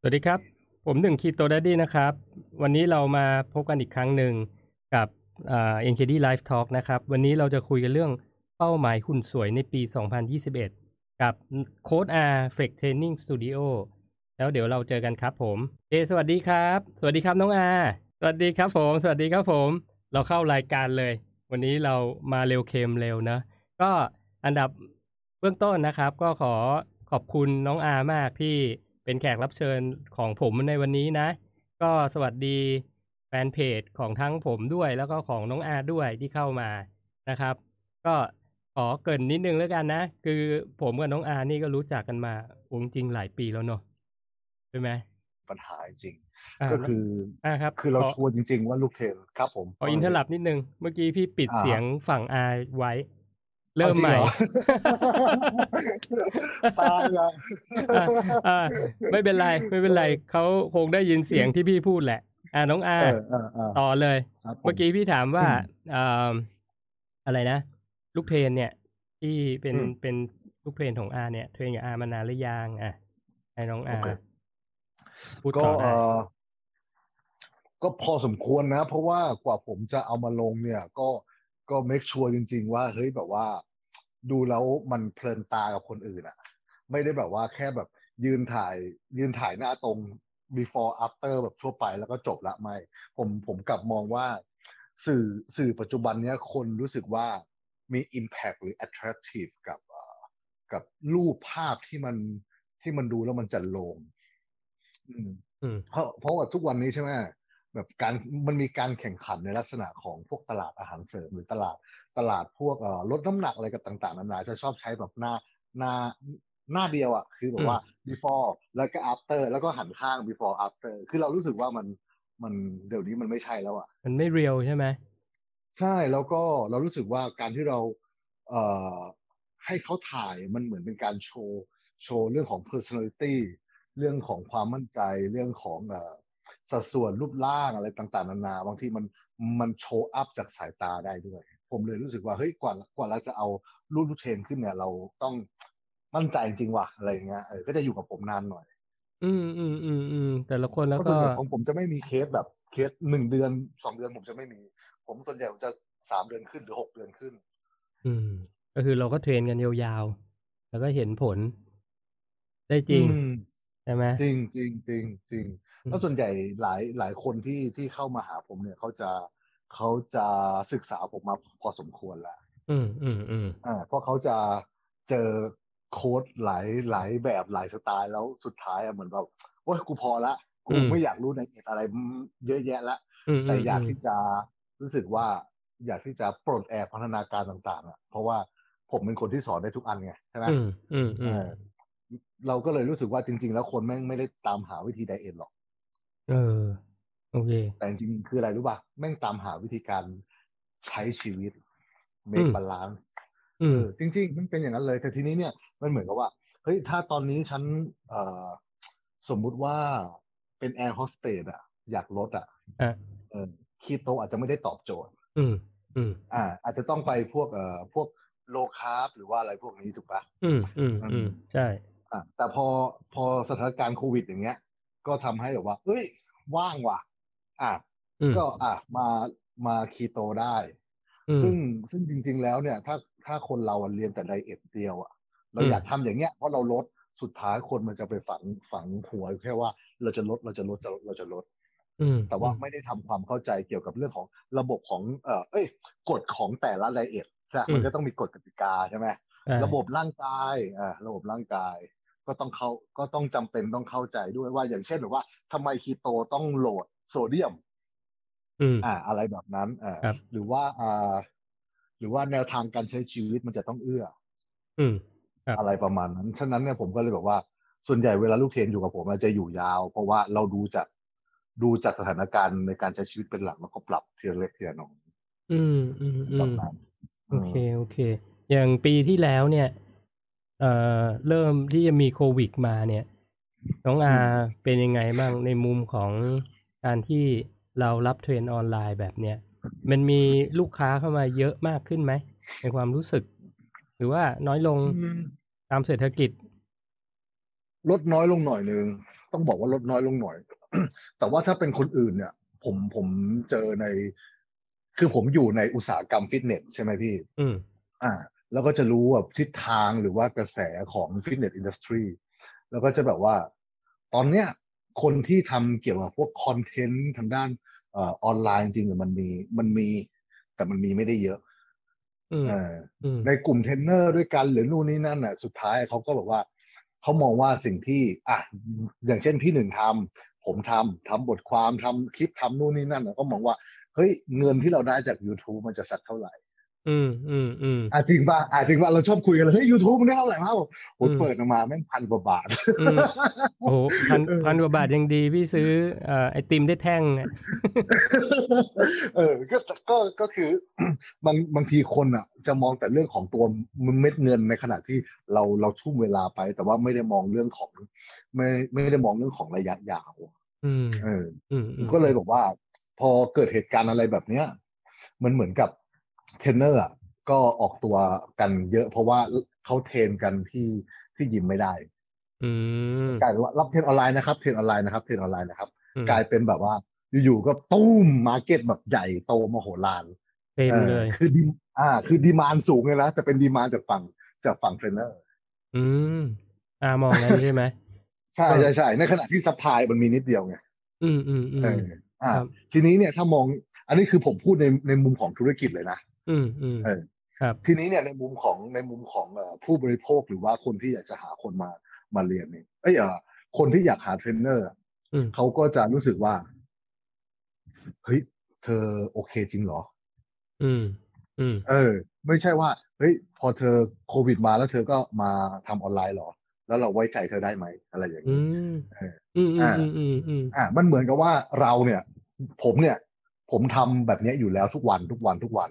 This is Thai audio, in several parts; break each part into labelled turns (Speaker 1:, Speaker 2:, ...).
Speaker 1: สวัสดีครับ ผมหนึ่งคีโตดัดดี้นะครับ วันนี้เรามาพบกันอีกครั้งหนึ่งกับเอ็นเคดีไลฟ์ทอล์กนะครับ วันนี้เราจะคุยกันเรื่องเป้าหมายหุ่นสวยในปี 2021 กับโค้ดอาร์เฟกเทรนนิ่งสตูดิโอแล้วเดี๋ยวเราเจอกันครับผมเอสวัสดีครับ สวัสดีครับน้องอาสวัสดีครับผม สวัสดีครับผม เราเข้ารายการเลย วันนี้เรามาเร็วเค็มเร็วนะ ก็อันดับเบื้องต้นนะครับ ก็ขอขอบคุณน้องอามากที่เป็นแขกรับเชิญของผมในวันนี้นะ ก็สวัสดีแฟนเพจของทั้งผมด้วย แล้วก็ของน้องอาด้วยที่เข้ามานะครับ ก็ขอเกรินนิดนึงแล้วกันนะ คือผมกับน้องอานี่ก็รู้จักกันมาองจริงๆหลายปีแล้วเนอะใช่ไหม
Speaker 2: ปัญหาจริง
Speaker 1: า
Speaker 2: ก็คือ
Speaker 1: อ่าครับ
Speaker 2: คือเรา
Speaker 1: ข
Speaker 2: ชวนจริง ๆ ว่าลูกเทนครับผม
Speaker 1: ขออินเทอร์ลับนิดนึง เมื่อกี้พี่ปิด
Speaker 2: อ่า
Speaker 1: เสียงฝั่งอาไว้ เริ่มใหม่
Speaker 2: เอาจริงเหรอ ตายละ
Speaker 1: อ่ะ อ่ะไม่เป็นไร ไม่เป็นไรเขาคงได้ยินเสียงที่พี่พูดแหละ อ่าน้องอา
Speaker 2: เออเออเออ
Speaker 1: ต่อเลย
Speaker 2: ครับผ
Speaker 1: เมื่อกี้พี่ถามว่า
Speaker 2: อื
Speaker 1: เอ่
Speaker 2: ม
Speaker 1: ออะไรนะ ลูกเพลนเนี่ย ที่เป็น
Speaker 2: อืม
Speaker 1: เป็นลูกเพลนของอาเนี่ยเทรนกับอามานานหรือยังอ่ะให้น้องอา
Speaker 2: โอเค
Speaker 1: พูด
Speaker 2: ก็
Speaker 1: ต่อ
Speaker 2: เอ
Speaker 1: ได้
Speaker 2: อก็พอสมควรนะ เพราะว่ากว่าผมจะเอามาลงเนี่ย ก็ก็เมคชัวร์จริง ๆ ว่าเฮ้ยแบบว่า ดูแล้วมันเพลินตากับคนอื่นอะไม่ได้แบบว่าแค่แบบยืนถ่าย ยืนถ่ายหน้าตรง before after แบบทั่วไปแล้วก็จบละไม่ ผมผมกลับมองว่า สื่อสื่อปัจจุบันเนี้ยคนรู้สึกว่ามี impact หรือ attractive กับเอ่อกับรูปภาพที่มันที่มันดูแล้วมันจันลง อืม
Speaker 1: อืม
Speaker 2: เพราะเพราะว่าทุกวันนี้ใช่ไหมแบบการมันมีการแข่งขันในลักษณะของพวกตลาดอาหารเสริมหรือตลาดตลาดพวกเอ่อลดน้ำหนักอะไรกันต่าง ๆนานาจะชอบใช้แบบหน้าหน้าหน้าเดียวอะคือแบบว่า before แล้วก็ after แล้วก็หันข้าง before after คือเรารู้สึกว่ามันมันเดี๋ยวนี้มันไม่ใช่แล้วอะ
Speaker 1: มันไม่เรียวใช่ไหม
Speaker 2: ใช่แล้วก็เรารู้สึกว่าการที่เราเอ่อให้เขาถ่ายมันเหมือนเป็นการโชว์โชว์เรื่องของ personality เรื่องของความมั่นใจเรื่องของเอ่อสัดส่วนรูปร่างอะไรต่างๆนานาบางทีมันมันโชว์อัพจากสายตาได้ด้วย ผมเลยรู้สึกว่าเฮ้ยกว่ากว่าเราจะเอารูปลูกเทนขึ้นเนี่ย เราต้องมั่นใจจริงว่ะอะไรอย่างเงี้ยเออก็จะอยู่กับผมนานหน่อย
Speaker 1: อืมอืมอืมอืมแต่ละคนแล้ว
Speaker 2: เพราะ
Speaker 1: ก็
Speaker 2: ส่วนใหญ่ของผมจะไม่มีเคสแบบเคสหนึ่งเดือนสองเดือนผมจะไม่มี ผมส่วนใหญ่ผมจะสามเดือนขึ้นหรือหกเดือนขึ้น
Speaker 1: อืม ก็คือเราก็เทรนกันยาวๆ แล้วก็เห็นผล ได้จริง
Speaker 2: อืม
Speaker 1: ใช่ไหม
Speaker 2: จริงจริงจริงจริง
Speaker 1: อืม
Speaker 2: แล้วส่วนใหญ่หลายหลายคนที่ที่เข้ามาหาผมเนี่ยเขาจะเขาจะศึกษาผมมาพอสมควรแล้ว
Speaker 1: อืมอืมอืม
Speaker 2: อ่าเพราะเขาจะเจอโค้ดหลายหลายแบบหลายสไตล์แล้วสุดท้ายอะเหมือนแบบโอ้ยกูพอละกู
Speaker 1: อืม
Speaker 2: ไม่อยากรู้ในเอียดอะไรเยอะแยะละ
Speaker 1: อืมม
Speaker 2: แต่อยาก
Speaker 1: ม
Speaker 2: ที่จะรู้สึกว่า อยากที่จะปลดแอกพัฒนาการต่างๆอ่ะเพราะว่าผมเป็นคนที่สอนได้ทุกอันไงใช่ไหม
Speaker 1: อืมอืมอืม
Speaker 2: เออเราก็เลยรู้สึกว่าจริง ๆ แล้วคนแม่งไม่ได้ตามหาวิธีไดเอทหรอก
Speaker 1: เออ โอเค
Speaker 2: แต่จริงๆคืออะไรรู้ป่ะแม่งตามหาวิธีการใช้ชีวิตเม
Speaker 1: อื
Speaker 2: ค
Speaker 1: ม
Speaker 2: บาลานซ์
Speaker 1: อืม
Speaker 2: จริง ๆ มันเป็นอย่างนั้นเลยแต่ทีนี้เนี่ยมันเหมือนกับว่าเฮ้ยถ้าตอนนี้ฉันเอ่อสมมุติว่าเป็นแอร์โฮสเตสอะอยากลดอะ
Speaker 1: อ่ะ
Speaker 2: เออคีโตอาจจะไม่ได้ตอบโจทย์
Speaker 1: อืม อืม
Speaker 2: อ่า อาจจะต้องไปพวกเอ่อพวกโลคาร์บหรือว่าอะไรพวกนี้ถูกปะ
Speaker 1: อืม อืม อืม ใช่
Speaker 2: อ่ะแต่พอพอสถานการณ์โควิดอย่างเงี้ย ก็ทำให้แบบว่า เอ้ย ว่างว่ะ อ่ะ
Speaker 1: อืม
Speaker 2: ก็อ่ะมามาคีโตได้
Speaker 1: อืม
Speaker 2: ซึ่งซึ่งจริง ๆ แล้วเนี่ย ถ้าถ้าคนเราอ่ะเรียนแต่ไดเอทเดียวอ่ะเรา
Speaker 1: อืม
Speaker 2: อยากทำอย่างเงี้ยเพราะเราลดสุดท้ายคนมันจะไปฝังฝังหัวอยู่แค่ว่าเราจะลดเราจะลดเราจะลด
Speaker 1: อืม
Speaker 2: แต่ว่าไม่ได้ทำความเข้าใจเกี่ยวกับเรื่องของระบบของเออเอ้ยกฎของแต่ละไดเอทใช่ปะมันก็ต้องมีกฎกติกาใช่ไหม
Speaker 1: อ่า
Speaker 2: ระบบร่างกายอ่าระบบร่างกาย ก็ต้องเข้าก็ต้องจำเป็นต้องเข้าใจด้วยว่าอย่างเช่นแบบว่าทำไมคีโตต้องโหลดโซเดียม
Speaker 1: อืม
Speaker 2: อ่า อะไรแบบนั้นอ่า
Speaker 1: ครับ
Speaker 2: หรือว่าอ่าหรือว่าแนวทางการใช้ชีวิตมันจะต้องเอื้อ
Speaker 1: อืม ครับ
Speaker 2: อะไรประมาณนั้น ฉะนั้นเนี่ยผมก็เลยแบบว่า ส่วนใหญ่เวลาลูกเทนอยู่กับผมอาจจะอยู่ยาว เพราะว่าเราดูจากดูจากสถานการณ์ในการใช้ชีวิตเป็นหลักแล้วก็ปรับทีละเล็กทีละน้อย
Speaker 1: อืม อืม อื
Speaker 2: แบบ
Speaker 1: ม
Speaker 2: นั้น
Speaker 1: โอเค โอเค อย่างปีที่แล้วเนี่ย เอ่อ เริ่มที่จะมีโควิดมาเนี่ย น้องอาเป็นยังไงบ้างในมุมของการที่เรารับเทรนออนไลน์แบบเนี้ย มันมีลูกค้าเข้ามาเยอะมากขึ้นไหม ในความรู้สึก หรือว่าน้อยลง
Speaker 2: อืม
Speaker 1: ตามเศรษฐกิจ
Speaker 2: ลดน้อยลงหน่อยนึง ต้องบอกว่าลดน้อยลงหน่อย แต่ว่าถ้าเป็นคนอื่นเนี่ย ผมผมเจอใน คือผมอยู่ในอุตสาหกรรมฟิตเนสใช่ไหมพี่
Speaker 1: อืม
Speaker 2: อ่าแล้วก็จะรู้แบบทิศทางหรือว่ากระแสของฟิตเนสอินดัสทรีแล้วก็จะแบบว่า ตอนเนี้ยคนที่ทำเกี่ยวกับพวกคอนเทนต์ทางด้านเออออนไลน์จริงๆเนี่ยมันมีมันมี แต่มันมีไม่ได้เยอะ
Speaker 1: อืม
Speaker 2: เออ
Speaker 1: อืม
Speaker 2: ในกลุ่มเทรนเนอร์ด้วยกันหรือนู่นนี่นั่นน่ะสุดท้ายเขาก็แบบว่า เขามองว่าสิ่งที่อ่ะอย่างเช่นพี่หนึ่งทำผมทำทำบทความทำคลิปทำนู่นนี่นั่นน่ะก็มองว่าเฮ้ยเงินที่เราได้จาก YouTube มันจะสักเท่าไหร่
Speaker 1: อืมอืมอืม
Speaker 2: อาจริงป่ะอาจริงป่ะเราชอบคุยกันเลยเฮ้ยยูทูบมันได้เท่าไหร่วะบอกโอ้ย
Speaker 1: อืม
Speaker 2: เปิดออกมาแม่งพันกว่าบาท
Speaker 1: อื มโอ้โหพัน
Speaker 2: เออ
Speaker 1: พันกว่าบาทยังดี พี่ซื้อเอ่อไอติมได้แท่งอะ
Speaker 2: เออก็ก็ก็คือ บางบางทีคนอ่ะ จะมองแต่เรื่องของตัวเม็ดเงินในขณะที่เราเราทุ่มเวลาไป แต่ว่าไม่ได้มองเรื่องของ ไม่ไม่ได้มองเรื่องของระยะยาว
Speaker 1: อืม
Speaker 2: เออ
Speaker 1: อืมอืม
Speaker 2: ก็เลยบอกว่า พอเกิดเหตุการณ์อะไรแบบเนี้ย มันเหมือนกับเทรนเนอร์อะก็ออกตัวกันเยอะ เพราะว่าเขาเทรนกันที่ที่ยิมไม่ได้
Speaker 1: อืม
Speaker 2: กลายเป็นว่ารับเทรนออนไลน์นะครับเทรนออนไลน์นะครับเทรนออนไลน์นะครับ
Speaker 1: อืม
Speaker 2: กลายเป็นแบบว่า อยู่ๆก็ตุ้มมาเก็ตแบบใหญ่โตมโหฬาร
Speaker 1: เต็มเลย
Speaker 2: ออคือดีอ่า คือดีมานสูงเลยนะแต่เป็นดีมานจากฝั่งจากฝั่งเทรนเนอร์
Speaker 1: อืมอ่ามองงั้นใช่ไหม
Speaker 2: ใช่
Speaker 1: เออ
Speaker 2: ใช่ใช่ในขณะที่สปายมันมีนิดเดียวไง
Speaker 1: อืมอืมอืม
Speaker 2: เอออ่า
Speaker 1: ครับ
Speaker 2: ทีนี้เนี่ยถ้ามอง อันนี้คือผมพูดในในมุมของธุรกิจเลยนะ
Speaker 1: อืมอืม
Speaker 2: เออ
Speaker 1: ครับ
Speaker 2: ทีนี้เนี่ยในมุมของในมุมของเอ่อผู้บริโภคหรือว่าคนที่อยากจะหาคนมามาเรียนเนี่ยเอ้ยเอ่อคนที่อยากหาเทรนเนอร์
Speaker 1: อืม
Speaker 2: เขาก็จะรู้สึกว่า เฮ้ย เธอโอเคจริงเหรอ
Speaker 1: อืมอืม
Speaker 2: เออ ไม่ใช่ว่า เฮ้ย พอเธอโควิดมาแล้วเธอก็มาทำออนไลน์เหรอ แล้วเราไว้ใจเธอได้ไหม อะไรอย่าง
Speaker 1: อื
Speaker 2: นี้
Speaker 1: ม
Speaker 2: เออ
Speaker 1: อืมอื
Speaker 2: อ่า
Speaker 1: มอืมอืม
Speaker 2: อ่ะมันเหมือนกับว่าเราเนี่ย ผมเนี่ย ผมทำแบบเนี้ยอยู่แล้วทุกวันทุกวันทุกวัน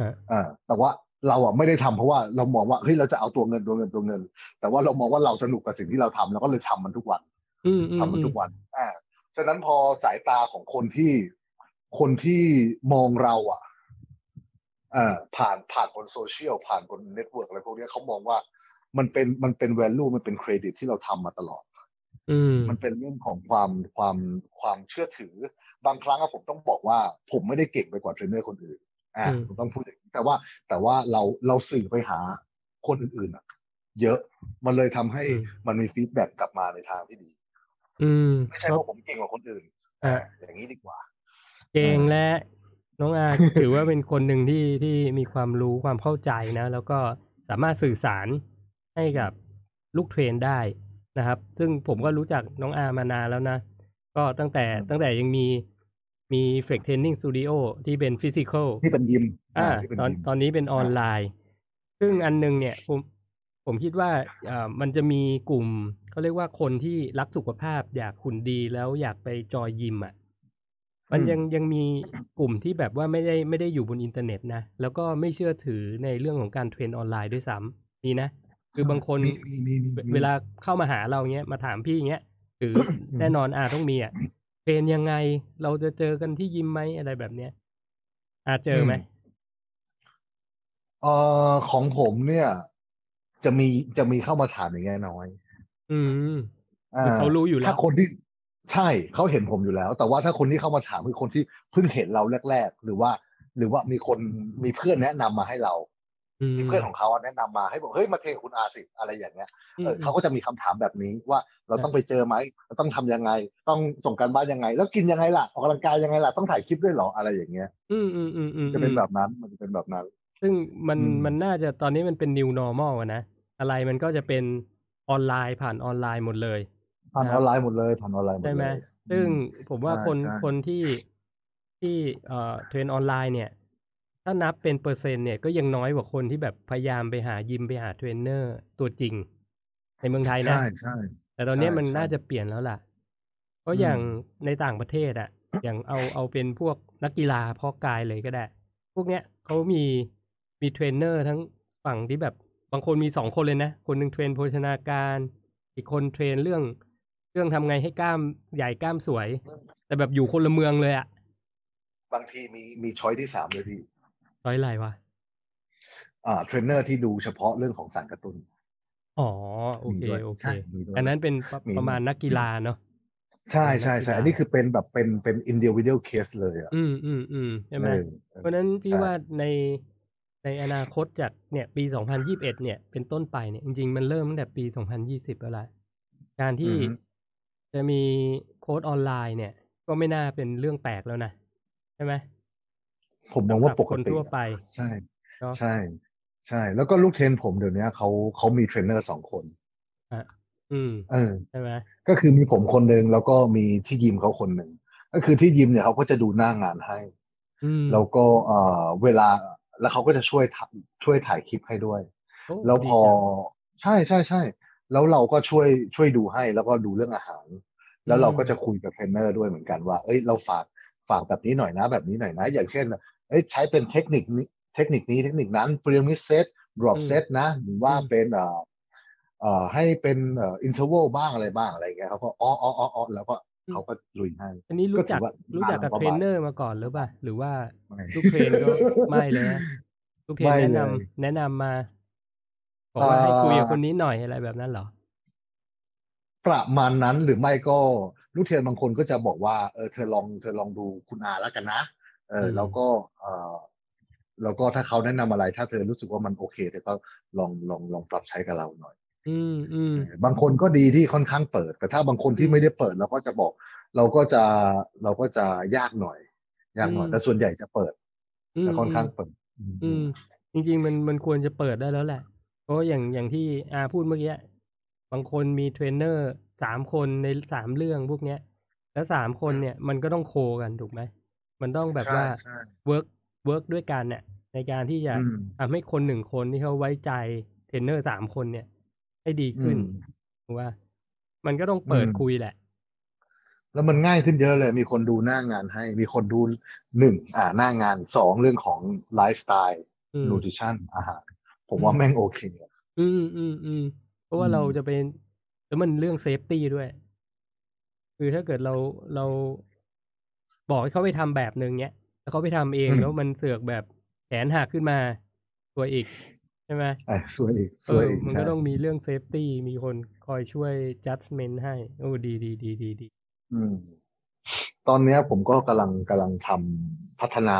Speaker 1: ฮะ
Speaker 2: เออแต่ว่าเราอ่ะไม่ได้ทำเพราะว่าเรามองว่าเฮ้ยเราจะเอาตัวเงินตัวเงินตัวเงิน แต่ว่าเรามองว่าเราสนุกกับสิ่งที่เราทำเราก็เลยทำมันทุกวัน
Speaker 1: อืมอืม
Speaker 2: ทำมัน
Speaker 1: อืม
Speaker 2: ทุกวัน อ่า ฉะนั้นพอสายตาของคนที่ คนที่มองเราอ่ะเอ่อผ่านผ่านบนโซเชียลผ่านบนเน็ตเวิร์กอะไรพวกเนี้ยเขามองว่า มันเป็นมันเป็นแวลูมันเป็นเครดิตที่เราทำมาตลอด
Speaker 1: อืม
Speaker 2: มันเป็นเรื่องของความความความเชื่อถือ บางครั้งอะผมต้องบอกว่า ผมไม่ได้เก่งไปกว่าเทรนเนอร์คนอื่น อ่าผมต้องพูดอย่างนี้แต่ว่าแต่ว่าเราเราสื่อไปหาคนอื่นๆอะเยอะมันเลยทำให้มันมีฟีดแบ็กกลับมาในทางที่ดี
Speaker 1: อืม
Speaker 2: ไม่ใช่
Speaker 1: ก็
Speaker 2: เพราะผมเก่งกว่าคนอื่น
Speaker 1: อ่ะ
Speaker 2: เอออย่างนี้ดีกว่า
Speaker 1: เก่งและน้องอา ถือว่าเป็นคนหนึ่งที่ที่มีความรู้ความเข้าใจนะ แล้วก็สามารถสื่อสารให้กับลูกเทรนได้นะครับ ซึ่งผมก็รู้จักน้องอามานานแล้วนะ ก็ตั้งแต่ตั้งแต่ยังมีมีเฟกเทนนิ่งสตูดิโอที่เป็นฟิสิกอล
Speaker 2: ที่เป็นยิม
Speaker 1: อ่า
Speaker 2: ที่เป็น
Speaker 1: ตอน
Speaker 2: ยิม
Speaker 1: ตอนนี้เป็นออนไลน์ ซึ่งอันหนึงเนี่ยผมผมคิดว่าอ่ามันจะมีกลุ่มเขาเรียกว่าคนที่รักสุขภาพอยากหุ่นดีแล้วอยากไปจอยยิมอ่ะมัน
Speaker 2: อืม
Speaker 1: ยังยังมีกลุ่มที่แบบว่าไม่ได้ไม่ได้อยู่บนอินเทอร์เน็ตนะ แล้วก็ไม่เชื่อถือในเรื่องของการเทรนออนไลน์ด้วยซ้ำมีนะ คือบางคน
Speaker 2: มีมีมีมีมี
Speaker 1: เวลาเข้ามาหาเราเงี้ยมาถามพี่เงี้ยห รือ แน่นอนอาต้องมีอ่ะเป็นยังไงเราจะเจอกันที่ยิมไหมอะไรแบบเนี้ยอาเจอไหม
Speaker 2: อืม เอ่อของผมเนี่ย จะมีจะมีเข้ามาถามอย่างเงี้ยน้อย
Speaker 1: อืม
Speaker 2: อ่า
Speaker 1: คือเขารู้อยู่แล้
Speaker 2: ถ้าว คนที่ใช่เขาเห็นผมอยู่แล้ว แต่ว่าถ้าคนที่เข้ามาถามคือคนที่เพิ่งเห็นเราแรก ๆ หรือว่า หรือว่ามีคนมีเพื่อนแนะนำมาให้เรา
Speaker 1: อืม
Speaker 2: มีเพื่อนของเขาอะแนะนำมาให้บอกเฮ้ยมาเทรนกับคุณอาสิอะไรอย่างเงี้ยเออ
Speaker 1: ม
Speaker 2: เขาก็จะมีคำถามแบบนี้ว่าเราต้องไปเจอไหมเราต้องทำยังไง ต้องส่งการบ้านยังไง แล้วกินยังไงล่ะออกกำลังกายยังไงล่ะต้องถ่ายคลิปด้วยเหรออะไรอย่างเงี้ย
Speaker 1: อืมอืมอืมอืม
Speaker 2: จะเป็นแบบนั้น มันจะเป็นแบบนั้น
Speaker 1: ซึ่งมัน
Speaker 2: อืม
Speaker 1: มันน่าจะตอนนี้มันเป็น new normal อะนะ อะไรมันก็จะเป็นออนไลน์ผ่านออนไลน์หมดเลย
Speaker 2: ผ่าน
Speaker 1: ครั
Speaker 2: อบ อนไลน์หมดเลย ผ่านออนไลน์หมด
Speaker 1: ใช่ไหม
Speaker 2: เลย
Speaker 1: ซึ่งผมว่า
Speaker 2: ใช่
Speaker 1: คน
Speaker 2: ใช่
Speaker 1: คนที่ที่เอ่อเทรนออนไลน์เนี่ย ถ้านับเป็นเปอร์เซ็นต์เนี่ยก็ยังน้อยกว่าคนที่แบบพยายามไปหายิมไปหาเทรนเนอร์ตัวจริง ในเมืองไทยนะ
Speaker 2: ใช่ใช่
Speaker 1: แต่ตอนเนี้ย
Speaker 2: ใช่
Speaker 1: มัน
Speaker 2: ใช่
Speaker 1: น่าจะเปลี่ยนแล้วล่ะ เพ
Speaker 2: อื
Speaker 1: ราะ
Speaker 2: ม
Speaker 1: อย่างในต่างประเทศอะอย่างเอาเอาเป็นพวกนักกีฬาเพาะกายเลยก็ได้ พวกเนี้ยเขามีมีเทรนเนอร์ทั้งฝั่งที่แบบบางคนมีสองคนเลยนะ คนหนึ่งเทรนโภชนาการ อีกคนเทรนเรื่อง เรื่องทำไงให้กล้ามใหญ่กล้ามสวย แต่แบบอยู่คนละเมืองเลยอะ
Speaker 2: บางทีมีมีช้อยที่สามเลยพี่
Speaker 1: ร้อยไรวะ
Speaker 2: อ่าเทรนเนอร์ที่ดูเฉพาะเรื่องของสารกระตุ้น
Speaker 1: อ๋อ โอเค
Speaker 2: มีด้วย
Speaker 1: โอเค
Speaker 2: ใช่มีด้วย
Speaker 1: อันนั้นเป็นป
Speaker 2: มี
Speaker 1: ประมาณนักกีฬาเนาะ
Speaker 2: ใช่ใช่ใช่อันนี้คือเป็นแบบเป็นเป็น individual case เลยอ่ะ
Speaker 1: อืมอืมอืมใช่ไหม
Speaker 2: เออ
Speaker 1: เพราะฉะนั้นพี่
Speaker 2: ใช่
Speaker 1: ว่าในในอนาคตจากเนี่ยปี 2021 เนี่ยเป็นต้นไปเนี่ยจริงๆ มันเริ่มตั้งแต่ปี 2020 แล้วละการที่จะมีโค้ดออนไลน์เนี่ย ก็ไม่น่าเป็นเรื่องแปลกแล้วนะ ใช่ไหม
Speaker 2: ผมมองว่าปก
Speaker 1: สำหรับคน
Speaker 2: ติ
Speaker 1: ทั่วไป
Speaker 2: ใช่
Speaker 1: เนอะ
Speaker 2: ใช่ ใช่ แล้วก็ลูกเทรนผมเดี๋ยวนี้เขาเขามีเทรนเนอร์สองคน
Speaker 1: อืม
Speaker 2: เออ
Speaker 1: ใช่ไหม
Speaker 2: ก็คือมีผมคนหนึ่งแล้วก็มีที่ยิมเขาคนหนึ่งก็คือที่ยิมเนี่ยเขาก็จะดูหน้างานให้
Speaker 1: อืม
Speaker 2: แล้วก็เอ่อเวลาแล้วเขาก็จะช่วยถ่ายช่วยถ่ายคลิปให้ด้วย
Speaker 1: โอ้
Speaker 2: แล้วพอ
Speaker 1: ดีจัง
Speaker 2: ใช่ใช่ใช่แล้วเราก็ช่วยช่วยดูให้แล้วก็ดูเรื่องอาหาร แล้วเราก็จะคุยกับเทรนเนอร์ด้วยเหมือนกันว่า เอ้ยเราฝากฝากแบบนี้หน่อยนะแบบนี้หน่อยนะ อย่างเช่นเอ้ยใช้เป็นเทคนิคนี้เทคนิคนี้เทคนิคนั้นเปรียมิเซตดรอป
Speaker 1: อืม
Speaker 2: เซตนะหรือว่า
Speaker 1: อืม
Speaker 2: เป็นเอ่อเอ่อให้เป็นเอ่ออินเทอร์วลบ้างอะไรบ้างอะไรอย่างเงี้ยเขาก็อ๋ออ๋ออ๋ออ๋อแล้วก็เขาก็ลุยให้
Speaker 1: อันนี้รู้จัก
Speaker 2: ก็ถือว่า
Speaker 1: รู้จักกับ
Speaker 2: บ้านเรา
Speaker 1: เทรนเนอร์มาก่อนหรือเปล่าหรือว่า
Speaker 2: ไม่
Speaker 1: ลูกเทรน ก็ ไม่เลยนะลูกเทรน
Speaker 2: ไม่เลย
Speaker 1: แนะนำแนะนำมาบอกว่า
Speaker 2: เอ่อ
Speaker 1: ให้คุยกับคนนี้หน่อยอะไรแบบนั้นเหรอ
Speaker 2: ประมาณนั้นหรือไม่ก็ลูกเทียนบางคนก็จะบอกว่าเออเธอลองเธอลองดูคุณอาแล้วกันนะเอออ
Speaker 1: ม
Speaker 2: แล้วก็เออแล้วก็ถ้าเขาแนะนำอะไร ถ้าเธอรู้สึกว่ามันโอเคเธอก็ลองลองลองปรับใช้กับเราหน่อย
Speaker 1: อืมอืม
Speaker 2: เออบางคนก็ดีที่ค่อนข้างเปิด แต่ถ้าบางคนที่
Speaker 1: อืม
Speaker 2: ไม่ได้เปิดเราก็จะบอก เราก็จะเราก็จะยากหน่อยยากหน่อย
Speaker 1: อืม
Speaker 2: แต่ส่วนใหญ่จะเปิด
Speaker 1: อืม
Speaker 2: จะค่อน
Speaker 1: ม
Speaker 2: ข้างเปิด
Speaker 1: อืมจริงๆมันมันควรจะเปิดได้แล้วแหละ เพราะอย่างอย่างที่อาพูดเมื่อกี้บางคนมีเทรนเนอร์สามคนในสามเรื่องพวกเนี้ย แล้วสามคนเนี่ยมันก็ต้องโคกันถูกไหมมันต้องแบบว่า
Speaker 2: ใช่
Speaker 1: work work ด้วยกันเนี่ยในการที่จะ
Speaker 2: อืม
Speaker 1: ทำให้คนหนึ่งคนที่เขาไว้ใจเทรนเนอร์สามคนเนี่ย ให้ดีขึ้น
Speaker 2: อืม
Speaker 1: ถูกว่า มันก็ต้องเปิด
Speaker 2: อืม
Speaker 1: คุยแหละ
Speaker 2: แล้วมันง่ายขึ้นเยอะเลย มีคนดูหน้างานให้ มีคนดูหนึ่งอ่าหน้างานสองเรื่องของไลฟ์สไตล์
Speaker 1: อืม
Speaker 2: นูทริชั่นอาหารผม
Speaker 1: อื
Speaker 2: ว่าม แม่งโอเค
Speaker 1: อืมอืมอืมเพราะว่า
Speaker 2: อืม
Speaker 1: เราจะเป็นแล้วมันเรื่องเซฟตี้ด้วย คือถ้าเกิดเราเราบอกให้เขาไปทำแบบหนึ่งเนี้ยแล้วเขาไปทำเองแล้วมันเสือกแบบแขนหักขึ้นมาตัวอีก ใช่ไหม
Speaker 2: ไอ้สวยอีก
Speaker 1: เอ
Speaker 2: สวย
Speaker 1: อ
Speaker 2: อีก
Speaker 1: มันก็ต้องมีเรื่องเซฟตี้มีคนคอยช่วย judgment ให้ โอ้ดีดีดีดีดี
Speaker 2: อืม ตอนเนี้ยผมก็กำลังกำลังทำพัฒนา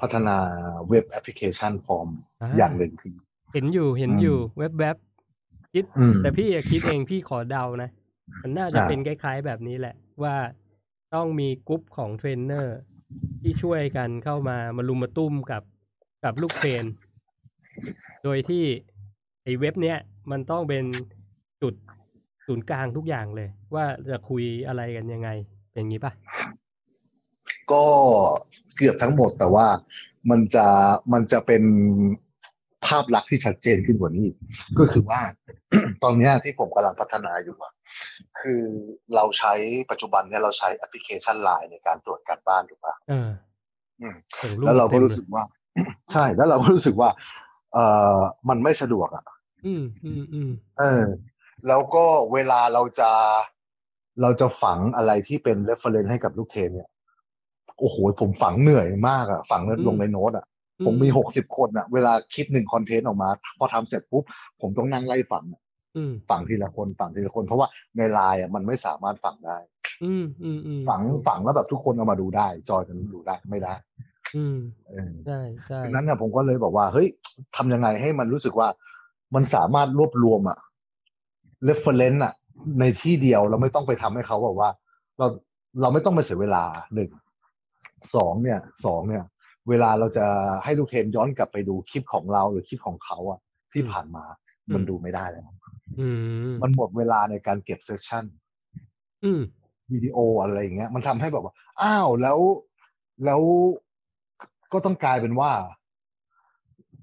Speaker 2: พัฒนาเว็บแอปพลิเคชันฟอร์ม
Speaker 1: อ่า
Speaker 2: อย่างหนึ่งพี่
Speaker 1: เห็นอยู่เห็น
Speaker 2: อืม
Speaker 1: อยู่แวบๆคิด
Speaker 2: อืม
Speaker 1: แต่พี่อะคิดเองพี่ขอเดานะ มันน่าจะ
Speaker 2: อ่า
Speaker 1: เป็นคล้ายๆแบบนี้แหละ ว่าต้องมีกรุ๊ปของเทรนเนอร์ ที่ช่วยกันเข้ามามาลุมมาตุ้มกับกับลูกเทรน โดยที่ไอ้เว็บเนี้ยมันต้องเป็นจุดศูนย์กลางทุกอย่างเลย ว่าจะคุยอะไรกันยังไง เป็นอย่างงี้ป่ะ
Speaker 2: ก็เกือบทั้งหมดแต่ว่ามันจะมันจะเป็นภาพลักษณ์ที่ชัดเจนขึ้นกว่านี้อีกก็คือว่า ตอนเนี้ยที่ผมกำลังพัฒนาอยู่อะคือเราใช้ปัจจุบันเนี่ยเราใช้แอปพลิเคชันไลน์ในการตรวจการบ้านถูกปะ
Speaker 1: เออ
Speaker 2: อืม
Speaker 1: ส่ง
Speaker 2: แล้วเราก็
Speaker 1: ต็ม
Speaker 2: รู้สึกว่า ใช่แล้วเราก็รู้สึกว่า เออมันไม่สะดวกอะ
Speaker 1: อืมอืมอืม
Speaker 2: เออแล้วก็เวลาเราจะเราจะฝังอะไรที่เป็น reference ให้กับลูกเทนเนี่ยโอ้โหผมฝังเหนื่อยมากอะฝังลงในโน้ตอะ
Speaker 1: อื
Speaker 2: ผมมีหกสิบคนอะเวลาคิดหนึ่งคอนเทนต์ออกมา พอทำเสร็จปุ๊บ ผมต้องนั่งไล่ฝังอะ
Speaker 1: อืม
Speaker 2: ฝังทีละคนฝังทีละคน เพราะว่าในไลน์อะมันไม่สามารถฝังได้
Speaker 1: อืมอืมอืม
Speaker 2: ฝังฝังแล้วแบบทุกคนเอามาดูได้ จอยกันดูได้ไม่ได้
Speaker 1: อืม
Speaker 2: เออ
Speaker 1: ใช่ใช่
Speaker 2: ดังนั้นอะผมก็เลยบอกว่า เฮ้ยทำยังไงให้มันรู้สึกว่ามันสามารถรวบรวมอะ reference อะในที่เดียวเราไม่ต้องไปทำให้เขาแบบว่า เราเราไม่ต้องไปเสียเวลาหนึ่งสองเนี่ยสองเนี่ย เวลาเราจะให้ลูกเทนย้อนกลับไปดูคลิปของเราหรือคลิปของเขาอะที่
Speaker 1: อืม
Speaker 2: ผ่านมา มัน
Speaker 1: อืม
Speaker 2: ดูไม่ได้แล้ว
Speaker 1: อืม
Speaker 2: มันหมดเวลาในการเก็บเซสชั่น
Speaker 1: อืม
Speaker 2: วิดีโออะไรอย่างเงี้ยมันทำให้แบบว่า อ้าวแล้วแล้วก็ต้องกลายเป็นว่า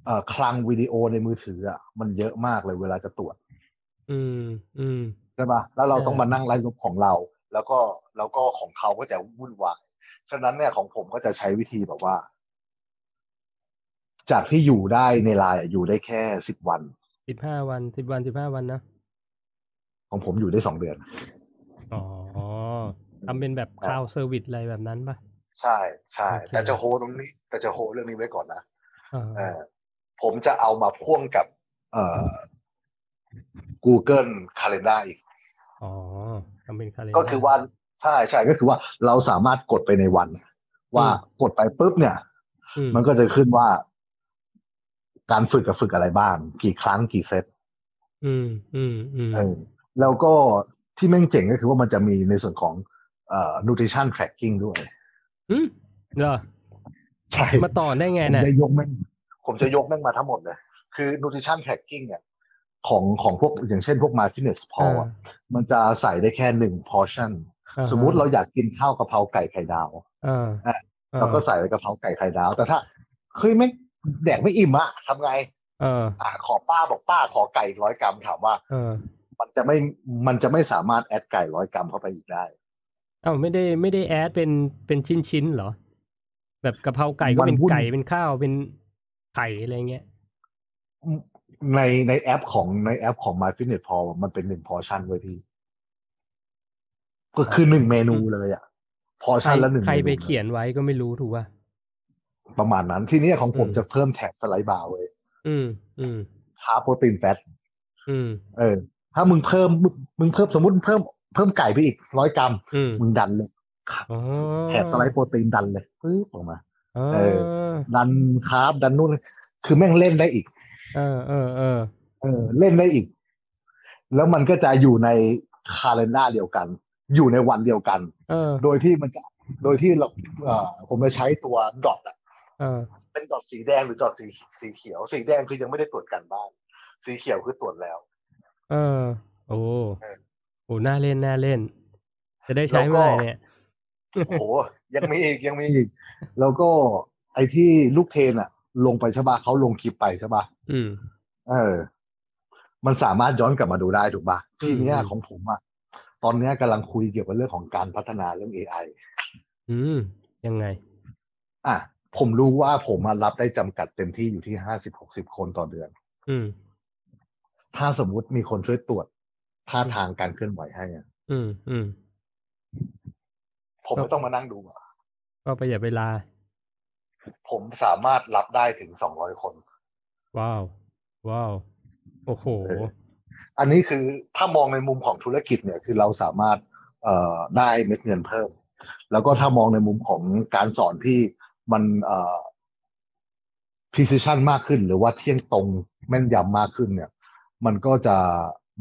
Speaker 2: เอ่อคลังวิดีโอในมือถืออ่ะมันเยอะมากเลยเวลาจะตรวจ
Speaker 1: อืมอืม
Speaker 2: ใช่ปะแล้วเรา
Speaker 1: เออ
Speaker 2: ต้องมานั่งไล่ลบของเรา แล้วก็แล้วก็ของเขาก็จะวุ่นวายฉะนั้นเนี่ยของผมก็จะใช้วิธีแบบว่า จากที่อยู่ได้ในไลน์อะอยู่ได้แค่สิบวัน
Speaker 1: สิบห้าวันสิบวันสิบห้าวันนะ
Speaker 2: ของผมอยู่ได้สองเดือน
Speaker 1: อ๋อทำเป็นแบบ
Speaker 2: ค
Speaker 1: ค
Speaker 2: รั
Speaker 1: ลา
Speaker 2: บ
Speaker 1: วเซอร์วิสอะไรแบบนั้นป่ะ
Speaker 2: ใช่ใช่
Speaker 1: โอเค
Speaker 2: แต่จะโฮตรงนี้ แต่จะโฮเรื่องนี้ไว้ก่อนนะ
Speaker 1: อ่า
Speaker 2: เอ่อผมจะเอามาพ่วงกับเอ่อ Google Calendar อีก
Speaker 1: อ๋อ ทำเป็นคาเลน
Speaker 2: ก็คือว่าใช่ใช่ก็คือว่าเราสามารถกดไปในวัน ว่ากดไปปุ๊บเนี่ย
Speaker 1: อืม
Speaker 2: มันก็จะขึ้นว่า การฝึกกับฝึกอะไรบ้าง กี่ครั้งกี่เซต
Speaker 1: อืมอืมอืม
Speaker 2: เออแล้วก็ที่แม่งเจ๋งก็คือว่ามันจะมีในส่วนของเอ่อ nutrition tracking ด้วย
Speaker 1: อืมเหรอ
Speaker 2: ใช่
Speaker 1: มาต่อได้ไง
Speaker 2: ผม
Speaker 1: นะ
Speaker 2: จะยกแม่งผมจะยกแม่งมาทั้งหมดเลยคือ nutrition tracking เนี่ยของของพวกอย่างเช่นพวก my fitness pal อะมันจะใส่ได้แค่หนึ่ง portion
Speaker 1: อ่ฮะ
Speaker 2: สมมุติเราอยากกินข้าวกะเพราไก่ไข่ดาว
Speaker 1: อ่า
Speaker 2: อ่ะ เราก็ใส่ไปกะเพราไก่ไข่ดาว แต่ถ้าเฮ้ยไม่งแดกไม่อิ่มอะทำไง
Speaker 1: เออ
Speaker 2: อ่ะขอป้าบอกป้าขอไก่ร้อยกรัมถามว่า
Speaker 1: เออ
Speaker 2: มันจะไม่มันจะไม่สามารถแอดไก่ร้อยกรัมเข้าไปอีกได้
Speaker 1: เอ้าไม่ได้ไม่ได้แอดเป็นเป็นชิ้นชิ้นๆเหรอ แบบกะเพราไก่ก็
Speaker 2: มัน
Speaker 1: เป็น
Speaker 2: วุ่น
Speaker 1: ไก่เป็นข้าวเป็นไข่อะไรเงี้ย
Speaker 2: ในในแอปของในแอปของ My Fitness Pal มันเป็นหนึ่งพอชั่นเว้ยพี่ ก็คือหนึ่งเมนูเลยอะพอ
Speaker 1: ใคร
Speaker 2: ชั่นละหนึ่ง
Speaker 1: ใคร
Speaker 2: เมนู
Speaker 1: ไปเขียนไว้ก็ไม่รู้ถูกป่ะ
Speaker 2: ประมาณนั้น ที่นี่ของผม
Speaker 1: อืม
Speaker 2: จะเพิ่มแถบสไลด์บาร์เว้ย
Speaker 1: อืม อืม
Speaker 2: คาร์บโปรตีนแฟต
Speaker 1: อืม
Speaker 2: เออ ถ้ามึงเพิ่มมึงมึงเพิ่มสมมติเพิ่มเพิ่มไก่ไปอีกร้อยกรัม
Speaker 1: อืม
Speaker 2: มึงดันเลย
Speaker 1: อ๋อ
Speaker 2: แถบสไลด์โปรตีนดันเลยปึ๊บออกมา
Speaker 1: อ๋อ
Speaker 2: เอ ดันคาร์บดันนู่นเลยคือแม่งเล่นได้อีก
Speaker 1: เออเออเออ
Speaker 2: เออเล่นได้อีก แล้วมันก็จะอยู่ในคาล endar เดียวกัน อยู่ในวันเดียวกัน
Speaker 1: เออ
Speaker 2: โดยที่มันจะโดยที่เราเอ่อผมจะใช้ตัวดอทอะ
Speaker 1: เออ
Speaker 2: เป็นดอทสีแดงหรือดอทสีสีเขียว สีแดงคือยังไม่ได้ตรวจกันบ้าน สีเขียวคือตรวจแล้ว
Speaker 1: เออ โอ้
Speaker 2: เออ
Speaker 1: โอ้น่าเล่นน่าเล่น จะได้ใช้เมื่อไหร่เนี่ย
Speaker 2: โอ้โห ยังมีอีกยังมีอีก แล้วก็ไอ้ที่ลูกเทนอะลงไปใช่ปะเขาลงคลิปไปใช่ปะ
Speaker 1: อืม
Speaker 2: เออ มันสามารถย้อนกลับมาดูได้ถูกปะทีเนี้ย
Speaker 1: อืม
Speaker 2: ของผมอะตอนเนี้ยกำลังคุยเกี่ยวกับเรื่องของการพัฒนาเรื่อง AI
Speaker 1: อืม ยังไง
Speaker 2: อ่ะผมรู้ว่าผมมารับได้จำกัดเต็มที่อยู่ที่ห้าสิบหกสิบคนต่อเดือน
Speaker 1: อืม
Speaker 2: ถ้าสมมุติมีคนช่วยตรวจท่าทางการเคลื่อนไหวให้อะ
Speaker 1: อืม อืม
Speaker 2: ผมไม่ต้องมานั่งดูอะ
Speaker 1: ก็ประหยัดเวลา
Speaker 2: ผมสามารถรับได้ถึงสองร้อยคน
Speaker 1: ว้าว ว้าว โอ้โห
Speaker 2: เออ อันนี้คือถ้ามองในมุมของธุรกิจเนี่ยคือเราสามารถเอ่อได้เม็ดเงินเพิ่ม แล้วก็ถ้ามองในมุมของการสอนที่มันเอ่อ precision มากขึ้น หรือว่าเที่ยงตรงแม่นยำมากขึ้นเนี่ย มันก็จะ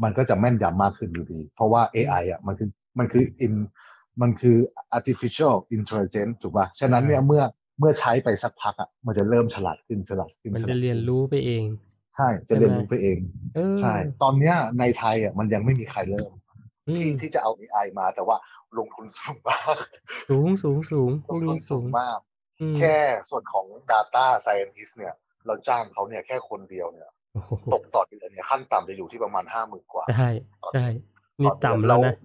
Speaker 2: มันก็จะแม่นยำมากขึ้นอยู่ดี เพราะว่า AI อ่ะมันคือมันคือ in มันคือ artificial intelligence ถูกป่ะ ฉะนั้นเนี่ยเมื่อเมื่อใช้ไปสักพักอ่ะมันจะเริ่มฉลาดขึ้นฉลาดขึ้น
Speaker 1: มัน
Speaker 2: ฉลาด
Speaker 1: จะ
Speaker 2: ขึ้
Speaker 1: เรียนรู้ไปเอง
Speaker 2: ใช่จะเรียนรู้ไปเอง
Speaker 1: เออ
Speaker 2: ใช่ ตอนเนี้ยในไทยอ่ะมันยังไม่มีใครเริ่ม
Speaker 1: อื
Speaker 2: ที่
Speaker 1: ม
Speaker 2: ที่จะเอา AI มาแต่ว่าลงทุนสูงมาก
Speaker 1: สูงสูงสูงพ
Speaker 2: ล
Speaker 1: วก
Speaker 2: ง
Speaker 1: นี้
Speaker 2: ทุนสูงมาก
Speaker 1: อืม
Speaker 2: แค่ส่วนของ Data Scientist เนี่ย เราจ้างเขาเนี่ยแค่คนเดียวเนี่ย
Speaker 1: โอ้โห
Speaker 2: ตกต่อเดือนเนี่ยขั้นต่ำจะอยู่ที่ประมาณห้าหมื่นกว่า
Speaker 1: ได้ ได้ นี่
Speaker 2: อเดือ
Speaker 1: ต่ำแล้ว
Speaker 2: เรา
Speaker 1: นะ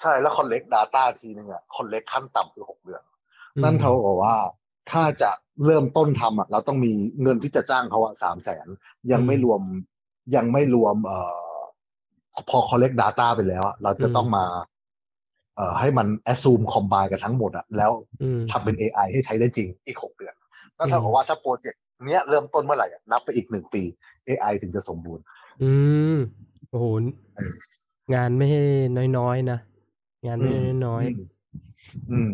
Speaker 2: ใช่แล้ว collect data ทีนึงอ่ะ collect ขั้นต่ำคือหกเดือน
Speaker 1: อืม
Speaker 2: นั่นเท่ากับว่า ถ้าจะเริ่มต้นทำอ่ะเราต้องมีเงินที่จะจ้างเขาอ่ะสามแสนยังไม่รวมยังไม่รวม เอ่อพอ collect data ไปแล้วอ่ะเราจะต้องมา เอ่อให้มัน assume combine กันทั้งหมดอ่ะแล้ว
Speaker 1: อืม
Speaker 2: ทำเป็น AI ให้ใช้ได้จริงอีกหกเดือนนั่นเท่ากับว่าถ้าโปรเจกต์เนี้ยเริ่มต้นเมื่อไหร่อ่ะนับไปอีกหนึ่งปี AI ถึงจะสมบูรณ์
Speaker 1: อืม โอ้โห
Speaker 2: เออ
Speaker 1: งานไม่ให้น้อยๆนะ งานไม่ให้น้อย
Speaker 2: อืมอืม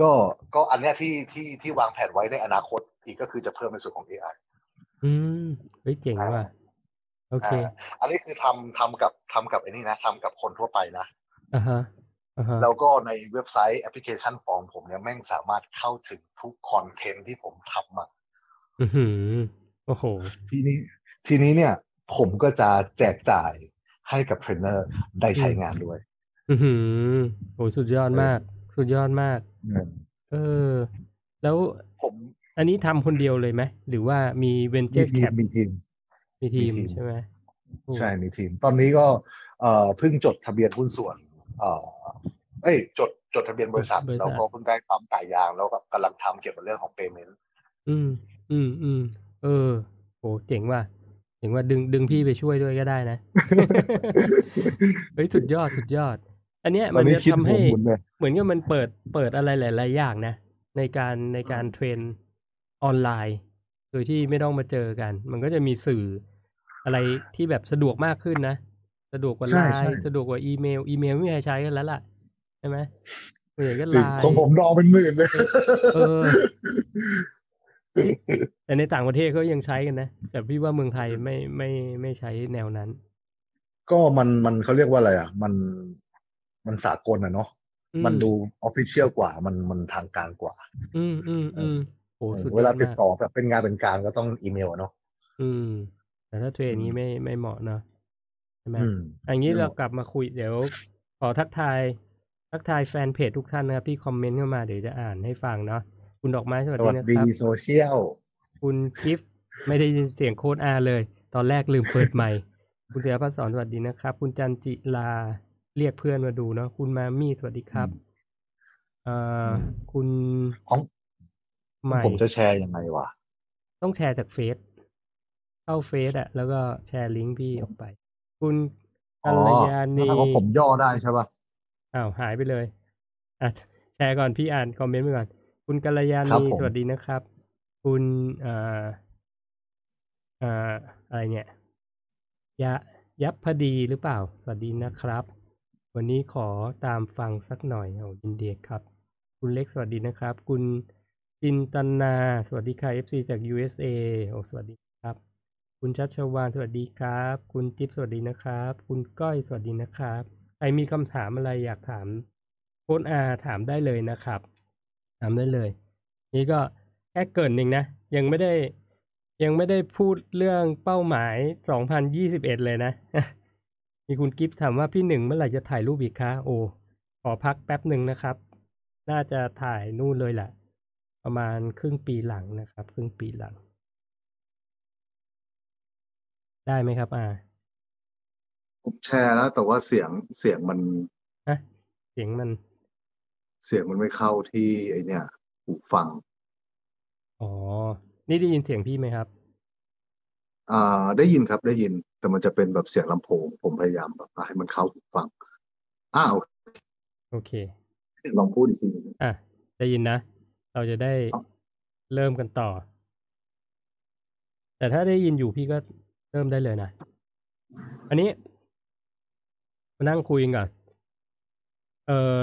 Speaker 2: ก็ก็อันเนี้ยที่ที่ที่วางแผนไว้ในอนาคตอีกก็คือจะเพิ่มในส่วนของ AI
Speaker 1: ๆ อืม เฮ้ยเจ๋งว่ะ โอเค
Speaker 2: อ่าอันนี้คือทำทำกับทำกับไอ้นี่นะทำกับคนทั่วไปนะ
Speaker 1: อ่าฮะ อ่าฮะ
Speaker 2: แล้วก็ในเว็บไซต์แอปพลิเคชันของผมเนี่ยแม่งสามารถเข้าถึงทุกคอนเทนต์ที่ผมทำอ่ะ
Speaker 1: อือหือ โอ้โห
Speaker 2: ทีนี้ทีนี้เนี่ย ผมก็จะแจกจ่ายให้กับเทรนเนอร์ได้ใช้งานด้วย
Speaker 1: อือหือโอ้ยสุดยอดมาก สุดยอดมาก
Speaker 2: อืม
Speaker 1: เออ แล้ว
Speaker 2: ผม
Speaker 1: อันนี้ทำคนเดียวเลยไหม หรือว่ามีเวนเจอ
Speaker 2: มี
Speaker 1: ร์
Speaker 2: ที
Speaker 1: แค
Speaker 2: ม
Speaker 1: ป
Speaker 2: มีทีม
Speaker 1: มีทีม
Speaker 2: มีทีม
Speaker 1: ใช่ไหมโอ้
Speaker 2: ใช่มีทีม ตอนนี้ก็เอ่อเพิ่งจดทะเบียนหุ้นส่วน เอ่อเอ้ยจดจดทะเบียนบริษัท แล้วก็เพิ่งได้ปั๊มไก่ยางแล้วก็กำลังทำเกี่ยวกับเรื่องของ payment
Speaker 1: อืม อืม อืม เออ โอ้เจ๋งว่ะ เจ๋งว่ะดึงดึงพี่ไปช่วยด้วยก็ได้นะ เฮ้ยสุดยอดสุดยอด อันเนี้ย
Speaker 2: ต
Speaker 1: มั
Speaker 2: อนนนี้
Speaker 1: จะ
Speaker 2: คิด
Speaker 1: ทำ
Speaker 2: หั
Speaker 1: ให้
Speaker 2: วหมุนเลย
Speaker 1: เหมือนกับมันเปิดเปิดอะไรหลาย ๆ อย่างนะ ในการในการเทรนออนไลน์ โดยที่ไม่ต้องมาเจอกัน มันก็จะมีสื่ออะไรที่แบบสะดวกมากขึ้นนะ สะดวกกว่า
Speaker 3: ใช่
Speaker 1: ไล
Speaker 3: ใช่
Speaker 1: น์สะดวกกว่าอีเมล อีเมลไม่มีใครใช้กันแล้วล่ะใช่ไหมส่วนใหญ่ก็ไลน์
Speaker 3: ของผมดองเป็นหมื่นเลย
Speaker 1: เออ แต่ในต่างประเทศเขายังใช้กันนะ แต่พี่ว่าเมืองไทยไม่ไม่ไม่ใช้แนวนั้น
Speaker 3: ก็มันมันเขาเรียกว่าอะไรอ่ะ มันมันสากลนะเนาะ
Speaker 1: อื
Speaker 3: มันดูออฟฟิเชียลกว่า มันมันทางการกว่า
Speaker 1: อืมอืมอืมโอ้สุดยอ
Speaker 3: เวลาติด
Speaker 1: มก
Speaker 3: ต่อแบบเป็นงานเป็นการก็ต้องอีเมลอะเนาะ
Speaker 1: อืม แต่ถ้าเทรนนี้
Speaker 3: อืม
Speaker 1: ไม่ไม่เหมาะเนอะใช่ไหม
Speaker 3: อืม
Speaker 1: อันนี้
Speaker 3: ไม่เห
Speaker 1: เรา
Speaker 3: มาะ
Speaker 1: กลับมาคุยเดี๋ยว ขอทักทาย ทักทายแฟนเพจทุกท่านนะครับที่คอมเมนต์เข้ามาเดี๋ยวจะอ่านให้ฟังเนาะคุณดอกไม้สวัส
Speaker 3: ส
Speaker 1: ดี
Speaker 3: วัส
Speaker 1: นะ
Speaker 3: ดี
Speaker 1: ครับ
Speaker 3: โซเชียล
Speaker 1: คุณกิฟต์ไม่ได้ยินเสียงโค้ดอาเลย ตอนแรกลืมเปิดใหม่ คุณเสือพัฒน์สอนสวัสดีนะครับ คุณจันจิลาเรียกเพื่อนมาดูเนาะคุณมามี่สวัสดีครับ เอ่ออ
Speaker 3: ม
Speaker 1: คุณ
Speaker 3: ของ
Speaker 1: ใหม่
Speaker 3: ผมจะแชร์ยังไงวะ
Speaker 1: ต้องแชร์จากเฟซเข้าเฟซอะแล้วก็แชร์ลิงก์พี่ออกไป คุณ
Speaker 3: อ๋
Speaker 1: กั
Speaker 3: อ
Speaker 1: ลยาณี
Speaker 3: ถ้าผมย่อได้ใช่ป่ะ
Speaker 1: อ้าวหายไปเลยอ่ะแชร์ก่อนพี่อ่านคอมเมนต์ไปก่อน คุณกัลยา
Speaker 3: ครับ
Speaker 1: ณี
Speaker 3: ผม
Speaker 1: สวัสดีนะครับ คุณเอ่อเอ่ออะไรเนี่ยยะยับพอดีหรือเปล่า สวัสดีนะครับ วันนี้ขอตามฟังสักหน่อยเอายินดีครับ คุณเล็กสวัสดีนะครับ คุณจินตนา สวัสดีค่ะ FC จาก USA โอ้สวัสดีครับ คุณชัชวานสวัสดีครับ คุณจิ๊บสวัสดีนะครับ คุณก้อยสวัสดีนะครับ ใครมีคำถามอะไรอยากถามโค้ดอาถามได้เลยนะครับ ถามได้เลย นี่ก็แค่เกรินเองนะ ยังไม่ได้ ยังไม่ได้พูดเรื่องเป้าหมาย 2021 เลยนะ มีคุณกิฟต์ถามว่าพี่หนึ่งเมื่อไหร่จะถ่ายรูปอีกคะโอ้ ขอพักแป๊บหนึ่งนะครับ น่าจะถ่ายนู่นเลยแหละ ประมาณครึ่งปีหลังนะครับ ครึ่งปีหลัง ได้ไหมครับ อ่า
Speaker 2: ผมแชร์แล้ว แต่ว่าเสียงเสียงมัน
Speaker 1: ฮะเสียงมัน
Speaker 2: เสียงมันไม่เข้าที่ไอเนี่ยหูฟัง
Speaker 1: อ๋อ นี่ได้ยินเสียงพี่ไหมครับ
Speaker 2: อ่า ได้ยินครับได้ยิน แต่มันจะเป็นแบบเสียงลำโพง ผมพยายามแบบให้มันเข้าหูฟังอ้าว
Speaker 1: โอเค
Speaker 2: ลองพูดอีกทีหนึ่ง
Speaker 1: อ่ะ ได้ยินนะ เราจะได้เริ่มกันต่อ แต่ถ้าได้ยินอยู่พี่ก็เริ่มได้เลยนะ อันนี้ มานั่งคุยกันก่อนเออ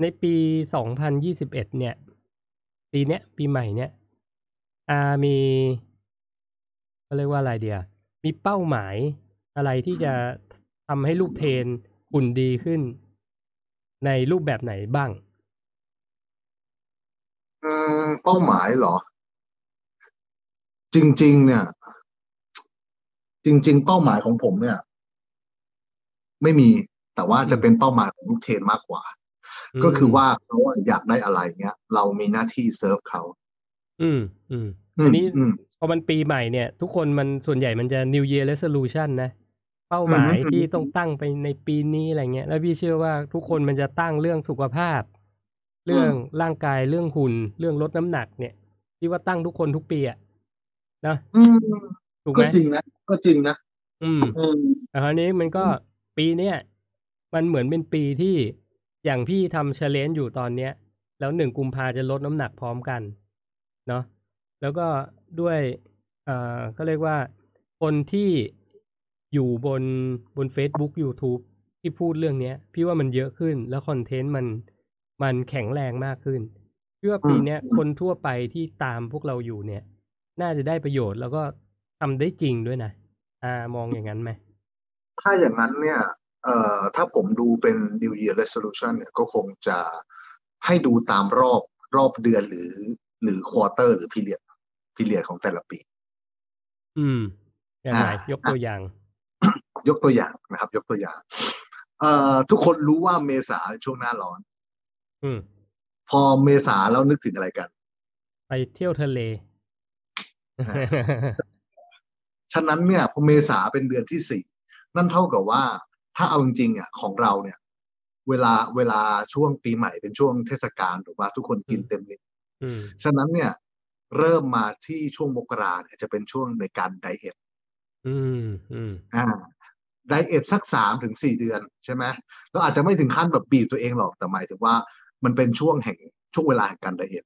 Speaker 1: ในปีสองพันยี่สิบเอ็ดเนี่ย ปีเนี้ย ปีใหม่เนี่ยอามีเขาเรียกว่าอะไรเดียมีเป้าหมายอะไรที่จะทำให้ลูกเทนอุ่นดีขึ้น ในรูปแบบไหนบ้าง
Speaker 2: อืมเป้าหมายเหรอ จริง ๆ เนี่ย จริง ๆ เป้าหมายของผมเนี่ย ไม่มีแต่ว่าจะเป็นเป้าหมายของลูกเทนมากกว่า ก็คือว่าเขาอะอยากได้อะไรเงี้ย เรามีหน้าที่เซิร์ฟเขา
Speaker 1: อืม อืม
Speaker 2: อื
Speaker 1: อั
Speaker 2: ม
Speaker 1: นนี้
Speaker 2: อืม
Speaker 1: พอมันปีใหม่เนี่ย ทุกคนมันส่วนใหญ่มันจะ New Year Resolution นะ เป้าหมาย
Speaker 2: อืม
Speaker 1: ที่ต้องตั้งไปในปีนี้อะไรเงี้ย แล้วพี่เชื่อว่าทุกคนมันจะตั้งเรื่องสุขภาพ เรื่องร่างกายเรื่องหุ่น เรื่องลดน้ำหนักเนี่ยพี่ว่าตั้งทุกคนทุกปีอะนะ
Speaker 2: อืม
Speaker 1: ถูกไห
Speaker 2: ก็
Speaker 1: ม
Speaker 2: จริงนะ ก็จริงนะ
Speaker 1: อืม
Speaker 2: อืม
Speaker 1: แต่คราวนี้มันก็ปีเนี้ยมันเหมือนเป็นปีที่อย่างพี่ทำเชลเลนอยู่ตอนเนี้ย แล้วหนึ่งกุมภาจะลดน้ำหนักพร้อมกันเนาะแล้วก็ด้วยเอ่อก็เรียกว่าคนที่อยู่บนบน Facebook YouTube ที่พูดเรื่องเนี้ย พี่ว่ามันเยอะขึ้นแล้วคอนเทนต์มันมันแข็งแรงมากขึ้น พี่ว่าปีเนี้ยคนทั่วไปที่ตามพวกเราอยู่เนี่ย น่าจะได้ประโยชน์แล้วก็ทำได้จริงด้วยนะอ่ามองอย่างนั้นไหม
Speaker 2: ถ้าอย่างนั้นเนี่ย เอ่อ ถ้าผมดูเป็น New Year Resolution เนี่ย ก็คงจะให้ดูตามรอบรอบเดือนหรือ หรือควอเตอร์หรือพีเรียดพีเรียดของแต่ละปี
Speaker 1: อืมยังไง
Speaker 2: อ่าย ย
Speaker 1: กตัวอย่าง
Speaker 2: ยกตัวอย่างนะครับ ยกตัวอย่าง เอ่อ ทุกคนรู้ว่าเมษาช่วงหน้าร้อน
Speaker 1: อืม
Speaker 2: พอเมษาแล้วนึกถึงอะไรกัน
Speaker 1: ไปเที่ยวทะเล
Speaker 2: อ่า ฉะนั้นเนี่ยพอเมษาเป็นเดือนที่สี่นั่นเท่ากับว่าถ้าเอาจริงๆอ่ะของเราเนี่ย เวลาเวลาช่วงปีใหม่เป็นช่วงเทศกาลถูกป่ะทุกคนกินเต็มเลย
Speaker 1: อืม
Speaker 2: ฉะนั้นเนี่ยเริ่มมาที่ช่วงมกราเนี่ยจะเป็นช่วงในการไดเอท
Speaker 1: อืม อืม
Speaker 2: อ่าไดเอทสักสามถึงสี่เดือนใช่ไหมแล้วอาจจะไม่ถึงขั้นแบบบีบตัวเองหรอกแต่หมายถึงว่ามันเป็นช่วงแห่งช่วงเวลาแห่งการไดเอท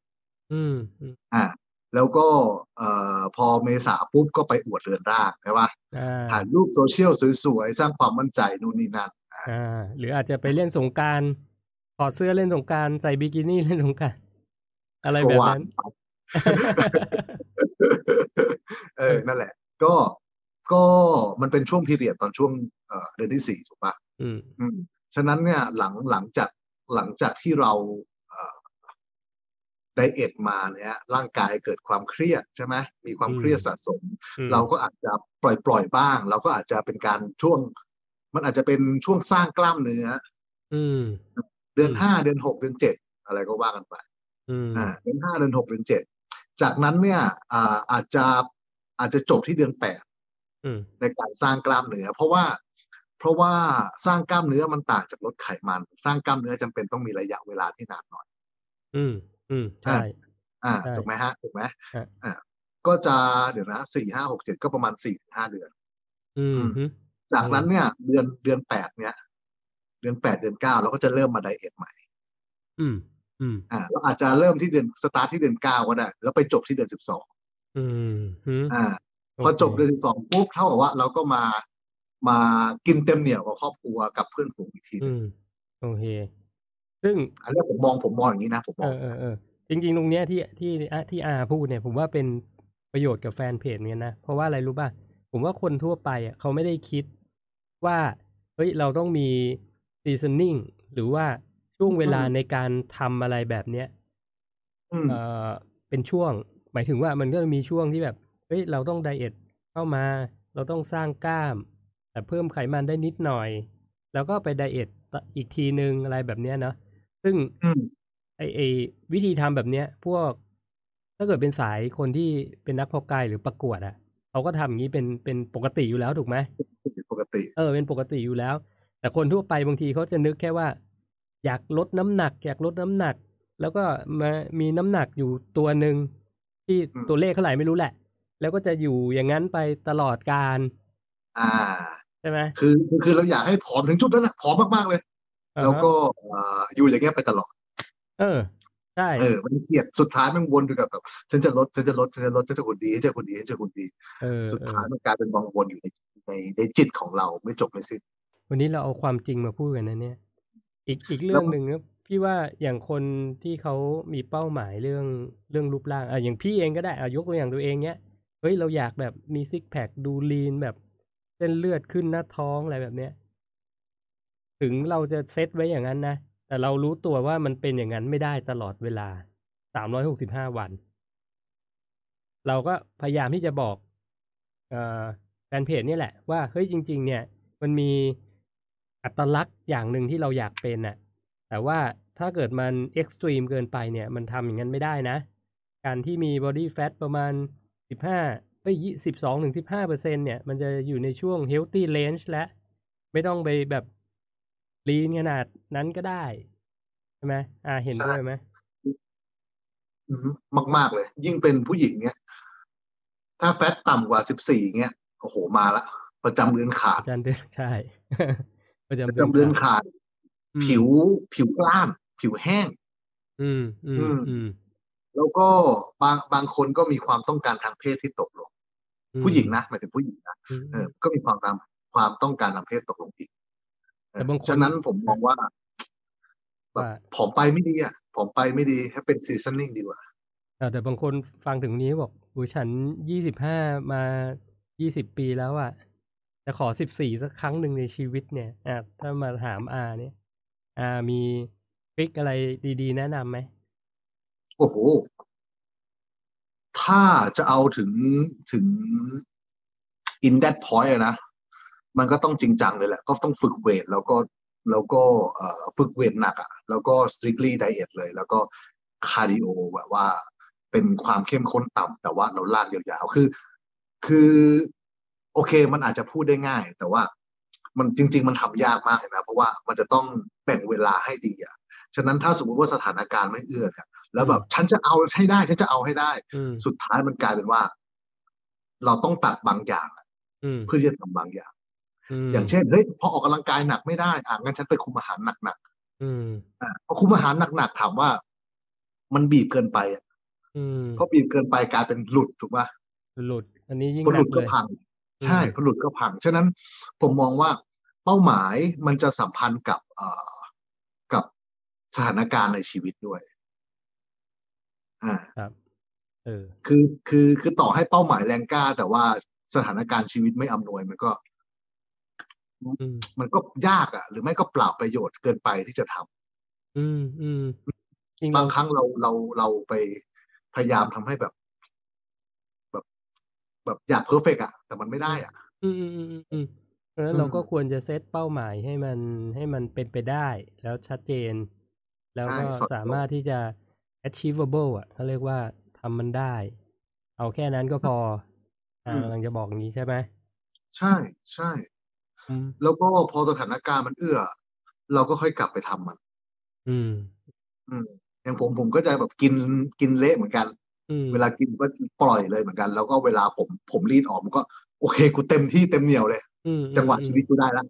Speaker 1: อืมอืม
Speaker 2: อ่า แล้วก็เอ่อพอเมษาปุ๊บก็ไปอวดเรือนร่างใช่ปะ
Speaker 1: อ่า
Speaker 2: ถ่ายรูปโซเชียลสวยๆ สร้างความมั่นใจนู่นนี่นั่น
Speaker 1: อ่า หรืออาจจะไปเล่นสงกรารถอดเสื้อเล่นสงกรารใส่บิกินี่ เล่นสงกรารอะไรแบบนั้น
Speaker 2: เออ นั่นแหละ ก็ก็มันเป็นช่วงพีเรียดตอนช่วงเอ่อเดือนที่สี่ถูกปะ
Speaker 1: อืม
Speaker 2: อืม ฉะนั้นเนี่ยหลังหลังจากหลังจากที่เราเอ่อไดเอทมาเนี่ย ร่างกายเกิดความเครียดใช่ไหมมีความ
Speaker 1: อืม
Speaker 2: เครียดสะสม
Speaker 1: อืม
Speaker 2: เราก็อาจจะปล่อยปล่อยบ้าง เราก็อาจจะเป็นการช่วง มันอาจจะเป็นช่วงสร้างกล้ามเนื้อ
Speaker 1: อืม
Speaker 2: เดือน
Speaker 1: อืม
Speaker 2: ห้าเดือนหกเดือนเจ็ดอะไรก็ว่ากันไป
Speaker 1: อืม
Speaker 2: อ่าเดือนห้าเดือนหกเดือนเจ็ดจากนั้นเนี่ยอ่าอาจจะอาจจะจบที่เดือนแปด
Speaker 1: อืม
Speaker 2: ในการสร้างกล้ามเนื้อ เพราะว่า เพราะว่าสร้างกล้ามเนื้อมันต่างจากลดไขมัน สร้างกล้ามเนื้อจำเป็นต้องมีระยะเวลาที่นานหน่อย
Speaker 1: อืม อืม ใช่
Speaker 2: อ่า
Speaker 1: ใช่
Speaker 2: ถูกไหมฮะถูกไหม
Speaker 1: ฮะ
Speaker 2: อ่าก็จะเดี๋ยวนะสี่ห้าหกเจ็ดก็ประมาณสี่ห้าเดือน
Speaker 1: อืม
Speaker 2: จาก
Speaker 1: อืม
Speaker 2: นั้นเนี่ย เดือนเดือนแปดเนี่ย เดือนแปดเดือนเก้าเราก็จะเริ่มมาไดเอทใหม่
Speaker 1: อืม อืม
Speaker 2: อ่าเราอาจจะเริ่มที่เดือนสตาร์ทที่เดือนเก้าก็ได้ แล้วไปจบที่เดือนสิบสอง
Speaker 1: อืมอืม
Speaker 2: อ่า พอจบเดือนสิบสองปุ๊บเท่ากับว่าเราก็มามากินเต็มเหนี่ยวกับครอบครัวกับเพื่อนฝูงอีกทีห
Speaker 1: อื
Speaker 2: นึ่ง
Speaker 1: ม โอเค ซึ่ง
Speaker 2: อันนี้ผมมองผมมองอย่างนี้นะ ผมม
Speaker 1: เอ
Speaker 2: อง
Speaker 1: อเออเออจริงๆ ตรงเนี้ยที่ที่อ่ะที่อาพูดเนี่ย ผมว่าเป็นประโยชน์กับแฟนเพจเนี่ยนะ เพราะว่าอะไรรู้ป่ะ ผมว่าคนทั่วไปอ่ะเขาไม่ได้คิดว่า เฮ้ย เราต้องมีซีซันนิ่งหรือว่าช่วงเวลาในการทำอะไรแบบเนี้ย
Speaker 2: อืม
Speaker 1: เอ่อเป็นช่วง หมายถึงว่ามันก็มีช่วงที่แบบ เฮ้ย เราต้องไดเอทเข้ามา เราต้องสร้างกล้าม แต่เพิ่มไขมันได้นิดหน่อย แล้วก็ไปไดเอทต่ออีกทีนึงอะไรแบบเนี้ยเนาะ ซึ่ง
Speaker 2: อืม
Speaker 1: ไอไอวิธีทำแบบเนี้ย พวกถ้าเกิดเป็นสายคนที่เป็นนักเพอกายหรือประกวดอะเขาก็ทำอย่างนี้เป็นเป็นปกติอยู่แล้วถูกไหม
Speaker 2: ปกติ
Speaker 1: เออเป็นปกติอยู่แล้ว แต่คนทั่วไปบางทีเขาจะนึกแค่ว่า อยากลดน้ำหนัก อยากลดน้ำหนัก แล้วก็มามีน้ำหนักอยู่ตัวหนึ่งที่
Speaker 2: อืม
Speaker 1: ตัวเลขเท่าไหร่ไม่รู้แหละ แล้วก็จะอยู่อย่างนั้นไปตลอดการ
Speaker 2: อ่า
Speaker 1: ใช่ไหม
Speaker 2: คือคือคือเราอยากให้ผอมถึงจุดนั้นนะผอมมากๆเลย
Speaker 1: อ่าฮะ
Speaker 2: แล้วก็อ่าอยู่อย่างเงี้ยไปตลอด
Speaker 1: เออใช่
Speaker 2: เออมันเกลียดสุดท้ายมันวนอยู่กับแบบฉันจะลดฉันจะลดฉันจะลดฉันจะหุ่นดีฉันจะหุ่นดีฉันจะหุ่นดี
Speaker 1: เออ
Speaker 2: สุด
Speaker 1: เอ
Speaker 2: ท้าย
Speaker 1: อ
Speaker 2: มันกลายเป็นวังวนอยู่ในในในจิตของเราไม่จบไม่สิ้น
Speaker 1: วันนี้เราเอาความจริงมาพูดกันนะเนี่ย อีกอีกเรื่องหนึ่งนะพี่ว่าอย่างคนที่เขามีเป้าหมายเรื่องเรื่องรูปร่างอ่ะอย่างพี่เองก็ได้อ่ะยกตัวอย่างตัวเองเนี้ย เฮ้ยเราอยากแบบมีซิกแพคดูลีนแบบเส้นเลือดขึ้นหน้าท้องอะไรแบบเนี้ย ถึงเราจะเซตไว้อย่างนั้นนะ แต่เรารู้ตัวว่ามันเป็นอย่างนั้นไม่ได้ตลอดเวลา 365 วัน เราก็พยายามที่จะบอกเอ่อแฟนเพจเนี่ยแหละว่าเฮ้ยจริง ๆ เนี่ย มันมีอัตลักษณ์อย่างหนึ่งที่เราอยากเป็นน่ะ แต่ว่าถ้าเกิดมันเอ็กซ์ตรีมเกินไปเนี่ย มันทำอย่างนั้นไม่ได้นะ การที่มีบอดี้แฟทประมาณ สิบห้าเอ้ยสิบสองถึงสิบห้าเปอร์เซ็นเนี่ย มันจะอยู่ในช่วง healthy range และ ไม่ต้องไปแบบ lean ขนาดนั้นก็ได้ ใช่ไหมอ่าเห็น
Speaker 2: ใช่
Speaker 1: ด้วยไหม
Speaker 2: อืมมาก ๆ เลย ยิ่งเป็นผู้หญิงเนี้ยถ้าแฟตต่ำกว่าสิบสี่เนี้ยโอ้โหมาละ ประจำเดือนขาด
Speaker 1: อาจารย์เดือน ใช่ ประจำ
Speaker 2: ประจำเดือนขาด
Speaker 1: อืม
Speaker 2: ผิวผิวกล้าน ผิวแห้ง
Speaker 1: อืมอืมอืม
Speaker 2: แล้วก็บางบางคนก็มีความต้องการทางเพศที่ตกลง
Speaker 1: อืม
Speaker 2: ผู้หญิงนะหมายถึงผู้หญิงนะ
Speaker 1: อืม
Speaker 2: เออก็มีความตามความต้องการทางเพศตกลงอีกเออ
Speaker 1: แต่บางคน
Speaker 2: ฉะนั้นผมมองว่า
Speaker 1: ว่า
Speaker 2: ผอมไปไม่ดีอ่ะผอมไปไม่ดีให้เป็นซีซันนิ่งดีกว่า
Speaker 1: เออแต่บางคนฟังถึงนี้บอกโอ้ยฉันยี่สิบห้ามายี่สิบปีแล้วอ่ะจะขอสิบสี่สักครั้งหนึ่งในชีวิตเนี่ยอ่ะถ้ามาถามอาเนี่ย อามีฟิกอะไรดีๆ แนะนำไหม
Speaker 2: โอ้โห ถ้าจะเอาถึงถึง in that point อะนะ มันก็ต้องจริงจังเลยแหละ ก็ต้องฝึกเวท แล้วก็แล้วก็เอ่อฝึกเวทหนักอะแล้วก็ strictly diet เลย แล้วก็คาร์ดิโอแบบว่า เป็นความเข้มข้นต่ำแต่ว่าเราลากยาวๆ คือ คือ โอเค มันอาจจะพูดได้ง่าย แต่ว่า มันจริง ๆ มันทำยากมากเลยนะ เพราะว่ามันจะต้องแบ่งเวลาให้ดีอะฉะนั้นถ้าสมมติว่าสถานการณ์ไม่เอื้อเนี่ย แล้วแบบฉันจะเอาให้ได้ ฉันจะเอาให้ได้
Speaker 1: อืม
Speaker 2: สุดท้ายมันกลายเป็นว่า เราต้องตัดบางอย่าง
Speaker 1: อืม
Speaker 2: เพื่อที่จะทำบางอย่าง
Speaker 1: ม
Speaker 2: อย่างเช่นเฮ้ยพอออกกำลังกายหนักไม่ได้อ่ะงั้นฉันไปคุมอาหารหนัก
Speaker 1: อืม
Speaker 2: ๆอ่ะพอคุมอาหารหนักๆถามว่า มันบีบเกินไปอ่ะ
Speaker 1: อืม
Speaker 2: เพราะบีบเกินไปกลายเป็นหลุดถูกป่ะ
Speaker 1: หลุด อันนี้ยิ่ง
Speaker 2: พอหลุด
Speaker 1: นั
Speaker 2: ก็
Speaker 1: เย
Speaker 2: พัง ใช่
Speaker 1: อืม
Speaker 2: พอหลุดก็พัง ฉะนั้นผมมองว่าเป้าหมายมันจะสัมพันธ์กับเอ่อกับสถานการณ์ในชีวิตด้วย อ่า
Speaker 1: ครับ เออ
Speaker 2: คือคือคือต่อให้เป้าหมายแรงกล้า แต่ว่าสถานการณ์ชีวิตไม่อำนวยมันก็
Speaker 1: อืม
Speaker 2: มันก็ยากอะ่ะ หรือไม่ก็เปล่าประโยชน์เกินไปที่จะทำ
Speaker 1: อืมอืมจริง
Speaker 2: บาง
Speaker 1: เ
Speaker 2: ครั้งเราเราเราไปพยายามทำให้แบบ แบบ แบบอยากเพอร์เฟกอ่ะ แต่มันไม่ได้อ่ะ
Speaker 1: อืมอืมอืมอืมอืมเพราะฉะนั้นเรา
Speaker 2: อืม
Speaker 1: ก็ควรจะเซตเป้าหมายให้มันให้มันเป็นไปได้ แล้วชัดเจน แล้วก็
Speaker 2: ใช่สอดคล้อง
Speaker 1: สามารถที่จะ achievable อ่ะเขาเรียกว่าทำมันได้ เอาแค่นั้นก็พออ่ากำลังจะบอกอย่างนี้ใช่ไหม
Speaker 2: ใช่ใช่
Speaker 1: อืม
Speaker 2: แล้วก็พอสถานการณ์มันเอื้อ เราก็ค่อยกลับไปทำมัน
Speaker 1: อืม
Speaker 2: อืมอย่างผมผมก็จะแบบกินกินเละเหมือนกัน
Speaker 1: อืม
Speaker 2: เวลากินก็ปล่อยเลยเหมือนกัน แล้วก็เวลาผมผมรีดออกมันก็ โอเคกูเต็มที่เต็มเหนียวเลย
Speaker 1: อืม
Speaker 2: จังหวะ
Speaker 1: อืม
Speaker 2: ชีวิตกูได้ละ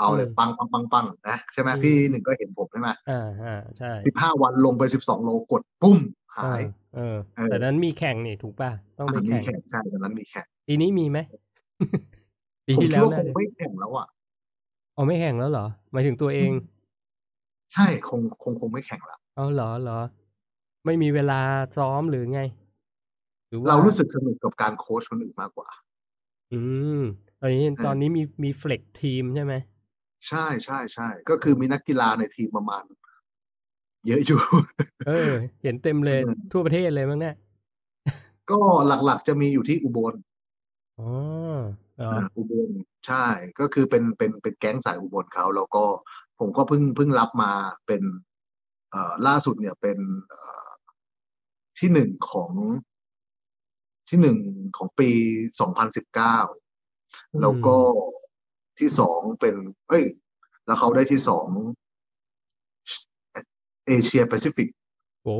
Speaker 2: เอาเลย
Speaker 1: อืม
Speaker 2: ปังปังปังปังนะใช่ไหม
Speaker 1: อืม
Speaker 2: พี่หนึ่งก็เห็นผมใช่ไหม
Speaker 1: อ่าอ่าใช่
Speaker 2: สิบห้าวันลงไปสิบสองโลกดปุ้มหาย
Speaker 1: เออเอ
Speaker 2: เออ
Speaker 1: อ แต่นั้นมีแข่งนี่ถูกป่ะ ต้องไป
Speaker 2: อ่ะมี
Speaker 1: แข่ง
Speaker 2: แข่งใช่ตอนนั้นมีแข่ง
Speaker 1: ปีนี้มีไหม ปี
Speaker 2: ผม
Speaker 1: ที่
Speaker 2: คิ
Speaker 1: แล้
Speaker 2: ด
Speaker 1: ว
Speaker 2: ว่าค
Speaker 1: น่าง จะ
Speaker 2: ไม่แข่งแล้วอ่ะ
Speaker 1: อ๋อไม่แข่งแล้วเหรอ หมายถึงตัวเอง
Speaker 2: ใช่คงคงคงไม่แข่งละ
Speaker 1: เอาเหรอเหรอ ไม่มีเวลาซ้อมหรือไงหรือว่า
Speaker 2: เรารู้สึกสนุกกับการโค้ชคนอื่นมากกว่า
Speaker 1: อืม ตอนนี้
Speaker 2: เออ
Speaker 1: ตอนนี้มีมีเฟล็กทีมใช่ไหม
Speaker 2: ใช่ใช่ใช่ก็คือมีนักกีฬาในทีมประมาณ เยอะอยู่
Speaker 1: เออ เห็นเต็มเลย
Speaker 2: เออ
Speaker 1: ทั่วประเทศเลยมั้งเนี่ย
Speaker 2: ก็หลักๆจะมีอยู่ที่อุบล
Speaker 1: อ๋อเหรอ
Speaker 2: อ่าอุบลใช่ ก็คือเป็นเป็นเป็นแก๊งสายอุบลเขาแล้วก็ผมก็เพิ่งเพิ่งรับมาเป็น เอ่อล่าสุดเนี่ยเป็นเอ่อที่หนึ่งของที่หนึ่งของปีสองพันสิบเก้าแล้วก็ที่สองเป็น เอ้ย แล้วเขาได้ที่สองเอเชียแปซิฟิก
Speaker 1: โอ้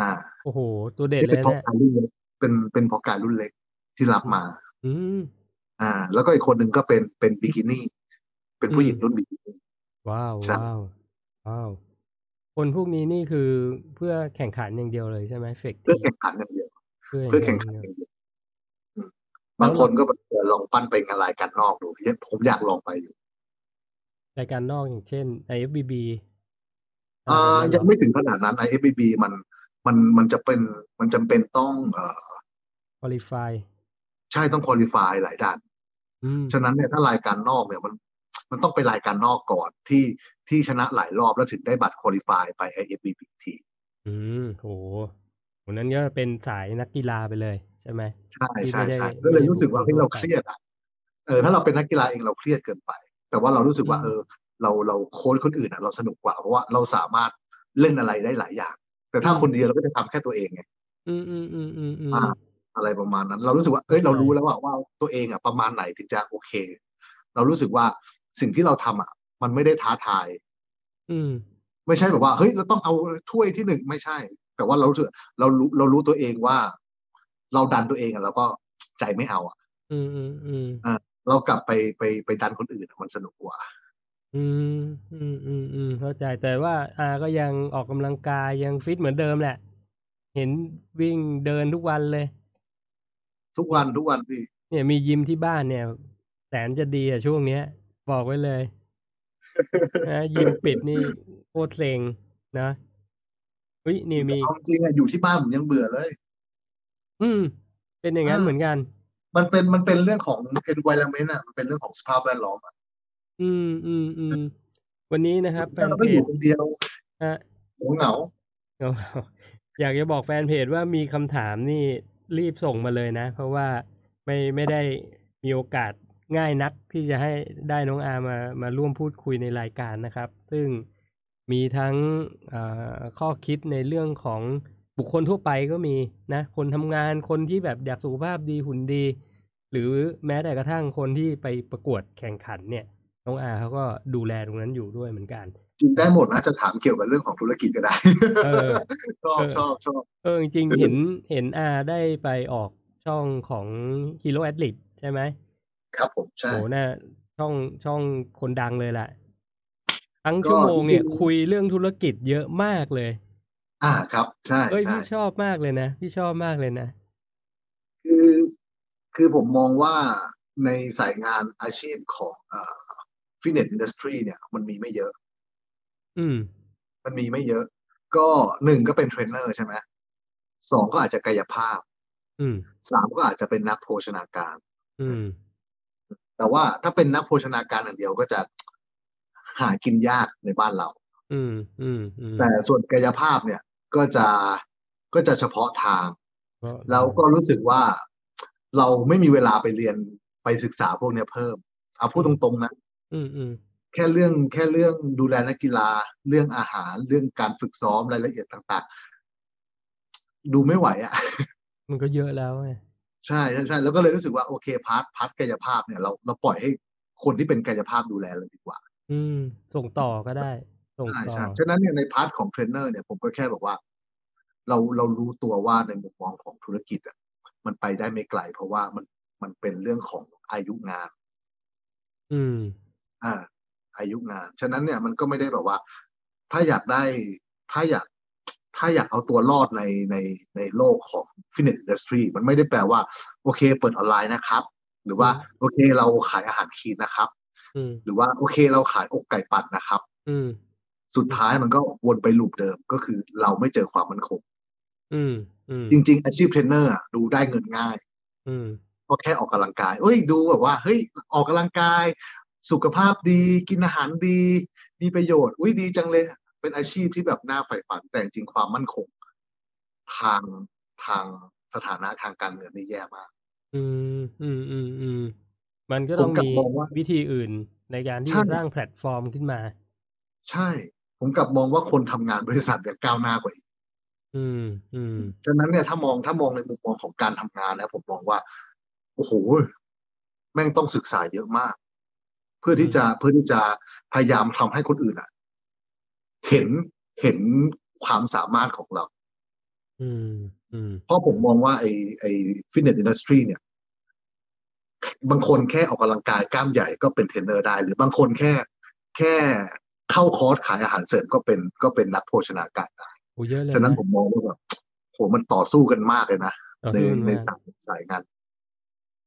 Speaker 2: อ่า
Speaker 1: โอ้โห ตัวเด็ด
Speaker 2: นี่
Speaker 1: เล
Speaker 2: เป็
Speaker 1: ยนะ
Speaker 2: นเพราะ
Speaker 1: เนี่ย
Speaker 2: การรุ่นเล็กเป็นเป็นเพราะการรุ่นเล็กที่รับมา
Speaker 1: อืม
Speaker 2: อ่า แล้วก็อีกคนหนึ่งก็เป็นเป็นบิกินี่ เป็นผู้หญิง
Speaker 1: อืม
Speaker 2: รุ่นบิกินี่
Speaker 1: ว้าว
Speaker 2: ใช่
Speaker 1: ว้าวว้าวคนพวกนี้นี่คือเพื่อแข่งขันอย่างเดียวเลยใช่ไหมเฟก
Speaker 2: เพื่อแข่งขันกันเดียวเพื่อแข่งขันกันเดียวอืมบางคนก็แบบเออลองปั้นไปงานรายการนอกดูเนี่ยผมอยากลองไปอยู่
Speaker 1: รายการนอกอย่างเช่น IFBB
Speaker 2: อ่า
Speaker 1: ะไรแบบนั้นเหรอ
Speaker 2: ยังไม่ถึงขนาดนั้นไอเอฟบีมันมันมันจะเป็นมันจำเป็นต้องเออ
Speaker 1: คุริฟาย
Speaker 2: ใช่ต้องคุริฟายหลายด่าน
Speaker 1: อืม
Speaker 2: ฉะนั้นเนี่ยถ้ารายการนอกเนี่ยมัน มันต้องไปรายการนอกก่อนที่ที่ชนะหลายรอบแล้วถึงได้บัตรคุริฟายไปไอเอฟบีที
Speaker 1: อืมโหโหนั้นก็เป็นสายนักกีฬาไปเลยใช่ไหม
Speaker 2: ใช่
Speaker 1: ที่
Speaker 2: ใช่
Speaker 1: ไม่ได้
Speaker 2: ใช่
Speaker 1: ไม่
Speaker 2: ก็
Speaker 1: ได้
Speaker 2: เลยรู้สึกว่า
Speaker 1: บุ
Speaker 2: เฮ้ย
Speaker 1: คคล
Speaker 2: เรา
Speaker 1: ทั่วไป
Speaker 2: เครียดอ่ะเออถ้าเราเป็นนักกีฬาเองเราเครียดเกินไป แต่ว่าเรารู้สึกว่า
Speaker 1: อืม
Speaker 2: เออ เราเราโค้ชคนอื่นอ่ะ เราสนุกกว่าเพราะว่าเราสามารถเล่นอะไรได้หลายอย่าง แต่ถ้าคนเดียวเราก็จะทำแค่ตัวเองไง
Speaker 1: อืมอืมอืมอืมอืม
Speaker 2: อ่า อะไรประมาณนั้น เรารู้สึกว่าเอ้ย
Speaker 1: เข้าใจ
Speaker 2: เรารู้แล้วว่าว่าตัวเองอ่ะประมาณไหนถึงจะโอเค เรารู้สึกว่าสิ่งที่เราทำอ่ะ มันไม่ได้ท้าทาย
Speaker 1: อืม
Speaker 2: ไม่ใช่แบบว่าเฮ้ยเราต้องเอาถ้วยที่หนึ่งไม่ใช่ แต่ว่าเรารู้สึกเรารู้เรารู้ตัวเองว่า เราดันตัวเองอ่ะเราก็ใจไม่เอาอ่ะ
Speaker 1: อืมอืมอืม
Speaker 2: เรากลับไปไปไปดันคนอื่นอะมันสนุกกว่า
Speaker 1: อืมอืมอืมอืมเข้าใจแต่ว่าอาก็ยังออกกำลังกายยังฟิตเหมือนเดิมแหละ เห็นวิ่งเดินทุกวันเลย
Speaker 2: ทุกวันทุกวันพี่
Speaker 1: เนี่ยมียิมที่บ้านเนี่ยแสนจะดีอ่ะช่วงเนี้ย บอกไว้เลยนะยิมปิดนี่โคตรเซ็งนะอุ้ยนี่ มี
Speaker 2: เอาจริงอะอยู่ที่บ้านผมยังเบื่อเลย
Speaker 1: อืม เป็นอย่างนั้นเหมือนกัน
Speaker 2: มันเป็นมันเป็นเรื่องของ environment อะมันเป็นเรื่องของสภาพแวดล้อมอะ
Speaker 1: อืมอืมอืมวันนี้นะครับแฟ
Speaker 2: แต่
Speaker 1: น
Speaker 2: เรา
Speaker 1: เพ
Speaker 2: ก็อยู่
Speaker 1: จ
Speaker 2: คนเดียว
Speaker 1: ฮะ
Speaker 2: เหงา
Speaker 1: เอา อยากจะบอกแฟนเพจว่ามีคำถามนี่รีบส่งมาเลยนะ เพราะว่าไม่ไม่ได้มีโอกาสง่ายนักที่จะให้ได้น้องอามามาร่วมพูดคุยในรายการนะครับ ซึ่งมีทั้งเอ่อข้อคิดในเรื่องของบุคคลทั่วไปก็มีนะ คนทำงานคนที่แบบอยากสุขภาพดีหุ่นดี หรือแม้แต่กระทั่งคนที่ไปประกวดแข่งขันเนี่ย น้องอาเขาก็ดูแลตรงนั้นอยู่ด้วยเหมือนกัน
Speaker 2: จริงได้หมดนะจะถามเกี่ยวกับเรื่องของธุรกิจก็ได้
Speaker 1: เออ
Speaker 2: ชอบ
Speaker 1: เออ
Speaker 2: ชอบชอบ
Speaker 1: เออจริงๆเห็นเห็นอาได้ไปออกช่องของฮีโร่แอดลิใช่ไหม
Speaker 2: ครับผมใช่
Speaker 1: โหน่าช่องช่องคนดังเลยแหละทั้ง
Speaker 2: ก็
Speaker 1: ชั่วโมงเนี่ย
Speaker 2: จริงๆ
Speaker 1: คุยเรื่องธุรกิจเยอะมากเลย
Speaker 2: อ่าครับ ใช่
Speaker 1: เอ้ย
Speaker 2: ใช่
Speaker 1: พี่ชอบมากเลยนะพี่ชอบมากเลยนะ
Speaker 2: คือ คือผมมองว่าในสายงานอาชีพของเอ่อฟิตเนสอินดัสทรีเนี่ย มันมีไม่เยอะ
Speaker 1: อืม
Speaker 2: มันมีไม่เยอะ ก็หนึ่งก็เป็นเทรนเนอร์ใช่ไหมสองก็อาจจะกายภาพ
Speaker 1: อืม
Speaker 2: สามก็อาจจะเป็นนักโภชนาการ
Speaker 1: อืม
Speaker 2: แต่ว่าถ้าเป็นนักโภชนาการอย่างเดียวก็จะหากินยากในบ้านเรา
Speaker 1: อืม อืมอืม
Speaker 2: แต่ส่วนกายภาพเนี่ยก็จะก็จะเฉพาะทาง แล้วก็รู้สึกว่าเราไม่มีเวลาไปเรียนไปศึกษาพวกเนี้ยเพิ่มเอาพูดตรงๆนะ
Speaker 1: อืมอืม
Speaker 2: แค่เรื่องแค่เรื่องดูแลนักกีฬา เรื่องอาหารเรื่องการฝึกซ้อมรายละเอียดต่างๆ ดูไม่ไหวอะ่ะ
Speaker 1: มันก็เยอะแล้วไง
Speaker 2: ใช่ใช่ใช่แล้วก็เลยรู้สึกว่าโอเคพาร์ทพาร์ทกายภาพเนี่ยเราเราปล่อยให้คนที่เป็นกายภาพดูแลเลยดีกว่า
Speaker 1: อืม ส่งต่อก็ได้ ส่ง
Speaker 2: ใช่
Speaker 1: ต่อ
Speaker 2: ใช่ฉะนั้นเนี่ยในพาร์ทของเทรนเนอร์เนี่ยผมก็แค่บอกว่า เราเรารู้ตัวว่าในมุมมองของธุรกิจอ่ะมันไปได้ไม่ไกล เพราะว่ามันมันเป็นเรื่องของอายุงาน
Speaker 1: อืม
Speaker 2: อ่า อายุงาน ฉะนั้นเนี่ยมันก็ไม่ได้แบบว่า ถ้าอยากได้ถ้าอยากถ้าอยากเอาตัวรอดในในในโลกของฟิตเนสอินดัสทรีมันไม่ได้แปลว่า โอเค เปิดออนไลน์นะครับ หรือว่า
Speaker 1: อืม
Speaker 2: โอเคเราขายอาหารคีนนะครับ
Speaker 1: อืม
Speaker 2: หรือว่าโอเคเราขายอกไก่ปั่นนะครับ
Speaker 1: อืม
Speaker 2: สุดท้ายมันก็วนไปลูปเดิมก็คือเราไม่เจอความมั่นคง
Speaker 1: อืม อืม
Speaker 2: จริง ๆ อาชีพเทรนเนอร์อะดูได้เงินง่าย
Speaker 1: อืม
Speaker 2: เพราะแค่ออกกำลังกายเอ้ยดูแบบว่าเฮ้ยออกกำลังกาย สุขภาพดีกินอาหารดี มีประโยชน์อุ้ยดีจังเลย เป็นอาชีพที่แบบน่าใฝ่ฝันแต่จริงๆความมั่นคง ทางทางสถานะทางการเงินนี่แย่มาก
Speaker 1: อืมอืมอืมอืมมันก็
Speaker 2: ผ
Speaker 1: ต้อ
Speaker 2: ม
Speaker 1: ง
Speaker 2: กลับ
Speaker 1: มี
Speaker 2: มองว่า
Speaker 1: วิธีอื่นในการที่
Speaker 2: ใช่
Speaker 1: จะสร้างแพลตฟอร์มขึ้นมา
Speaker 2: ใช่ ผมกลับมองว่าคนทำงานบริษัทเนี่ยก้าวหน้ากว่าอีก
Speaker 1: อืม อืม
Speaker 2: ฉะนั้นเนี่ยถ้ามองถ้ามองในมุมมองของการทำงานนะผมมองว่า โอ้โหแม่งต้องศึกษาเยอะมาก เพื่อที่จะเพื่อที่จะพยายามทำให้คนอื่นอ่ะ เห็นเห็นความสามารถของเรา
Speaker 1: อืม อืม
Speaker 2: เพราะผมมองว่าไอไอฟิตเนสอินดัสทรีเนี่ย บางคนแค่ออกกำลังกายกล้ามใหญ่ก็เป็นเทรนเนอร์ได้ หรือบางคนแค่ แค่เข้าคอร์สขายอาหารเสริมก็เป็นก็เป็นนักโภชนาการได้
Speaker 1: โอ้เยอะเลย
Speaker 2: ฉะนั้น
Speaker 1: นะ
Speaker 2: ผมมองว่าแบบโหมันต่อสู้กันมากเลยนะ
Speaker 1: ต่อ
Speaker 2: ใน
Speaker 1: สู้กัน
Speaker 2: ใน
Speaker 1: มา
Speaker 2: สายสายงาน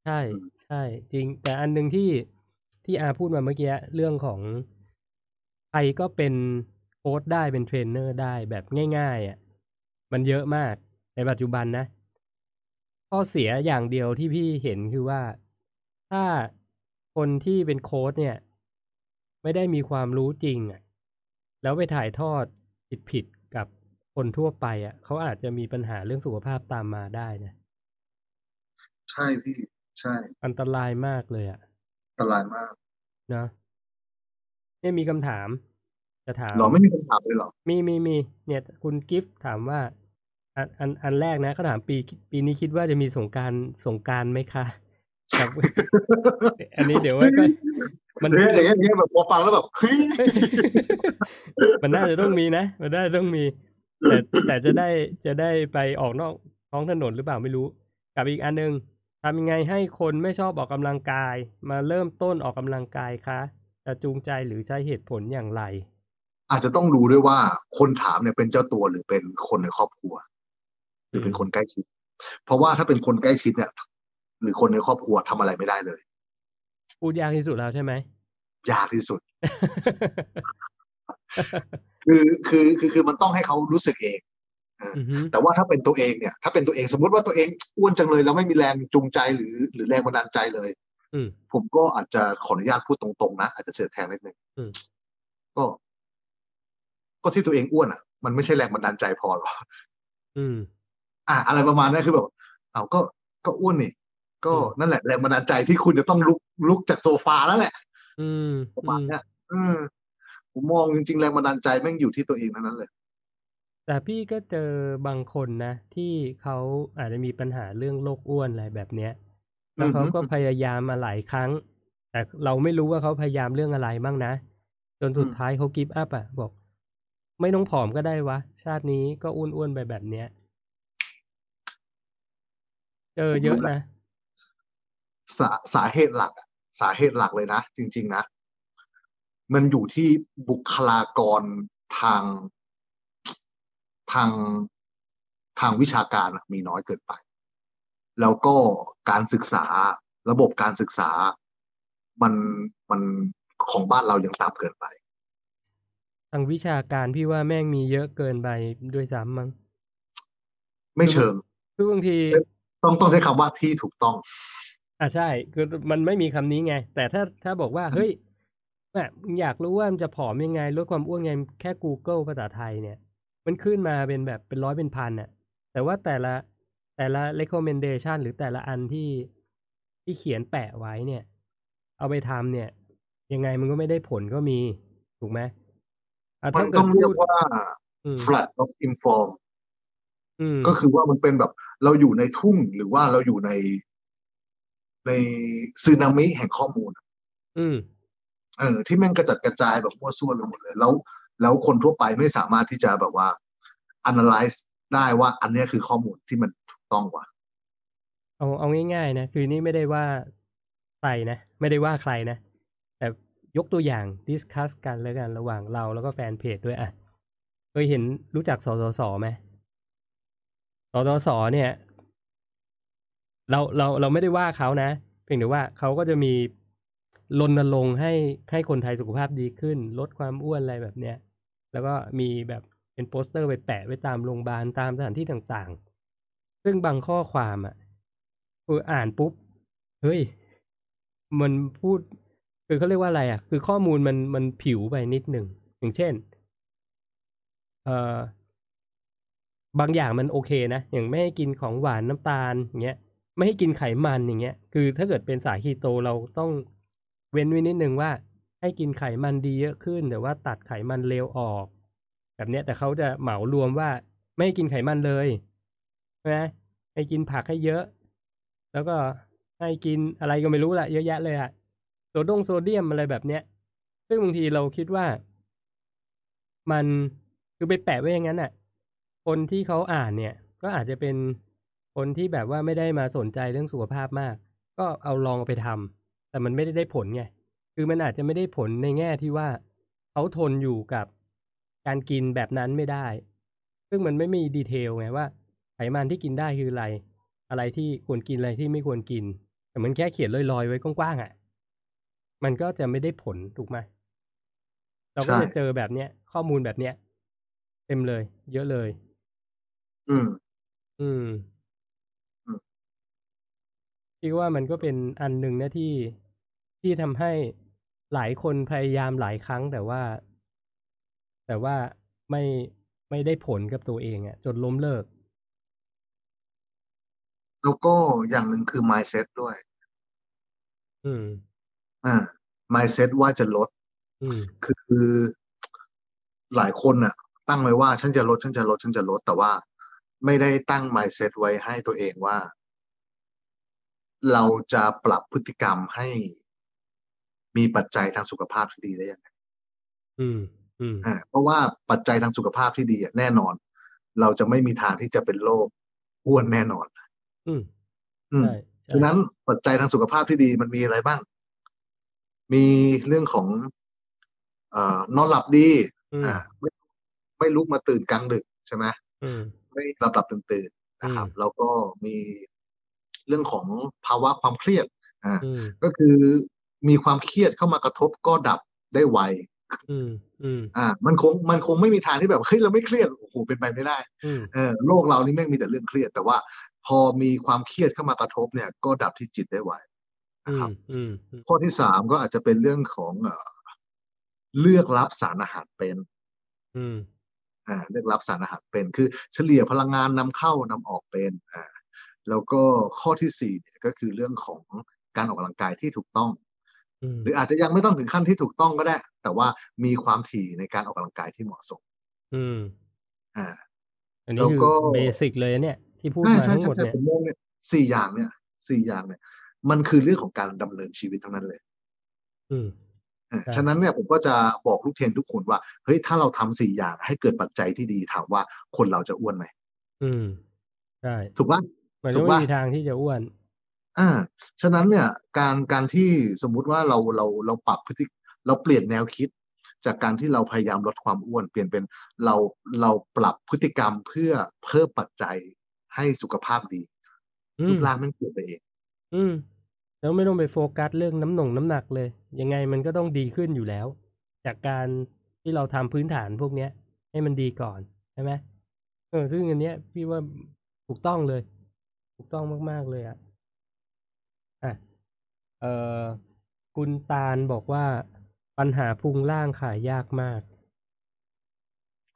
Speaker 1: ใช่
Speaker 2: อืม
Speaker 1: ใช่ จริง แต่อันหนึ่งที่ที่อาพูดมาเมื่อกี้เรื่องของใครก็เป็นโค้ชได้เป็นเทรนเนอร์ได้แบบง่ายๆอ่ะมันเยอะมากในปัจจุบันนะ ข้อเสียอย่างเดียวที่พี่เห็นคือว่าถ้าคนที่เป็นโค้ชเนี่ย ไม่ได้มีความรู้จริงอ่ะแล้วไปถ่ายทอดผิดผิดๆกับคนทั่วไปอ่ะเขาอาจจะมีปัญหาเรื่องสุขภาพตามมาได้นะ
Speaker 2: ใช่พี่ใช่
Speaker 1: อันตรายมากเลยอ่ะ
Speaker 2: อันตรายมาก
Speaker 1: นะเนี่ยมีคำถาม จะถาม
Speaker 2: เราไม่มีคำถามเลยเหรอ
Speaker 1: มีมีมีเนี่ย คุณกิฟต์ถามว่า อันอันอันแรกนะเขาถามปีปีนี้คิดว่าจะมีสงกรารสงกรารไหมคะครับ อันนี้เดี๋ยวไว้ก็ มัน
Speaker 2: เนี่ยอย่างเงี้ยอย่างเงี้ยแบบพอฟังแล้วแบบเฮ้ย
Speaker 1: มันน่าจะต้องมีนะ มันน่าจะต้องมี แต่แต่จะได้จะได้ไปออกนอกท้องถนนหรือเปล่าไม่รู้ กับอีกอันหนึงทำยังไงให้คนไม่ชอบออกกำลังกาย มาเริ่มต้นออกกำลังกายคะจะจูงใจหรือใช้เหตุผลอย่างไร
Speaker 2: อาจจะต้องดูด้วยว่าคนถามเนี่ยเป็นเจ้าตัวหรือเป็นคนในครอบครัว หรือเป็นคนใกล้ชิด เพราะว่าถ้าเป็นคนใกล้ชิดเนี่ย หรือคนในครอบครัวทำอะไรไม่ได้เลย
Speaker 1: พูดยากที่สุดแล้วใช่ไหม
Speaker 2: ยากที่สุด คือคือคือคือมันต้องให้เขารู้สึกเอง
Speaker 1: อือฮึ
Speaker 2: แต่ว่าถ้าเป็นตัวเองเนี่ย ถ้าเป็นตัวเองสมมติว่าตัวเองอ้วนจังเลยแล้วไม่มีแรงจูงใจหรือหรือแรงบันดาลใจเลย
Speaker 1: อืม
Speaker 2: ผมก็อาจจะขออนุญาตพูดตรงๆนะ อาจจะเสียดแทนนิดนึง
Speaker 1: อืม
Speaker 2: ก็ ก็ที่ตัวเองอ้วนอ่ะ มันไม่ใช่แรงบันดาลใจพอหรอ
Speaker 1: อืม
Speaker 2: อ่ะอะไรประมาณนั้นคือแบบเอาก็ก็อ้วนนี่ ก็
Speaker 1: อืม
Speaker 2: นั่นแหละแรงบันดาลใจที่คุณจะต้องลุกลุกจากโซฟาแล้วแหละ
Speaker 1: อืม
Speaker 2: ประ
Speaker 1: อื
Speaker 2: มาณ
Speaker 1: ม
Speaker 2: เนี้ยเออผมมองจริงๆแรงบันดาลใจแม่งอยู่ที่ตัวเองทั้งนั้นเลย
Speaker 1: แต่พี่ก็เจอบางคนนะ ที่เขาอาจจะมีปัญหาเรื่องโรคอ้วนอะไรแบบเนี้ย แล้วเขาก็
Speaker 2: อือฮึ
Speaker 1: พยายามมาหลายครั้ง แต่เราไม่รู้ว่าเขาพยายามเรื่องอะไรบ้างนะ จนสุด
Speaker 2: อืม
Speaker 1: ท้ายเขากิฟต์อัพอ่ะ บอก ไม่ต้องผอมก็ได้วะ ชาตินี้ก็อ้วนๆไปแบบเนี้ย เจอเยอะนะ
Speaker 2: สาสาเหตุหลักอะสาเหตุหลักเลยนะ จริง ๆ นะ มันอยู่ที่บุคลากรทาง ทางทางวิชาการอะมีน้อยเกินไป แล้วก็การศึกษาระบบการศึกษา มันมันของบ้านเรายังต่ำเกินไป
Speaker 1: ทางวิชาการพี่ว่าแม่งมีเยอะเกินไปด้วยซ้ำมั้ง
Speaker 2: ไม่เชิง
Speaker 1: คือบางที
Speaker 2: ใช่ ต้องต้องใช้คำว่าที่ถูกต้อง
Speaker 1: อ่ะใช่ คือมันไม่มีคำนี้ไง แต่ถ้าถ้าบอกว่า เฮ้ยแม่มึงอยากรู้ว่ามันจะผอมยังไงลดความอ้วนยังไงแค่ Google ภาษาไทยเนี่ย มันขึ้นมาเป็นแบบเป็นร้อยเป็นพันน่ะ แต่ว่าแต่ละแต่ละ recommendation หรือแต่ละอันที่ที่เขียนแปะไว้เนี่ย เอาไปทำเนี่ย ยังไงมันก็ไม่ได้ผลก็มี ถูกไหมอ่ะ
Speaker 2: มั
Speaker 1: ถ้าน เกิ
Speaker 2: ต้อ
Speaker 1: ด
Speaker 2: ง
Speaker 1: พู
Speaker 2: เรียก
Speaker 1: ด
Speaker 2: ว่า
Speaker 1: อืม
Speaker 2: flat of inform
Speaker 1: อืม
Speaker 2: ก็คือว่ามันเป็นแบบเราอยู่ในทุ่งหรือว่าเราอยู่ในในซึนามิแห่งข้อมูล
Speaker 1: อืม
Speaker 2: เออที่แม่งกระจัดกระจายแบบมั่วซั่วไปหมดเลย แล้ว แล้วคนทั่วไปไม่สามารถที่จะแบบว่า analyze ได้ว่าอันเนี้ยคือข้อมูลที่มันถูกต้องกว่า
Speaker 1: เอาเอาง่ายๆนะคือนี่ไม่ได้ว่าใครนะ ไม่ได้ว่าใครนะ แต่ยกตัวอย่างดิสคัสกันแล้วกันระหว่างเราแล้วก็แฟนเพจด้วยอ่ะเคยเห็นรู้จักสสสไหมสสสเนี่ย เราเราเราไม่ได้ว่าเขานะเพียงแต่ว่าเขาก็จะมีรณรงค์ให้ให้คนไทยสุขภาพดีขึ้น ลดความอ้วนอะไรแบบเนี้ย แล้วก็มีแบบเป็นโปสเตอร์ไปแปะไว้ตามโรงพยาบาลตามสถานที่ต่างๆ ซึ่งบางข้อความอ่ะคืออ่านปุ๊บ เฮ้ย มันพูด คือเขาเรียกว่าอะไรอ่ะ คือข้อมูลมันมันผิวไปนิดหนึ่ง อย่างเช่น เอ่อบางอย่างมันโอเคนะ อย่างไม่ให้กินของหวานน้ำตาลอย่างเงี้ย ไม่ให้กินไขมันอย่างเงี้ย คือถ้าเกิดเป็นสายคีโตเราต้องเว้นไว้นิดนึงว่า ให้กินไขมันดีเยอะขึ้นแต่ว่าตัดไขมันเลวออก แบบเนี้ยแต่เขาจะเหมารวมว่า ไม่ให้กินไขมันเลยใช่ไหมให้กินผักให้เยอะ แล้วก็ให้กินอะไรก็ไม่รู้ละเยอะแยะเลยอะโซดงโซเดียมอะไรแบบเนี้ย ซึ่งบางทีเราคิดว่า มันคือไปแปะไว้อย่างนั้นน่ะ คนที่เขาอ่านเนี่ย ก็อาจจะเป็นคนที่แบบว่าไม่ได้มาสนใจเรื่องสุขภาพมาก ก็เอาลองเอาไปทำแต่มันไม่ได้ได้ผลไง คือมันอาจจะไม่ได้ผลในแง่ที่ว่าเขาทนอยู่กับการกินแบบนั้นไม่ได้ ซึ่งมันไม่มีดีเทลไงว่าไขมันที่กินได้คืออะไร อะไรที่ควรกินอะไรที่ไม่ควรกิน แต่มันแค่เขียนลอยๆไว้กว้างๆอ่ะ มันก็จะไม่ได้ผลถูกไหมเราก็
Speaker 2: ใช่
Speaker 1: จะเจอแบบเนี้ย ข้อมูลแบบเนี้ย เต็มเลย เยอะเลย
Speaker 2: อืม
Speaker 1: อืม
Speaker 2: อืม
Speaker 1: คิดว่ามันก็เป็นอันหนึ่งนะที่ที่ทำให้หลายคนพยายามหลายครั้ง แต่ว่า แต่ว่าไม่ไม่ได้ผลกับตัวเองอะ่ะ จนล้มเลิก
Speaker 2: แล้วก็อย่างหนึ่งคือ mindset ด้วย
Speaker 1: อืม
Speaker 2: อ่า mindset ว่าจะลด
Speaker 1: อืม
Speaker 2: คือหลายคนน่ะ ตั้งไว้ว่าฉันจะลดฉันจะลดฉันจะลด แต่ว่าไม่ได้ตั้ง mindset ไว้ให้ตัวเองว่า เราจะปรับพฤติกรรมให้มีปัจจัยทางสุขภาพที่ดีได้ยังไง
Speaker 1: อืม อืม
Speaker 2: อ่าเพราะว่าปัจจัยทางสุขภาพที่ดีอะแน่นอน เราจะไม่มีทางที่จะเป็นโรคอ้วนแน่นอน
Speaker 1: อืม
Speaker 2: อืม
Speaker 1: ใช่ใช่
Speaker 2: ฉะนั้นปัจจัยทางสุขภาพที่ดีมันมีอะไรบ้าง มีเรื่องของ เอ่อนอนหลับดี
Speaker 1: อืม
Speaker 2: อ่าไม่ไม่ลุกมาตื่นกลางดึกใช่ไหม
Speaker 1: อืม
Speaker 2: ไม่หลับหลับตื่นตื่นๆนะครับ
Speaker 1: อืม
Speaker 2: แล้วก็มีเรื่องของภาวะความเครียด อ่า
Speaker 1: อืม
Speaker 2: ก็คือมีความเครียดเข้ามากระทบก็ดับได้ไว
Speaker 1: อืม อืม
Speaker 2: อ่า มันคงมันคงไม่มีทางที่แบบเฮ้ยเราไม่เครียดโอ้โหเป็นไปไม่ได้
Speaker 1: อืม
Speaker 2: เออโลกเรานี่แม่งมีแต่เรื่องเครียด แต่ว่าพอมีความเครียดเข้ามากระทบเนี่ย ก็ดับที่จิตได้ไว
Speaker 1: อื
Speaker 2: นะครับ
Speaker 1: ม อืม อืม
Speaker 2: ข้อที่สามก็อาจจะเป็นเรื่องของเอ่อเลือกรับสารอาหารเป็น
Speaker 1: อืม
Speaker 2: อ่าเลือกรับสารอาหารเป็น คือเฉลี่ยพลังงานนำเข้านำออกเป็นอ่าแล้วก็ข้อที่สี่เนี่ยก็คือเรื่องของการออกกำลังกายที่ถูกต้อง
Speaker 1: อืม
Speaker 2: หรืออาจจะยังไม่ต้องถึงขั้นที่ถูกต้องก็ได้ แต่ว่ามีความถี่ในการออกกำลังกายที่เหมาะสม
Speaker 1: อืม
Speaker 2: อ่า
Speaker 1: อันนี้คือ
Speaker 2: แล้วก็
Speaker 1: เบสิกเลยนะเนี่ย ที่พูด
Speaker 2: ใช่
Speaker 1: มา
Speaker 2: ใช่
Speaker 1: ทั้งหมด
Speaker 2: ใช่ใช่
Speaker 1: เนี่ย
Speaker 2: ผมมองเนี่ยสี่อย่างเนี่ยสี่อย่างเนี่ย มันคือเรื่องของการดำเนินชีวิตทั้งนั้นเลย
Speaker 1: อืม
Speaker 2: เอ่อ
Speaker 1: ครับ
Speaker 2: ฉะนั้นเนี่ยผมก็จะบอกลูกเทนทุกคนว่าเฮ้ยถ้าเราทำสี่อย่างให้เกิดปัจจัยที่ดีถามว่าคนเราจะอ้วนไหม
Speaker 1: อืมใช่
Speaker 2: ถูกป่ะ
Speaker 1: มัน
Speaker 2: ถู
Speaker 1: ก็
Speaker 2: ก
Speaker 1: ไม่
Speaker 2: ปะ
Speaker 1: มีทางที่จะอ้วน
Speaker 2: อ่าฉะนั้นเนี่ยการการที่สมมุติว่าเราเราเราปรับพฤติเราเปลี่ยนแนวคิด จากการที่เราพยายามลดความอ้วนเปลี่ยนเป็นเราเราปรับพฤติกรรมเพื่อเพิ่มปัจจัยให้สุขภาพดี
Speaker 1: อื
Speaker 2: รู
Speaker 1: ม
Speaker 2: ปร่างมันเปลี่ยนไปเอง
Speaker 1: อืมแล้วไม่ต้องไปโฟกัสเรื่องน้ำหนงน้ำหนักเลย ยังไงมันก็ต้องดีขึ้นอยู่แล้ว จากการที่เราทำพื้นฐานพวกเนี้ย ให้มันดีก่อนใช่ไหมเออซึ่งอันเนี้ย พี่ว่าถูกต้องเลย ถูกต้องมากๆเลยอ่ะอ่ะเออคุณตาลบอกว่าปัญหาพุงล่างขายยากมาก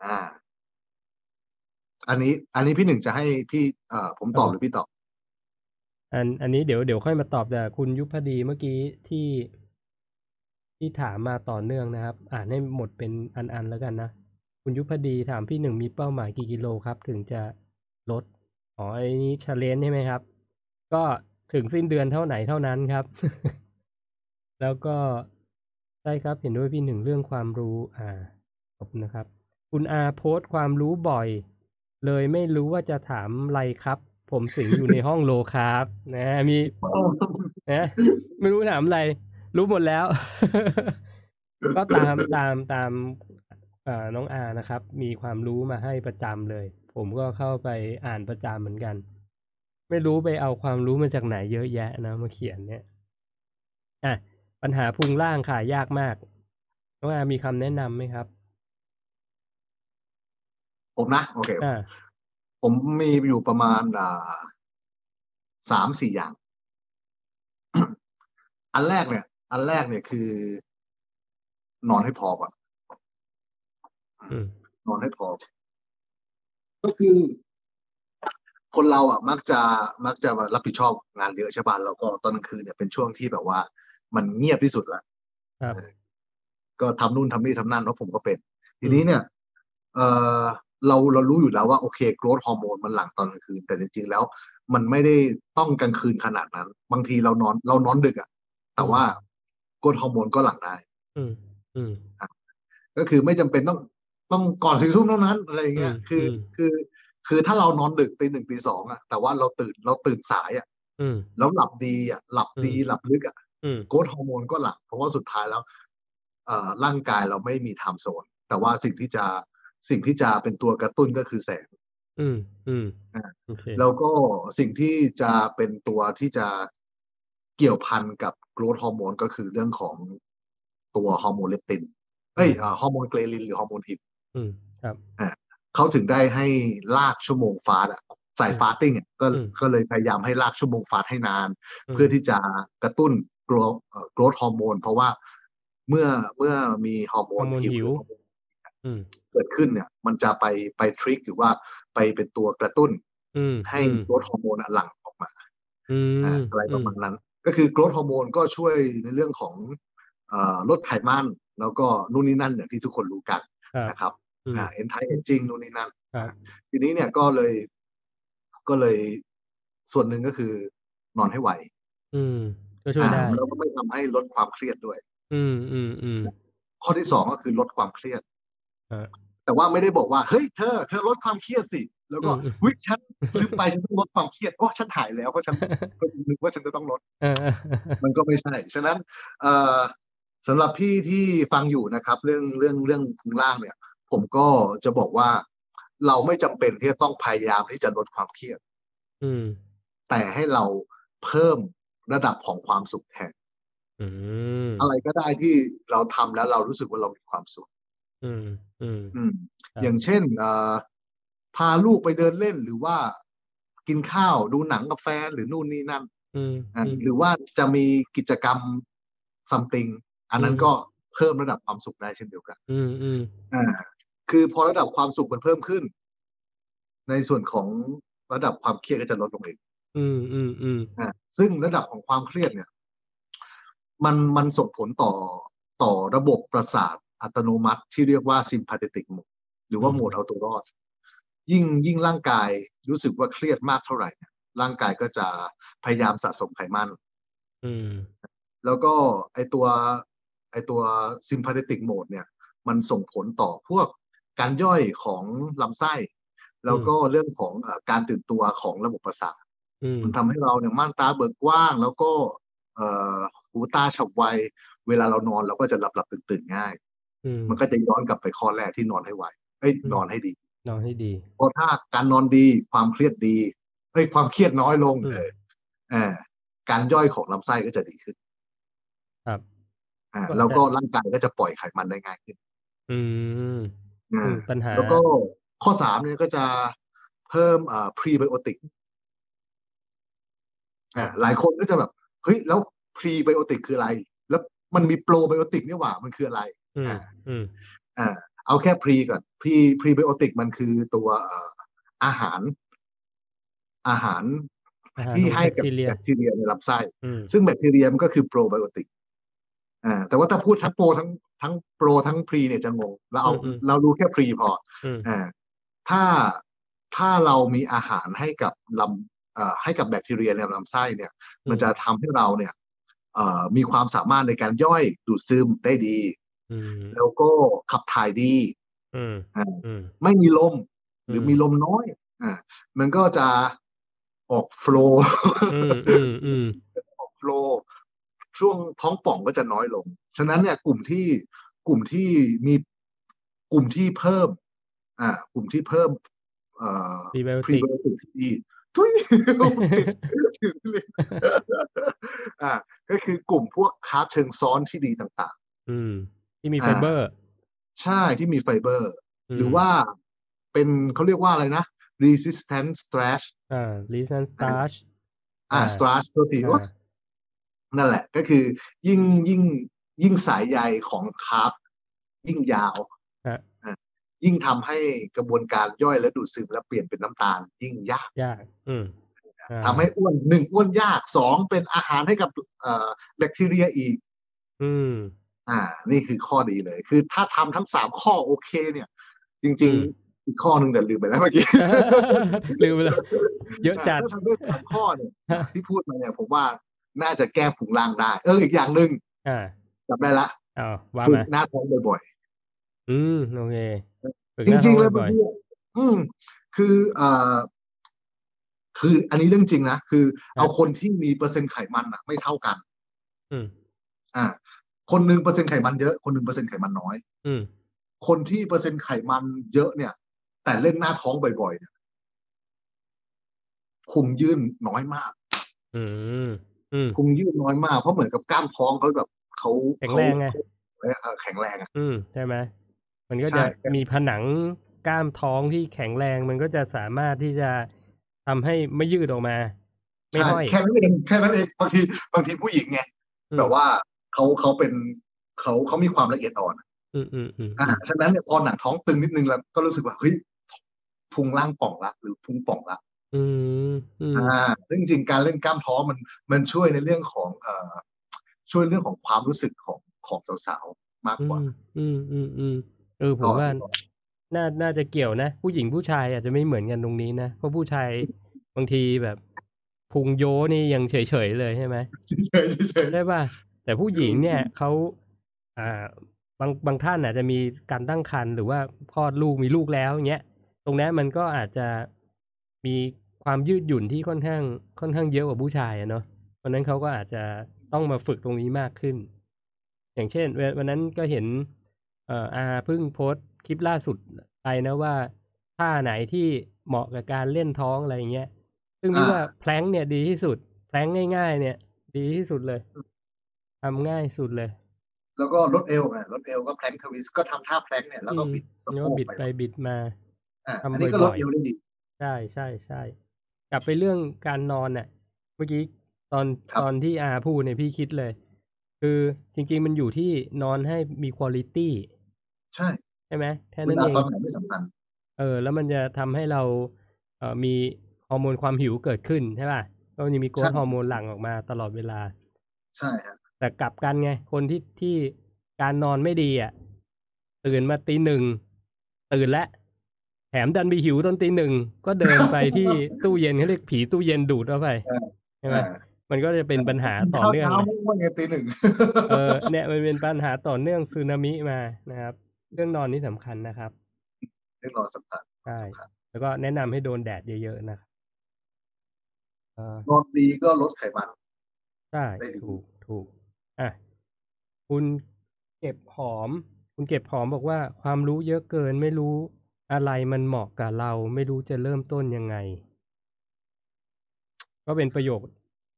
Speaker 2: อ่า อันนี้ อันนี้พี่หนึ่งจะให้พี่เอ่อผมตอบหรือพี่ตอบ
Speaker 1: อันอันนี้เดี๋ยวเดี๋ยวค่อยมาตอบแต่คุณยุพดีเมื่อกี้ที่ที่ถามมาต่อเนื่องนะครับ อ่านให้หมดเป็นอันอันๆแล้วกันนะคุณยุพดีถามพี่หนึ่งมีเป้าหมายกี่กิโลครับ ถึงจะลดอ๋อไอ้นี้ชาเลนใช่ไหมครับ ก็ถึงสิ้นเดือนเท่าไหนเท่านั้นครับ แล้วก็ใช่ครับเห็นด้วยพี่หนึ่งเรื่องความรู้ อ่าขอบคุณนะครับ คุณอาโพสต์ความรู้บ่อย เลยไม่รู้ว่าจะถามอะไรครับ ผมสิงห์อยู่ในห้องโลครับ นะมีนะไม่รู้ถามอะไร รู้หมดแล้ว ก็ตามตามตามเอ่อน้องอานะครับ มีความรู้มาให้ประจำเลย ผมก็เข้าไปอ่านประจำเหมือนกัน ไม่รู้ไปเอาความรู้มาจากไหนเยอะแยะนะมาเขียนเนี่ยอ่ะปัญหาพุงล่างค่ะยากมาก น้องอามีคำแนะนำไหมครับ
Speaker 2: ผมนะ โอเค
Speaker 1: อ่า
Speaker 2: ผมมีอยู่ประมาณอ่าสามสี่อย่าง อันแรกเนี่ย อันแรกเนี่ยคือ นอนให้พอก่อน
Speaker 1: อืม
Speaker 2: นอนให้พอ ก็คือ คนเราอ่ะ มักจะมักจะรับผิดชอบงานเยอะใช่ป่ะแล้วก็ตอนกลางคืนเนี่ยเป็นช่วงที่แบบว่า มันเงียบที่สุดละ
Speaker 1: ครับ
Speaker 2: ก็ทำนู่นทำนี่ทำนั่นเพราะผมก็เป็น ทีนี้เนี่ย เออเราเรารู้อยู่แล้วว่าโอเคกรทฮอร์โมนมันหลั่งตอนกลางคืน แต่จริงๆแล้ว มันไม่ได้ต้องกลางคืนขนาดนั้น บางทีเรานอนเรานอนดึกอะแต่ว่ากรทฮอร์โมนก็หลั่งได้
Speaker 1: อืม อืม
Speaker 2: ก็คือไม่จำเป็นต้องต้องก่อนสี่ทุ่มเท่านั้นอะไรอย่างเงี้ย
Speaker 1: อืม
Speaker 2: คือ
Speaker 1: ม
Speaker 2: คือ คือถ้าเรานอนดึกตีหนึ่งตีสองอะแต่ว่าเราตื่นเราตื่นสายอะ
Speaker 1: อืม
Speaker 2: แล้วหลับดีอะหลับดี
Speaker 1: อืม
Speaker 2: หลับลึกอะ
Speaker 1: อืม
Speaker 2: โกรทฮอร์โมนก็หลั่งเพราะว่าสุดท้ายแล้วเอ่อร่างกายเราไม่มีไทม์โซน แต่ว่าสิ่งที่จะสิ่งที่จะเป็นตัวกระตุ้นก็คือแสง
Speaker 1: อืม อืม
Speaker 2: อ่า
Speaker 1: โอเค
Speaker 2: แล้วก็สิ่งที่จะเป็นตัวที่จะเกี่ยวพันกับโกรทฮอร์โมนก็คือเรื่องของตัวฮอร์โมนเลปตินเอ้ยเอ่อฮอร์โมนเกรลินหรือฮอร์โมน
Speaker 1: อืม ครับ
Speaker 2: เขาถึงได้ให้ลากชั่วโมงฟาสต์อะสายฟาสติ้งอะก็
Speaker 1: อืม
Speaker 2: ก็เลยพยายามให้ลากชั่วโมงฟาสต์ให้นาน
Speaker 1: ม
Speaker 2: เพื่อที่จะกระตุ้นกรอโกรทฮอร์โมน เพราะว่าเมื่อเมื่อมีฮอร์โม
Speaker 1: ฮอร์
Speaker 2: น
Speaker 1: โมนหิว อืม
Speaker 2: เกิดขึ้นเนี่ย มันจะไปไปทริกหรือว่าไปเป็นตัวกระตุ้น
Speaker 1: อืม
Speaker 2: ให้
Speaker 1: อืม
Speaker 2: โกรทฮอร์โมนอะหลั่งออกมา
Speaker 1: อืม
Speaker 2: อ่ะอะไรประมาณนั้น ก็คือโกรทฮอร์โมนก็ช่วยในเรื่องของเอ่อลดไขมันแล้วก็นู่นนี่นั่นอย่างที่ทุกคนรู้กัน
Speaker 1: ครับ
Speaker 2: นะครับ
Speaker 1: อืม
Speaker 2: เอ็นไทเอจิงนู่นนี่นั่น
Speaker 1: ครับ
Speaker 2: ทีนี้เนี่ยก็เลยก็เลยส่วนหนึ่งก็คือนอนให้ไหว
Speaker 1: อืม ก็ช่วย
Speaker 2: อ่า
Speaker 1: ได้
Speaker 2: แล้วก็ไม่ทำให้ลดความเครียดด้วย
Speaker 1: อืม อืม อืม
Speaker 2: ข้อที่สองก็คือลดความเครียด
Speaker 1: อ่า
Speaker 2: แต่ว่าไม่ได้บอกว่าเฮ้ยเธอเธอลดความเครียดสิ แล้วก็
Speaker 1: อืม
Speaker 2: วิฉันลืมไปฉันต้องลดความเครียดเพราะฉันหายแล้วเพราะฉันเพราะฉันนึกว่าฉันจะต้องลด
Speaker 1: เอ อ
Speaker 2: มันก็ไม่ใช่ ฉะนั้นเอ่อสำหรับพี่ที่ฟังอยู่นะครับ เรื่องเรื่องเรื่องพุงล่างเนี่ย ผมก็จะบอกว่าเราไม่จำเป็นที่จะต้องพยายามที่จะลดความเครียด
Speaker 1: อืม
Speaker 2: แต่ให้เราเพิ่มระดับของความสุขแทน
Speaker 1: อืม
Speaker 2: อะไรก็ได้ที่เราทำแล้วเรารู้สึกว่าเรามีความสุข
Speaker 1: อืม อืม
Speaker 2: อืม
Speaker 1: ครับ
Speaker 2: อย่างเช่นเอ่อพาลูกไปเดินเล่นหรือว่ากินข้าวดูหนังกับแฟนหรือนู่นนี่นั่น
Speaker 1: อืม
Speaker 2: อ่ะ
Speaker 1: อืม
Speaker 2: หรือว่าจะมีกิจกรรม something อันนั้น
Speaker 1: อืม
Speaker 2: ก็เพิ่มระดับความสุขได้เช่นเดียวกัน
Speaker 1: อืมอืม
Speaker 2: อ่า คือพอระดับความสุขมันเพิ่มขึ้น ในส่วนของระดับความเครียดก็จะลดลงเอง
Speaker 1: อืมอืมอืม
Speaker 2: อ่ะซึ่งระดับของความเครียดเนี่ย มันมันส่งผลต่อต่อระบบประสาทอัตโนมัติที่เรียกว่า sympathetic mode หรือว่าโหมดเอาตัวรอด ยิ่งยิ่งร่างกายรู้สึกว่าเครียดมากเท่าไหร่เนี่ยร่างกายก็จะพยายามสะสมไขมัน
Speaker 1: อืม
Speaker 2: แล้วก็ไอตัวไอตัว sympathetic mode เนี่ย มันส่งผลต่อพวกการย่อยของลำไส้ แล้วก็เรื่องของเออการตื่นตัวของระบบประสาท
Speaker 1: อืม
Speaker 2: มันทำให้เราเนี่ยม่านตาเบิกกว้าง แล้วก็เอ่อหูตาฉับไว เวลาเรานอนเราก็จะหลับหลับตื่นตื่นๆง่าย
Speaker 1: อืม
Speaker 2: มันก็จะย้อนกลับไปข้อแรกที่นอนให้ไวเอ้ยนอนให้ดี
Speaker 1: นอนให้ดี
Speaker 2: เพราะถ้าการนอนดีความเครียดดีเอ้ยความเครียดน้อยลง
Speaker 1: อืม
Speaker 2: เออเออการย่อยของลำไส้ก็จะดีขึ้น
Speaker 1: ครับ
Speaker 2: อ่า
Speaker 1: ก็
Speaker 2: แล้วก็ร่างกายก็จะปล่อยไขมันได้ง่ายขึ้น
Speaker 1: อืม
Speaker 2: อ่า
Speaker 1: อืมปัญหา
Speaker 2: แล้วก็ข้อสามเนี่ยก็จะเพิ่มอ่าพรีไบโอติกอ่าหลายคนก็จะแบบเฮ้ยแล้วพรีไบโอติกคืออะไร แล้วมันมีโปรไบโอติกนี่ยหว่ามันคืออะไร
Speaker 1: อืมอืม
Speaker 2: เอาแค่พรีก่อนพรีพรีไบโอติกมันคือตัวเอ่ออาหาร อาหาร
Speaker 1: อาาร
Speaker 2: ที่
Speaker 1: ของ
Speaker 2: ให้กับ
Speaker 1: แบคทีเรีย
Speaker 2: แบคทีเรียในลำไส้
Speaker 1: อืม
Speaker 2: ซึ่งแบคทีเรียมันก็คือโปรไบโอติกอ่าแต่ว่าถ้าพูดทั้งโปรทั้งทั้งโปรทั้งพรีเนี่ยจะงงเราเอาเรารู้แค่พรีพอ
Speaker 1: อืม
Speaker 2: อ่าถ้าถ้าเรามีอาหารให้กับลำเอ่อให้กับแบคทีเรียในลำไส้เนี่ย มันจะทำให้เราเนี่ยเอ่อมีความสามารถในการย่อยดูดซึมได้ดี
Speaker 1: อืม
Speaker 2: แล้วก็ขับถ่ายดี
Speaker 1: อืมอืม
Speaker 2: ไม่มีลม หรือมีลมน้อย อ่า มันก็จะออกโฟล
Speaker 1: อืมอืมอืม
Speaker 2: โฟลช่วงท้องป่องก็จะน้อยลง ฉะนั้นเนี่ยกลุ่มที่กลุ่มที่มีกลุ่มที่เพิ่ม อ่า กลุ่มที่เพิ่ม เอ่อ
Speaker 1: พรีไบโอ
Speaker 2: พรี
Speaker 1: ติก
Speaker 2: ไบโอติกที่ดีทุย อ่า ก็คือกลุ่มพวกคาร์บเชิงซ้อนที่ดีต่าง
Speaker 1: อืม ที่มี
Speaker 2: อ่า
Speaker 1: ไฟเบอร์
Speaker 2: ๆ ใช่ที่มีไฟเบอร์
Speaker 1: ม
Speaker 2: หรือว่าเป็นเขาเรียกว่าอะไรนะ resistant starch
Speaker 1: อ่าลิซันสตาร์ช
Speaker 2: อ่า
Speaker 1: อ่า
Speaker 2: starch ตัวสีโอ๊ย นั่นแหละก็คือยิ่งยิ่งยิ่งสายใยของคาร์บยิ่งยาว
Speaker 1: ฮะ
Speaker 2: อ่ะยิ่งทำให้กระบวนการย่อยและดูดซึมและเปลี่ยนเป็นน้ำตาล ยิ่งยาก
Speaker 1: ยาก อืมอ่า
Speaker 2: ทำให้อ้วนหนึ่งอ้วนยากสองเป็นอาหารให้กับเอ่อแบคทีเรียอีก
Speaker 1: อืม
Speaker 2: อ่า นี่คือข้อดีเลย คือถ้าทำทั้งสามข้อโอเคเนี่ย จ
Speaker 1: อื
Speaker 2: ริง
Speaker 1: ม
Speaker 2: ๆอีกข้อหนึ่งแต่ลืมไปแล้วเมื่อกี้
Speaker 1: ลืมไปแล้ว เยอะจัด
Speaker 2: ถ้าทำด้วยสามข้อเนี่ย
Speaker 1: ฮะ
Speaker 2: ที่พูดมาเนี่ยผมว่าน่าจะแก้ผุงล่างได้ เอออีกอย่างหนึ่ง
Speaker 1: อ่า
Speaker 2: จำได้ละ
Speaker 1: อ้าวว่า
Speaker 2: ฝึก
Speaker 1: มา
Speaker 2: หน้าท้องบ่อยๆ
Speaker 1: อืม โอเคฝึก
Speaker 2: จ
Speaker 1: หน้า
Speaker 2: ริง
Speaker 1: ท้
Speaker 2: ๆ
Speaker 1: อ
Speaker 2: แล้ว
Speaker 1: บ่อย
Speaker 2: พี่อืม คือเอ่อคืออันนี้เรื่องจริงนะ คือ เอาคนที่มีเปอร์เซ็นต์ไขมันอะไม่เท่ากัน
Speaker 1: ๆอืม
Speaker 2: อ่า คนหนึ่งเปอร์เซ็นต์ไขมันเยอะ คนหนึ่งเปอร์เซ็นต์ไขมันน้อย
Speaker 1: อืม
Speaker 2: คนที่เปอร์เซ็นต์ไขมันเยอะเนี่ย แต่เล่นหน้าท้องบ่อยๆเนี่ยคุมยื่นน้อยมาก
Speaker 1: อืม อืม
Speaker 2: คุมยื่นน้อยมาก เพราะเหมือนกับกล้ามท้องเขาแบบเขา
Speaker 1: แข็งแรงไง
Speaker 2: เขาเอ่อแข็งแรงอะ
Speaker 1: อืม ใช่ไหม มันก็
Speaker 2: ใช่
Speaker 1: จะมีผนังกล้ามท้องที่แข็งแรง มันก็จะสามารถที่จะทำให้ไม่ยืดออกมา ไม่
Speaker 2: ใช่
Speaker 1: ห้อย
Speaker 2: แค่นั้นเองแค่นั้นเองบางทีบางทีผู้หญิงไง
Speaker 1: อืม
Speaker 2: แบบว่าเขาเขาเป็นเขาเขามีความละเอียดอ่อน
Speaker 1: อืมอืมอืม
Speaker 2: อ่าฉะนั้นเนี่ยพอหนังท้องตึงนิดนึงแล้วก็รู้สึกว่าเฮ้ยพุงล่างป่องละหรือพุงป่องละ
Speaker 1: อืมอืม
Speaker 2: อ่าซึ่งจริงๆการเล่นกล้ามท้องมันมันช่วยในเรื่องของเอ่อช่วยเรื่องของความรู้สึกของของสาวๆมาก
Speaker 1: อื
Speaker 2: กว่า
Speaker 1: มอืมอืมอืมเออผ
Speaker 2: ต่
Speaker 1: ม
Speaker 2: อ
Speaker 1: ว่า
Speaker 2: ที่ต่อ
Speaker 1: น่าน่าจะเกี่ยวนะ ผู้หญิงผู้ชายอาจจะไม่เหมือนกันตรงนี้นะ เพราะผู้ชายบางทีแบบพุงโยนี่ยังเฉยๆเลยใช่ไหม
Speaker 2: เฉยๆเฉย
Speaker 1: ได้ป่ะแต่ผู้หญิงเนี่ย
Speaker 2: อืม
Speaker 1: เขาอ่าบางบางท่านอาจจะมีการตั้งครรภ์หรือว่าคลอดลูกมีลูกแล้วอย่างเงี้ยตรงนั้นมันก็อาจจะมีความยืดหยุ่นที่ค่อนข้างค่อนข้างเยอะกว่าผู้ชายอะเนาะเพราะฉะนั้นเขาก็อาจจะต้องมาฝึกตรงนี้มากขึ้น อย่างเช่นเววันนั้นก็เห็น เอ่ออาเพิ่งโพสต์คลิปล่าสุดไปนะว่าท่าไหนที่เหมาะกับการเล่นท้องอะไรอย่างเงี้ย ซึ่งพี่
Speaker 2: อ่า
Speaker 1: ว่าแพลงก์เนี่ยดีที่สุด แพลงก์ง่าย ๆ เนี่ย ดีที่สุดเลยทำง่ายสุดเลย
Speaker 2: ๆแล้วก็ลดเอวนะลดเอวก็แพลงทวิสก็ทำท่าแพลงเนี่ยแล้วก็บิดสะ
Speaker 1: แล้
Speaker 2: โพ
Speaker 1: วก็
Speaker 2: ก
Speaker 1: บิด
Speaker 2: ไป
Speaker 1: ไปบิดมา
Speaker 2: อ่า
Speaker 1: ทำ
Speaker 2: อันนี้ก็
Speaker 1: บ่
Speaker 2: ล
Speaker 1: อยๆ
Speaker 2: ดเอวได้ดี
Speaker 1: ใช่ใช่ใช่กลับไปเรื่องการนอนน่ะ เมื่อกี้ตอน
Speaker 2: ครับ
Speaker 1: ตอนที่อาพูดเนี่ยพี่คิดเลย คือจริง ๆ มันอยู่ที่นอนให้มีคุณ i t y
Speaker 2: ใช่
Speaker 1: ใช่ไหมแค่
Speaker 2: เว
Speaker 1: นั้น
Speaker 2: ลา
Speaker 1: เอง
Speaker 2: ตอนไหนไม่สำคัญ
Speaker 1: เออแล้วมันจะทำให้เราเออมีฮอร์โมนความหิวเกิดขึ้นใช่ป่ะก็ยังมีโกร
Speaker 2: ใช่
Speaker 1: ทฮอร์โมนหลั่งออกมาตลอดเวลา
Speaker 2: ใช่ฮะ
Speaker 1: แต่กลับกันไง คนที่ที่การนอนไม่ดีอ่ะตื่นมาตีหนึ่งตื่นแล้วแถมดันไปหิวตอนตีหนึ่งก็เดินไปที่ ตู้เย็นเขาเรียกผีตู้เย็นดูดเข้าไปใช่ไหม
Speaker 2: อ่า
Speaker 1: มันก็จะเป็นปัญหาต่อเนื่อง
Speaker 2: กิข้าว
Speaker 1: เลย
Speaker 2: เช้าว่าไงตีหนึ่ง
Speaker 1: เออเนี่ยมันเป็นปัญหาต่อเนื่องสึนามิมานะครับ เรื่องนอนนี่สำคัญนะครับ
Speaker 2: เรื่องนอนสำคัญ
Speaker 1: ใช่
Speaker 2: สำคัญ
Speaker 1: แล้วก็แนะนำให้โดนแดดเยอะๆนะครับเออ
Speaker 2: นอนดีก็ลดไขมัน
Speaker 1: ใช่
Speaker 2: ได้ดี
Speaker 1: ถูกถูกอ่ะคุณเก็บหอม คุณเก็บหอมบอกว่าความรู้เยอะเกินไม่รู้อะไรมันเหมาะกับเรา ไม่รู้จะเริ่มต้นยังไง ก็เป็นประโยค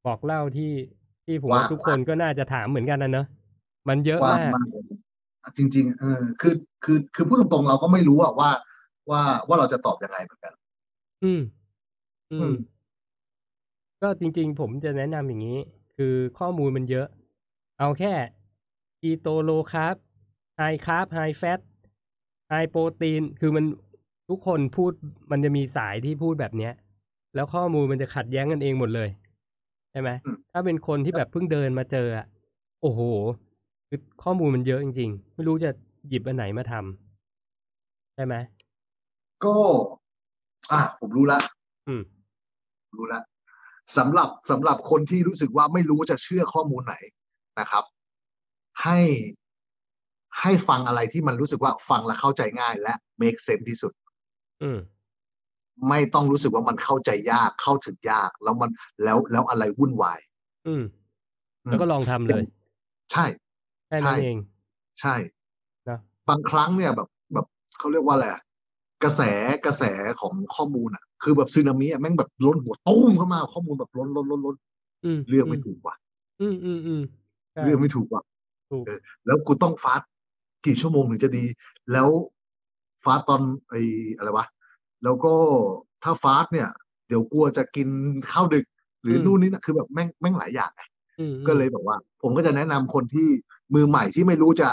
Speaker 1: บอกเล่าที่ที่ผมว่า
Speaker 2: ว่า
Speaker 1: ทุกคนก็น่าจะถามเหมือนกันนะเนอะมันเยอะ
Speaker 2: ว่าม
Speaker 1: าก
Speaker 2: มากจริง ๆ เออคือคือคือพูดตรงๆเราก็ไม่รู้อะว่า ว่าว่าเราจะตอบยังไงเหมือนกัน
Speaker 1: อืม อื
Speaker 2: อื
Speaker 1: ม
Speaker 2: ม
Speaker 1: ก็จริงๆ ผมจะแนะนำอย่างนี้ คือข้อมูลมันเยอะ เอาแค่กีโตโลคาร์บไฮคาร์บไฮแฟตไฮโปรตีน คือมันทุกคนพูดมันจะมีสายที่พูดแบบเนี้ย แล้วข้อมูลมันจะขัดแย้งกันเองหมดเลย ใช่ไหม
Speaker 2: อืม
Speaker 1: ถ้าเป็นคนที่แบบเพิ่งเดินมาเจออะโอ้โห คือข้อมูลมันเยอะจริงๆ ไม่รู้จะหยิบอันไหนมาทำใช่ไหม
Speaker 2: ก็ อ่ะผมรู้ละ
Speaker 1: อืม
Speaker 2: รู้ละสำหรับสำหรับคนที่รู้สึกว่าไม่รู้จะเชื่อข้อมูลไหนนะครับ ให้ให้ฟังอะไรที่มันรู้สึกว่าฟังแล้วเข้าใจง่าย และ make sense ที่สุด
Speaker 1: อืม
Speaker 2: ไม่ต้องรู้สึกว่ามันเข้าใจยากเข้าถึงยาก แล้วมันแล้วแล้วอะไรวุ่นวาย
Speaker 1: อืม
Speaker 2: อืม
Speaker 1: แล้วก็ลองทำเลย
Speaker 2: ใช่
Speaker 1: แค่
Speaker 2: ใช่
Speaker 1: นั้นเอง
Speaker 2: ใช่
Speaker 1: นะ
Speaker 2: บางครั้งเนี่ยแบบแบบเขาเรียกว่าอะไรอะกระแสกระแสของข้อมูลอ่ะ คือแบบซึนามิอ่ะแม่งแบบล้นหัวตุ้มเข้ามาข้อมูลแบบล้นล้นล้นล้น
Speaker 1: อืม
Speaker 2: เลือกไม่ถูกว่ะ
Speaker 1: อืมอืมอืมใช่
Speaker 2: เลือกไม่ถูกว่ะ
Speaker 1: ถูก
Speaker 2: แล้วกูต้องฟาสต์กี่ชั่วโมงถึงจะดี แล้วฟาสต์ตอนไออะไรวะแล้วก็ถ้าฟาสต์เนี่ย เดี๋ยวกลัวจะกินข้าวดึก หรืออ
Speaker 1: ม
Speaker 2: นู่นนี่นะคือแบบแม่งแม่งหลายอย่าง
Speaker 1: อืมอืม
Speaker 2: ก็เลยแบบว่า ผมก็จะแนะนำคนที่มือใหม่ที่ไม่รู้จะ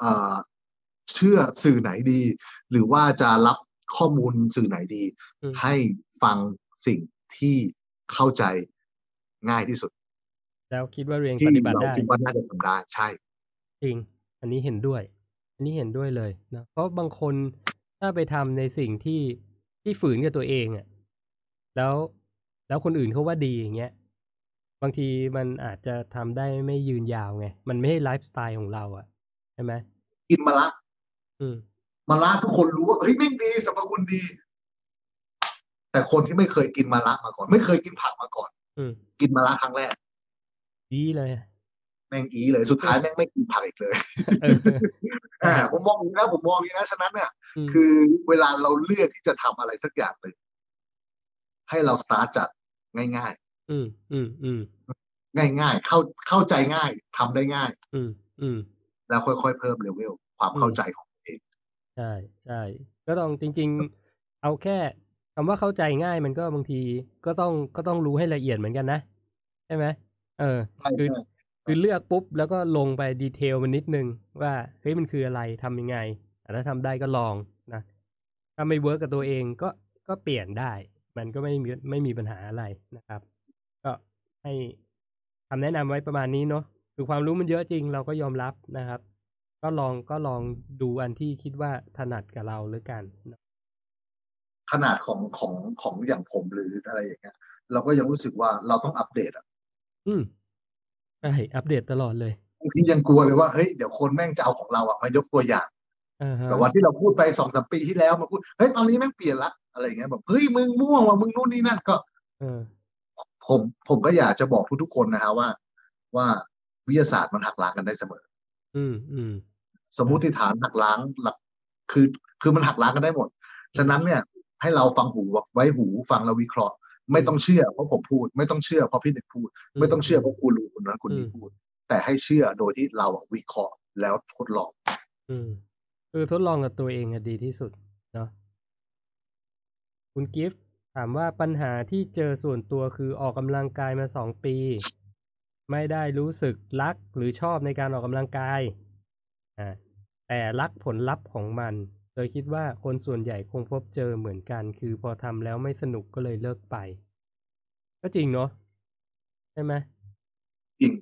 Speaker 2: เอ่อเชื่อสื่อไหนดี หรือว่าจะรับข้อมูลสื่อไหนดี
Speaker 1: อืม
Speaker 2: ให้ฟังสิ่งที่เข้าใจง่ายที่สุด
Speaker 1: แล้วคิดว่าเรียนป
Speaker 2: ที่
Speaker 1: ฏิบัติ
Speaker 2: เรา
Speaker 1: ได้
Speaker 2: คิดว่าน่าจะทำได้ใช่
Speaker 1: จริง อันนี้เห็นด้วย อันนี้เห็นด้วยเลยนะเพราะบางคนถ้าไปทำในสิ่งที่ที่ฝืนกับตัวเองอะ่ะ แล้วแล้วคนอื่นเขาว่าดีอย่างเงี้ยบางทีมันอาจจะทำได้ไม่ยืนยาวไง มันไม่ใช่ไลฟ์สไตล์ของเราอะ่ะใช่ไหม
Speaker 2: กินมะละ
Speaker 1: อืม
Speaker 2: มะละทุกคนรู้ว่าเฮ้ยแม่งดีสรรพคุณดี แต่คนที่ไม่เคยกินมะละมาก่อน ไม่เคยกินผักมาก่อน
Speaker 1: อืม
Speaker 2: กินมะละครั้งแรก
Speaker 1: ดีเลยอะ
Speaker 2: แม่งอีเลยสุดท้ายแม่งไม่กินผักอีกเลย
Speaker 1: เออ
Speaker 2: อ่าผมมองอย่างนี้นะผมมองอย่างนี้นะฉะนั้นเนี่ย
Speaker 1: ม
Speaker 2: คือเวลาเราเลือกที่จะทำอะไรสักอย่างหนึ่งให้เราสตาร์ทจากง่าย
Speaker 1: อืมอืมอืม
Speaker 2: ๆ ง่าย ๆ เข้าเข้าใจง่ายทำได้ง่าย
Speaker 1: อืมอืม
Speaker 2: แล้วค่อยๆ เพิ่มเลเวลความเข้าใจของตัวเอง
Speaker 1: ใช่ใช่ก็ต้องจริง ๆ เอาแค่คำว่าเข้าใจง่ายมันก็บางทีก็ต้องก็ต้องรู้ให้ละเอียดเหมือนกันนะใช่ไหมเออ
Speaker 2: ใช่
Speaker 1: คือ
Speaker 2: ใช่
Speaker 1: คือเลือกปุ๊บแล้วก็ลงไปดีเทลมันนิดนึงว่าเฮ้ยมันคืออะไรทำยังไงแต่ถ้าทำได้ก็ลองนะถ้าไม่เวิร์กกับตัวเองก็ก็เปลี่ยนได้ มันก็ไม่มีไม่มีปัญหาอะไรนะครับ ก็ให้คำแนะนำไว้ประมาณนี้เนาะคือความรู้มันเยอะจริงเราก็ยอมรับนะครับ ก็ลองก็ลองดูอันที่คิดว่าถนัดกับเราหรือกันนะ
Speaker 2: ขนาดของของของอย่างผมหรืออะไรอย่างเงี้ย เราก็ยังรู้สึกว่าเราต้องอัปเดตอ่ะ
Speaker 1: อืมใช่อัปเดตตลอดเลย
Speaker 2: บางทียังกลัวเลยว่าเฮ้ยเดี๋ยวคนแม่งจะเอาของเราอ่ะมายกตัวอย่าง
Speaker 1: อ่าฮะ
Speaker 2: แบบว่าที่เราพูดไปสองสามปีที่แล้วมาพูดเฮ้ยตอนนี้แม่งเปลี่ยนละอะไรอย่างเงี้ยแบบเฮ้ยมึงม่วงว่ะมึงนู่นนี่นั่นก็
Speaker 1: เออ
Speaker 2: ผมผมก็อยากจะบอกทุกๆคนนะฮะว่า ว่าวิทยาศาสตร์มันหักล้างกันได้เสมอ
Speaker 1: อืมอืม
Speaker 2: สมมติฐานหักล้างหลักคือคือมันหักล้างกันได้หมด ฉะนั้นเนี่ย ให้เราฟังหูไว้หูฟังแล้ววิเคราะห์ ไม่ต้องเชื่อเพราะผมพูด ไม่ต้องเชื่อเพราะพี่หนึ่งพูด ไม่ต้องเชื่อเพราะกูรู้คนนั้นคนนี้
Speaker 1: อืม
Speaker 2: พูด แต่ให้เชื่อโดยที่เราอะวิเคราะห์แล้วทดลอง
Speaker 1: อืมคือทดลองกับตัวเองอะดีที่สุดเนาะคุณกิฟต์ถามว่าปัญหาที่เจอส่วนตัวคือออกกำลังกายมาสองปี ไม่ได้รู้สึกรักหรือชอบในการออกกำลังกายอ่าแต่รักผลลัพธ์ของมันโดยคิดว่าคนส่วนใหญ่คงพบเจอเหมือนกัน คือพอทำแล้วไม่สนุกก็เลยเลิกไป ก็จริงเนาะใช่ไหม
Speaker 2: จริง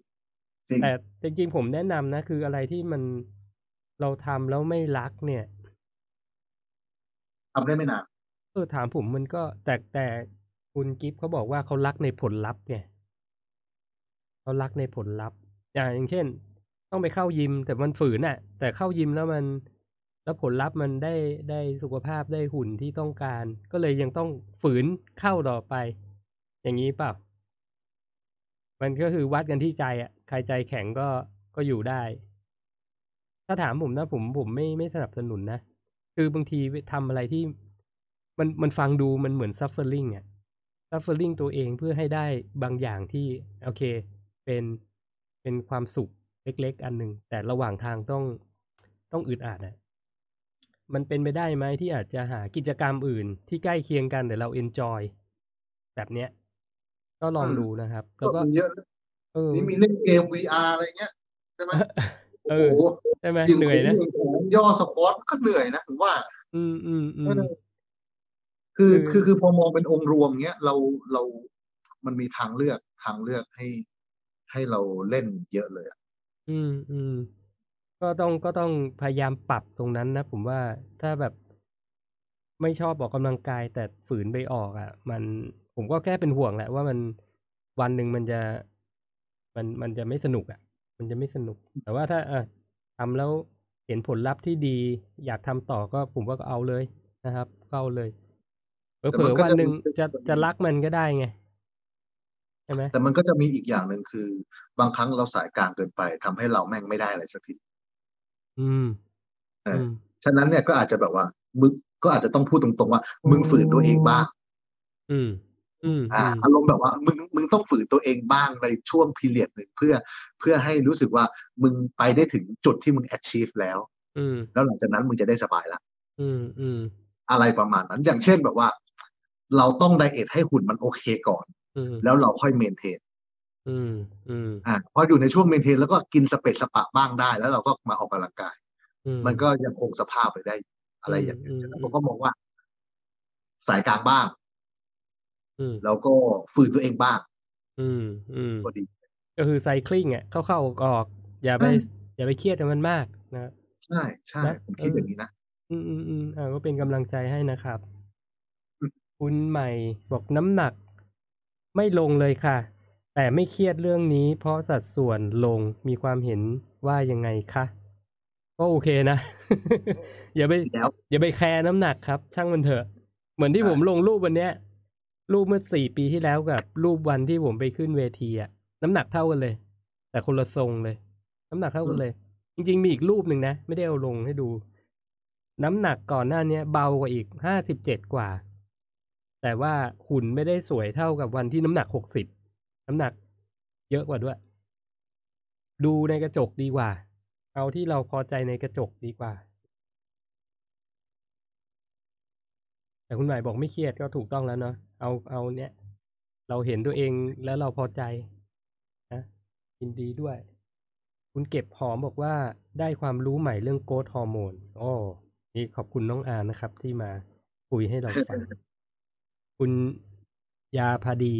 Speaker 2: จริง
Speaker 1: แต่จริงๆผมแนะนำนะ คืออะไรที่มันเราทำแล้วไม่รักเนี่ย
Speaker 2: ทำได้ไม่นาน
Speaker 1: เออถามผมมันก็แต่แต่คุณกิฟต์เขาบอกว่าเขารักในผลลัพธ์ไงเขารักในผลลัพธ์อ่าอย่างเช่น ต้องไปเข้ายิมแต่มันฝืนน่ะ แต่เข้ายิมแล้วมัน แล้วผลลัพธ์มันได้ได้สุขภาพได้หุ่นที่ต้องการ ก็เลยยังต้องฝืนเข้าต่อไป อย่างนี้เปล่า มันก็คือวัดกันที่ใจอ่ะ ใครใจแข็งก็ก็อยู่ได้ ถ้าถามผมนะผมผมไม่ไม่สนับสนุนนะ คือบางทีทำอะไรที่มันมันฟังดูมันเหมือน suffering อะ suffering ตัวเองเพื่อให้ได้บางอย่างที่โอเค เป็นเป็นความสุขเล็กๆ อันหนึ่งแต่ระหว่างทางต้องต้องอึดอัดอะมันเป็นไปได้ไหมที่อาจจะหากิจกรรมอื่นที่ใกล้เคียงกันแต่เรา enjoy แบบเนี้ย ก็ลอง
Speaker 2: อืม
Speaker 1: ดูนะครับ
Speaker 2: ก็
Speaker 1: แล้วก็
Speaker 2: มีเยอะ
Speaker 1: เออ
Speaker 2: นี่มีเล่นเกม VR อะไรเงี้ยใช่ไหม
Speaker 1: เออ
Speaker 2: โอ้โห
Speaker 1: ใช่ไหม
Speaker 2: ยิง
Speaker 1: เหนื่อยนะ
Speaker 2: ยิงของย่อสปอร์ตก็เหนื่อยนะผมว่า
Speaker 1: อืมอืมอืม
Speaker 2: เออ คือ
Speaker 1: คือ
Speaker 2: คือคือพอมองเป็นองค์รวมเงี้ยเราเรา มันมีทางเลือกทางเลือกให้ ให้เราเล่นเยอะเลยอะ
Speaker 1: อืมอืมก็ต้องก็ต้องพยายามปรับตรงนั้นนะผมว่าถ้าแบบไม่ชอบออกกำลังกายแต่ฝืนไปออกอ่ะ มันผมก็แค่เป็นห่วงแหละว่ามันวันหนึ่งมันจะ มันมันจะไม่สนุกอ่ะ มันจะไม่สนุก แต่ว่าถ้าเออทำแล้วเห็นผลลัพธ์ที่ดี อยากทำต่อก็ผมว่าก็เอาเลยนะครับเข้าเลยเผลอๆวันหนึ่งจะจะรักมันก็ได้ไงใช่ไหม
Speaker 2: แต่มันก็จะมีอีกอย่างหนึ่งคือ บางครั้งเราสายกลางเกินไปทำให้เราแม่งไม่ได้อะไรสักที
Speaker 1: อืม
Speaker 2: เอออื
Speaker 1: ม
Speaker 2: ฉะนั้นเนี่ยก็อาจจะแบบว่า มึงก็อาจจะต้องพูดตรงๆว่า มึงฝืนตัวเองบ้าง
Speaker 1: อืม อืม
Speaker 2: อ่า
Speaker 1: อืม
Speaker 2: อารมณ์แบบว่ามึงมึงต้องฝืนตัวเองบ้างในช่วงพีเรียดหนึ่งเพื่อเพื่อให้รู้สึกว่ามึงไปได้ถึงจุดที่มึง achieve แล้ว
Speaker 1: อืม
Speaker 2: แล้วหลังจากนั้นมึงจะได้สบายละ
Speaker 1: อืมอืม
Speaker 2: อะไรประมาณนั้น อย่างเช่นแบบว่า เราต้องไดเอทให้หุ่นมันโอเคก่อน
Speaker 1: อืม
Speaker 2: แล้วเราค่อยเมนเทน
Speaker 1: อืมอืม
Speaker 2: อ่าพออยู่ในช่วงเมนเทนแล้วก็กินสเปซสปะบ้างได้ แล้วเราก็มาออกกำลังกาย
Speaker 1: อื
Speaker 2: มันก็ยังคงสภาพไปได้ อะไรอย่างเงี้
Speaker 1: อื
Speaker 2: ย
Speaker 1: ม
Speaker 2: ฉะนั้น
Speaker 1: อืม
Speaker 2: ผมก็มองว่า สายกลางบ้าง
Speaker 1: อืม
Speaker 2: แล้วก็ฝืนตัวเองบ้าง
Speaker 1: อืมอืม
Speaker 2: ก็ดี
Speaker 1: ก็คือไซคลิงอ่ะเข้าเข้าออกออกอย่าไป
Speaker 2: ใช่
Speaker 1: อย่าไปเครียดกับมันมากนะครับ
Speaker 2: ใช่ใช่
Speaker 1: นะ
Speaker 2: ผมคิด
Speaker 1: เออ
Speaker 2: อ
Speaker 1: อ
Speaker 2: ย่างนี้นะ
Speaker 1: อืมอืมอืมอ่าก็เป็นกำลังใจให้นะครับ
Speaker 2: อืม
Speaker 1: คุณใหม่บอกน้ำหนัก ไม่ลงเลยค่ะ แต่ไม่เครียดเรื่องนี้ เพราะสัดส่วนลงมีความเห็นว่ายังไงคะก็โอเคนะ อย่าไป
Speaker 2: แล้ว
Speaker 1: อย่าไปแคร์น้ำหนักครับ ช่างมันเถอะ เหมือนที่
Speaker 2: ใช่
Speaker 1: ผมลงรูปวันเนี้ย รูปเมื่อสี่ปีที่แล้วกับ รูปวันที่ผมไปขึ้นเวทีอะน้ำหนักเท่ากันเลย แต่คนละทรงเลย น้ำหนักเท่ากันเลย จริงๆมีอีกรูปหนึ่งนะ ไม่ได้เอาลงให้ดู น้ำหนักก่อนหน้าเนี้ยเบากว่าอีกห้าสิบเจ็ดกว่า แต่ว่าหุ่นไม่ได้สวยเท่ากับวันที่น้ำหนักหกสิบน้ำหนัก เยอะกว่าด้วย ดูในกระจกดีกว่า เอาที่เราพอใจในกระจกดีกว่า แต่คุณหมายบอกไม่เครียดก็ถูกต้องแล้วเนาะ เอาเอาเนี่ย เราเห็นตัวเองแล้วเราพอใจนะยินดีด้วย คุณเก็บหอมบอกว่าได้ความรู้ใหม่เรื่องโกรทฮอร์โมนโอ้นี่ขอบคุณน้องอานะครับ ที่มาคุยให้เราฟัง คุณยาพาดี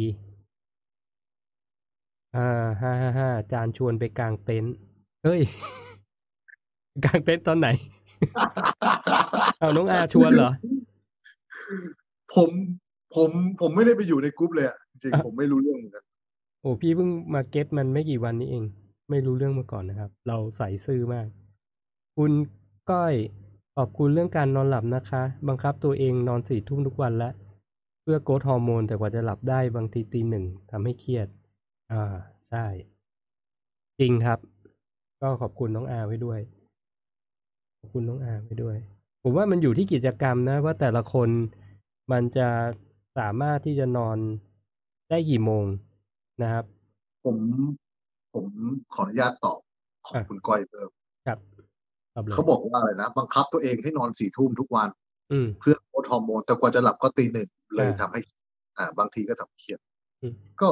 Speaker 1: อ่าห้าห้าห้าจานชวนไปกลางเต็นท์เฮ้ย กลางเต็นท์ตอนไหน เอาน้องอาชวนเหรอ
Speaker 2: ผมผมผมไม่ได้ไปอยู่ในกรุ๊ปเลยอะจริงๆผมไม่รู้เรื่องเหมือนกัน
Speaker 1: โอ้พี่เพิ่งมาเก็ตมันไม่กี่วันนี้เอง ไม่รู้เรื่องมาก่อนนะครับ เราใส่ซื่อมาก คุณก้อยขอบคุณเรื่องการนอนหลับนะคะ บังคับตัวเองนอนสี่ทุ่มทุกวันและ เพื่อโกรทฮอร์โมน แต่กว่าจะหลับได้บางทีตีหนึ่งทำให้เครียด อ่า ใช่ จริงครับ ก็ขอบคุณน้องอาไว้ด้วย ขอบคุณน้องอาไว้ด้วย ผมว่ามันอยู่ที่กิจกรรมนะ ว่าแต่ละคนมันจะสามารถที่จะนอนได้กี่โมงนะครับ
Speaker 2: ผมผมขออนุญาตตอบของ
Speaker 1: อ่ะ
Speaker 2: คุณก้อยเพิ่ม
Speaker 1: ครับตอบเลย
Speaker 2: เขาบอกว่าอะไรนะบังคับตัวเองให้นอนสี่ทุ่มทุกวัน
Speaker 1: อืม
Speaker 2: เพื่อลดฮอร์โมน แต่กว่าจะหลับก็ตีหนึ่งเลย
Speaker 1: อ่า
Speaker 2: ทำให้ อ่า บางทีก็ทำให้เครียด
Speaker 1: อืม
Speaker 2: ก็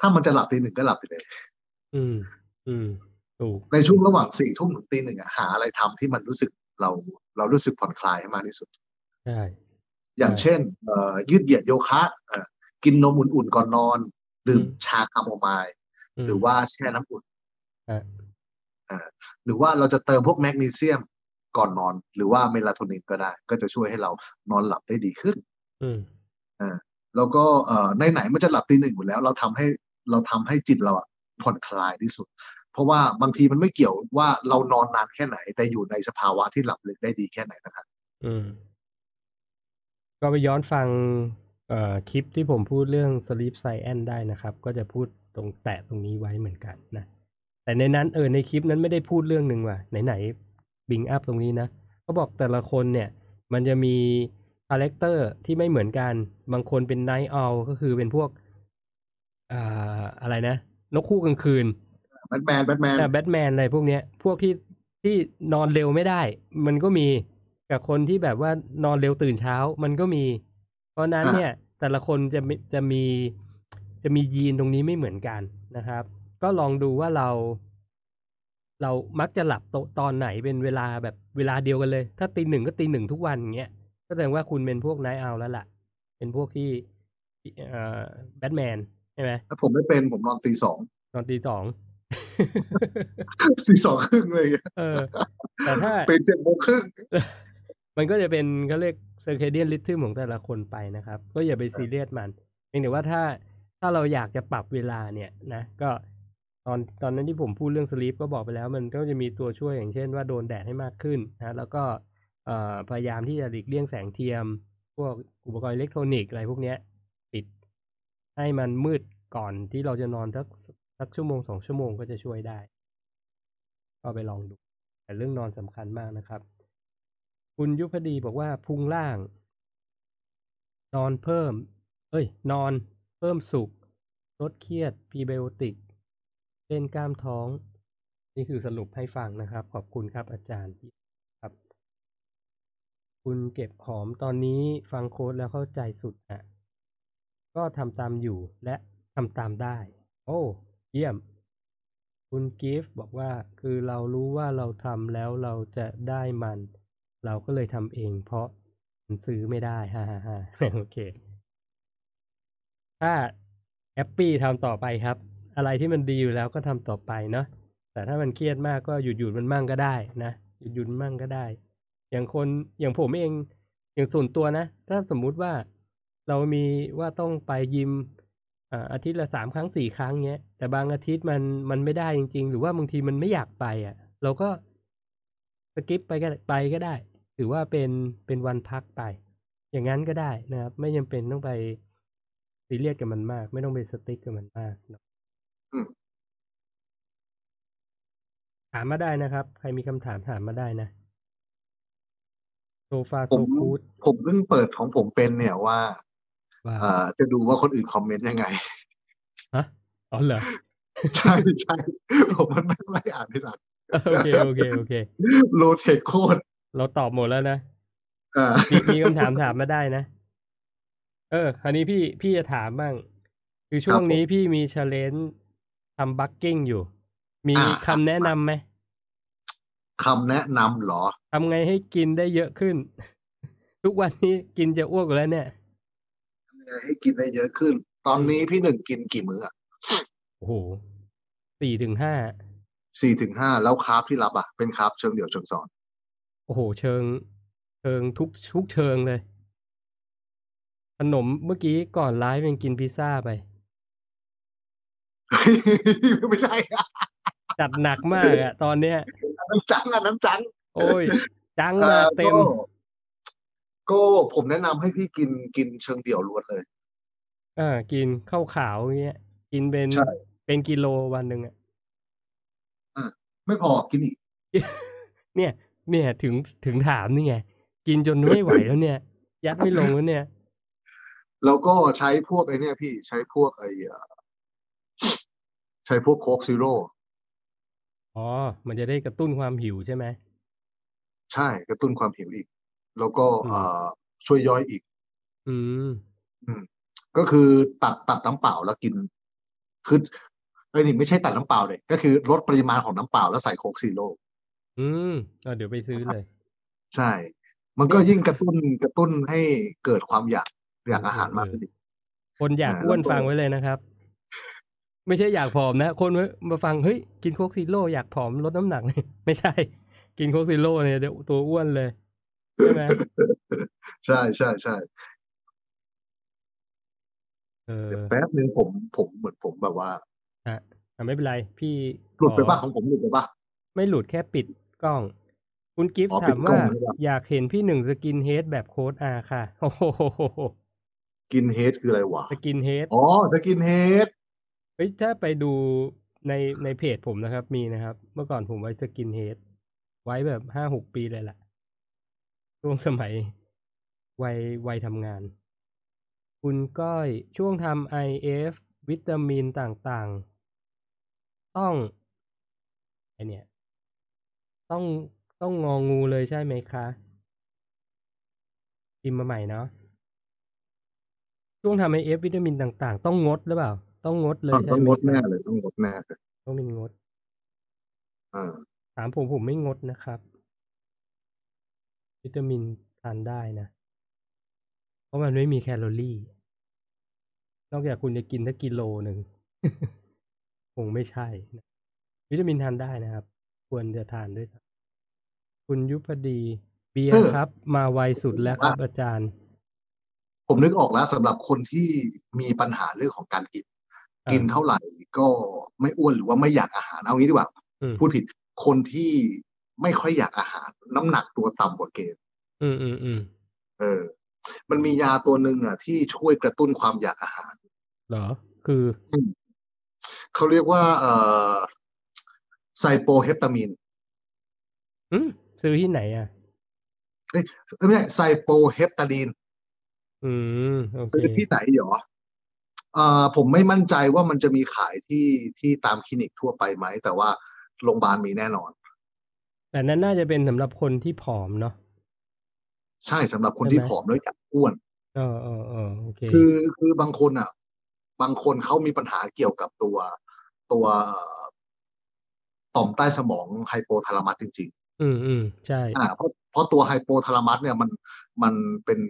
Speaker 2: ถ้ามันจะหลับตีหนึ่งก็หลับไปเลย
Speaker 1: อืม อืม ถูก
Speaker 2: ในช่วงระหว่างสี่ทุ่มถึงตีหนึ่งอะหาอะไรทำที่มันรู้สึกเราเรารู้สึกผ่อนคลายให้มากที่สุด
Speaker 1: ใช่
Speaker 2: อย่าง
Speaker 1: ใช่
Speaker 2: เช่นเอ่อยืดเหยียดโยคะเอ่อกินนมอุ่นๆก่อนนอน ดื่ม
Speaker 1: อืม
Speaker 2: ชาคาโมไมล์
Speaker 1: ม
Speaker 2: หรือว่าแช่น้ำอุ่น
Speaker 1: ฮะ
Speaker 2: อ่าหรือว่าเราจะเติมพวกแมกนีเซียมก่อนนอน หรือว่าเมลาโทนินก็ได้ ก็จะช่วยให้เรานอนหลับได้ดีขึ้น
Speaker 1: อืม
Speaker 2: แล้วก็เอ่อในไหนๆมันจะหลับตีหนึ่งอยู่แล้ว เราทำให้เราทำให้จิตเราอะผ่อนคลายที่สุด เพราะว่าบางทีมันไม่เกี่ยวว่าเรานอนนานแค่ไหน แต่อยู่ในสภาวะที่หลับลึกได้ดีแค่ไหนนะครับ
Speaker 1: อืม ก็ไปย้อนฟัง เอ่อ คลิปที่ผมพูดเรื่อง Sleep Science ได้นะครับ ก็จะพูดตรงแตะตรงนี้ไว้เหมือนกันนะ แต่ในนั้นเออในคลิปนั้นไม่ได้พูดเรื่องหนึ่งว่ะ ไหน ๆ บิงอัพตรงนี้นะเขาบอกแต่ละคนเนี่ย มันจะมีคาแรคเตอร์ที่ไม่เหมือนกัน บางคนเป็นไนท์อ l ก็คือเป็นพวกอ่าอะไรนะ นกคู่กลางคืน
Speaker 2: แบทแมนแบทแมน
Speaker 1: แต่แบทแมนอะไรพวกเนี้ย พวกที่ที่นอนเร็วไม่ได้ มันก็มีกับคนที่แบบว่านอนเร็วตื่นเช้า มันก็มี เพราะฉะนั้นเนี่ย แต่ละคนจะมีจะมีจะมียีนตรงนี้ไม่เหมือนกันนะครับ ก็ลองดูว่าเรา เรามักจะหลับตตอนไหนเป็นเวลาแบบเวลาเดียวกันเลย ถ้าตีหนึ่งก็ตีหนึ่งทุกวันอย่างเงี้ยก็แสดงว่าคุณเป็นพวกไนท์เอาแล้วล่ะ เป็นพวกที่เอ่อแบทแมนใช่ไหม
Speaker 2: ถ้าผมไม่เป็นผมนอนตีสอง
Speaker 1: ตอนตีสอง
Speaker 2: ตีสองครึ่งเลยอะ
Speaker 1: เออ แต่ถ้า
Speaker 2: เป็นเจ็ดโมงครึ่ง
Speaker 1: มันก็จะเป็นเขาเรียกเซอร์เคเดียนลิทึมของแต่ละคนไปนะครับ ก็อย่าไปซีเรียสมันเพียงแต่ว่าถ้าถ้าเราอยากจะปรับเวลาเนี่ยนะ ก็ตอนตอนนั้นที่ผมพูดเรื่องสลีปก็บอกไปแล้ว มันก็จะมีตัวช่วยอย่างเช่นว่าโดนแดดให้มากขึ้นนะแล้วก็เอ่อพยายามที่จะหลีกเลี่ยงแสงเทียม พวกอุปกรณ์อิเล็กทรอนิกส์อะไรพวกเนี้ย ปิดให้มันมืดก่อนที่เราจะนอนสักสักชั่วโมงสองชั่วโมงก็จะช่วยได้ ก็ไปลองดู แต่เรื่องนอนสำคัญมากนะครับ คุณยุพดีบอกว่าพุงล่าง นอนเพิ่ม เอ้ย นอนเพิ่มสุข ลดเครียดพรีไบโอติก เล่นกล้ามท้อง นี่คือสรุปให้ฟังนะครับ ขอบคุณครับอาจารย์ครับ คุณเก็บหอมตอนนี้ฟังโค้ดแล้วเข้าใจสุดอ่ะ ก็ทำตามอยู่และทำตามได้ โอ้ เยี่ยม คุณกิฟต์บอกว่าคือเรารู้ว่าเราทำแล้วเราจะได้มัน เราก็เลยทำเอง เพราะมันซื้อไม่ได้ ฮ่าฮ่าฮ่า โอเค ถ้าแฮปปี้ทำต่อไปครับ อะไรที่มันดีอยู่แล้วก็ทำต่อไปเนาะแต่ถ้ามันเครียดมากก็หยุดหยุดมันมั่งก็ได้นะหยุดหยุดมันมั่งก็ได้ อย่างคนอย่างผมเอง อย่างส่วนตัวนะ ถ้าสมมุติว่าเรามีว่าต้องไปยิมอ่าอาทิตย์ละสามครั้งสี่ครั้งเงี้ย แต่บางอาทิตย์มันมันไม่ได้จริง ๆ หรือว่าบางทีมันไม่อยากไปอ่ะ เราก็สกิปไปก็ได้ไปก็ได้ ถือว่าเป็นเป็นวันพักไป อย่างนั้นก็ได้นะครับ ไม่จำเป็นต้องไปซีเรียสกับมันมาก ไม่ต้องไปสติ๊กกับมันมากเนอะถามมาได้นะครับ ใครมีคำถามถามมาได้นะโซฟาโซฟูด
Speaker 2: ผมเพิ่งเปิดของผมเป็นเนี่ยว่า
Speaker 1: ว่า
Speaker 2: เอ่อจะดูว่าคนอื่นคอมเมนต์ยังไง
Speaker 1: ฮะอ๋อเหรอ
Speaker 2: ใช่ใช่ผมมันไม่งไล่อ่านทีหลัง
Speaker 1: โอเคโอเคโอเค
Speaker 2: โลเทคโคตร
Speaker 1: เราตอบหมดแล้วนะ
Speaker 2: เอ่อ
Speaker 1: มีมีคำถามถามมาได้นะ เออ คราวนี้พี่พี่จะถามบ้าง คือช่วงนี้พี่มีเชลเลนทำบักกิ้งอยู่ มีคำแนะนำไหม
Speaker 2: คำแนะนำเหรอ
Speaker 1: ทำไงให้กินได้เยอะขึ้น ทุกวันนี้กินจะอ้วกอยู่แล้วเนี่ย
Speaker 2: ให้กินได้เยอะขึ้น ตอนนี้พี่หนึ่งกินกี่มื้อ
Speaker 1: โอ้โหสี่ถึงห้า
Speaker 2: สี่ถึงห้าแล้วคาร์บที่รับอ่ะ เป็นคาร์บเชิงเดี่ยวเชิงซ้อน
Speaker 1: โอ้โห เชิง เชิงทุกทุกเชิงเลย ขนมเมื่อกี้ก่อนไลฟ์ยังกินพิซซ่าไป
Speaker 2: ไม่ใช่อะ
Speaker 1: จัดหนักมากอะตอนเนี้ย
Speaker 2: อันนั้นจังอันนั้นจัง
Speaker 1: โอ้ย จังมาเต็ม
Speaker 2: อ่อก็ก็ผมแนะนำให้พี่กินกินเชิงเดี่ยวล้วนเลย
Speaker 1: เออกินข้าวขาวอย่างเงี้ย กินเป็น
Speaker 2: ใช่
Speaker 1: เป็นกิโลวันหนึ่งอะ
Speaker 2: ไม่พอกินอีก
Speaker 1: เนี่ย เนี่ยถึงถึงถามนี่ไง กินจนไม่ไหวแล้ว เนี่ย ยัดไม่ลงแล้วเนี่ย
Speaker 2: แล้วก็ใช้พวกไอเนี่ยพี่ใช้พวกไอเอ่อใช้พวกโคกซีโร่
Speaker 1: อ๋อ มันจะได้กระตุ้นความหิวใช่ไหม
Speaker 2: ใช่กระตุ้นความหิวอีก แล้วก็
Speaker 1: อืม
Speaker 2: เอ่อช่วยย่อยอีก
Speaker 1: อืม
Speaker 2: ก็คือตัดตัดน้ำเปล่าแล้วกิน คือไอ้ยนี่ไม่ใช่ตัดน้ำเปล่าเลยก็คือลดปริมาณของน้ำเปล่าแล้วใส่โคกซีโร่
Speaker 1: อืมเออเดี๋ยวไปซื้อเลย
Speaker 2: ใช่ มันก็ยิ่งกระตุ้นกระตุ้นให้เกิดความอยากอยากอาหารมากขึ้นอีก
Speaker 1: คนอยาก
Speaker 2: อ่า
Speaker 1: อ้วน
Speaker 2: แล้วก็
Speaker 1: ฟังไว้เลยนะครับ ไม่ใช่อยากผอมนะ คนมาฟังเฮ้ยกินโคกซีโร่อยากผอมลดน้ำหนักเลย ไม่ใช่ กินโคกซีโร่เนี่ยเดี๋ยวตัวอ้วนเลยใช่ไหม
Speaker 2: ใช่ใช่ใช่
Speaker 1: เออ
Speaker 2: เดี๋ยวแป๊บนึงผมผมเหมือนผมแบบว่า
Speaker 1: อ่ะไม่เป็นไร พี่
Speaker 2: หลุดไป
Speaker 1: ขอ
Speaker 2: ป่ะของผมหลุดไปป่ะ
Speaker 1: ไม่หลุดแค่ปิดกล้อง คุณกิฟต์
Speaker 2: อ๋อปิ
Speaker 1: ถา
Speaker 2: ด
Speaker 1: ม
Speaker 2: กล้อ
Speaker 1: ว่า
Speaker 2: งด้วยเหรอ
Speaker 1: อยากเห็นพี่หนึ่งสกินเฮดแบบโค้ดอาค่ะ โอ้โห
Speaker 2: กินเฮดคืออะไรวะ
Speaker 1: สกินเฮด
Speaker 2: อ๋อสกินเฮด
Speaker 1: เฮ้ยถ้าไปดูในในเพจผมนะครับ มีนะครับ เมื่อก่อนผมไว้สกินเฮด ไว้แบบห้าหกปีเลยแหละช่วงสมัย วัยวัยทำงาน คุณก้อยช่วงทำ IF วิตามินต่างๆ ต้องไอเนี่ย ต้องต้องงองูเลยใช่ไหมคะพิมพ์มาใหม่เนาะช่วงทำไอเอฟวิตามินต่าง ๆ ต้องงดหรือเปล่า ต้องงดเลย
Speaker 2: ต้อง
Speaker 1: ใช่
Speaker 2: ต้อง
Speaker 1: ไหม
Speaker 2: งดแน่เลยต้องงดแน่เลย
Speaker 1: ต้องเป็นงด
Speaker 2: อ่า
Speaker 1: ถามผมผมไม่งดนะครับ วิตามินทานได้นะ เพราะมันไม่มีแคลอรี่ นอกจากคุณจะกินถ้ากิโลหนึ่ง คงไม่ใช่นะวิตามินทานได้นะครับ ควรจะทานด้วยครับคุณยุพดี เบียร์
Speaker 2: เออ
Speaker 1: ครับ มาไวสุดแล้วครับอาจารย์
Speaker 2: ผมนึกออกแล้วสำหรับคนที่มีปัญหาเรื่องของการกิน
Speaker 1: อ่ากิ
Speaker 2: กินเท่าไหร่ก็ไม่อ้วนหรือว่าไม่อยากอาหารเอางี้ดีกว่า
Speaker 1: อืม
Speaker 2: พูดผิดคนที่ไม่ค่อยอยากอาหาร น้ำหนักตัวต่ำกว่าเกณฑ์
Speaker 1: อืมอืมอืม
Speaker 2: เออ มันมียาตัวหนึ่งอ่ะ ที่ช่วยกระตุ้นความอยากอาหาร
Speaker 1: เหรอ คือ
Speaker 2: เขาเรียกว่าเอ่อไซโปเฮปตามีน
Speaker 1: อืมซื้อที่ไหนอ่ะ
Speaker 2: เอ้ยไม่ใช่ไซโปเฮปตาดีน
Speaker 1: อืมโอเค
Speaker 2: ซื้อที่ไหนเหรอเอ่อผมไม่มั่นใจว่ามันจะมีขายที่ที่ตามคลินิกทั่วไปไหม แต่ว่าโรงพยาบาลมีแน่นอน
Speaker 1: แต่นั้นน่าจะเป็นสำหรับคนที่ผอมเนาะ
Speaker 2: ใช่สำหรับคนที่
Speaker 1: ใช่ไหม
Speaker 2: ผอมแล้วอยากอ้วน
Speaker 1: เออเออเออโอเค
Speaker 2: คือคือบางคนอ่ะ บางคนเขามีปัญหาเกี่ยวกับตัวตัวต่อมใต้สมองไฮโปทาลามัสจริง
Speaker 1: อืมอืมใช่
Speaker 2: ๆ อ่า เพราะเพราะตัวไฮโปทาลามัสเนี่ยมันมันเป็น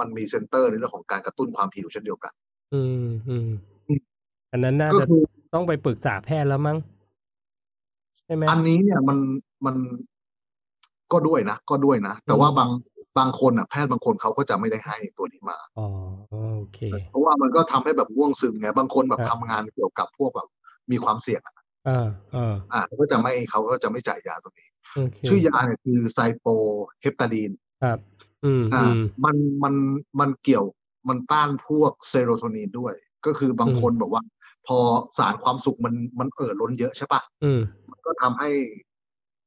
Speaker 2: มันมีเซนเตอร์ในเรื่องของการกระตุ้นความหิวเช่นเดียวกัน
Speaker 1: อืมอืมอันนั้นน่า
Speaker 2: ก็
Speaker 1: จะ
Speaker 2: คือ
Speaker 1: ต้องไปปรึกษาแพทย์แล้วมั้งใช่ไหม
Speaker 2: อันนี้เนี่ยมันมันก็ด้วยนะ ก็ด้วยนะ แต่ว่า
Speaker 1: อืม
Speaker 2: บางบางคนอ่ะแพทย์บางคนเขาก็จะไม่ได้ให้ตัวนี้มา
Speaker 1: อ๋อโอเค
Speaker 2: เพราะว่ามันก็ทำให้แบบง่วงซึมไงบางคนแบบ
Speaker 1: ครั
Speaker 2: ทำ
Speaker 1: บ
Speaker 2: งานเกี่ยวกับพวกแบบมีความเสี่ยงอะ
Speaker 1: เออเออ
Speaker 2: อ่ะเขาก็จะไม่เขาก็จะไม่จ่ายยาตัวนี้
Speaker 1: โอเค
Speaker 2: ชื่อยาเนี่ยคือไซโปเฮปตาดีน
Speaker 1: ครับ อืม
Speaker 2: อ่า
Speaker 1: อืม
Speaker 2: มันมันมันเกี่ยวมันต้านพวกเซโรโทนินด้วย ก็คือบางคนแบบว่า พอสารความสุขมันมันเอ่อล้นเยอะใช่ปะ
Speaker 1: อืม
Speaker 2: ก็ทำให้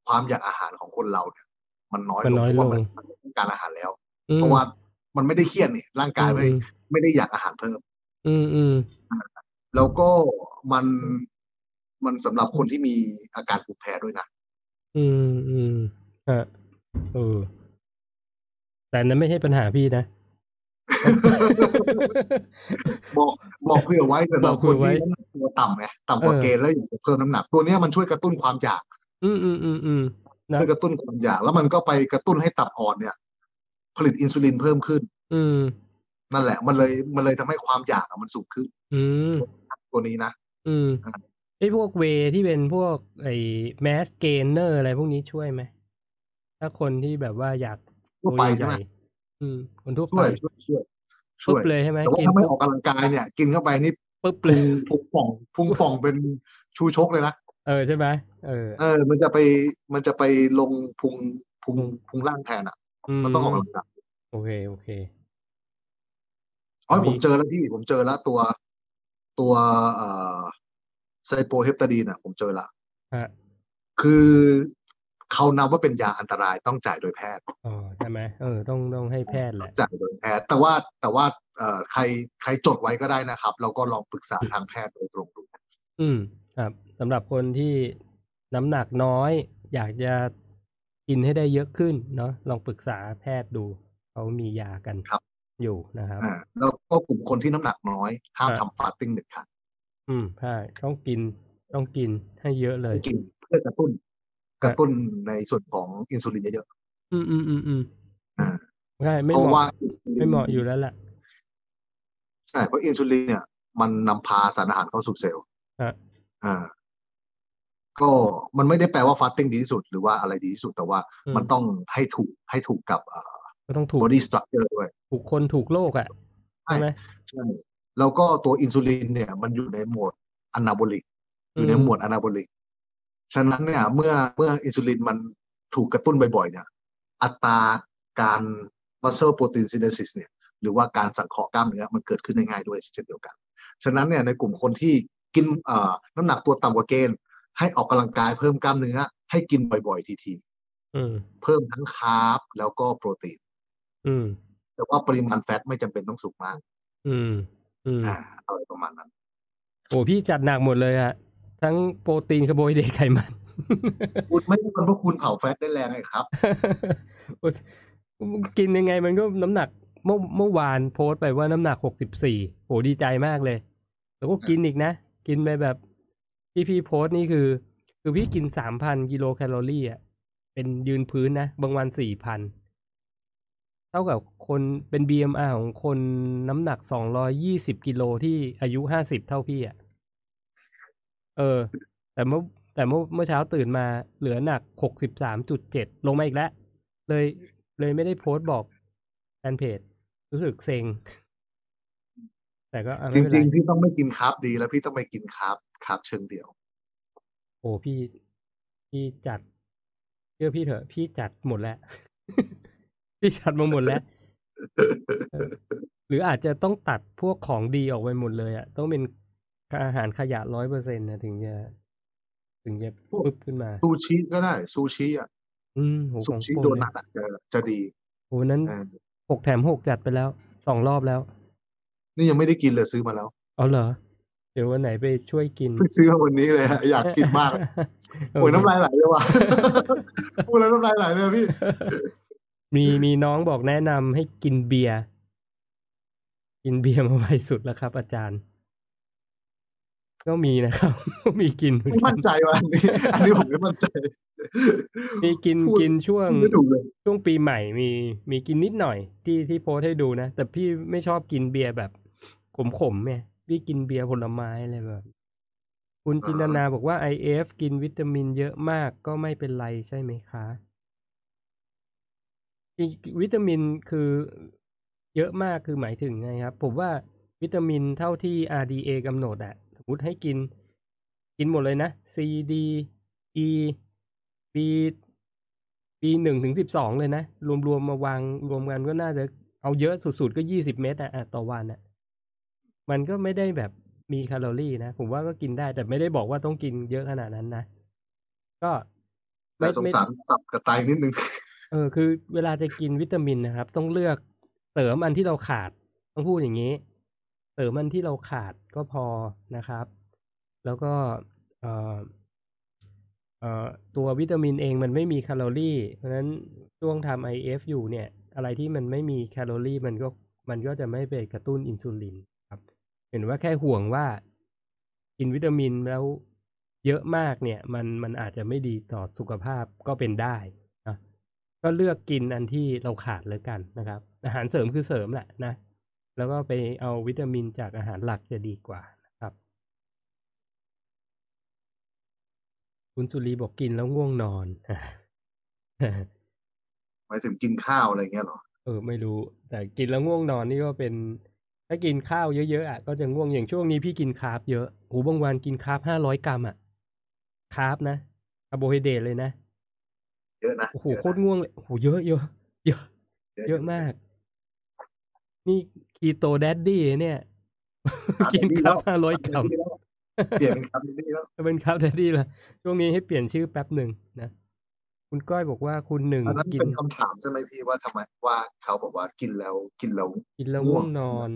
Speaker 2: ความอยากอาหารของคนเราเนี่ยมันน้อย
Speaker 1: มัน
Speaker 2: ล
Speaker 1: น้
Speaker 2: ง
Speaker 1: อย
Speaker 2: เพราะว่า
Speaker 1: ลง
Speaker 2: มันมันต้องการอาหารแล้ว
Speaker 1: อืม
Speaker 2: เพราะว่ามันไม่ได้เครียดนี่ร่างกายไม่
Speaker 1: อืม
Speaker 2: ไม่ได้อยากอาหารเพิ่ม
Speaker 1: อืมอืม
Speaker 2: แล้วก็มันมันสำหรับคนที่มีอาการภูมิแพ้ด้วยนะ
Speaker 1: อืมอืมฮะเออแต่อันนั้นไม่ใช่ปัญหาพี่นะ
Speaker 2: บอกบอกเผื่อไว้สำหรับคนที่น้ำหนักตัวต่ำไงต่ำกว่า
Speaker 1: เออ
Speaker 2: เกณฑ์แล้วอยากจะเพิ่มน้ำหนัก ตัวเนี้ยมันช่วยกระตุ้นความอยาก
Speaker 1: อืมอืมอืมอืม นะ
Speaker 2: ช่วยกระตุ้นความอยาก แล้วมันก็ไปกระตุ้นให้ตับอ่อนเนี่ย ผลิตอินซูลินเพิ่มขึ้น
Speaker 1: อืม
Speaker 2: นั่นแหละ มันเลยมันเลยทำให้ความอยากอะมันสูงขึ้น
Speaker 1: อืม
Speaker 2: ตัวนี้นะ
Speaker 1: อืม
Speaker 2: อ่า
Speaker 1: ไอ้พวกเวย์ที่เป็นพวกไอ้แมสเกนเนอร์อะไรพวกนี้ช่วยไหม ถ้าคนที่แบบว่าอยาก
Speaker 2: ทั่วไปใช่ไหม
Speaker 1: ตัวๆอืม คนทั่ว
Speaker 2: ช่
Speaker 1: ไป
Speaker 2: วยช่วยช่วยช่
Speaker 1: ปุ๊
Speaker 2: วย
Speaker 1: บเลยใช่ไหม
Speaker 2: แต่ว่า
Speaker 1: กิน
Speaker 2: ถ้าไม่
Speaker 1: ปุ๊บอ
Speaker 2: อ
Speaker 1: ก
Speaker 2: กำลังกายเนี่ย กินเข้าไปนี่
Speaker 1: ปุ๊บเล
Speaker 2: พุ
Speaker 1: ย
Speaker 2: งพุงป่องพุงป่องเป็นชูชกเลยนะ
Speaker 1: เออใช่ไหมเออ
Speaker 2: เออ มันจะไปมันจะไปลงพุงพุงพุงล่างแทนอ่ะ มันต้องออกกำลังกาย
Speaker 1: โอเคโอเค
Speaker 2: อ๋อ
Speaker 1: มี
Speaker 2: ผมเจอแล้วพี่ผมเจอแล้วตัวตัวเอ่อไซโปเฮปตาดีนอ่ะ ผมเจอละ
Speaker 1: ฮะ
Speaker 2: คือเขานับว่าเป็นยาอันตรายต้องจ่ายโดยแพทย์
Speaker 1: อ๋อใช่ไหมเออ ต้องต้องให้แพทย์แห
Speaker 2: ต้อ
Speaker 1: ละ
Speaker 2: งจ่ายโดยแพทย์ แต่ว่าแต่ว่าเอ่อใครใครจดไว้ก็ได้นะครับแล้วก็ลองปรึกษาทางแพทย์โดยตรงดู
Speaker 1: อืมครับสำหรับคนที่น้ำหนักน้อย อยากจะกินให้ได้เยอะขึ้นเนาะลองปรึกษาแพทย์ดูเขามียากัน
Speaker 2: ครับ
Speaker 1: อยู่นะครับ
Speaker 2: อ่าแล้วก็กลุ่มคนที่น้ำหนักน้อย ห้าม
Speaker 1: อ่า
Speaker 2: ทำฟาสติ้งเด็ดขาด
Speaker 1: อืมใช่ต้องกินต้องกินให้เยอะเลย
Speaker 2: กินเพื่อกระตุ้น กระตุ้นในส่วนของอินซูลินเยอะ
Speaker 1: อืมอืมอืมอืม
Speaker 2: อ่า
Speaker 1: ใช่
Speaker 2: ๆ
Speaker 1: ไม่
Speaker 2: เพ
Speaker 1: เห
Speaker 2: ราะว่า
Speaker 1: มาะไม่เหมาะ
Speaker 2: น
Speaker 1: อยู่แล้วแหละ
Speaker 2: ใช่เพราะอินซูลินเนี่ย มันนำพาสารอาหารเข้าสู่เซลล์
Speaker 1: ฮะ
Speaker 2: อ่าก็มันไม่ได้แปลว่าฟาสติ้งดีที่สุด หรือว่าอะไรดีที่สุด แต่ว่า
Speaker 1: อืม
Speaker 2: มันต้องให้ถูกให้ถูกกับ
Speaker 1: ก็ต้องถูก
Speaker 2: บอดี้สตรัคเจอร์ด้วย
Speaker 1: ถูกคนถูกโรคอ่ะ
Speaker 2: ใช่
Speaker 1: ใช่ไหม
Speaker 2: ใช่แล้วก็ตัวอินซูลินเนี่ย มันอยู่ในโหมดอนาโบลิก อยู่ในหมวดอนาโบลิก ฉะนั้นเนี่ย เมื่อเมื่ออินซูลินมันถูกกระตุ้นบ่อยๆ เนี่ย อัตราการ muscle protein synthesis เนี่ย หรือว่าการสังเคราะห์กล้ามเนื้อมันเกิดขึ้นได้ง่ายด้วยเช่นเดียวกัน ฉะนั้นเนี่ยในกลุ่มคนที่กินเอ่อน้ำหนักตัวต่ำกว่าเกณฑ์ ให้ออกกำลังกายเพิ่มกล้ามเนื้อ ให้กินบ่อยๆ ที
Speaker 1: อืม
Speaker 2: เพิ่มทั้งคาร์บแล้วก็โปรตีน
Speaker 1: อืม
Speaker 2: แต่ว่าปริมาณแฟตไม่จำเป็นต้องสูงมาก
Speaker 1: อืม อืม
Speaker 2: อ่าอะไรประมาณนั้น
Speaker 1: โอ้พี่จัดหนักหมดเลยอะทั้งโปรตีนคาร์โบไฮเดรตไข มัน
Speaker 2: คุณไม่ควรเพราะคุณเผาแฟตได้แรงไงครับ
Speaker 1: โอ๊ยกินยังไงมันก็น้ำหนักเมื่อเมื่อวานโพสต์ไปว่าน้ำหนักหกสิบสี่โหดีใจมากเลย แล้วก็กินอีกนะ กินไปแบบที่พี่โพสต์นี่คือ คือพี่กินสามพันกิโลแคลอรี่อ่ะเป็นยืนพื้นนะ บางวันสี่พันเท่ากับคนเป็น BMI ของคนน้ำหนักสองร้อยี่สิบกิโลที่อายุห้าสิบเท่าพี่อ่ะเออ แต่เมื่อแต่เมื่อเมื่อเช้าตื่นมาเหลือหนักหกสิบสามจุดเจ็ดลงมาอีกแล้ว เลยเลยไม่ได้โพสต์บอกแฟนเพจ รู้สึกเซ็ง แต่ก็อ่ะ
Speaker 2: จ
Speaker 1: ไม่เป็นไ
Speaker 2: ริง ๆ พี่ต้องไม่กินคาร์บดี แล้วพี่ต้องไปกินคาร์บคาร์บเชิงเดี่ยว
Speaker 1: โอ้พี่พี่จัดเชื่อพี่เถอะ พี่จัดหมดแล้ว พี่จัดมาหมดแล้ว หรืออาจจะต้องตัดพวกของดีออกไปหมดเลยอะต้องเป็นอาหารขยะร้อยเปอร์เซ็นต์นะถึงจะถึงจะปึ๊บขึ้นมา
Speaker 2: ซูชิก็ได้ ซูชิอ่ะ
Speaker 1: อืมโหข
Speaker 2: ซู
Speaker 1: อง
Speaker 2: ชิ
Speaker 1: โปร
Speaker 2: โด
Speaker 1: ดเลย
Speaker 2: นัทอ่ะจะจะดี
Speaker 1: โหนั้น
Speaker 2: อ่า
Speaker 1: หกแถมหกจัดไปแล้วสองรอบแล้ว
Speaker 2: นี่ยังไม่ได้กินเลยซื้อมาแล้ว
Speaker 1: เอาเหรอ เดี๋ยววันไหนไปช่วยกิน
Speaker 2: เพิ่งซื้อมาวันนี้เลยฮะอยากกิน มากเลย
Speaker 1: เออ
Speaker 2: โอ้ยน้ำลายไหลเลยว่ะ พูดแล้วน้ำลายไหลเลยพี่
Speaker 1: มีมีน้องบอกแนะนำให้กินเบียร์กินเบียร์มาไวสุดแล้วครับ อาจารย์ ก็มีนะครับ มีกินเหมือน
Speaker 2: ไม่
Speaker 1: กั
Speaker 2: มั่
Speaker 1: น
Speaker 2: นใจว่ะอันนี้ อันนี้ผมไม่มั่นใจ
Speaker 1: มีกิน
Speaker 2: พูด
Speaker 1: กินช่วง
Speaker 2: ไม่ถูกเลย
Speaker 1: ช่วงปีใหม่มีมีกินนิดหน่อยที่ที่โพสต์ให้ดูนะ แต่พี่ไม่ชอบกินเบียร์แบบขมๆเนี่ยพี่กินเบียร์ผลไม้อะไรแบบ คุณจินตนาบอกว่า IF กินวิตามินเยอะมากก็ไม่เป็นไรใช่ไหมคะจริงวิตามินคือเยอะมากคือหมายถึงไงครับ ผมว่าวิตามินเท่าที่ RDA กำหนดอะสมมติให้กิน กินหมดเลยนะ C D E B B หนึ่งถึงสิบสองเลยนะ รวมๆมาวางรวมกันก็น่าจะเอาเยอะสุดๆ ก็ยี่สิบเม็ดอะอะต่อวันอะมันก็ไม่ได้แบบมีแคลอรี่นะ ผมว่าก็กินได้ แต่ไม่ได้บอกว่าต้องกินเยอะขนาดนั้นนะ ก็
Speaker 2: แต่
Speaker 1: ไม่
Speaker 2: สง
Speaker 1: ไม่
Speaker 2: สารตับกับไตนิดนึง
Speaker 1: เออคือเวลาจะกินวิตามินนะครับ ต้องเลือกเสริมอันที่เราขาด ต้องพูดอย่างนี้ เสริมอันที่เราขาดก็พอนะครับ แล้วก็เอ่อเอ่อตัววิตามินเองมันไม่มีแคลอรี่ เพราะฉะนั้นช่วงทำ IF อยู่เนี่ย อะไรที่มันไม่มีแคลอรี่ มันก็มันก็จะไม่ไปกระตุ้นอินซูลินครับ เห็นว่าแค่ห่วงว่ากินวิตามินแล้วเยอะมากเนี่ย มันมันอาจจะไม่ดีต่อสุขภาพก็เป็นได้ นะก็เลือกกินอันที่เราขาดเลยกันนะครับ อาหารเสริมคือเสริมแหละนะ แล้วก็ไปเอาวิตามินจากอาหารหลักจะดีกว่านะครับ คุณสุรีบอกกินแล้วง่วงนอน
Speaker 2: หมายถึงกินข้าวอะไรเงี้ยเหรอ
Speaker 1: เออไม่รู้ แต่กินแล้วง่วงนอนนี่ก็เป็น ถ้ากินข้าวเยอะๆอ่ะก็จะง่วงอย่างช่วงนี้พี่กินคาร์บเยอะหูบางวันกินคาร์บห้าร้อยกรัมอ่ะคาร์บนะคาร์โบไฮเดรตเลยนะ
Speaker 2: เยอะนะ
Speaker 1: โอ้โหโคตรง่วงเลยโอ้โหเยอะเยอะเยอะ เยอะมาก นี่คีโตแดดดี้เนี่ย กินครับห้าร้อยกรัม
Speaker 2: เปลี่ยนเป็นคำนี้แล้ว
Speaker 1: เป็นครับแดดดี้ละช่วงนี้ให้เปลี่ยนชื่อแป๊บหนึ่งนะ คุณก้อยบอกว่าคุณหนึ่ง
Speaker 2: อันนั้น
Speaker 1: กิ
Speaker 2: เป็น นคำถามใช่ไหมพี่ว่าทำไมว่าเขาบอกว่ากินแล้วกินแล้ว
Speaker 1: กินแล้ว
Speaker 2: ง่
Speaker 1: ง่
Speaker 2: ว
Speaker 1: ว
Speaker 2: ง
Speaker 1: งนอน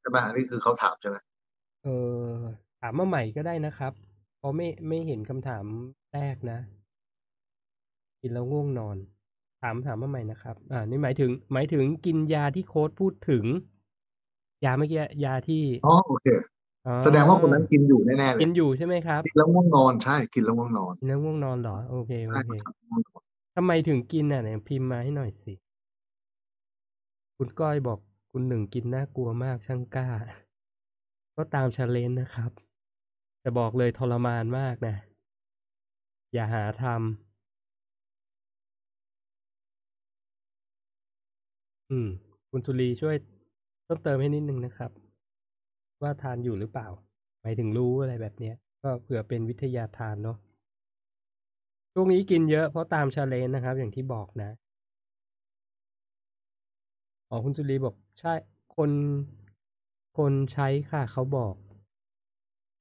Speaker 2: ใช่ไหมอันนี้คือเขาถามใช่ไหม
Speaker 1: เออถามมาใหม่ก็ได้นะครับ เพราะไม่ไม่เห็นคำถามแรกนะ กินแล้วง่วงนอน ถามถามมาใหม่นะครับ อ่า นี่หมายถึง หมายถึงกินยาที่โค้ดพูดถึง ยาเมื่อกี้ยาที่
Speaker 2: อ๋อโอเค แสดงว่าคนนั้นกินอยู่แน่ๆเล
Speaker 1: กิ
Speaker 2: ย
Speaker 1: นอยู่ใช่ไหมครับ
Speaker 2: กินแล้วง่วงนอนใช่กินแล้วง่วงนอน
Speaker 1: กินแล้วง่วงนอนเหรอ โอเคโอ
Speaker 2: ใช่
Speaker 1: เค
Speaker 2: ครับง่วงนอน
Speaker 1: ทำไมถึงกินอ่ะไหนพิมพ์มาให้หน่อยสิ คุณก้อยบอกคุณหนึ่งกินน่ากลัวมากช่างกล้า ก็ตามชาเลนนะครับ แต่บอกเลยทรมานมากนะ อย่าหาทำอืม คุณสุรีช่วยเพิ่มเติมให้นิดนึงนะครับ ว่าทานอยู่หรือเปล่า หมายถึงรู้อะไรแบบเนี้ย ก็เผื่อเป็นวิทยาทานเนาะ ช่วงนี้กินเยอะเพราะตามชาเลนจ์นะครับ อย่างที่บอกนะ อ๋อคุณสุรีบอกใช่ คน คนใช้ค่ะ เขาบอก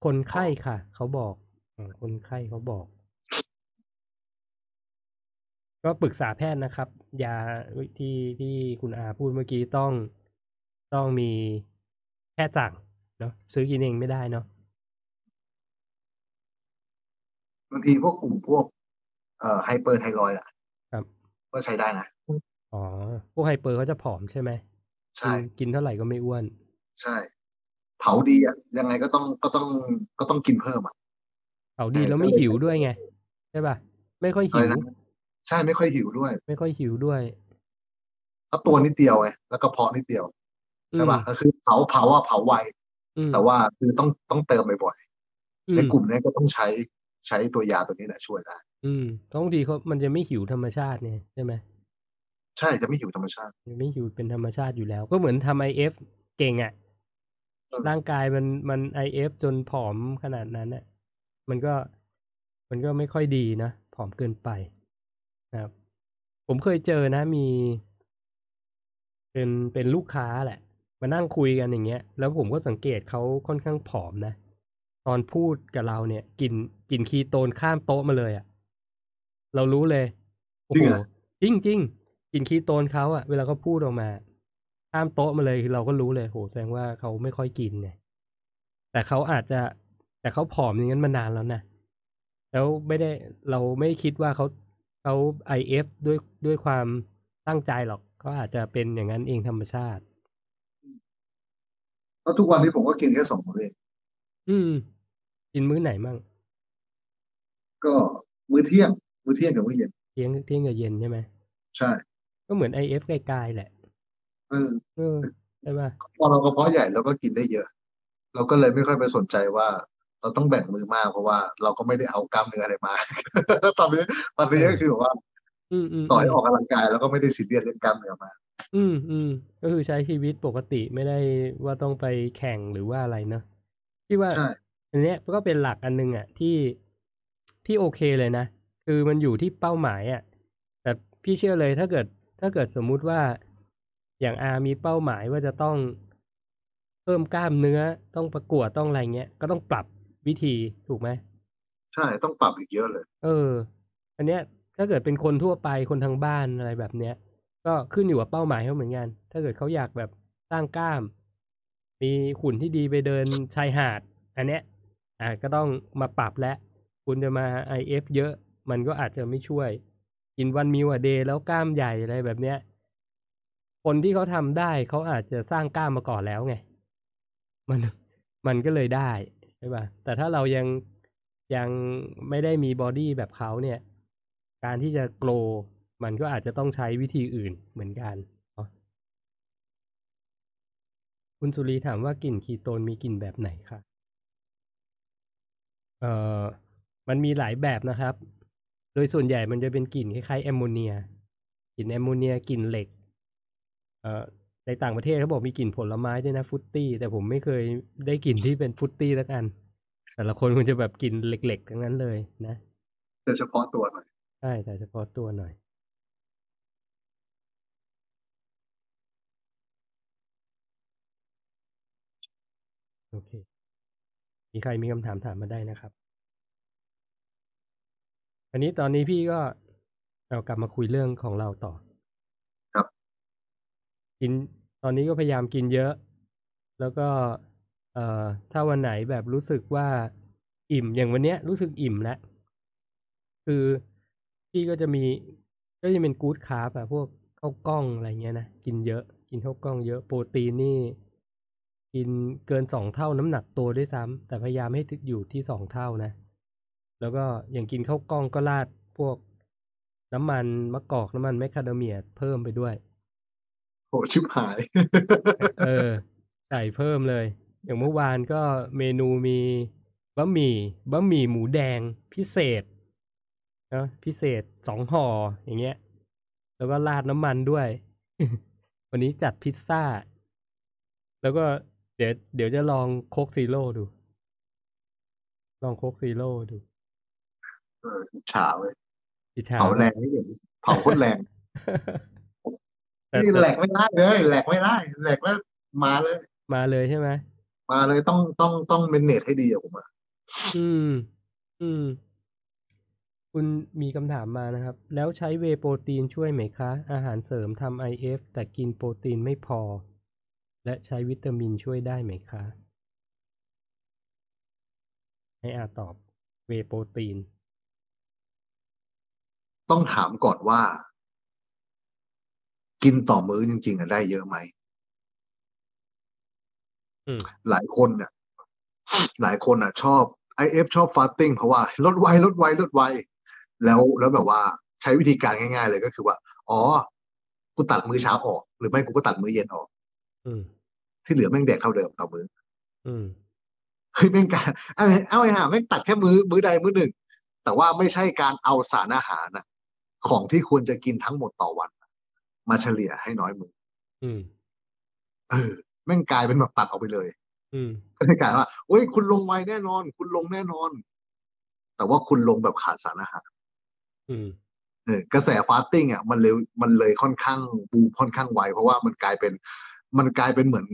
Speaker 1: คนไข้ค่ะ เขาบอกออคนไข้เขาบอก ก็ปรึกษาแพทย์นะครับ ยาที่ที่คุณอาพูดเมื่อกี้ต้องต้องมีแพทย์สั่งเนาะซื้อกินเองไม่ได้เนาะ
Speaker 2: บางทีพวกกลุ่มพวกเอ่อไฮเปอร์ไทรอยด์อ่ะ
Speaker 1: ครับ
Speaker 2: ก็ใช้ได้นะ
Speaker 1: อ๋อ พวกไฮเปอร์เขาจะผอมใช่ไหม
Speaker 2: ใช่
Speaker 1: คือกินเท่าไหร่ก็ไม่อ้วน
Speaker 2: ใช่ เผาดีอ่ะยังไงก็ต้องก็ต้องก็ต้องกินเพิ่มอ่ะ
Speaker 1: เขาดี
Speaker 2: ใช่
Speaker 1: แล้วไม่
Speaker 2: ก็เลย
Speaker 1: หิวด้วยไง ใช่ป่ะ ไม่ค่อย
Speaker 2: อะไร
Speaker 1: หิว
Speaker 2: นะใช่ไม่ค่อยหิวด้วย
Speaker 1: ไม่ค่อยหิวด้วย
Speaker 2: ก็ตัวนิดเดียวไงแล้วก็เพาะนิดเดียวใช่ป่ะ
Speaker 1: อืม
Speaker 2: ก็คือเผาเผาอ่ะเผาไว
Speaker 1: อืม
Speaker 2: แต่ว่าคือต้องต้องเติมบ่อย
Speaker 1: อืม
Speaker 2: ๆในกลุ่มเนี้ยก็ต้องใช้ใช้ตัวยาตัวนี้แหละช่วยได้
Speaker 1: อืมท้องดีเขามันจะไม่หิวธรรมชาติเนี่ยใช่ไหม
Speaker 2: ใช่จะไม่หิวธรรมชาติ
Speaker 1: มันไม่หิวเป็นธรรมชาติอยู่แล้ว ก็เหมือนทำไอเอฟเก่งอะ่ะ
Speaker 2: เออ
Speaker 1: ร่างกายมันมันไอเอฟจนผอมขนาดนั้นอะ่ะ มันก็มันก็ไม่ค่อยดีนะ ผอมเกินไปนะครับ ผมเคยเจอนะมี เป็นเป็นลูกค้าแหละ มานั่งคุยกันอย่างเงี้ย แล้วผมก็สังเกตเขาค่อนข้างผอมนะ ตอนพูดกับเราเนี่ยกลินกลินคีโตนข้ามโต๊ะมาเลยอะ่ะ เรารู้เลยโอ้
Speaker 2: จริ
Speaker 1: โห
Speaker 2: งเหรอ
Speaker 1: จริงจริงกลินคีโตนเขาอะ่ะ เวลาเขาพูดออกมา ข้ามโต๊ะมาเลยคือเราก็รู้เลยโหแสดงว่าเขาไม่ค่อยกินไงแต่เขาอาจจะ แต่เขาผอมอย่างนั้นมานานแล้วนะแล้วไม่ได้เราไม่คิดว่าเขาเขาไอเอฟด้วยด้วยความตั้งใจหรอกเขาอาจจะเป็นอย่างนั้นเองธรรมชาติ
Speaker 2: แล้วทุกวันนี้ผมก็กินแค่สองมื้อเอง
Speaker 1: อืม กินมื้อไหนมั่ง
Speaker 2: ก็มื้อเที่ยงมื้อเที่ยงกับมื้อเย็น
Speaker 1: เที่ยงเที่ยงกับเย็นใช่ไหม
Speaker 2: ใช่
Speaker 1: ก็เหมือนไอเอฟไกลๆแหละ
Speaker 2: เออ
Speaker 1: เออใช่ป่ะ
Speaker 2: พอเรากระเพาะใหญ่เราก็กินได้เยอะ เราก็เลยไม่ค่อยไปสนใจว่า เราต้องแบ่งมือมากเพราะว่าเราก็ไม่ได้เอากล้ามเนื้ออะไรมา ตอนนี้ตอนนี้ก็คือแบบว่า
Speaker 1: อืมอืม
Speaker 2: ต่อยออกกำลังกายแล้วก็ไม่ได้ซีเรียสเรื่องกล้ามเนื้อมาก
Speaker 1: อืมอืมก็คือใช้ชีวิตปกติไม่ได้ว่าต้องไปแข่งหรือว่าอะไรเนอะที่ว่า
Speaker 2: ใช่
Speaker 1: อันเนี้ยก็เป็นหลักอันนึงอ่ะที่ที่โอเคเลยนะ คือมันอยู่ที่เป้าหมายอ่ะแต่พี่เชื่อเลยถ้าเกิด ถ้าเกิดสมมุติว่าอย่างอามีเป้าหมายว่าจะต้องเพิ่มกล้ามเนื้อต้องประกวดต้องอะไรเงี้ยก็ต้องปรับวิธีถูกไหม
Speaker 2: ใช่ต้องปรับอีกเยอะเลย
Speaker 1: เออ อันเนี้ย ถ้าเกิดเป็นคนทั่วไปคนทางบ้านอะไรแบบเนี้ย ก็ขึ้นอยู่กับเป้าหมายเขาเหมือนกัน ถ้าเกิดเขาอยากแบบสร้างกล้าม มีหุ่นที่ดีไปเดินชายหาด อันเนี้ย อ่าก็ต้องมาปรับและ คุณจะมา IF เยอะ มันก็อาจจะไม่ช่วย กินวันมิวอะเดย์แล้วกล้ามใหญ่อะไรแบบเนี้ย คนที่เขาทำได้เขาอาจจะสร้างกล้ามมาก่อนแล้วไง มันมันก็เลยได้ใช่ป่ะแต่ถ้าเรายังยังไม่ได้มีบอดี้แบบเขาเนี่ย การที่จะโกลมันก็อาจจะต้องใช้วิธีอื่นเหมือนกันเนาะคุณสุรีถามว่ากลิ่นคีโตนมีกลิ่นแบบไหนคะเอ่อมันมีหลายแบบนะครับ โดยส่วนใหญ่มันจะเป็นกลิ่นคล้ายๆแอมโมเนียกลิ่นแอมโมเนียกลิ่นเหล็ก เอ่อในต่างประเทศเขาบอกมีกลิ่นผลไม้ด้วยนะฟรุตตี้ แต่ผมไม่เคยได้กลิ่นที่เป็นฟรุตตี้สักอัน แต่ละคนมันจะแบบกลิ่นเหล็กๆทั้งนั้นเลยนะ
Speaker 2: แต่เฉพาะตัวหน่อย
Speaker 1: ใช่แต่เฉพาะตัวหน่อย โอเค มีใครมีคำถามถามมาได้นะครับ อันนี้ตอนนี้พี่ก็เอากลับมาคุยเรื่องของเราต่อ กินตอนนี้ก็พยายามกินเยอะ แล้วก็ เอ่อถ้าวันไหนแบบรู้สึกว่าอิ่มอย่างวันเนี้ยรู้สึกอิ่มแล้วคือพี่ก็จะมีก็จะเป็นกู๊ดคาร์บอะพวกข้าวกล้องอะไรเงี้ยนะกินเยอะ กินข้าวกล้องเยอะโปรตีนนี่ กินเกินสองเท่าน้ำหนักตัวด้วยซ้ำแต่พยายามให้ถึงอยู่ที่สองเท่านะ แล้วก็อย่างกินข้าวกล้องก็ราดพวกน้ำมันมะกอกน้ำมันแมคคาเดเมียเพิ่มไปด้วย
Speaker 2: โหชิบหาย
Speaker 1: เออ ใส่เพิ่มเลย อย่างเมื่อวานก็เมนูมีบะหมี่บะหมี่หมูแดงพิเศษเนอะพิเศษสองห่ออย่างเงี้ย แล้วก็ราดน้ำมันด้วย วันนี้จัดพิซซ่า แล้วก็เดี๋ยวเดี๋ยวจะลองโคกซีโร่ดู ลองโคกซีโร่ดู
Speaker 2: เอออิจฉาเลย
Speaker 1: อิจฉา
Speaker 2: เผาแรงนี่เห็นเผาโคนแรงนี่แหลกไม่ได้เลยแหลกไม่ได้แหลกแล้วมาเลย
Speaker 1: มาเลยใช่ไหม
Speaker 2: มาเลยต้องต้องต้องเมนเนจให้ดีอะผมอะ
Speaker 1: อืม อืม คุณมีคำถามมานะครับ แล้วใช้เวย์โปรตีนช่วยไหมคะ อาหารเสริมทำ IF แต่กินโปรตีนไม่พอ และใช้วิตามินช่วยได้ไหมคะ ให้อาตอบเวย์โปรตีน
Speaker 2: ต้องถามก่อนว่า กินต่อมื้อจริงๆอะได้เยอะไหม
Speaker 1: อืม
Speaker 2: หลายคนเนี่ยหลายคนอ่ะ ชอบ IF ชอบฟาสติ้งเพราะว่า ลดไวลดไวลดไวแล้วแล้วแบบว่าใช้วิธีการง่าย ๆ เลยก็คือว่า อ๋อ กูตัดมื้อเช้าออก หรือไม่กูก็ตัดมื้อเย็นออก
Speaker 1: อืม
Speaker 2: ที่เหลือแม่งแดกเท่าเดิมต่อมื้อ
Speaker 1: อืม
Speaker 2: เฮ้ยแม่งการเอาไงเอาไอ้ห่าแม่งตัดแค่มือมือใดมือหนึ่ง แต่ว่าไม่ใช่การเอาสารอาหารนะของที่ควรจะกินทั้งหมดต่อวันน่ะมาเฉลี่ยให้น้อยมือ
Speaker 1: อืม
Speaker 2: เออแม่งกลายเป็นแบบตัดออกไปเลย
Speaker 1: อืม
Speaker 2: ก็เลยกลายว่าโอ้ยคุณลงไวแน่นอน คุณลงแน่นอน แต่ว่าคุณลงแบบขาดสารอาหาร
Speaker 1: อืม
Speaker 2: เออกระแสฟาสติ้งอ่ะมันเร็วมันเลยค่อนข้างบูมค่อนข้างไวเพราะว่ามันกลายเป็น มันกลายเป็นเหมือน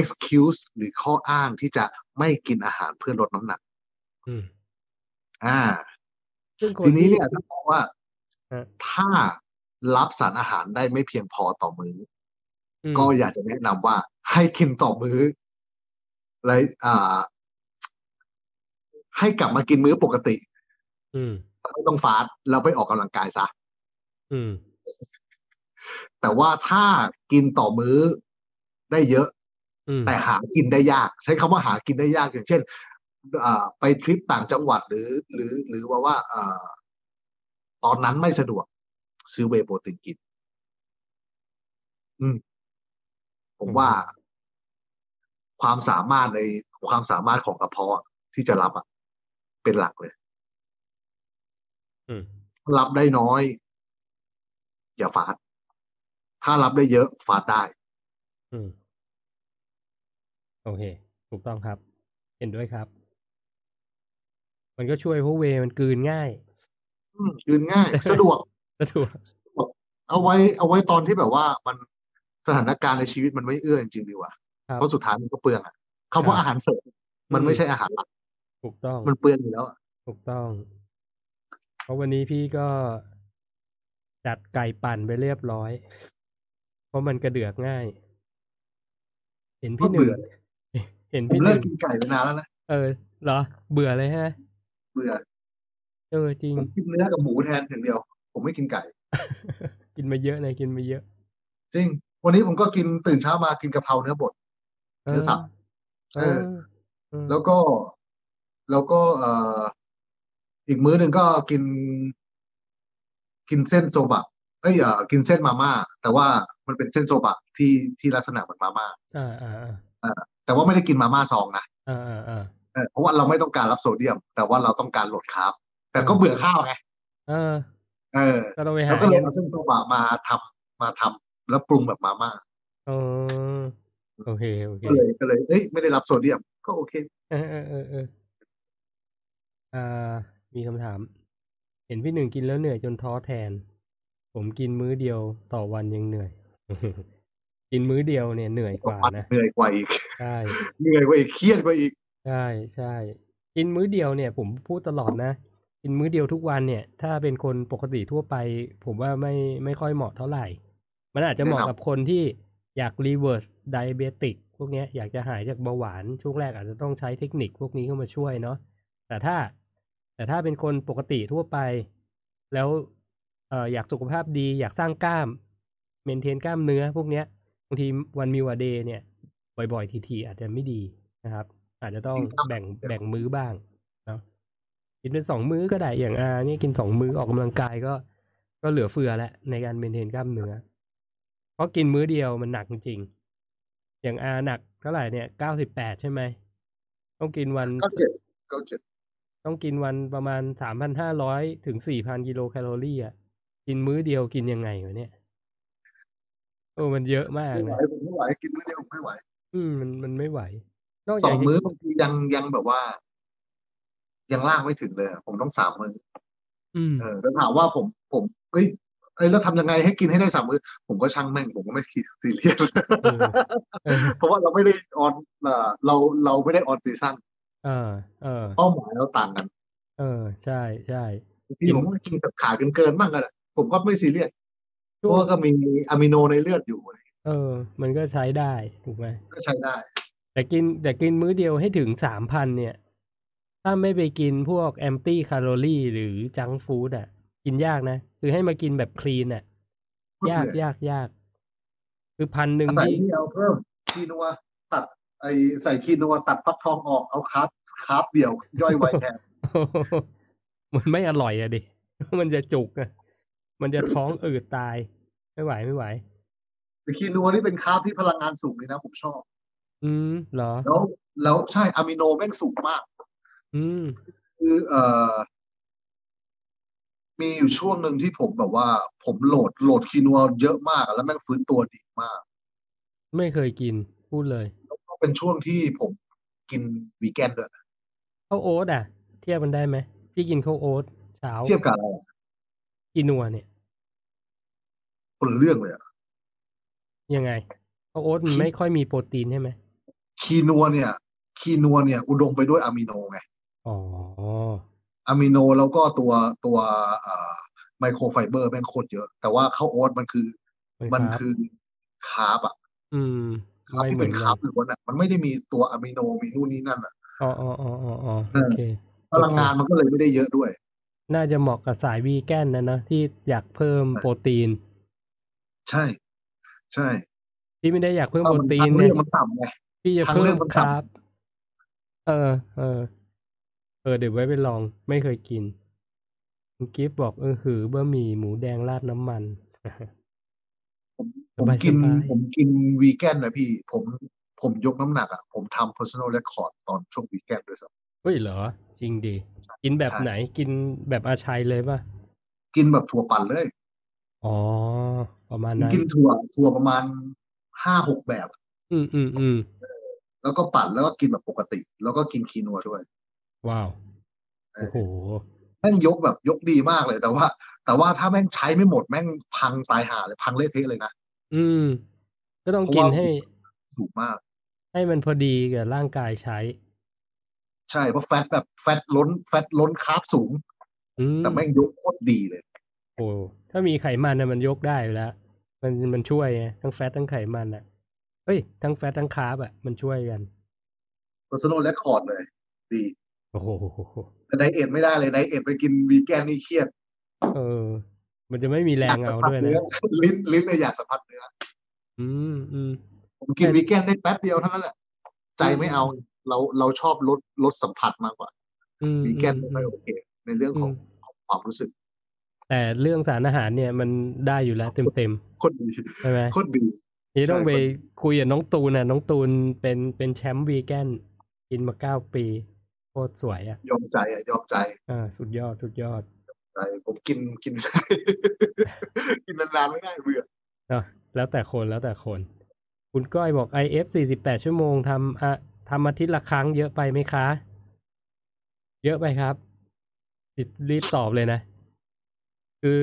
Speaker 2: excuse หรือข้ออ้างที่จะไม่กินอาหารเพื่อลดน้ำหนัก
Speaker 1: อืม
Speaker 2: อ่า
Speaker 1: ซึ่งค
Speaker 2: ทีนี้
Speaker 1: ที่
Speaker 2: เนี่ยถ้ามองว่า
Speaker 1: ฮะ
Speaker 2: ถ้ารับสารอาหารได้ไม่เพียงพอต่อมื้อ
Speaker 1: อื
Speaker 2: อ
Speaker 1: ม
Speaker 2: ก็อยากจะแนะนำว่าให้กินต่อมื้อและอ่า ให้กลับมากินมื้อปกติ
Speaker 1: อืม
Speaker 2: แต่ไม่ต้องฟาสต์แล้วไปออกกำลังกายซะ
Speaker 1: อืม
Speaker 2: แต่ว่าถ้ากินต่อมื้อได้เยอะ
Speaker 1: อืม
Speaker 2: แต่หากินได้ยาก ใช้คำว่าหากินได้ยากอย่างเช่นอ่าไปทริปต่างจังหวัดหรือ หรือ หรือว่าว่าอ่าตอนนั้นไม่สะดวก ซื้อเวย์โปรตีนกิน อืม ผมว่า ความสามารถในความสามารถของกระเพาะที่จะรับอะเป็นหลักเลย
Speaker 1: อืม
Speaker 2: ถ้ารับได้น้อย อย่าฟาด ถ้ารับได้เยอะฟาดได้
Speaker 1: อืม โอเค ถูกต้องครับ เห็นด้วยครับ มันก็ช่วยเพราะเวย์มันกลืนง่าย
Speaker 2: อืมยืนง่าย สะดวก
Speaker 1: สะดวก
Speaker 2: เอาไว้เอาไว้ตอนที่แบบว่ามันสถานการณ์ในชีวิตมันไม่เอื้อจริงๆดีกว่า
Speaker 1: ครับ
Speaker 2: เพราะสุดท้ายมันก็เปลืองอะคำ
Speaker 1: ครั
Speaker 2: ว่า
Speaker 1: บ
Speaker 2: อาหารเสริมมันไม่ใช่อาหารหลัก
Speaker 1: ถูกต้อง
Speaker 2: มันเปลืองอยู่แล้วอะ
Speaker 1: ถูกต้อง เพราะวันนี้พี่ก็จัดไก่ปั่นไปเรียบร้อย เพราะมันกระเดือกง่าย เห็นพี่หนึ่ง เห็น
Speaker 2: ผม
Speaker 1: พี่ห
Speaker 2: เลิ
Speaker 1: นึ่
Speaker 2: ก
Speaker 1: ง
Speaker 2: กินไก่ไปนานแล้วนะ
Speaker 1: เออเหรอ เบื่อเลยฮะ
Speaker 2: เบื่อ
Speaker 1: เออจริง
Speaker 2: ผมกินเนื้อกับหมูแทนอย่างเดียว ผมไม่กินไก่
Speaker 1: กินมาเยอะนะกินมาเยอะ
Speaker 2: จริง วันนี้ผมก็กินตื่นเช้ามากินกะเพราเนื้อบด เนื้อสับ เออ
Speaker 1: ม
Speaker 2: แล้วก็แล้วก็เอ่ออีกมื้อหนึ่งก็กิน กินเส้นโซบะเอ้ยเอ่อกินเส้นมาม่าแต่ว่ามันเป็นเส้นโซบะที่ที่ลักษณะเหมือนมาม่า
Speaker 1: อ่าอ่า
Speaker 2: แต่ว่าไม่ได้กินมาม่าซองนะ
Speaker 1: อ่าอ่าอ่า
Speaker 2: เออเพราะว่าเราไม่ต้องการรับโซเดียม แต่ว่าเราต้องการลดคาร์บแต่ก็เบื่อข้าวไง
Speaker 1: เออ
Speaker 2: เออ
Speaker 1: ก็ต้องไปหา
Speaker 2: แล้วก็เลย
Speaker 1: น
Speaker 2: เอาเส้นโซบะมาทำมาทำแล้วปรุงแบบมาม่า
Speaker 1: เออโอเคโอเค
Speaker 2: ก็เลยก็เลยเอ้ยไม่ได้รับโซเดียม ก็โอเค
Speaker 1: เออเออเออเอออ่า มีคำถาม เห็นพี่หนึ่งกินแล้วเหนื่อยจนท้อแทน ผมกินมื้อเดียวต่อวันยังเหนื่อย กินมื้อเดียวเนี่ยเหนื่อยกว่า
Speaker 2: วัน
Speaker 1: นะ
Speaker 2: เหนื่อยกว่าอีก
Speaker 1: ใช่
Speaker 2: เหนื่อยกว่าอีกเครียดกว่าอีก
Speaker 1: ใช่ใช่กินมื้อเดียวเนี่ย ผมพูดตลอดนะกินมื้อเดียวทุกวันเนี่ย ถ้าเป็นคนปกติทั่วไป ผมว่าไม่ไม่ค่อยเหมาะเท่าไหร่ มันอาจจะเหมาะ
Speaker 2: แนะนำ
Speaker 1: กับคนที่อยากรีเวิร์สไดเบติกพวกเนี้ยอยากจะหายจากเบาหวานช่วงแรกอาจจะต้องใช้เทคนิคพวกนี้เข้ามาช่วยเนาะแต่ถ้า แต่ถ้าเป็นคนปกติทั่วไป แล้วเอ่ออยากสุขภาพดี อยากสร้างกล้ามเมนเทนกล้ามเนื้อ พวกเนี้ยบางทีวันมีวันเดย์เนี่ย บ่อยๆ ทีๆอาจจะไม่ดีนะครับ อาจจะต้องแบ่งแบ่งมื้อบ้างเนาะกินเป็นสองมื้อก็ได้อย่างอาเนี่ยกินสองมื้อออกกำลังกายก็ ก็เหลือเฟือแล้วในการเมนเทนกล้ามเนื้อ เพราะกินมื้อเดียวมันหนักจริงๆอย่างอาหนักเท่าไหร่เนี่ยเก้าสิบแปดใช่ไหมต้องกินวัน
Speaker 2: ก็เจ็บก็เจ็บ
Speaker 1: ต้องกินวันประมาณสามพันห้าร้อยถึงสี่พันกิโลแคลอรี่อ่ะ กินมื้อเดียวกินยังไงวะเนี่ยโอ้มันเยอะมาก
Speaker 2: ไม่ไหว
Speaker 1: นะ
Speaker 2: ผมไม่ไหวกินมื้อเดียวผมไม่ไหว
Speaker 1: อืมมันมันไม่ไหว นอก
Speaker 2: ส
Speaker 1: จา
Speaker 2: อก งมื้อบางทียังยังแบบว่า ยังล่างไม่ถึงเลยอะผมต้องสามมื้อ
Speaker 1: อืม
Speaker 2: เออแล้วถามว่าผมผมเอ้ยเอ้ยแล้วทำยังไงให้กินให้ได้สามมื้อผมก็ช่างแม่งผมก็ไม่คิด ซีเรียส
Speaker 1: เออเออ
Speaker 2: เพราะว่าเราไม่ได้ออนเอ่อเราเราไม่ได้ออนซีซั่น
Speaker 1: เออเออ
Speaker 2: เป้าหมายเราต่างกัน
Speaker 1: เออ ใช่ใช่
Speaker 2: บางทีผมก็กินขาดเกินๆบ้างก็ได้ผมก็ไม่ซีเรียสเพ
Speaker 1: ช่ว
Speaker 2: ราะ
Speaker 1: ง
Speaker 2: ว่าก็มีอะมิโนในเลือดอยู่
Speaker 1: เออ มันก็ใช้ได้ถูกไหม
Speaker 2: ก็ใช้ได้
Speaker 1: แต่กินแต่กินมื้อเดียวให้ถึงสามพันเนี่ย ถ้าไม่ไปกินพวกแอมตี้แคลอรี่หรือจังฟู้ดอ่ะ กินยากนะ คือให้มากินแบบคลีนอ่ะ ยากยากยาก คือพันหนึ่ง
Speaker 2: ใส่
Speaker 1: ที่
Speaker 2: นี่เอาเพิ่มคีนัวตัดไอใส่คีนัวตัดฟักทองออกเอาคาร์บคาร์บเดียว ย่อยไวแทน
Speaker 1: มันไม่อร่อยอะดิ มันจะจุกอะมันจะท้องอืดตาย ไม่ไหวไม่ไหว
Speaker 2: แต่คีนัวนี่เป็นคาร์บที่พลังงานสูงเลยนะผมชอบ
Speaker 1: อืมเหรอ
Speaker 2: แล้วแล้วใช่อะมิโนแม่งสูงมาก
Speaker 1: อืม
Speaker 2: คือเอ่อมีอยู่ช่วงหนึ่งที่ผมแบบว่า ผมโหลดโหลดคีนัวเยอะมาก แล้วแม่งฟื้นตัวดีมาก
Speaker 1: ไม่เคยกิน พูดเลย
Speaker 2: แล้วก็เป็นช่วงที่ผมกินวีแกนด้วย
Speaker 1: ข้าวโอ๊ตอ่ะ เทียบมันได้ไหมพี่กินข้าวโอ๊ตเช้า
Speaker 2: เทียบกับอะไรอะ
Speaker 1: กินัวเนี่ย
Speaker 2: คนละเรื่องเลยอะ
Speaker 1: ยังไงข้าวโอ๊ตมันไม่ค่อยมีโปรตีนใช่ไหม
Speaker 2: คีนัวเนี่ย คีนัวเนี่ย อุดมไปด้วยอะมิโนไง
Speaker 1: อ๋อ
Speaker 2: อะมิโนแล้วก็ตัวตัวเอ่อไมโครไฟเบอร์แม่งโคตรเยอะ แต่ว่าข้าวโอ๊ตมันคือมันคือคาร์บอะ
Speaker 1: อืม
Speaker 2: คาร์บ
Speaker 1: ไม่
Speaker 2: ที่
Speaker 1: เหมื
Speaker 2: เป็
Speaker 1: อน
Speaker 2: น
Speaker 1: กั
Speaker 2: คาร์
Speaker 1: น
Speaker 2: บล้วนอะมันไม่ได้มีตัวอะมิโนมีนู่นนี่นั่นอะ
Speaker 1: อ๋ออ๋ออ๋ออ๋ออ๋อโอเค
Speaker 2: พลังงานมันก็เลยไม่ได้เยอะด้วย
Speaker 1: น่าจะเหมาะกับสายวีแกนนะเนอะที่อยากเพิ่มโปรตีน
Speaker 2: ใช่ ใช่
Speaker 1: พี่ไม่ได้อยากเพิ่ม
Speaker 2: เพราะ
Speaker 1: โปร
Speaker 2: มัน
Speaker 1: ตีน
Speaker 2: ทาง
Speaker 1: เนี่
Speaker 2: เลื
Speaker 1: ย
Speaker 2: อกมันต่ำไง
Speaker 1: พี่จะ
Speaker 2: ทาง
Speaker 1: เพิ่
Speaker 2: เลื
Speaker 1: ม
Speaker 2: อกมัน
Speaker 1: ค
Speaker 2: ต่ำ
Speaker 1: รับ เออ เออ เออ เดี๋ยวไว้ไปลอง ไม่เคยกินคุณกิฟต์บอกเออหือบะหมี่หมูแดงราดน้ำมัน
Speaker 2: ผมกิน
Speaker 1: สบายๆ
Speaker 2: ผมกินวีแกนนะพี่ ผมผมยกน้ำหนักอะผมทำ personal record ตอนช่วงวีแกนด้วยซ้
Speaker 1: เฮ้ยเหรอ จริงดิ กินแบบไหน กินแบบอาชัยเลยป่ะ
Speaker 2: ำกินแบบถั่วปั่นเลย
Speaker 1: อ๋อ ประมาณนั้น
Speaker 2: กินถั่วถั่วประมาณห้าหกแบบ
Speaker 1: อืมอืมอืม
Speaker 2: แล้วก็ปั่นแล้วก็กินแบบปกติ แล้วก็กินคีนัวด้วย
Speaker 1: ว้าว
Speaker 2: เออ
Speaker 1: โอ้โห
Speaker 2: แม่งยกแบบยกดีมากเลยแต่ว่า แต่ว่าถ้าแม่งใช้ไม่หมดแม่งพังตายห่าเลยพังเละเทะเลยนะ
Speaker 1: อืม ก็ต้อง
Speaker 2: เพราะ
Speaker 1: กิน
Speaker 2: ว่า
Speaker 1: ให้
Speaker 2: สูงมาก
Speaker 1: ให้มันพอดีกับร่างกายใช้
Speaker 2: ใช่เพราะแฟตแบบแฟตล้นแฟตล้นคาร์บสูง
Speaker 1: อืม
Speaker 2: แต่แม่งยกโคตรดีเลย
Speaker 1: โอ้ถ้ามีไขมันนะมันยกได้อยู่แล้ว มันมันช่วยไงทั้งแฟตทั้งไขมันอ่ะเอ้ย ทั้งแฟตทั้งคาร์บอ่ะ มันช่วยกัน
Speaker 2: personal record เลย ดี
Speaker 1: โอ้โห
Speaker 2: แต่ไดเอทไม่ได้เลยไดเอทไปกินวีแกนนี่เครียด
Speaker 1: เออ มันจะไม่มีแร
Speaker 2: อยาง กสัม
Speaker 1: เอา
Speaker 2: ผัส
Speaker 1: ด้วยนะ
Speaker 2: เนื้อ ลิ้นลิ้นเลยอยากสัมผัสเนื้อ
Speaker 1: อืมอืม
Speaker 2: ผมกิน
Speaker 1: แต่
Speaker 2: วีแกนได้แป๊บเดียวเท่านั้นแหละใจไม่เอาเราเราชอบลดลดสัมผัสมากกว่า
Speaker 1: อืม
Speaker 2: วีแกน
Speaker 1: อืม
Speaker 2: ไม่โอเค ในเรื่อง
Speaker 1: อื
Speaker 2: ของ
Speaker 1: ม
Speaker 2: ของความรู้สึก
Speaker 1: แต่เรื่องสารอาหารเนี่ยมันได้อยู่แล้วเต็มเต็ม
Speaker 2: โคตรดี
Speaker 1: ๆใช่ไหม
Speaker 2: โคตรดี
Speaker 1: นี่ต้อง
Speaker 2: ใช่
Speaker 1: ไป
Speaker 2: คน
Speaker 1: คุยกับน้องตูนนะน้องตูนเป็นเป็นแชมป์วีแกนกินมาเก้าปีโคตรสวยอ่ะ
Speaker 2: ยอมใจอะยอมใจ
Speaker 1: อ่าสุดยอดสุดยอด
Speaker 2: ใช่ผมกินกิน กินนานๆไม่ได้เบื่อ
Speaker 1: เนอะแล้วแต่คนแล้วแต่คน คุณก้อยบอก IF 48 ชั่วโมงทำอะทำอาทิตย์ละครั้งเยอะไปไหมคะ เยอะไปครับรีบรีบตอบเลยนะ คือ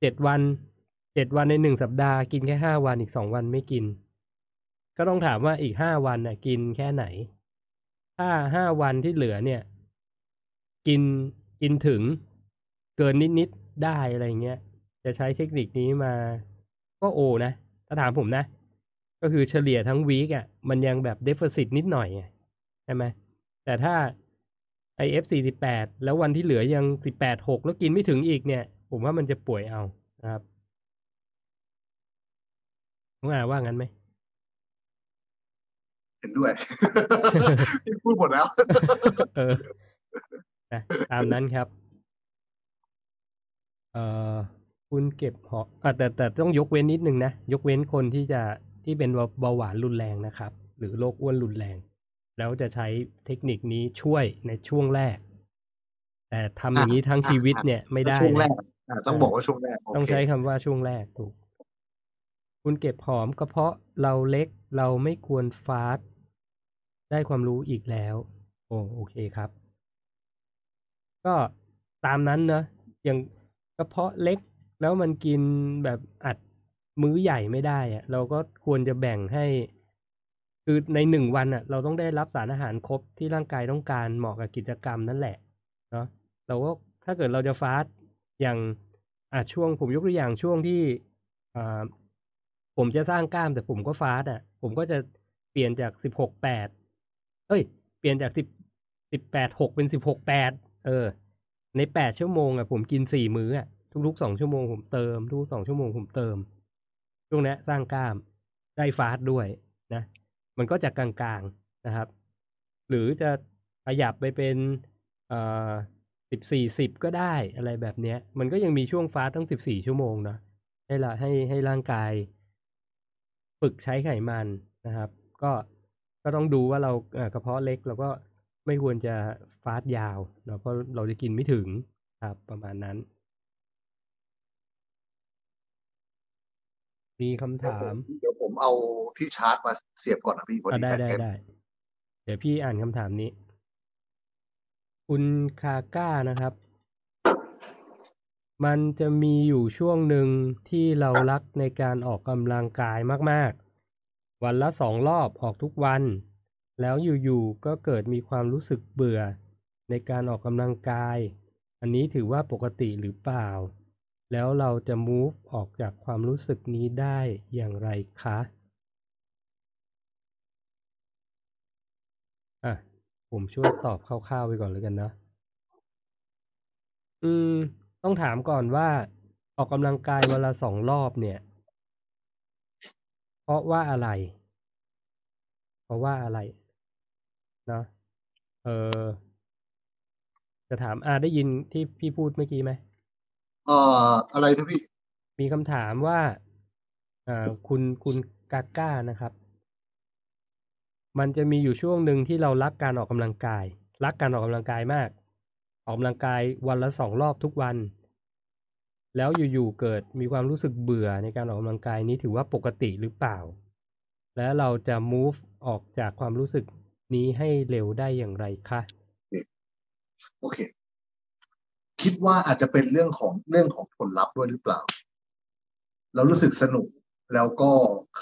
Speaker 1: เจ็ดวันเจ็ดวันในหนึ่งสัปดาห์กินแค่ห้าวันอีกสองวันไม่กิน ก็ต้องถามว่าอีกห้าวันน่ะ กินแค่ไหน ถ้าห้าวันที่เหลือเนี่ย กินกินถึงเกินนิดนิดๆได้อะไรเงี้ย จะใช้เทคนิคนี้มา ก็โอนะ ถ้าถามผมนะ ก็คือเฉลี่ยทั้งวีคอ่ะ มันยังแบบเดฟเฟอร์ซิตนิดหน่อยไงใช่ไหม แต่ถ้า IF 48 แล้ววันที่เหลือยัง 18 6 แล้วกินไม่ถึงอีกเนี่ย ผมว่ามันจะป่วยเอานะครับน้องอาว่างั้นไหม
Speaker 2: เห็นด้วย พี่พูดหมดแล้ว
Speaker 1: เออนะตามนั้นครับ เออคุณเก็บหอมอ่ะแต่แต่ต้องยกเว้นนิดนึงนะ ยกเว้นคนที่จะที่เป็นเบาเบาหวานรุนแรงนะครับ หรือโรคอ้วนรุนแรง แล้วจะใช้เทคนิคนี้ช่วยในช่วงแรก แต่ทำอย่างนี้ทั้งชีวิตเนี่ยไม่ได้
Speaker 2: ช่วงแร
Speaker 1: นะ
Speaker 2: กอ่ะต้องบอกว่าช่วงแรกโ
Speaker 1: ต้อง
Speaker 2: เค
Speaker 1: ใช้คำว่าช่วงแรกถูก คุณเก็บหอมกระเพาะเราเล็กเราไม่ควรฟาสต์ได้ความรู้อีกแล้ว โอ้โอเคครับ ก็ตามนั้นเนอะอย่างกระเพาะเล็กแล้วมันกินแบบอัดมื้อใหญ่ไม่ได้อะเราก็ควรจะแบ่งให้ คือในหนึ่งวันอะเราต้องได้รับสารอาหารครบที่ร่างกายต้องการเหมาะกับกิจกรรมนั่นแหละ เนาะเราก็ ถ้าเกิดเราจะฟาสต์อย่างอ่ะช่วงผมยกตัวอย่างช่วงที่อ่าผมจะสร้างกล้ามแต่ผมก็ฟาสต์อ่ะ ผมก็จะเปลี่ยนจากสิบหกแปดเอ้ย เปลี่ยนจากสิบสิบแปดหกเป็นสิบหกแปดเออ ในแปดชั่วโมงอ่ะผมกินสี่มื้ออ่ะทุกๆสองชั่วโมงผมเติมทุกสองชั่วโมงผมเติมช่วงเนี้ยสร้างกล้ามได้ฟาสต์ด้วยนะ มันก็จะกลางๆนะครับ หรือจะขยับไปเป็นเอ่อสิบสี่สิบก็ได้อะไรแบบเนี้ย มันก็ยังมีช่วงฟ้าสต์ตั้งสิบสี่ชั่วโมงเนาะให้ละให้ให้ร่างกาย ฝึกใช้ไขมันนะครับ ก็ก็ต้องดูว่าเราเอ่อกระเพาะเล็กเราก็ไม่ควรจะฟาสต์ยาวเนาะเพราะเราจะกินไม่ถึงครับประมาณนั้น มีคำถาม
Speaker 2: เดี๋ยวผมเอาที่ชาร์จมาเสียบก่อนนะพี่พอ
Speaker 1: อ่ะ
Speaker 2: ดี
Speaker 1: ได้ได้
Speaker 2: แบตเต็ม
Speaker 1: ได้ เดี๋ยวพี่อ่านคำถามนี้ คุณคาก้านะครับ มันจะมีอยู่ช่วงหนึ่งที่เรารักในการออกกำลังกายมาก ๆ วันละสองรอบออกทุกวัน แล้วอยู่ ๆ ก็เกิดมีความรู้สึกเบื่อในการออกกำลังกาย อันนี้ถือว่าปกติหรือเปล่า แล้วเราจะ move ออกจากความรู้สึกนี้ได้อย่างไรคะ อ่ะ ผมช่วยตอบคร่าวๆไปก่อนเลยกันเนาะ อืม ต้องถามก่อนว่า ออกกำลังกายวันละสองรอบเนี่ย เพราะว่าอะไร เพราะว่าอะไร เนาะ เออ จะถามอาได้ยินที่พี่พูดเมื่อกี้ไหม
Speaker 2: เอ่ออะไรนะพี่
Speaker 1: มีคำถามว่าเอ่อคุณคุณกาก้านะครับ มันจะมีอยู่ช่วงหนึ่งที่เรารักการออกกำลังกาย รักการออกกำลังกายมาก ออกกำลังกายวันละสองรอบทุกวัน แล้วอยู่ๆเกิดมีความรู้สึกเบื่อในการออกกำลังกายนี้ถือว่าปกติหรือเปล่า และเราจะ move ออกจากความรู้สึกนี้ให้เร็วได้อย่างไรคะ
Speaker 2: โอเค คิดว่าอาจจะเป็นเรื่องของเรื่องของผลลัพธ์ด้วยหรือเปล่า เรารู้สึกสนุกแล้วก็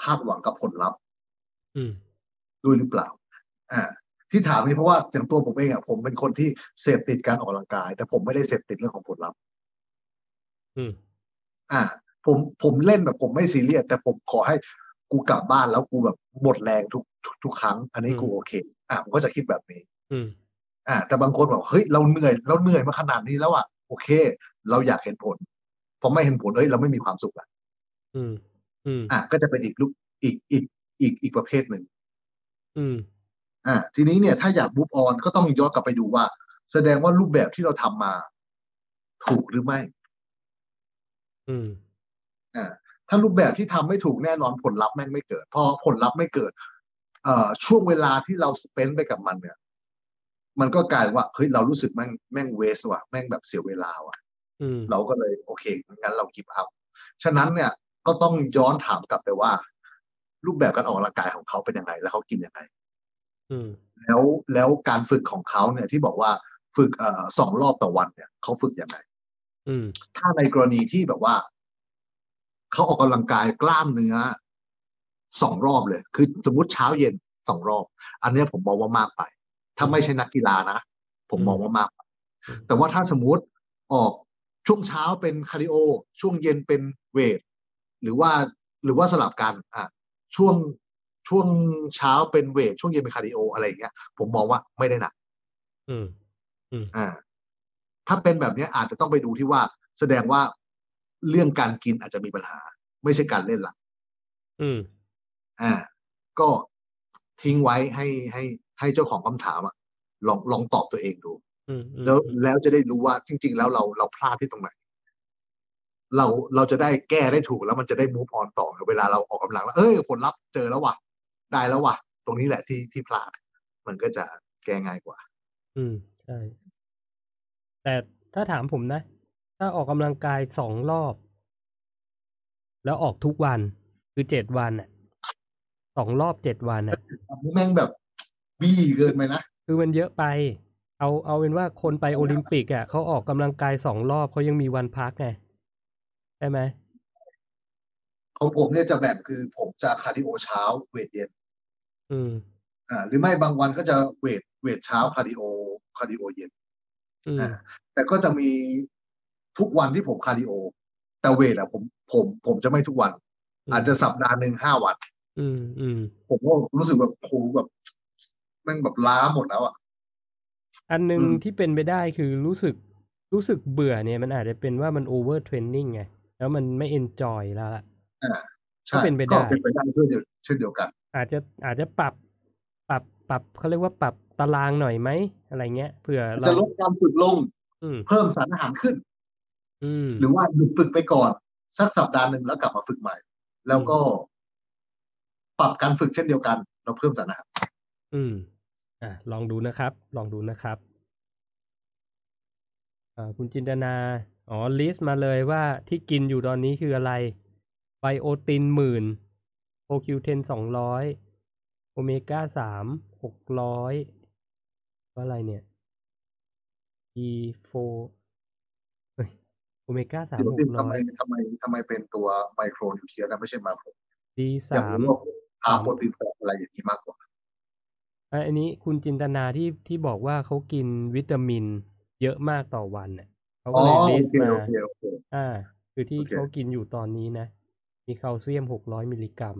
Speaker 2: คาดหวังกับผลลัพธ์
Speaker 1: อืม
Speaker 2: ด้วยหรือเปล่า อ่า ที่ถามนี่เพราะว่าอย่างตัวผมเองอ่ะผมเป็นคนที่เสพติดการออกกำลังกาย แต่ผมไม่ได้เสพติดเรื่องของผลลัพธ์
Speaker 1: อืม
Speaker 2: อ่าผมผมเล่นแบบผมไม่ซีเรียสแต่ผมขอให้กูกลับบ้านแล้วกูแบบหมดแรงทุกทุกทุกครั้ง อันนี้
Speaker 1: อืม
Speaker 2: กูโอเค อ่าผมก็จะคิดแบบนี้
Speaker 1: อืม
Speaker 2: อ่า แต่บางคนบอกเฮ้ยเราเหนื่อยเราเหนื่อยมาขนาดนี้แล้วอ่ะโอเค เราอยากเห็นผลพอไม่เห็นผลเอ้ยเราไม่มีความสุขอ่ะ
Speaker 1: อืม อืม
Speaker 2: อ่าก็จะเป็นอีกลูกอีกอีกอีกอีกประเภทหนึ่ง
Speaker 1: อืม
Speaker 2: อ่าทีนี้เนี่ยถ้าอยากบูฟออนก็ต้องย้อนกลับไปดูว่า แสดงว่ารูปแบบที่เราทำมา ถูกหรือไม่
Speaker 1: อืม
Speaker 2: ถ้ารูปแบบที่ทำไม่ถูกแน่นอนผลลัพธ์แม่งไม่เกิด พอผลลัพธ์ไม่เกิด เอ่อช่วงเวลาที่เราสเปนไปกับมันเนี่ย มันก็กลายว่าเฮ้ยเรารู้สึกแม่งแม่งเวสว่ะแม่งแบบเสียเวลาว่ะ
Speaker 1: อืม
Speaker 2: เราก็เลยโอเคงั้นเรากิฟอัพฉะนั้นเนี่ยก็ต้องย้อนถามกลับไปว่า รูปแบบการออกกำลังกายของเขาเป็นยังไง แล้วเขากินยังไง
Speaker 1: อืม
Speaker 2: แล้วแล้วการฝึกของเขาเนี่ยที่บอกว่าฝึกเอ่อสองรอบต่อวันเนี่ยเขาฝึกยังไง
Speaker 1: อืม
Speaker 2: ถ้าในกรณีที่แบบว่า เขาออกกำลังกายกล้ามเนื้อสองรอบเลย คือสมมติเช้าเย็นสองรอบ อันเนี้ยผมมองว่ามากไป ถ้าไม่ใช่นักกีฬานะ ผมมองว่ามากไป
Speaker 1: อืม
Speaker 2: แต่ว่าถ้าสมมติออกช่วงเช้าเป็นคาร์ดิโอ ช่วงเย็นเป็นเวท หรือว่าหรือว่าสลับกันอ่ะช่วงช่วงเช้าเป็นเวท ช่วงเย็นเป็นคาร์ดิโออะไรอย่างเงี้ยผมมองว่าไม่ได้หนัก
Speaker 1: อืม
Speaker 2: อ่าถ้าเป็นแบบเนี้ยอาจจะต้องไปดูที่ว่า แสดงว่าเรื่องการกินอาจจะมีปัญหา ไม่ใช่การเล่นละ
Speaker 1: อืม
Speaker 2: อ่า ก็ทิ้งไว้ให้ให้ให้เจ้าของคำถามอะลองลองตอบตัวเองดู
Speaker 1: อืมอืม
Speaker 2: แล้ว
Speaker 1: อืม
Speaker 2: แล้วจะได้รู้ว่าจริง ๆ แล้วเราเราพลาดที่ตรงไหน เราเราจะได้แก้ได้ถูกแล้วมันจะได้มูฟออนต่อเวลาเราออกกำลังแล้วเอ้ยผลลัพธ์เจอแล้วว่ะได้แล้วว่ะตรงนี้แหละที่ที่พลาด มันก็จะแก้ง่ายกว่า
Speaker 1: อืมใช่แต่ถ้าถามผมนะ ถ้าออกกำลังกายสองรอบ แล้วออกทุกวันคือเจ็ดวันอ่ะสองรอบเจ็ดวันอ่ะ
Speaker 2: อันนี้แม่งแบบบี้เกินไปนะ
Speaker 1: คือมันเยอะไป เอาเอาเป็นว่าคนไปโอลิมปิกอ่ะเขาออกกำลังกายสองรอบเขายังมีวันพักไงใช่ไหม
Speaker 2: ของผมเนี่ยจะแบ่งคือผมจะคาร์ดิโอเช้าเวทเย็น
Speaker 1: อืม
Speaker 2: อ่าหรือไม่บางวันก็จะเวทเวทเช้าคาร์ดิโอคาร์ดิโอเย็น
Speaker 1: อืม
Speaker 2: อ่า แต่ก็จะมีทุกวันที่ผมคาร์ดิโอ แต่เวทอะผมผมผมจะไม่ทุกวัน
Speaker 1: อืม
Speaker 2: อาจจะสัปดาห์หนึ่งห้าวัน
Speaker 1: อืมอืม
Speaker 2: ผมก็รู้สึกแบบโหแบบแม่งแบบล้าหมดแล้วอะ
Speaker 1: อันหนึ่ง
Speaker 2: อืม
Speaker 1: ที่เป็นไปได้คือรู้สึกรู้สึกเบื่อเนี่ย มันอาจจะเป็นว่ามันโอเวอร์เทรนนิ่งไง แล้วมันไม่เอนจอยแล้วล่ะ
Speaker 2: ใช่
Speaker 1: ก็เป็นไปได้
Speaker 2: ก็เป็นไปได้เช่นเดียวเช่นเดียวกัน
Speaker 1: อาจจะอาจจะปรับปรับปรับเขาเรียกว่าปรับตารางหน่อยไหมอะไรเงี้ยเผื่อเรา
Speaker 2: จะลดการฝึกลง
Speaker 1: อืม
Speaker 2: เพิ่มสารอาหารขึ้น
Speaker 1: อืม
Speaker 2: หรือว่าหยุดฝึกไปก่อน สักสัปดาห์หนึ่งแล้วกลับมาฝึกใหม่ แล้วก็ ปรับการฝึกเช่นเดียวกัน เราเพิ่มสารอาหาร
Speaker 1: อืม อ่ะลองดูนะครับ ลองดูนะครับอ่าคุณจินตนา อ๋อ ลิสต์มาเลยว่าที่กินอยู่ตอนนี้คืออะไร ไบโอตินหมื่นโอคิวเทนสองร้อยโอเมก้าสามหกร้อยว่าอะไรเนี่ย E4 เฮ้ยโอเมก้าสาม
Speaker 2: เดี๋ยว
Speaker 1: ห
Speaker 2: ดิ
Speaker 1: ก
Speaker 2: ทำ
Speaker 1: ร้อ
Speaker 2: ไม
Speaker 1: ย
Speaker 2: ทำไมทำไมเป็นตัวไมโครนิวเทียนนะไม่ใช่มาโคร
Speaker 1: D3
Speaker 2: อยากรู้ว่าหาโปรตีนแฝงอะไรอย่างนี้มากกว่า
Speaker 1: อะอันนี้คุณจินตนาที่ที่บอกว่าเขากินวิตามินเยอะมากต่อวันเนี่ยเขา
Speaker 2: อ๋
Speaker 1: ก็
Speaker 2: อ
Speaker 1: เลยลิ
Speaker 2: โอ
Speaker 1: สต์
Speaker 2: เค
Speaker 1: มา
Speaker 2: โอเคโอเค
Speaker 1: อ่า คือที่
Speaker 2: โอเค
Speaker 1: เขากินอยู่ตอนนี้นะ มีแคลเซียม 600 มิลลิกรัม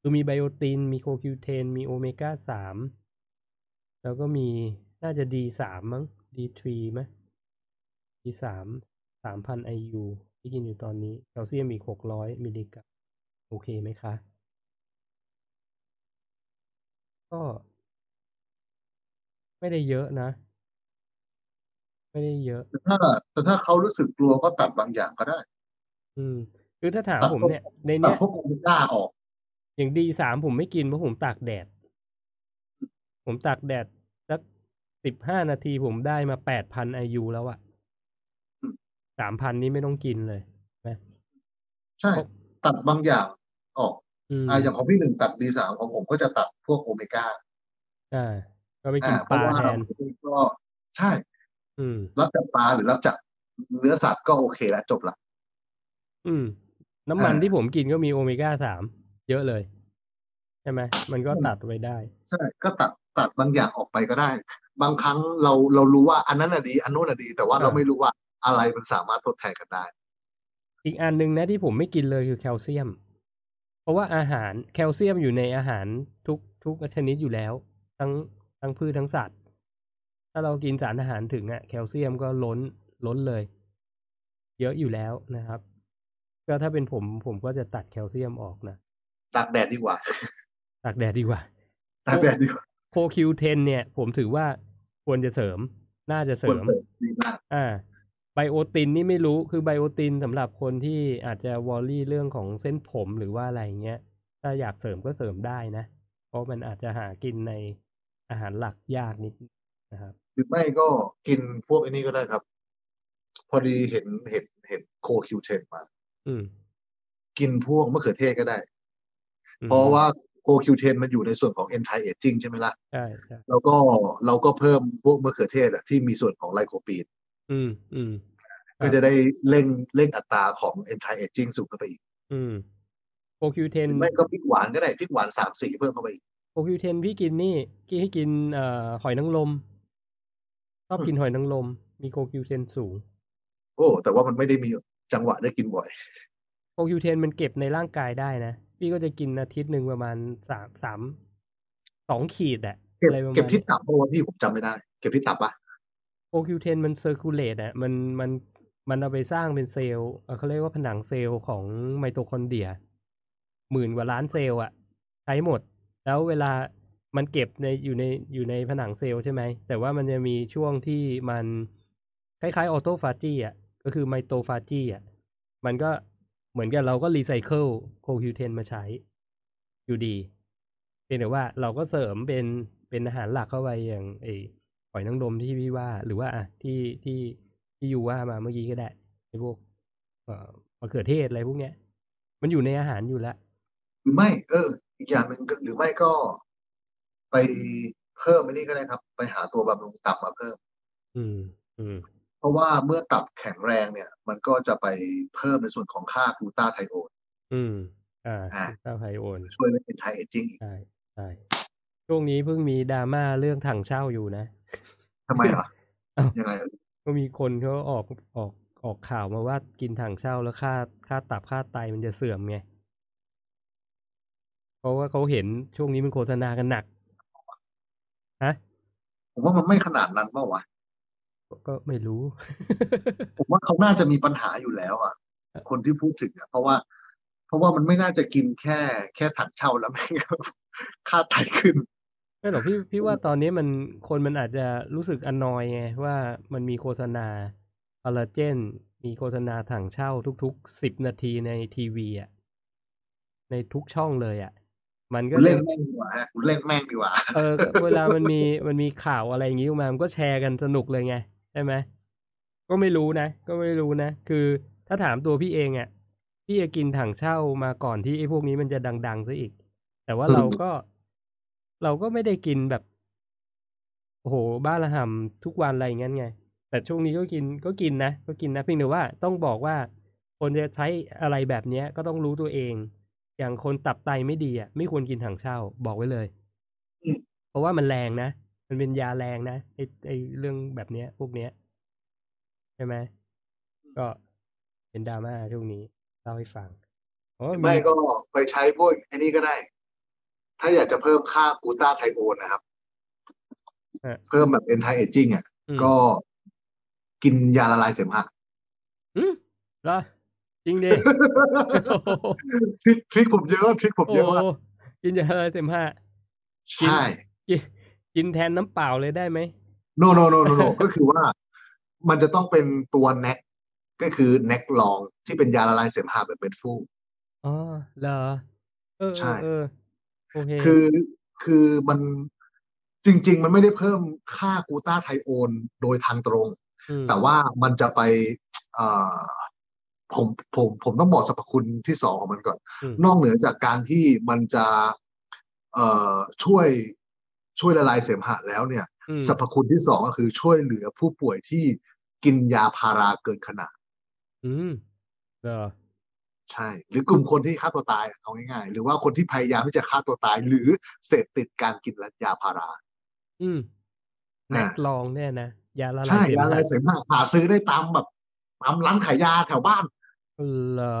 Speaker 1: คือมีไบโอติน มีโคคิวเทน มีโอเมก้า 3 แล้วก็มีน่าจะ D 3มั้ง D 3มั้ย D 3 3 0 0 0 IU ที่กินอยู่ตอนนี้ แคลเซียมอีก 600 มิลลิกรัม โอเคไหมคะ ก็ ไม่ได้เยอะนะ ไม่ได้เยอะ
Speaker 2: แต่ถ้าแต่ถ้าเขารู้สึกกลัวก็ตัดบางอย่างก็ได้
Speaker 1: อืม คือถ้าถาม
Speaker 2: ตัด
Speaker 1: ผม
Speaker 2: พวก
Speaker 1: เนี่ย ใน
Speaker 2: ตัด
Speaker 1: เนี้ย
Speaker 2: พวกโอเมก้าออก
Speaker 1: อย่างดีสามผมไม่กินเพราะผมตากแดด ผมตากแดดสักสิบห้านาทีผมได้มาแปดพันไอยูแล้วอะ
Speaker 2: อืม
Speaker 1: สามพันนี้ไม่ต้องกินเลย
Speaker 2: ใช่ ตัดบางอย่างออก
Speaker 1: อืม
Speaker 2: อ่าอย่างของพี่หนึ่งตัดดีสามของผมก็จะตัดพวกโอเมก้า
Speaker 1: อ่า ก็ไปกิ
Speaker 2: อ่าน เพ
Speaker 1: ปลา
Speaker 2: ราะว่า
Speaker 1: แทน
Speaker 2: ผมก็ใช่
Speaker 1: อืม
Speaker 2: รับจากปลาหรือรับจากเนื้อสัตว์ก็โอเคแล้วจบละ
Speaker 1: อืม น้ำมัน
Speaker 2: อ่า
Speaker 1: ที่ผมกินก็มีโอเมก้าสามเยอะเลย ใช่ไหมมันก็ตัดไว้ได้
Speaker 2: ใช่ก็ตัดตัดบางอย่างออกไปก็ได้ บางครั้งเราเรารู้ว่าอันนั้นน่ะดี อันโน้นน่ะดี แต่ว่า
Speaker 1: อ่า
Speaker 2: เราไม่รู้ว่าอะไรมันสามารถทดแทนกันได้
Speaker 1: อีกอันหนึ่งนะที่ผมไม่กินเลยคือแคลเซียม เพราะว่าอาหารแคลเซียมอยู่ในอาหารทุกทุกชนิดอยู่แล้ว ทั้งทั้งพืชทั้งสัตว์ ถ้าเรากินสารอาหารถึงอะแคลเซียมก็ล้นล้นเลย เยอะอยู่แล้วนะครับ ก็ถ้าเป็นผมผมก็จะตัดแคลเซียมออกนะ
Speaker 2: ตากแดดดีกว่า
Speaker 1: ตากแดดดีกว่า
Speaker 2: ตากแดดดีกว่า
Speaker 1: โคคิวเทนเนี่ย ผมถือว่าควรจะเสริม น่าจะเส
Speaker 2: คว
Speaker 1: ริ
Speaker 2: ร
Speaker 1: ม
Speaker 2: เปิดดีมาก
Speaker 1: อ่าไบโอตินนี่ไม่รู้คือไบโอตินสำหรับคนที่อาจจะวอลลี่เรื่องของเส้นผมหรือว่าอะไรเงี้ย ถ้าอยากเสริมก็เสริมได้นะ เพราะมันอาจจะหากินในอาหารหลักยากนิดนะครับ
Speaker 2: หรือไม่ก็กินพวกไอันนี้ก็ได้ครับ พอดีเห็นเห็นเห็นโคคิวเทนมา
Speaker 1: อืม
Speaker 2: กินพวกมะเขือเทศก็ได้
Speaker 1: อืม
Speaker 2: เพราะว่าโคคิวเทนมันอยู่ในส่วนของ anti aging ใช่ไหมล่ะ
Speaker 1: ใช่ใช่
Speaker 2: แล้วก็เราก็เพิ่มพวกมะเขือเทศอะที่มีส่วนของไลโคปีน
Speaker 1: อืมอืม ครับ
Speaker 2: ก็จะได้เร่งเร่งอัตราของ anti aging สูงขึ้นไปอีก
Speaker 1: อืมโคคิวเท
Speaker 2: ห
Speaker 1: น
Speaker 2: รือไม่ก็พริกหวานก็ได้พริกหวานสามสีเพิ่มเข้าไปอีก
Speaker 1: โคคิวเทนพี่กินนี่กินให้กินเอ่อหอยนางรมชอบ
Speaker 2: อืม
Speaker 1: กินหอยนางรมมีโคคิวเทนสูง
Speaker 2: โอ้ แต่ว่ามันไม่ได้มีจังหวะได้กินบ่อย
Speaker 1: โคคิวเทนมันเก็บในร่างกายได้นะ พี่ก็จะกินอาทิตย์หนึ่งประมาณสามสามสองขีดอะ
Speaker 2: เก็บ
Speaker 1: อะไรประมาณ
Speaker 2: เก็บที่
Speaker 1: นี้ย
Speaker 2: ตับเพราะว่าที่ผมจำไม่ได้ เก็บที่ตับปะ
Speaker 1: โคคิวเทนมันเซอร์คูลเลตอะมันมันมันเอาไปสร้างเป็นเซลล์เอ่อเขาเรียกว่าผนังเซลล์ของไมโตคอนเดรียหมื่นกว่าล้านเซลล์อะใช้หมด แล้วเวลามันเก็บในอยู่ในอยู่ในผนังเซลล์ใช่ไหม แต่ว่ามันจะมีช่วงที่มันคล้ายๆออโตฟาจีอ่ะ ก็คือไมโตฟาจีอ่ะ มันก็เหมือนกับเราก็รีไซเคิลโคคิวเทนมาใช้อยู่ดีเพียงแต่ว่าเราก็เสริมเป็นเป็นอาหารหลักเข้าไปอย่างไอหอยนางรมที่พี่ว่า หรือว่าอ่ะที่ที่ที่อยู่ว่ามาเมื่อกี้ก็ได้ไอพวกเอ่อมะเขือเทศอะไรพวกเนี้ย มันอยู่ในอาหารอยู่แล้ว
Speaker 2: หรือไม่ เออ อีกอย่างหนึ่งก็หรือไม่ก็ ไปเพิ่มไอ้นี่ก็ได้ครับ ไปหาตัวบำรุงตับมาเพิ่ม
Speaker 1: อืม อืม
Speaker 2: เพราะว่าเมื่อตับแข็งแรงเนี่ย มันก็จะไปเพิ่มในส่วนของค่ากลูตาไทโอน
Speaker 1: อืม อ่า
Speaker 2: อ่า
Speaker 1: เต้าไฮโอน
Speaker 2: ช่วยเรื่อง anti aging อีก
Speaker 1: ใช่ใช่ช่วงนี้เพิ่งมีดราม่าเรื่องถังเช่าอยู่นะ
Speaker 2: ทำไมเหรอ
Speaker 1: เอ้า
Speaker 2: ยังไง
Speaker 1: ก็มีคนเขาออกออกออกข่าวมาว่ากินถังเช่าแล้วค่าค่าตับค่าไตมันจะเสื่อมไงเพราะว่าเขาเห็นช่วงนี้มันโฆษณากันหนักฮะ
Speaker 2: ผมว่ามันไม่ขนาดนั้นเปล่าวะ
Speaker 1: ก็ก็ไม่รู้
Speaker 2: ผมว่าเขาน่าจะมีปัญหาอยู่แล้วอ่ะ คนที่พูดถึงอ่ะเพราะว่า เพราะว่ามันไม่น่าจะกินแค่แค่ถังเช่าแล้วแม่งก็ ค่าไตขึ้น
Speaker 1: ไม่หรอกพี่พี่ว่าตอนนี้มันคนมันอาจจะรู้สึกอนอยไงว่ามันมีโฆษณาคอลลาเจน มีโฆษณาถังเช่าทุกๆสิบนาทีในทีวีอ่ะในทุกช่องเลยอ่ะ มันก็
Speaker 2: คุณ
Speaker 1: เล
Speaker 2: เล่
Speaker 1: ย
Speaker 2: นแม่งดีกว่าฮะคุณเล่นแม่งดีกว่า
Speaker 1: เออก็เวลามันมีมันมีข่าวอะไรอย่างงี้ออกมา มันก็แชร์กันสนุกเลยไงใช่ไหมก็ไม่รู้นะ ก็ไม่รู้นะ คือถ้าถามตัวพี่เองอ่ะพี่จะกินถังเช่ามาก่อนที่ไอ้พวกนี้มันจะดังๆซะอีก แต่ว่า
Speaker 2: อืม
Speaker 1: เราก็เราก็ไม่ได้กินแบบ โอ้โห บ้าละห่ำทุกวันอะไรอย่างเงี้ยไง แต่ช่วงนี้ก็กินก็กินนะ ก็กินนะเพียงแต่ว่าต้องบอกว่า คนจะใช้อะไรแบบเนี้ย ก็ต้องรู้ตัวเอง อย่างคนตับไตไม่ดีอ่ะไม่ควรกินถังเช่า บอกไว้เลย
Speaker 2: อืม
Speaker 1: เพราะว่ามันแรงนะ มันเป็นยาแรงนะไอไอเรื่องแบบเนี้ย พวกเนี้ยใช่ไหมก็เป็นดราม่าช่วงนี้เล่าให้ฟังอ๋อ
Speaker 2: ไม่ก็ไปใช้พวกไอ้นี่ก็ได้ ถ้าอยากจะเพิ่มค่ากูต้าไทโอนนะครับ
Speaker 1: ฮะ
Speaker 2: เพิ่มแบบเอนไทเอจิ้งอ่ะ
Speaker 1: อืม
Speaker 2: ก็กินยาละลายเสมหะ
Speaker 1: อืมเหรอจริงดิ โอ้โห
Speaker 2: ทริคทริคผมเยอะทริคผม
Speaker 1: โอ้
Speaker 2: เยอะ
Speaker 1: โห
Speaker 2: มาก
Speaker 1: กินยาอะไรเต็มห้า กิน
Speaker 2: ใช่
Speaker 1: กินกินแทนน้ำเปล่าเลยได้ไหม
Speaker 2: โนโนโนโน ก็คือว่า มันจะต้องเป็นตัวแน็กก็คือแน็กลองที่เป็นยาละลายเสมหะแบบเป็นฟูก
Speaker 1: อ๋อเหรอเออ
Speaker 2: ใช่
Speaker 1: เออเออโอเค
Speaker 2: คือคือมันจริง ๆ มันไม่ได้เพิ่มค่ากูต้าไทโอนโดยทางตรง
Speaker 1: ม
Speaker 2: แต่ว่ามันจะไปเอ่อผมผมผมต้องบอกสรรพคุณที่สองของมันก่อน
Speaker 1: ม
Speaker 2: นอกเหนือจากการที่มันจะเอ่อช่วยช่วยละลายเสมหะแล้วเนี่ย
Speaker 1: อืม
Speaker 2: สรรพคุณที่สองก็คือช่วยเหลือผู้ป่วยที่กินยาพาราเกินขนาด
Speaker 1: อืมเหรอ
Speaker 2: ใช่ หรือกลุ่มคนที่ฆ่าตัวตายเอาง่ายๆ หรือว่าคนที่พยายามที่จะฆ่าตัวตาย หรือเสพติดการกินยาพารา
Speaker 1: อืม
Speaker 2: อ่า
Speaker 1: แม็กลองเนี่ยนะยาละลา
Speaker 2: ใช่
Speaker 1: ยเสม
Speaker 2: ยาละ
Speaker 1: หะ
Speaker 2: ลายเสมหะหาซื้อได้ตามแบบตามร้านขายยาแถวบ้าน
Speaker 1: เหรอ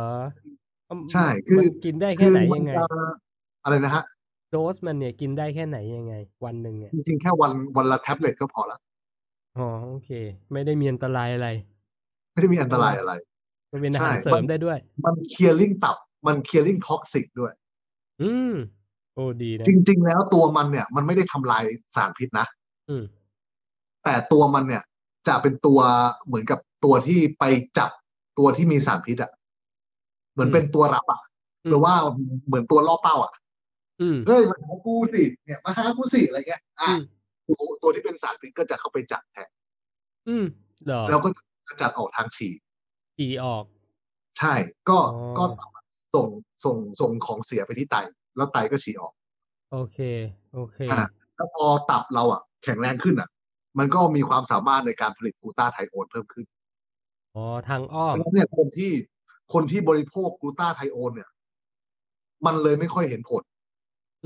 Speaker 1: อืม
Speaker 2: ใช่คือ
Speaker 1: มันกินได้แค่ไหน
Speaker 2: มั
Speaker 1: ยังไง
Speaker 2: จะอะไรนะฮะ
Speaker 1: โดสมันเนี่ยกินได้แค่ไหนยังไง วันหนึ่งเนี่ย
Speaker 2: จริงๆ แค่วันวันละแท็บเล็ตก็พอละ
Speaker 1: อ๋อโอเค ไม่ได้มีอันตรายอะไร
Speaker 2: ไม่ได้มีอันตรายอะไร
Speaker 1: ก็เป็นอาหาร
Speaker 2: ใช่
Speaker 1: เสริ
Speaker 2: มั
Speaker 1: ม
Speaker 2: น
Speaker 1: ได้ด้วย
Speaker 2: มันเคลียร์ลิงตับ มันเคลียร์ลิงท็อกซิกด้วย
Speaker 1: อืมโอ้ดีนะ
Speaker 2: จริง ๆ แล้วตัวมันเนี่ย มันไม่ได้ทำลายสารพิษนะ
Speaker 1: อืม
Speaker 2: แต่ตัวมันเนี่ยจะเป็นตัวเหมือนกับตัวที่ไปจับตัวที่มีสารพิษอ่ะ เหมือนเป็นตัวรับอ่ะหรือว่าเหมือนตัวล่อเป้าอ่ะ
Speaker 1: อืม
Speaker 2: เฮ้ยมาหากูสิเนี่ยมาหากูสิอะไรเงี้ยอ่ะ
Speaker 1: อืม
Speaker 2: ตัวตัวที่เป็นสารพิษก็จะเข้าไปจับแทน
Speaker 1: อืมเหรอ
Speaker 2: แล้วก็จะจัดออกทางฉี่
Speaker 1: ฉี่ออก
Speaker 2: ใช่ ก็
Speaker 1: อ๋อ
Speaker 2: ก็ส่งส่งส่งของเสียไปที่ไต แล้วไตก็ฉี่ออก
Speaker 1: โอเค โอเค
Speaker 2: อ่ะ แล้วพอตับเราอ่ะ แข็งแรงขึ้นอ่ะ มันก็มีความสามารถในการผลิตกลูตาไทโอนเพิ่มขึ้น
Speaker 1: อ๋อทางอ้อ
Speaker 2: เพ
Speaker 1: ม
Speaker 2: ราะฉะนั้นเนี่ยคนที่คนที่บริโภคกลูตาไทโอนเนี่ย มันเลยไม่ค่อยเห็นผล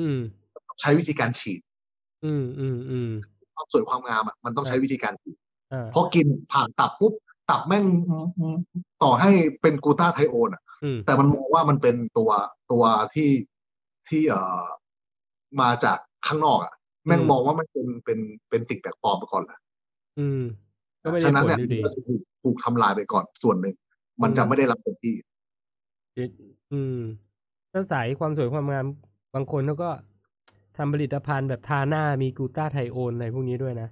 Speaker 1: อืม
Speaker 2: ใช้วิธีการฉีด
Speaker 1: อืมอืมอืม
Speaker 2: ความสวยความงามอ่ะมันต้องใช้วิธีการฉีด
Speaker 1: อ่า
Speaker 2: เพราะกินผ่านตับปุ๊บตับแม่งอืมอืมต่อให้เป็นกลูตาไทโอนอ่ะ
Speaker 1: อืม
Speaker 2: แต่มันมองว่ามันเป็นตัวตัวที่ที่เอ่อมาจากข้างนอกอ่ะ แม่งมองว่ามันเป็นเป็นเป็นสิ่งแปลกปลอมไปก่อนละ
Speaker 1: อืม ก็ไม่ได้
Speaker 2: ฉะนั้น
Speaker 1: ผล
Speaker 2: เนี่
Speaker 1: อ
Speaker 2: ย
Speaker 1: ยู่ดี
Speaker 2: มันก็จะถูกถูกทำลายไปก่อนส่วนหนึ่ง มันจะ
Speaker 1: อืม
Speaker 2: ไม่ได้รับเต็มที่
Speaker 1: อืมถ้าสายความสวยความงามบางคนเขาก็ทำผลิตภัณฑ์แบบทาหน้ามีกลูต้าไทโอนอะไรพวกนี้ด้วยนะ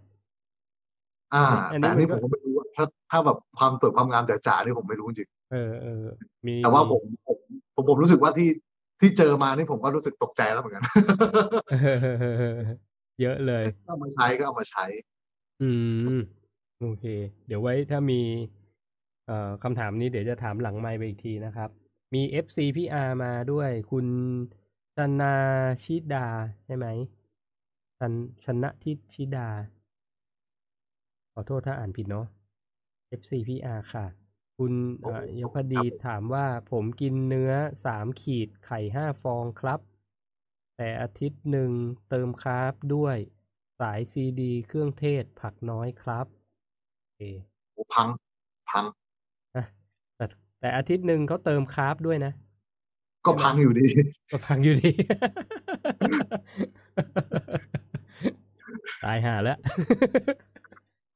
Speaker 2: อ่า
Speaker 1: อันนี้
Speaker 2: แต่อันนี้
Speaker 1: มั
Speaker 2: ผ
Speaker 1: น
Speaker 2: ม
Speaker 1: ก็
Speaker 2: ก็ไม่รู้ว่าถ้าถ้าแบบความสวยความงามจ๋าๆนี่ผมไม่รู้จริง
Speaker 1: เออเออมี
Speaker 2: แต่ว่าผมผมผมผมรู้สึกว่าที่ที่เจอมานี่ผมก็รู้สึกตกใจแล้วเหมือนกัน
Speaker 1: เออ เยอะเลย
Speaker 2: ก็เอามาใช้ก็เอามาใช้
Speaker 1: อืม โอเค เดี๋ยวไว้ถ้ามี เอ่อคำถามนี้เดี๋ยวจะถามหลังไมค์ไปอีกทีนะครับ มี FC พี่อาร์มาด้วย คุณชนาชิดาใช่ไหมชันชนะทิชิดา ขอโทษถ้าอ่านผิดเนาะ FC พี่อาร์ค่ะ คุณเอ่อ
Speaker 2: โอ้
Speaker 1: ยพดี
Speaker 2: ครับผม
Speaker 1: ถามว่าผมกินเนื้อสามขีดไข่ห้าฟองครับ แต่อาทิตย์หนึ่งเติมคาร์บด้วย สายซีดี เครื่องเทศผักน้อยครับโอเค
Speaker 2: โอ พัง พัง
Speaker 1: แต่แต่อาทิตย์หนึ่งเขาเติมคาร์บด้วยนะ
Speaker 2: ก็พังอยู่ดี
Speaker 1: ก็พังอยู่ดี ตายห่าแล้ว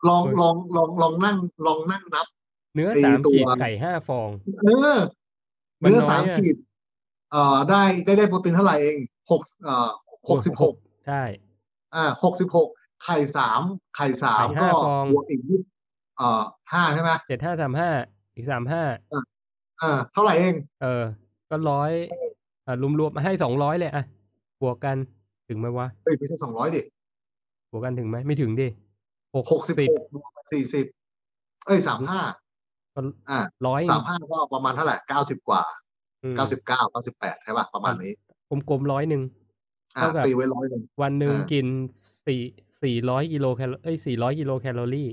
Speaker 2: ลอง
Speaker 1: เออ
Speaker 2: ลองลองลองนั่ง ลองนั่งนับ
Speaker 1: เนื้อ
Speaker 2: ตี
Speaker 1: สาม
Speaker 2: ตัว
Speaker 1: ขีดไข่ห้าฟอง
Speaker 2: เออ
Speaker 1: มัน
Speaker 2: เนื้อ
Speaker 1: น้อยอะ
Speaker 2: สามขีดเอ่อได้ได้ได้โปรตีนเท่าไหร่เองหกเอ่อหกสิบหก
Speaker 1: ใช่
Speaker 2: อ่าหกสิบหกไข่สามไข่สาม
Speaker 1: ไข่
Speaker 2: ก็
Speaker 1: ห้าฟอง
Speaker 2: บวกอีกยี่สิบเอ่อห้าใช่ไหม
Speaker 1: เจ็ดห้าสามห้าอีกสามห้า
Speaker 2: เออเท่าไหร่เอง
Speaker 1: เออ ก็ร้อยอ่ะรวมๆให้สองร้อยเลยอ่ะ บวกกันถึงไหมวะ
Speaker 2: เอ้ยไม่ใช่สองร้อยดิ
Speaker 1: บวกกันถึงไหมไม่ถึงดิหก
Speaker 2: หกสิบ
Speaker 1: สิบ
Speaker 2: หกสี่สิบเอ้ยสามห้า
Speaker 1: ก็
Speaker 2: อ่า
Speaker 1: ร้อย
Speaker 2: สามห้าก็ประมาณเท่าไหร่เก้าสิบกว่า
Speaker 1: อืม
Speaker 2: เก้าสิบเก้าเก้าสิบแปดใช่ป่ะประมาณนี้
Speaker 1: กลมๆร้อยหนึ่ง
Speaker 2: อ่า
Speaker 1: เท่ากับ
Speaker 2: ตีไว้ร้อยหนึ่ง
Speaker 1: วันหนึ่ง
Speaker 2: อ่ากิ
Speaker 1: กินสี่สี่ร้อยกิโลแคลอเอ้ยสี่ร้อยกิโลแคลอรี่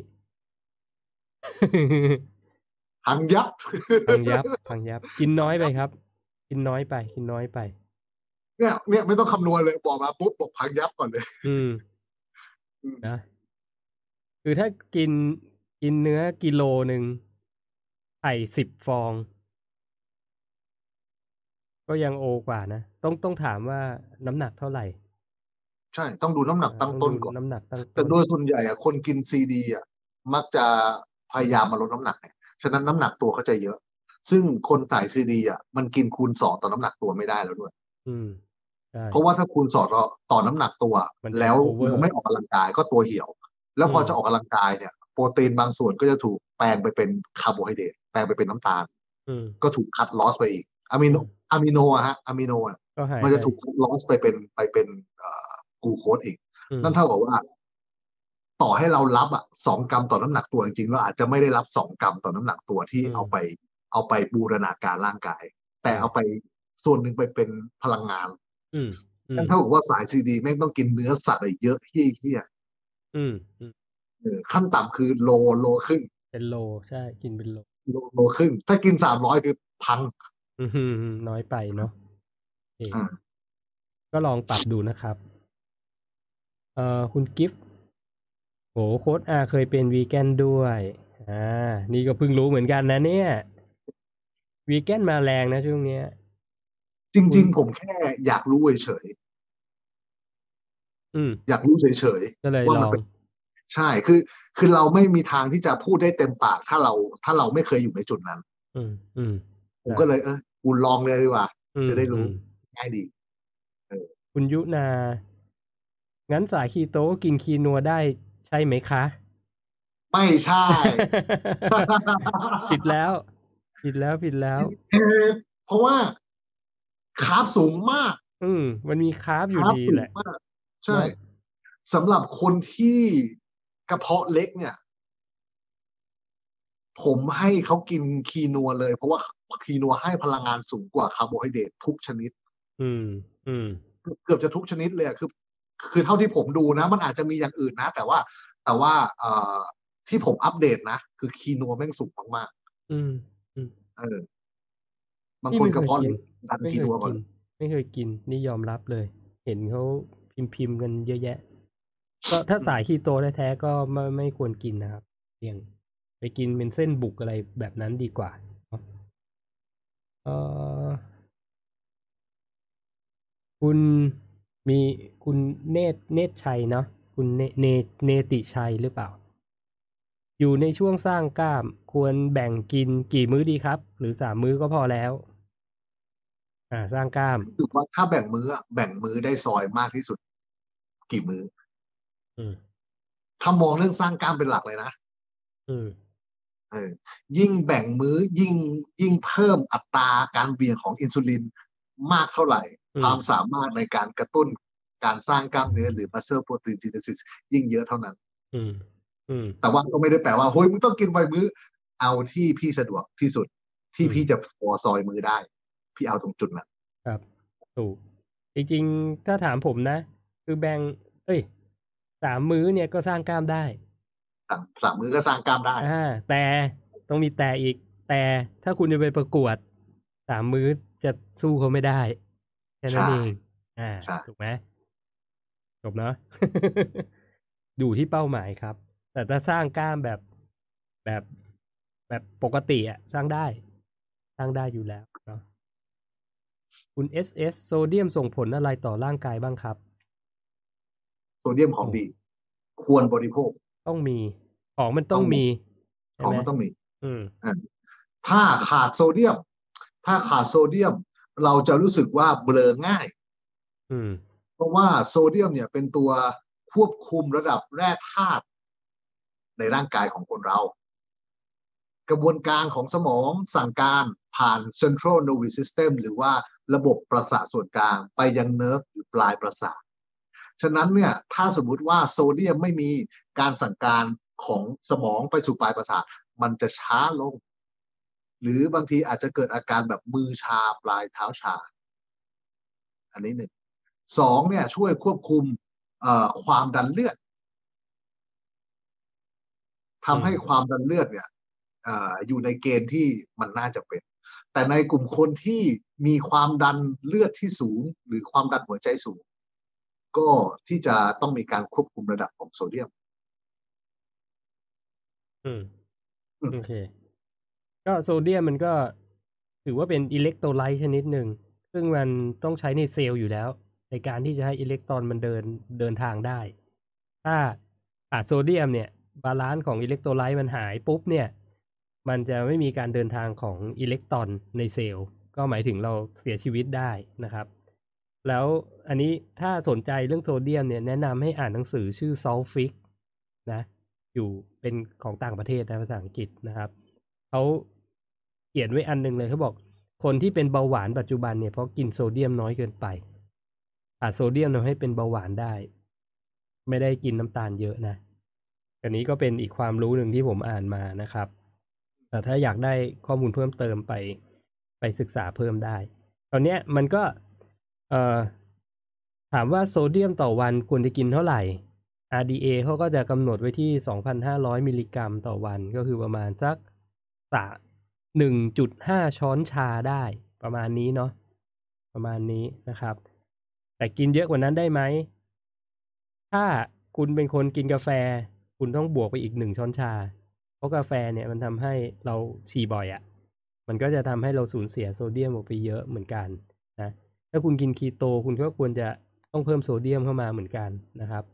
Speaker 2: หังยับ
Speaker 1: พังยับพังยับ กินน้อยไปครับ กินน้อยไป กินน้อยไป
Speaker 2: เนี่ยเนี่ยไม่ต้องคำนวณเลยบอกมาปุ๊บบอกพังยับก่อนเลย
Speaker 1: อืม
Speaker 2: อืม
Speaker 1: นะคือถ้ากินกินเนื้อกิโลหนึ่งไข่สิบฟอง ก็ยังโอกว่านะ ต้องต้องถามว่าน้ำหนักเท่าไหร่
Speaker 2: ใช่ ต้องดูน้ำหนักตั้งต้น
Speaker 1: ดู
Speaker 2: ก่อน
Speaker 1: น้ำหนักตั้ง
Speaker 2: แต่
Speaker 1: ต้น
Speaker 2: โดยส่วนใหญ่อะคนกินซีดีอะมักจะพยายามมาลดน้ำหนักเนี่ยฉะนั้นน้ำหนักตัวเขาจะเยอะ ซึ่งคนสายซีดีอะมันกินคูณสองต่อน้ำหนักตัวไม่ได้แล้วด้วย
Speaker 1: อืมใช่
Speaker 2: เพราะว่าถ้าคูณสองต่อน้ำหนักตัว
Speaker 1: มัน
Speaker 2: แล้ว
Speaker 1: over
Speaker 2: ไม่ออกกำลังกายก็ตัวเหี่ยว แล้วพออ
Speaker 1: ม
Speaker 2: จะออกกำลังกายเนี่ย โปรตีนบางส่วนก็จะถูกแปลงไปเป็นคาร์โบไฮเดรตแปลงไปเป็นน้ำตาล
Speaker 1: อืม
Speaker 2: ก็ถูกคัดลอสไปอีกอะมิโนอะมิโนอะฮะอะมิโนอะ
Speaker 1: ก็หาย
Speaker 2: มันจะ
Speaker 1: ไป
Speaker 2: ถูกคัดลอสไปเป็นไปเป็นกูโคสอีก
Speaker 1: อืม
Speaker 2: นั่นเท่ากับว่า ต่อให้เรารับอ่ะสองกรัมต่อน้ำหนักตัวจริงๆเราอาจจะไม่ได้รับสองกรัมต่อน้ำหนักตัวที่เอาไป เอาไปบูรณาการร่างกาย แต่เอาไปส่วนหนึ่งไปเป็นพลังงาน
Speaker 1: อืมอืม
Speaker 2: นั่นเท่ากับว่าสายซีดีแม่งต้องกินเนื้อสัตว์อะไรเยอะเฮี้ยเฮี้ย
Speaker 1: อืมอืม
Speaker 2: ๆเออขั้นต่ำคือโลโลครึ่ง
Speaker 1: เป็นโลใช่ กินเป็นโล
Speaker 2: โลโลครึ่งถ้ากินสามร้อยคือพัง
Speaker 1: อือหือน้อยไปเนาะโอเค
Speaker 2: อ่า
Speaker 1: ก็ลองปรับดูนะครับ เอ่อคุณกิฟต์โหโค้ดอาเคยเป็นวีแกนด้วย อ่า นี่ก็เพิ่งรู้เหมือนกันนะเนี่ย วีแกนมาแรงนะช่วงเนี้ย
Speaker 2: จริง ๆ ผมแค่อยากรู้เฉย
Speaker 1: อืม
Speaker 2: ๆอยากรู้เฉย
Speaker 1: ก็เลยล
Speaker 2: ว่ามั
Speaker 1: อน ง
Speaker 2: เป็น ๆใช่คือ คือเราไม่มีทางที่จะพูดได้เต็มปาก ถ้าเราถ้าเราไม่เคยอยู่ในจุดนั้น
Speaker 1: อืม อืม
Speaker 2: ผมก็เลยเออกูลองเลยดีกว่า
Speaker 1: อืม
Speaker 2: จะได้รู้
Speaker 1: อืม
Speaker 2: ง่ายดี
Speaker 1: คุณยุนา งั้นสายคีโตก็กินคีนัวได้ใช่ไหม คะ
Speaker 2: ไม่ใช่
Speaker 1: ผิดแล้ว ผิดแล้วผิดแล้ว
Speaker 2: เออเพราะว่าคาร์บสูงมาก
Speaker 1: อืม มันมีคาร์บอยู่
Speaker 2: คาร์บ
Speaker 1: ดี
Speaker 2: สู
Speaker 1: แห
Speaker 2: ง
Speaker 1: ละ
Speaker 2: มาก ใช่
Speaker 1: เนอะ
Speaker 2: สำหรับคนที่กระเพาะเล็กเนี่ย ผมให้เขากินคีนัวเลย เพราะว่าคีนัวให้พลังงานสูงกว่าคาร์โบไฮเดรตทุกชนิด
Speaker 1: อืม อืม
Speaker 2: เกือบเกือบจะทุกชนิดเลยอะคือ คือเท่าที่ผมดูนะ มันอาจจะมีอย่างอื่นนะ แต่ว่า แต่ว่าเอ่อที่ผมอัปเดตนะ คือคีนัวแม่งสูงมาก
Speaker 1: อืม
Speaker 2: ๆเออบางคนกระเพาะเล็กดัน
Speaker 1: ไม่
Speaker 2: คี
Speaker 1: เคย
Speaker 2: นัวก่อ
Speaker 1: กิ
Speaker 2: น
Speaker 1: น ไม่เคยกิน นี่ยอมรับเลย เห็นเขาพิมพ์ๆกันเยอะแยะ ก็ถ้าสายคีโตแท้ๆก็ไม่ไม่ควรกินนะครับเลี่ยงไปกินเป็นเส้นบุกอะไรแบบนั้นดีกว่าเนอะเออคุณมีคุณเนตเนตชัยเนาะคุณเนเนเนติชัยหรือเปล่า อยู่ในช่วงสร้างกล้าม ควรแบ่งกินกี่มื้อดีครับ หรือสามมื้อก็พอแล้ว อ่า สร้างกล้าม
Speaker 2: ถือว่าถ้าแบ่งมื้ออะแบ่งมื้อได้ซอยมากที่สุด กี่มื้อ
Speaker 1: อืม
Speaker 2: ถ้ามองเรื่องสร้างกล้ามเป็นหลักเลยนะ
Speaker 1: อืม
Speaker 2: เออยิ่งแบ่งมื้อยิ่งยิ่งเพิ่มอัตราการเบี่ยงของอินซูลินมากเท่าไหร่
Speaker 1: อืม
Speaker 2: ความสามารถในการกระตุ้นการสร้างกล้ามเนื้อหรือ muscle protein genesis ยิ่งเยอะเท่านั้น
Speaker 1: อืม อืม
Speaker 2: แต่ว่าก็ไม่ได้แปลว่าเฮ้ยมึงต้องกินไวมื้อ เอาที่พี่สะดวกที่สุด ที่
Speaker 1: อืม
Speaker 2: พี่จะพอซอยมือได้ พี่เอาตรงจุดนั้น
Speaker 1: ครับถูกจริงๆ ถ้าถามผมนะ คือแบ่งเอ้ยสามมื้อเนี่ยก็สร้างกล้ามได้
Speaker 2: สามสามมือก็สร้างกล้ามได้
Speaker 1: อ่าแต่ต้องมีแต่อีก แต่ถ้าคุณจะไปประกวดสามมื้อจะสู้เขาไม่ได้แค่นั้น
Speaker 2: ใช่
Speaker 1: เองอ่า
Speaker 2: ใช่
Speaker 1: ถูกไหมจ บเนาะ อยู่ที่เป้าหมายครับ แต่ถ้าสร้างกล้ามแบบ แบบแบบปกติอะสร้างได้ สร้างได้อยู่แล้วเนาะคุณ SS โซเดียมส่งผลอะไรต่อร่างกายบ้างครับ
Speaker 2: โซเดียมของดี ควรบริโภค
Speaker 1: ต้องมี ของมันต้อง
Speaker 2: ต้อง
Speaker 1: มี
Speaker 2: มี
Speaker 1: ใช่
Speaker 2: ของ
Speaker 1: ไหม
Speaker 2: มันต้องมี
Speaker 1: อืม
Speaker 2: ถ้าขาดโซเดียม ถ้าขาดโซเดียม เราจะรู้สึกว่าเบลอง่าย
Speaker 1: อืม
Speaker 2: เพราะว่าโซเดียมเนี่ยเป็นตัวควบคุมระดับแร่ธาตุในร่างกายของคนเรา กระบวนการของสมองสั่งการผ่าน central nervous system หรือว่าระบบประสาทส่วนกลางไปยังเนิร์ฟหรือปลายประสาท ฉะนั้นเนี่ยถ้าสมมุติว่าโซเดียมไม่มีการสั่งการของสมองไปสู่ปลายประสาท มันจะช้าลง หรือบางทีอาจจะเกิดอาการแบบมือชาปลายเท้าชา อันนี้หนึ่งสองเนี่ยช่วยควบคุมเอ่อความดันเลือดทำให้
Speaker 1: อืม
Speaker 2: ความดันเลือดเนี่ยเอ่ออยู่ในเกณฑ์ที่มันน่าจะเป็น แต่ในกลุ่มคนที่มีความดันเลือดที่สูง หรือความดันหัวใจสูง ก็ที่จะต้องมีการควบคุมระดับของโซเดียม
Speaker 1: อืม
Speaker 2: อืม
Speaker 1: โอเค ก็โซเดียมมันก็ถือว่าเป็นอิเล็กโทรไลต์ชนิดหนึ่ง ซึ่งมันต้องใช้ในเซลล์อยู่แล้ว ในการที่จะให้อิเล็กตรอนมันเดินเดินทางได้ ถ้าขาดโซเดียมเนี่ย บาลานซ์ของอิเล็กโทรไลต์มันหายปุ๊บเนี่ย มันจะไม่มีการเดินทางของอิเล็กตรอนในเซลล์ ก็หมายถึงเราเสียชีวิตได้นะครับ แล้วอันนี้ถ้าสนใจเรื่องโซเดียมเนี่ยแนะนำให้อ่านหนังสือชื่อ Salt Fix นะ อยู่เป็นของต่างประเทศนะภาษาอังกฤษนะครับ เขาเขียนไว้อันหนึ่งเลยเขาบอก คนที่เป็นเบาหวานปัจจุบันเนี่ยเพราะกินโซเดียมน้อยเกินไปอาจโซเดียมทำให้เป็นเบาหวานได้ ไม่ได้กินน้ำตาลเยอะนะอันนี้ก็เป็นอีกความรู้หนึ่งที่ผมอ่านมานะครับ แต่ถ้าอยากได้ข้อมูลเพิ่มเติมไปไปศึกษาเพิ่มได้ ตอนเนี้ยมันก็เอ่อถามว่าโซเดียมต่อวันควรจะกินเท่าไหร่ RDA เขาก็จะกำหนดไว้ที่ 2,500 มิลลิกรัมต่อวันก็คือประมาณสักสะ1.5 ช้อนชาได้ประมาณนี้เนาะประมาณนี้นะครับ แต่กินเยอะกว่านั้นได้ไหม ถ้าคุณเป็นคนกินกาแฟ คุณต้องบวกไปอีกหนึ่งช้อนชา เพราะกาแฟเนี่ยมันทำให้เราฉี่บ่อยอะ่ะ มันก็จะทำให้เราสูญเสียโซเดียมออกไปเยอะเหมือนกันนะ ถ้าคุณกินคีโตคุณก็ควรจะต้องเพิ่มโซเดียมเข้ามาเหมือนกันนะครับ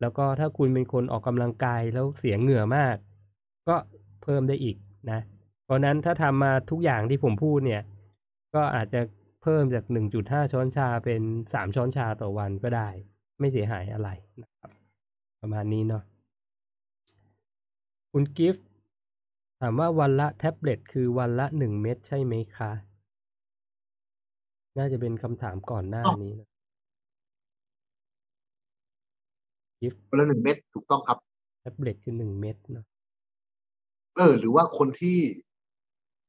Speaker 1: แล้วก็ถ้าคุณเป็นคนออกกำลังกายแล้วเสียเหงื่อมาก ก็เพิ่มได้อีกนะ เพราะฉะนั้นถ้าทำมาทุกอย่างที่ผมพูดเนี่ย ก็อาจจะเพิ่มจาก 1.5 ช้อนชาเป็น 3 ช้อนชาต่อวันก็ได้ ไม่เสียหายอะไรนะครับ ประมาณนี้เนาะคุณกิฟต์ถามว่าวันละแท็บเล็ตคือวันละ 1 เม็ดใช่ไหมคะ น่าจะเป็นคำถามก่อนหน้านี้นะ
Speaker 2: คนละหนึ่งเม็ดถูกต้องครับ
Speaker 1: แท็บเล็ตคือหนึ่งเม็ดเนาะ
Speaker 2: เออ หรือว่าคนที่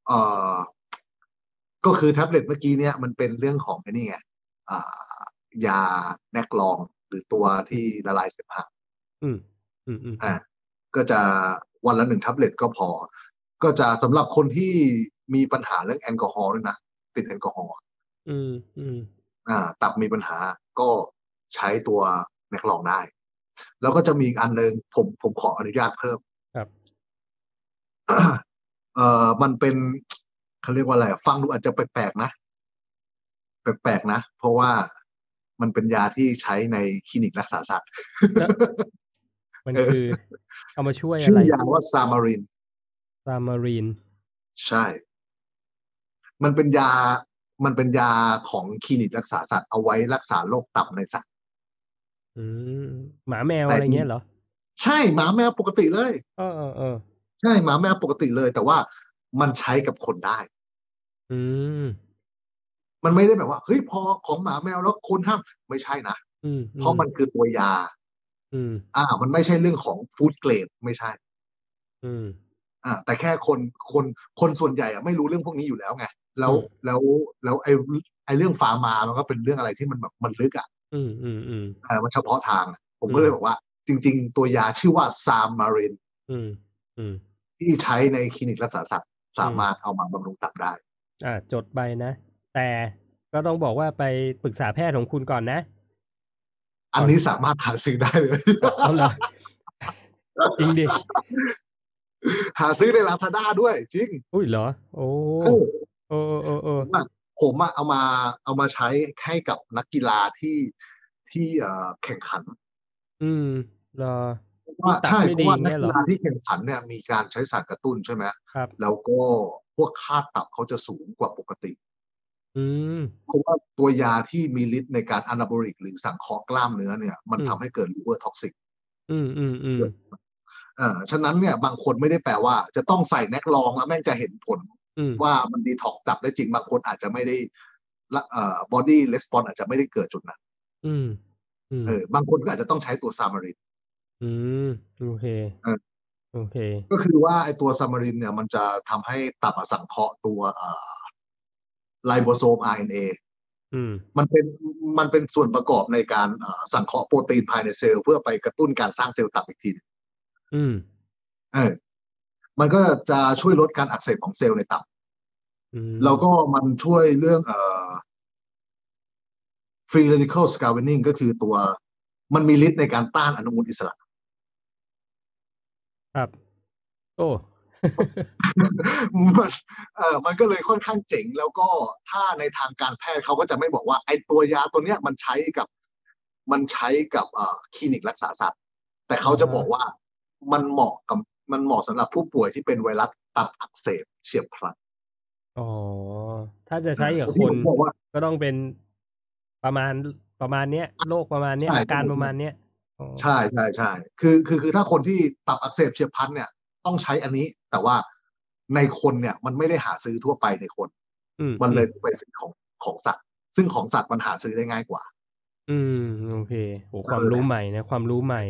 Speaker 2: เอ่อก็คือแท็บเล็ตเมื่อกี้เนี่ยมันเป็นเรื่องของไอ้นี่ไงอ่ายาแนกลอง หรือตัวที่ละลายเสมหะ
Speaker 1: อืม อืมอืม
Speaker 2: อ่ะก็จะวันละหนึ่งแท็บเล็ตก็พอ ก็จะสำหรับคนที่มีปัญหาเรื่องแอลกอฮอล์ด้วยนะ ติดแอลกอฮอล์
Speaker 1: อืมอืม
Speaker 2: อ่า ตับมีปัญหาก็ใช้ตัวแมกลองได้ แล้วก็จะมีอีกอันหนึ่งผมผมขออนุญาตเพิ่ม
Speaker 1: ครับ
Speaker 2: เอ่อมันเป็นเขาเรียกว่าอะไรอะฟังดูอาจจะแปลกๆนะ แปลกๆนะ เพราะว่ามันเป็นยาที่ใช้ในคลินิกรักษาสัตว์
Speaker 1: แล้ว มันคือ เอามาช่วยอะ
Speaker 2: ชื่
Speaker 1: ไร
Speaker 2: อยาว่าซามาริน
Speaker 1: ซามารีน
Speaker 2: ใช่ มันเป็นยา มันเป็นยาของคลินิกรักษาสัตว์เอาไว้รักษาโรคตับในสัตว์
Speaker 1: อืม หมาแมวอะไรเงี้ยเหรอ
Speaker 2: ใช่หมาแมวปกติเลย
Speaker 1: เออเออเออ
Speaker 2: ใช่หมาแมวปกติเลย แต่ว่ามันใช้กับคนได้
Speaker 1: อืม
Speaker 2: มันไม่ได้แบบว่าเฮ้ยพอของหมาแมวแล้วคนห้ามไม่ใช่นะ
Speaker 1: อืม
Speaker 2: เพราะมันคือตัวยา
Speaker 1: อืม
Speaker 2: อ่า มันไม่ใช่เรื่องของฟู้ดเกรดไม่ใช่
Speaker 1: อืม
Speaker 2: อ่า แต่แค่คนคนคนส่วนใหญ่อะไม่รู้เรื่องพวกนี้อยู่แล้วไงแล้ว
Speaker 1: อืม
Speaker 2: แล้วแล้วไอไอเรื่องฟาร์มามันก็เป็นเรื่องอะไรที่มันแบบมันลึกอะ
Speaker 1: อืมอืมอืม
Speaker 2: เอ่อมันเฉพาะทาง ผม
Speaker 1: อื
Speaker 2: ก็
Speaker 1: ม
Speaker 2: เลยบอกว่า จริง ๆ ตัวยาชื่อว่าซามมาริน
Speaker 1: อืมอืม
Speaker 2: ที่ใช้ในคลินิกรักษาสัตว์ สามารถเอามาบำรุงตับได้
Speaker 1: อ่าจดไปนะ แต่ก็ต้องบอกว่าไปปรึกษาแพทย์ของคุณก่อนนะ
Speaker 2: อันนี้สามารถหาซื้อได้เลย
Speaker 1: เอาเหรอจริงดิ
Speaker 2: หาซื้อในลาซาด้าด้วย จริง
Speaker 1: อุ้ยเหรอ โอ้โอ้โอ้โอ้
Speaker 2: ผมอะผมอะเอามาเอามาใช้ให้กับนักกีฬาที่ที่เอ่อแข่งขัน
Speaker 1: อืมเหรอ
Speaker 2: เพราะว่า
Speaker 1: ตัด
Speaker 2: ใช่
Speaker 1: ไม่
Speaker 2: เพ
Speaker 1: ดี
Speaker 2: ราะว่านัก
Speaker 1: เนี่ยเหรอ
Speaker 2: กีฬาที่แข่งขันเนี่ยมีการใช้สารกระตุ้นใช่ไหม
Speaker 1: ครับ
Speaker 2: แล้วก็พวกค่าตับเขาจะสูงกว่าปกติ
Speaker 1: อืม
Speaker 2: เพราะว่าตัวยาที่มีฤทธิ์ในการอนาบริก หรือสังเคราะห์กล้ามเนื้อเนี่ยมัน
Speaker 1: อืม
Speaker 2: ทำให้เกิด liver toxic
Speaker 1: อืมอืมอืม
Speaker 2: เอ่อฉะนั้นเนี่ยบางคนไม่ได้แปลว่า จะต้องใส่แน็กลองแล้วแม่งจะเห็นผล
Speaker 1: อืม
Speaker 2: ว่ามันดีท็อกจับได้จริงบางคนอาจจะไม่ได้ละเอ่อบอดี้レスปอนอาจจะไม่ได้เกิดจุดนั้น
Speaker 1: อืมอืม
Speaker 2: เออบางคนก็อาจจะต้องใช้ตัวซามาริน
Speaker 1: อืมโอเค
Speaker 2: เออ
Speaker 1: โอเค
Speaker 2: ก็คือว่าไอ้ตัวซามารินเนี่ยมันจะทำให้ตับอะสังเคราะห์ตัวไลโบโซม RNA
Speaker 1: อืม
Speaker 2: มันเป็นมันเป็นส่วนประกอบในการเอ่อสังเคราะห์โปรตีนภายในเซลล์เพื่อไปกระตุ้นการสร้างเซลล์ตับอีกทีหนึ่ง
Speaker 1: อืม
Speaker 2: เออมันก็จะช่วยลดการอักเสบของเซลล์ในตับ
Speaker 1: อืม
Speaker 2: แล้วก็มันช่วยเรื่องเอ่อ free radical scavenging ก็คือตัวมันมีฤทธิ์ในการต้านอนุมูลอิสระ
Speaker 1: ครับ โอ้
Speaker 2: มันเอ่อมันก็เลยค่อนข้างเจ๋ง แล้วก็ถ้าในทางการแพทย์เขาก็จะไม่บอกว่าไอ้ตัวยาตัวเนี้ยมันใช้กับมันใช้กับเอ่อคลินิกรักษาสัตว์ แต่เขาจะ
Speaker 1: อ่าฮะ
Speaker 2: บอกว่ามันเหมาะกับมันเหมาะสำหรับผู้ป่วยที่เป็นไวรัสตับอักเสบเฉียบพลัน
Speaker 1: อ๋อ ถ้าจะใช้กับค
Speaker 2: ที่
Speaker 1: น
Speaker 2: ผมบอกว่า
Speaker 1: ก็ต้องเป็นประมาณประมาณเนี้ยโรคประมาณเนี้ย
Speaker 2: ใช่
Speaker 1: อาการประมาณเนี้ยอ๋อ
Speaker 2: ใช่ใช่ใช่คือคือคือถ้าคนที่ตับอักเสบเฉียบพลันเนี่ยต้องใช้อันนี้ แต่ว่าในคนเนี่ยมันไม่ได้หาซื้อทั่วไปในคน
Speaker 1: อื
Speaker 2: มันเลยไปซื้อของของสัตว์ ซึ่งของสัตว์มันหาซื้อได้ง่ายกว่า
Speaker 1: อืมโอเคโอ้ความรู้ใหม่นะ ความรู้ใหม่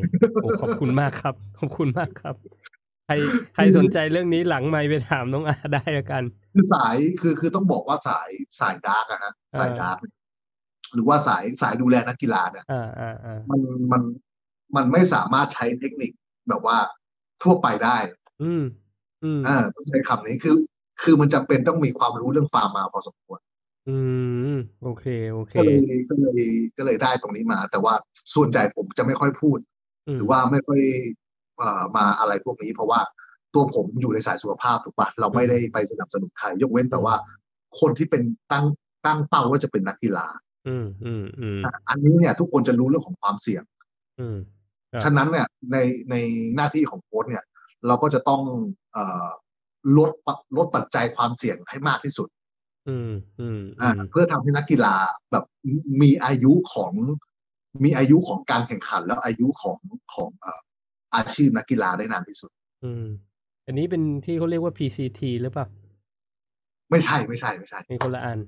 Speaker 1: โอ้ข อบคุณมากครับ ขอบคุณมากครับ ใครใครสนใจเรื่องนี้หลังไม่ไปถามน้องอาได้แล้วกัน
Speaker 2: คือสายคือคือต้องบอกว่าสายสายดาร์กอะฮะสาย
Speaker 1: อ่า
Speaker 2: ดาร์กหรือว่าสายสายดูแลนักกีฬาเนี่ย
Speaker 1: อ่าอ่าอ่า
Speaker 2: มันมันมันไม่สามารถใช้เทคนิคแบบว่าทั่วไปได้
Speaker 1: อืม อืม
Speaker 2: เออต้องใช้คำนี้คือ คือมันจำเป็นต้องมีความรู้เรื่องฟาร์มาพอสมควร
Speaker 1: อืมโอเคโอเค
Speaker 2: ก็เลยก็เลยก็เลยได้ตรงนี้มา แต่ว่าส่วนใหญ่ผมจะไม่ค่อยพูด หรือว่าไม่ค่อยเอ่อมาอะไรพวกนี้ เพราะว่าตัวผมอยู่ในสายสุขภาพถูกปะเราไม่ได้ไปสนับสนุนใครยกเว้นแต่ว่า คนที่เป็นตั้งตั้งเป้าว่าจะเป็นนักกีฬา
Speaker 1: อืมอืมอืม
Speaker 2: อันนี้เนี่ยทุกคนจะรู้เรื่องของความเสี่ยง
Speaker 1: อืม ครับ
Speaker 2: ฉะนั้นเนี่ยในในหน้าที่ของโค้ชเนี่ย เราก็จะต้องเอ่อลดปะลดปัจจัยความเสี่ยงให้มากที่สุด
Speaker 1: อืมอืมอื
Speaker 2: อ่าม เพื่อทำให้นักกีฬาแบบมีอายุของมีอายุของการแข่งขัน แล้วอายุของของเอ่ออาชีพนักกีฬาได้นานที่สุด
Speaker 1: อืม อันนี้เป็นที่เขาเรียกว่า PCT หรือเปล่า
Speaker 2: ไม่ใช่ไม่ใช่ไม่ใช่
Speaker 1: มีคนละอัน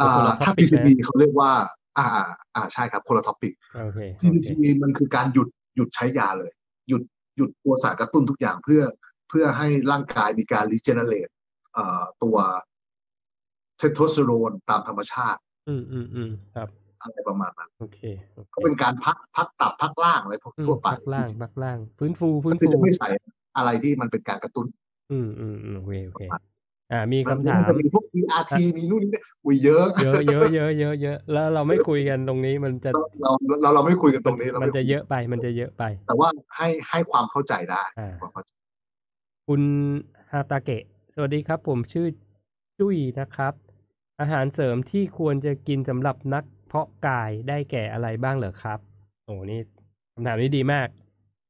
Speaker 2: อ่า
Speaker 1: คนละ
Speaker 2: ถ้า
Speaker 1: topic นะ
Speaker 2: PCT เขาเรียกว่า อ่าอ่าอ่าใช่ครับคนละท็อปิก
Speaker 1: โอเคโอเค
Speaker 2: PCT มันคือการหยุดหยุดใช้ยาเลย หยุดหยุดตัวสารกระตุ้นทุกอย่างเพื่อเพื่อให้ร่างกายมีการรีเจเนเรตเอ่อตัวเทสโทสเตอโรนตามธรรมชาติ
Speaker 1: อืมอืมอืมครับ
Speaker 2: อะไรประมาณนั้น
Speaker 1: โอเคโอค
Speaker 2: ก็เป็นการพักพักตับพักล่างอะไรพวก
Speaker 1: อืม
Speaker 2: ทั่วไป
Speaker 1: บักล่างบักล่าง ฟื้นฟู ฟื้น
Speaker 2: คือ
Speaker 1: ฟู
Speaker 2: จะไม่ใส่อะไรที่มันเป็นการกระตุ้น
Speaker 1: อืมอืมอืมโอเคโอเค อ่า มีคำ
Speaker 2: น
Speaker 1: ถาม
Speaker 2: จะมีพวก BRT มีนู่นนี่อุ้ยเยอะ
Speaker 1: เยอะเยอะเยอะเยอะเยอะแล้วเราไม่คุยกันตรงนี้มันจะ
Speaker 2: เราเราเราเราไม่คุยกันตรงนี้เรา
Speaker 1: มัน
Speaker 2: ไม่คุ
Speaker 1: จะ
Speaker 2: ย
Speaker 1: เยอะไปมันจะเยอะไป
Speaker 2: แต่ว่าให้ให้ความเข้าใจได้
Speaker 1: อ่า
Speaker 2: ความเข้าใจ
Speaker 1: คุณฮาตาเกะ สวัสดีครับ ผมชื่อจุ้ยนะครับ อาหารเสริมที่ควรจะกินสำหรับนักเพาะกายได้แก่อะไรบ้างเหรอครับโอ้นี่คำถามนี้ดีมาก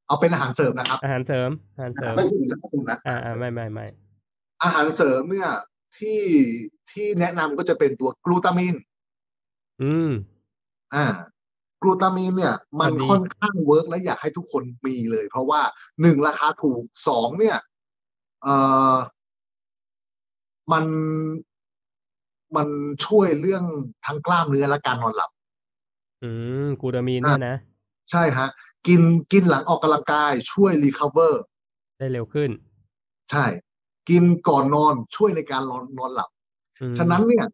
Speaker 2: เอาเป็นอาหารเสริมนะครับ
Speaker 1: อาหารเสริม อาหารเส ริม
Speaker 2: ไม่ถึงนะไม่ถึงนะ
Speaker 1: อ่าอ่าไม่ไม่ไม่
Speaker 2: อาหารเสริมเนี่ยที่ที่แนะนำก็จะเป็นตัวกลูตามิน
Speaker 1: อืม
Speaker 2: อ่ากลูตามินเนี่ย มั
Speaker 1: อั
Speaker 2: น
Speaker 1: นนี้
Speaker 2: ค่อนข้างเวิร์กและอยากให้ทุกคนมีเลย เพราะว่าหนึ่งราคาถูกสองเนี่ยเอ่อมันมันช่วยเรื่องทั้งกล้ามเนื้อและการนอนหลับ
Speaker 1: อืมกลูตามีนเนี่ยนะ
Speaker 2: ใช่ฮะ กินกินหลังออกกำลังกายช่วยรีคาเวอร์
Speaker 1: ได้เร็วขึ้น
Speaker 2: ใช่ กินก่อนนอนช่วยในการนอนนอนหลับ
Speaker 1: อืม
Speaker 2: ฉะนั้นเนี่ย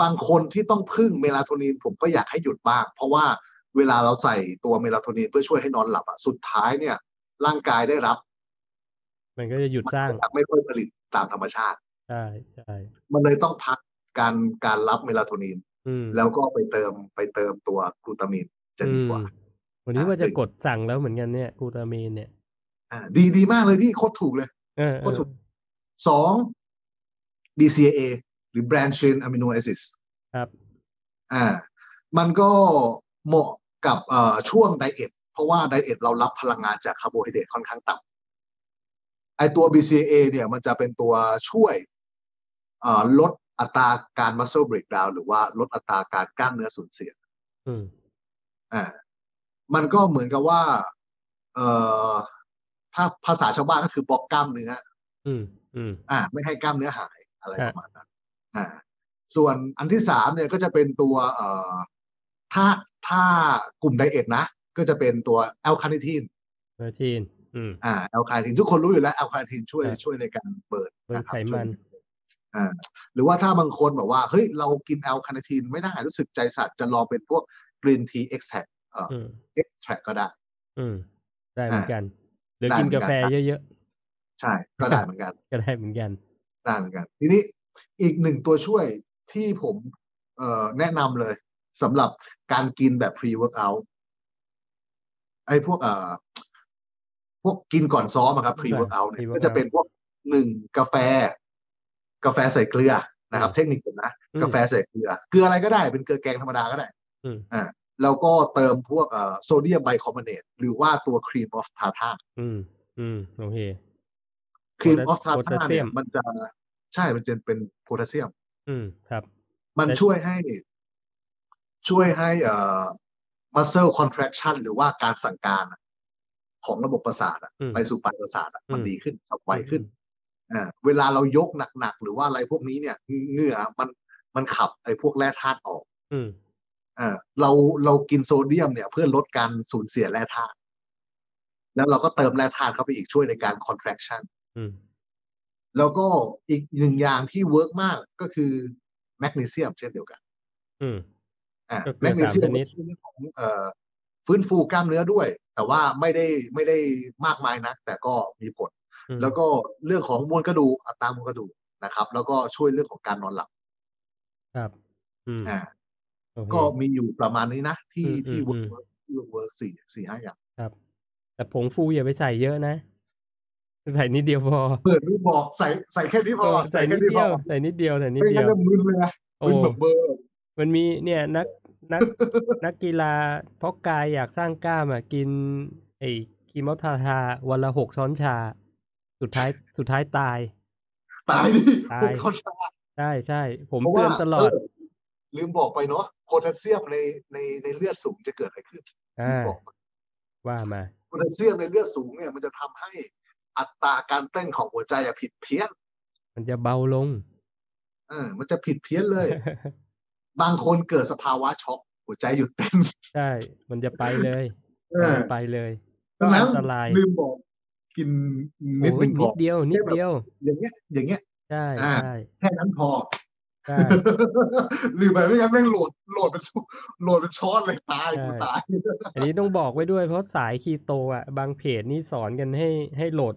Speaker 2: บางคนที่ต้องพึ่งเมลาโทนินผมก็อยากให้หยุดบ้าง เพราะว่าเวลาเราใส่ตัวเมลาโทนินเพื่อช่วยให้นอนหลับอะสุดท้ายเนี่ย ร่างกายได้รับ
Speaker 1: มันก็จะหยุด
Speaker 2: มัน
Speaker 1: สร้าง
Speaker 2: จะไม่ค่อยผลิตตามธรรมชาติ
Speaker 1: ใช่ใช่
Speaker 2: มันเลยต้องพักการการรับเมลาโทนิน
Speaker 1: อืม
Speaker 2: แล้วก็ไปเติมไปเติมตัวกลูตามินจะดีกว่า
Speaker 1: อืมวันนี้ว่า
Speaker 2: อ่า
Speaker 1: จะ
Speaker 2: หนึ่ง
Speaker 1: กดสั่งแล้วเหมือนกันเนี่ยกลูตามีนเนี่ย
Speaker 2: อ่าดีดีมากเลยพี่โคตรถูกเลย
Speaker 1: เออเออ
Speaker 2: ก็ถูก สอง BCAA หรือ Branch Chain Amino Acids
Speaker 1: ครับ
Speaker 2: อ่า มันก็เหมาะกับเอ่อช่วงไดเอทเพราะว่าไดเอทเรารับพลังงานจากคาร์โบไฮเดรตค่อนข้างต่ำไอตัว BCA เนี่ยมันจะเป็นตัวช่วยเอ่อลดอัตราการ muscle breakdown หรือว่าลดอัตราการกล้ามเนื้อสูญเสีย
Speaker 1: อืม
Speaker 2: อ่ามันก็เหมือนกับว่า เอ่อถ้าภาษาชาวบ้านก็คือบล็อกกล้ามเนื้อ
Speaker 1: อืม อืม
Speaker 2: อ่าไม่ให้กล้ามเนื้อหายอะไร
Speaker 1: ค
Speaker 2: ป
Speaker 1: รับ
Speaker 2: ระมาณนั้น อ่า ส่วนอันที่สามเนี่ยก็จะเป็นตัวเอ่อถ้าถ้ากลุ่มไดเอทนะ ก็จะเป็นตัวแอลคาเนทีน
Speaker 1: เออทีนอืม
Speaker 2: อ่าแอลคาเนทีนทุกคนรู้อยู่แล้วแอลคาเนทีนช่วย
Speaker 1: ครับ
Speaker 2: ช่วยในการเบิร์น
Speaker 1: เบิร์น
Speaker 2: นะค
Speaker 1: ไข
Speaker 2: รับ
Speaker 1: มัน
Speaker 2: ช่วยอ่าหรือว่าถ้าบางคนแบบว่า เฮ้ย เรากินแอลคาเนทีนไม่ได้รู้สึกใจสั่นจะลองเป็นพวกกรีนทีเอ็กแท
Speaker 1: อืม
Speaker 2: เอ็กแทก็ได้
Speaker 1: อืม ได้เหมือนกัน หรือ
Speaker 2: ได้
Speaker 1: กิน
Speaker 2: เหมื
Speaker 1: กา
Speaker 2: อนกัน
Speaker 1: แฟเยอะ
Speaker 2: ใช่ก็ได้เหมือนกัน
Speaker 1: ๆ ก็ได้เหมือนกัน
Speaker 2: ได้เหมือนกัน ทีนี้อีกหนึ่งตัวช่วยที่ผมเอ่อแนะนำเลยสำหรับการกินแบบ pre workout ไอ้พวกเอ่อพวกกินก่อนซ้อมอะครับ pre workout เนี่ย
Speaker 1: pre-workout
Speaker 2: ก็จะเป็นพวกหนึ่งกาแฟ กาแฟใส่เกลือนะครับ
Speaker 1: อืม
Speaker 2: เทคนิคผมนะ
Speaker 1: อืม
Speaker 2: กาแฟใส่เกลือ เกลืออะไรก็ได้เป็นเกลือแกงธรรมดาก็ได้
Speaker 1: อืม
Speaker 2: อ่าแล้วก็เติมพวกเอ่อโซเดียมไบคอมบอเนตหรือว่าตัวครีมออฟทาร์ทา
Speaker 1: อืม อืม โอเค
Speaker 2: ครีมออฟ
Speaker 1: Potas-
Speaker 2: ทาร์ทาเนี่ย
Speaker 1: potassium
Speaker 2: มันจะใช่มันจะเป็นโพแทสเซียม
Speaker 1: อืม ครับ
Speaker 2: มัน
Speaker 1: แต่
Speaker 2: ช่วยให้ช่วยให้เอ่อ muscle contraction หรือว่าการสั่งการอะของระบบประสาทอะ
Speaker 1: อืม
Speaker 2: ไปสู่ปลายประสาทอะมัน
Speaker 1: อืม
Speaker 2: ดีขึ้นฉับไวขึ้นอ่าเวลาเรายกหนักๆ หรือว่าอะไรพวกนี้เนี่ยเหงื่อมันมันขับไอ้พวกแร่ธาตุออก
Speaker 1: อืม
Speaker 2: เออเราเรากินโซเดียมเนี่ย เพื่อลดการสูญเสียแร่ธาตุแล้วเราก็เติมแร่ธาตุเข้าไปอีกช่วยในการ contraction
Speaker 1: อืม
Speaker 2: แล้วก็อีกหนึ่งอย่างที่เวิร์กมากก็คือแมกนีเซียมเช่นเดียวกัน
Speaker 1: อืม
Speaker 2: อ่า
Speaker 1: ก็คือ
Speaker 2: แมกนีเซีย
Speaker 1: สามช
Speaker 2: ม
Speaker 1: นิด
Speaker 2: ช่วยเรื่องของเอ่อฟื้นฟูกล้ามเนื้อด้วย แต่ว่าไม่ได้ไม่ได้มากมายนัก แต่ก็มีผล
Speaker 1: อืม
Speaker 2: แล้วก็เรื่องของมวลกระดูกอัตรามวลกระดูกนะครับ แล้วก็ช่วยเรื่องของการนอนหลับ
Speaker 1: ครับ อืม
Speaker 2: อ่า
Speaker 1: โอเค
Speaker 2: ก็มีอยู่ประมาณนี้นะ ที่
Speaker 1: อืม
Speaker 2: ที่
Speaker 1: อื
Speaker 2: เวิร์
Speaker 1: ม
Speaker 2: กที่เวิร์กสี่สี่ห้าอย่าง
Speaker 1: ครับ แต่ผงฟูอย่าไปใส่เยอะนะ ใส่นิดเดียวพอ
Speaker 2: เปิดรูปบอกใส่ใส่แค่นี้พ
Speaker 1: เอ
Speaker 2: อ
Speaker 1: อใส่นิดเดี
Speaker 2: พ
Speaker 1: ย
Speaker 2: อ
Speaker 1: ว ใส่นิดเดียว ใส่นิด
Speaker 2: ไม่
Speaker 1: เดี
Speaker 2: งั้
Speaker 1: ย
Speaker 2: น
Speaker 1: ว
Speaker 2: จะมึนเลยนะ
Speaker 1: โอ้
Speaker 2: มึนแบบเบอร์
Speaker 1: มันมีเนี่ยนัก นัก นักกีฬาเพราะกายอยากสร้างกล้ามอ่ะกิน ไอ้คีโมทาทาวันละหกช้อนชา สุดท้าย สุดท้ายตาย
Speaker 2: ตายดิ
Speaker 1: ตาย
Speaker 2: ผมเข้าใจ
Speaker 1: ใช่ใช่ผม
Speaker 2: เพราะ
Speaker 1: เตื
Speaker 2: ว่า
Speaker 1: อนตลอด
Speaker 2: เลืมบอกไปเนาะโพแทสเซียมในในในเลือดสูงจะเกิดอะไรขึ้นลื
Speaker 1: อ่าม
Speaker 2: บอกไป
Speaker 1: ว่ามา
Speaker 2: โพแทสเซียมในเลือดสูงเนี่ยมันจะทำให้อัตราการเต้นของหัวใจอะผิดเพี้ยน
Speaker 1: มันจะเบาลง
Speaker 2: เออมันจะผิดเพี้ยนเลย บางคนเกิดสภาวะช็อกหัวใจหยุดเต้น
Speaker 1: ใช่ มันจะไป เลย
Speaker 2: เออ
Speaker 1: มันไปเลย
Speaker 2: เพ
Speaker 1: ก็
Speaker 2: ราะฉะนั้
Speaker 1: อั
Speaker 2: น
Speaker 1: นตราย
Speaker 2: ลืมบอกกินนิด
Speaker 1: โอ้
Speaker 2: นึ
Speaker 1: ย
Speaker 2: งพ
Speaker 1: นิ
Speaker 2: อ
Speaker 1: ดเดียว นิดเดียว
Speaker 2: อย่างเงี้ย อย่างเงี้ย
Speaker 1: ใช่
Speaker 2: อ่า
Speaker 1: ใช่
Speaker 2: แค่นั้นพอ
Speaker 1: ใช่
Speaker 2: ลืมไปไม่งั้นแม่งโหลดโหลดเป็น โหลดเป็นช้อนเลยตายกูตาย
Speaker 1: อันนี้ต้องบอกไว้ด้วยเพราะสายคีโตอ่ะ บางเพจนี่สอนกันให้ให้โหลด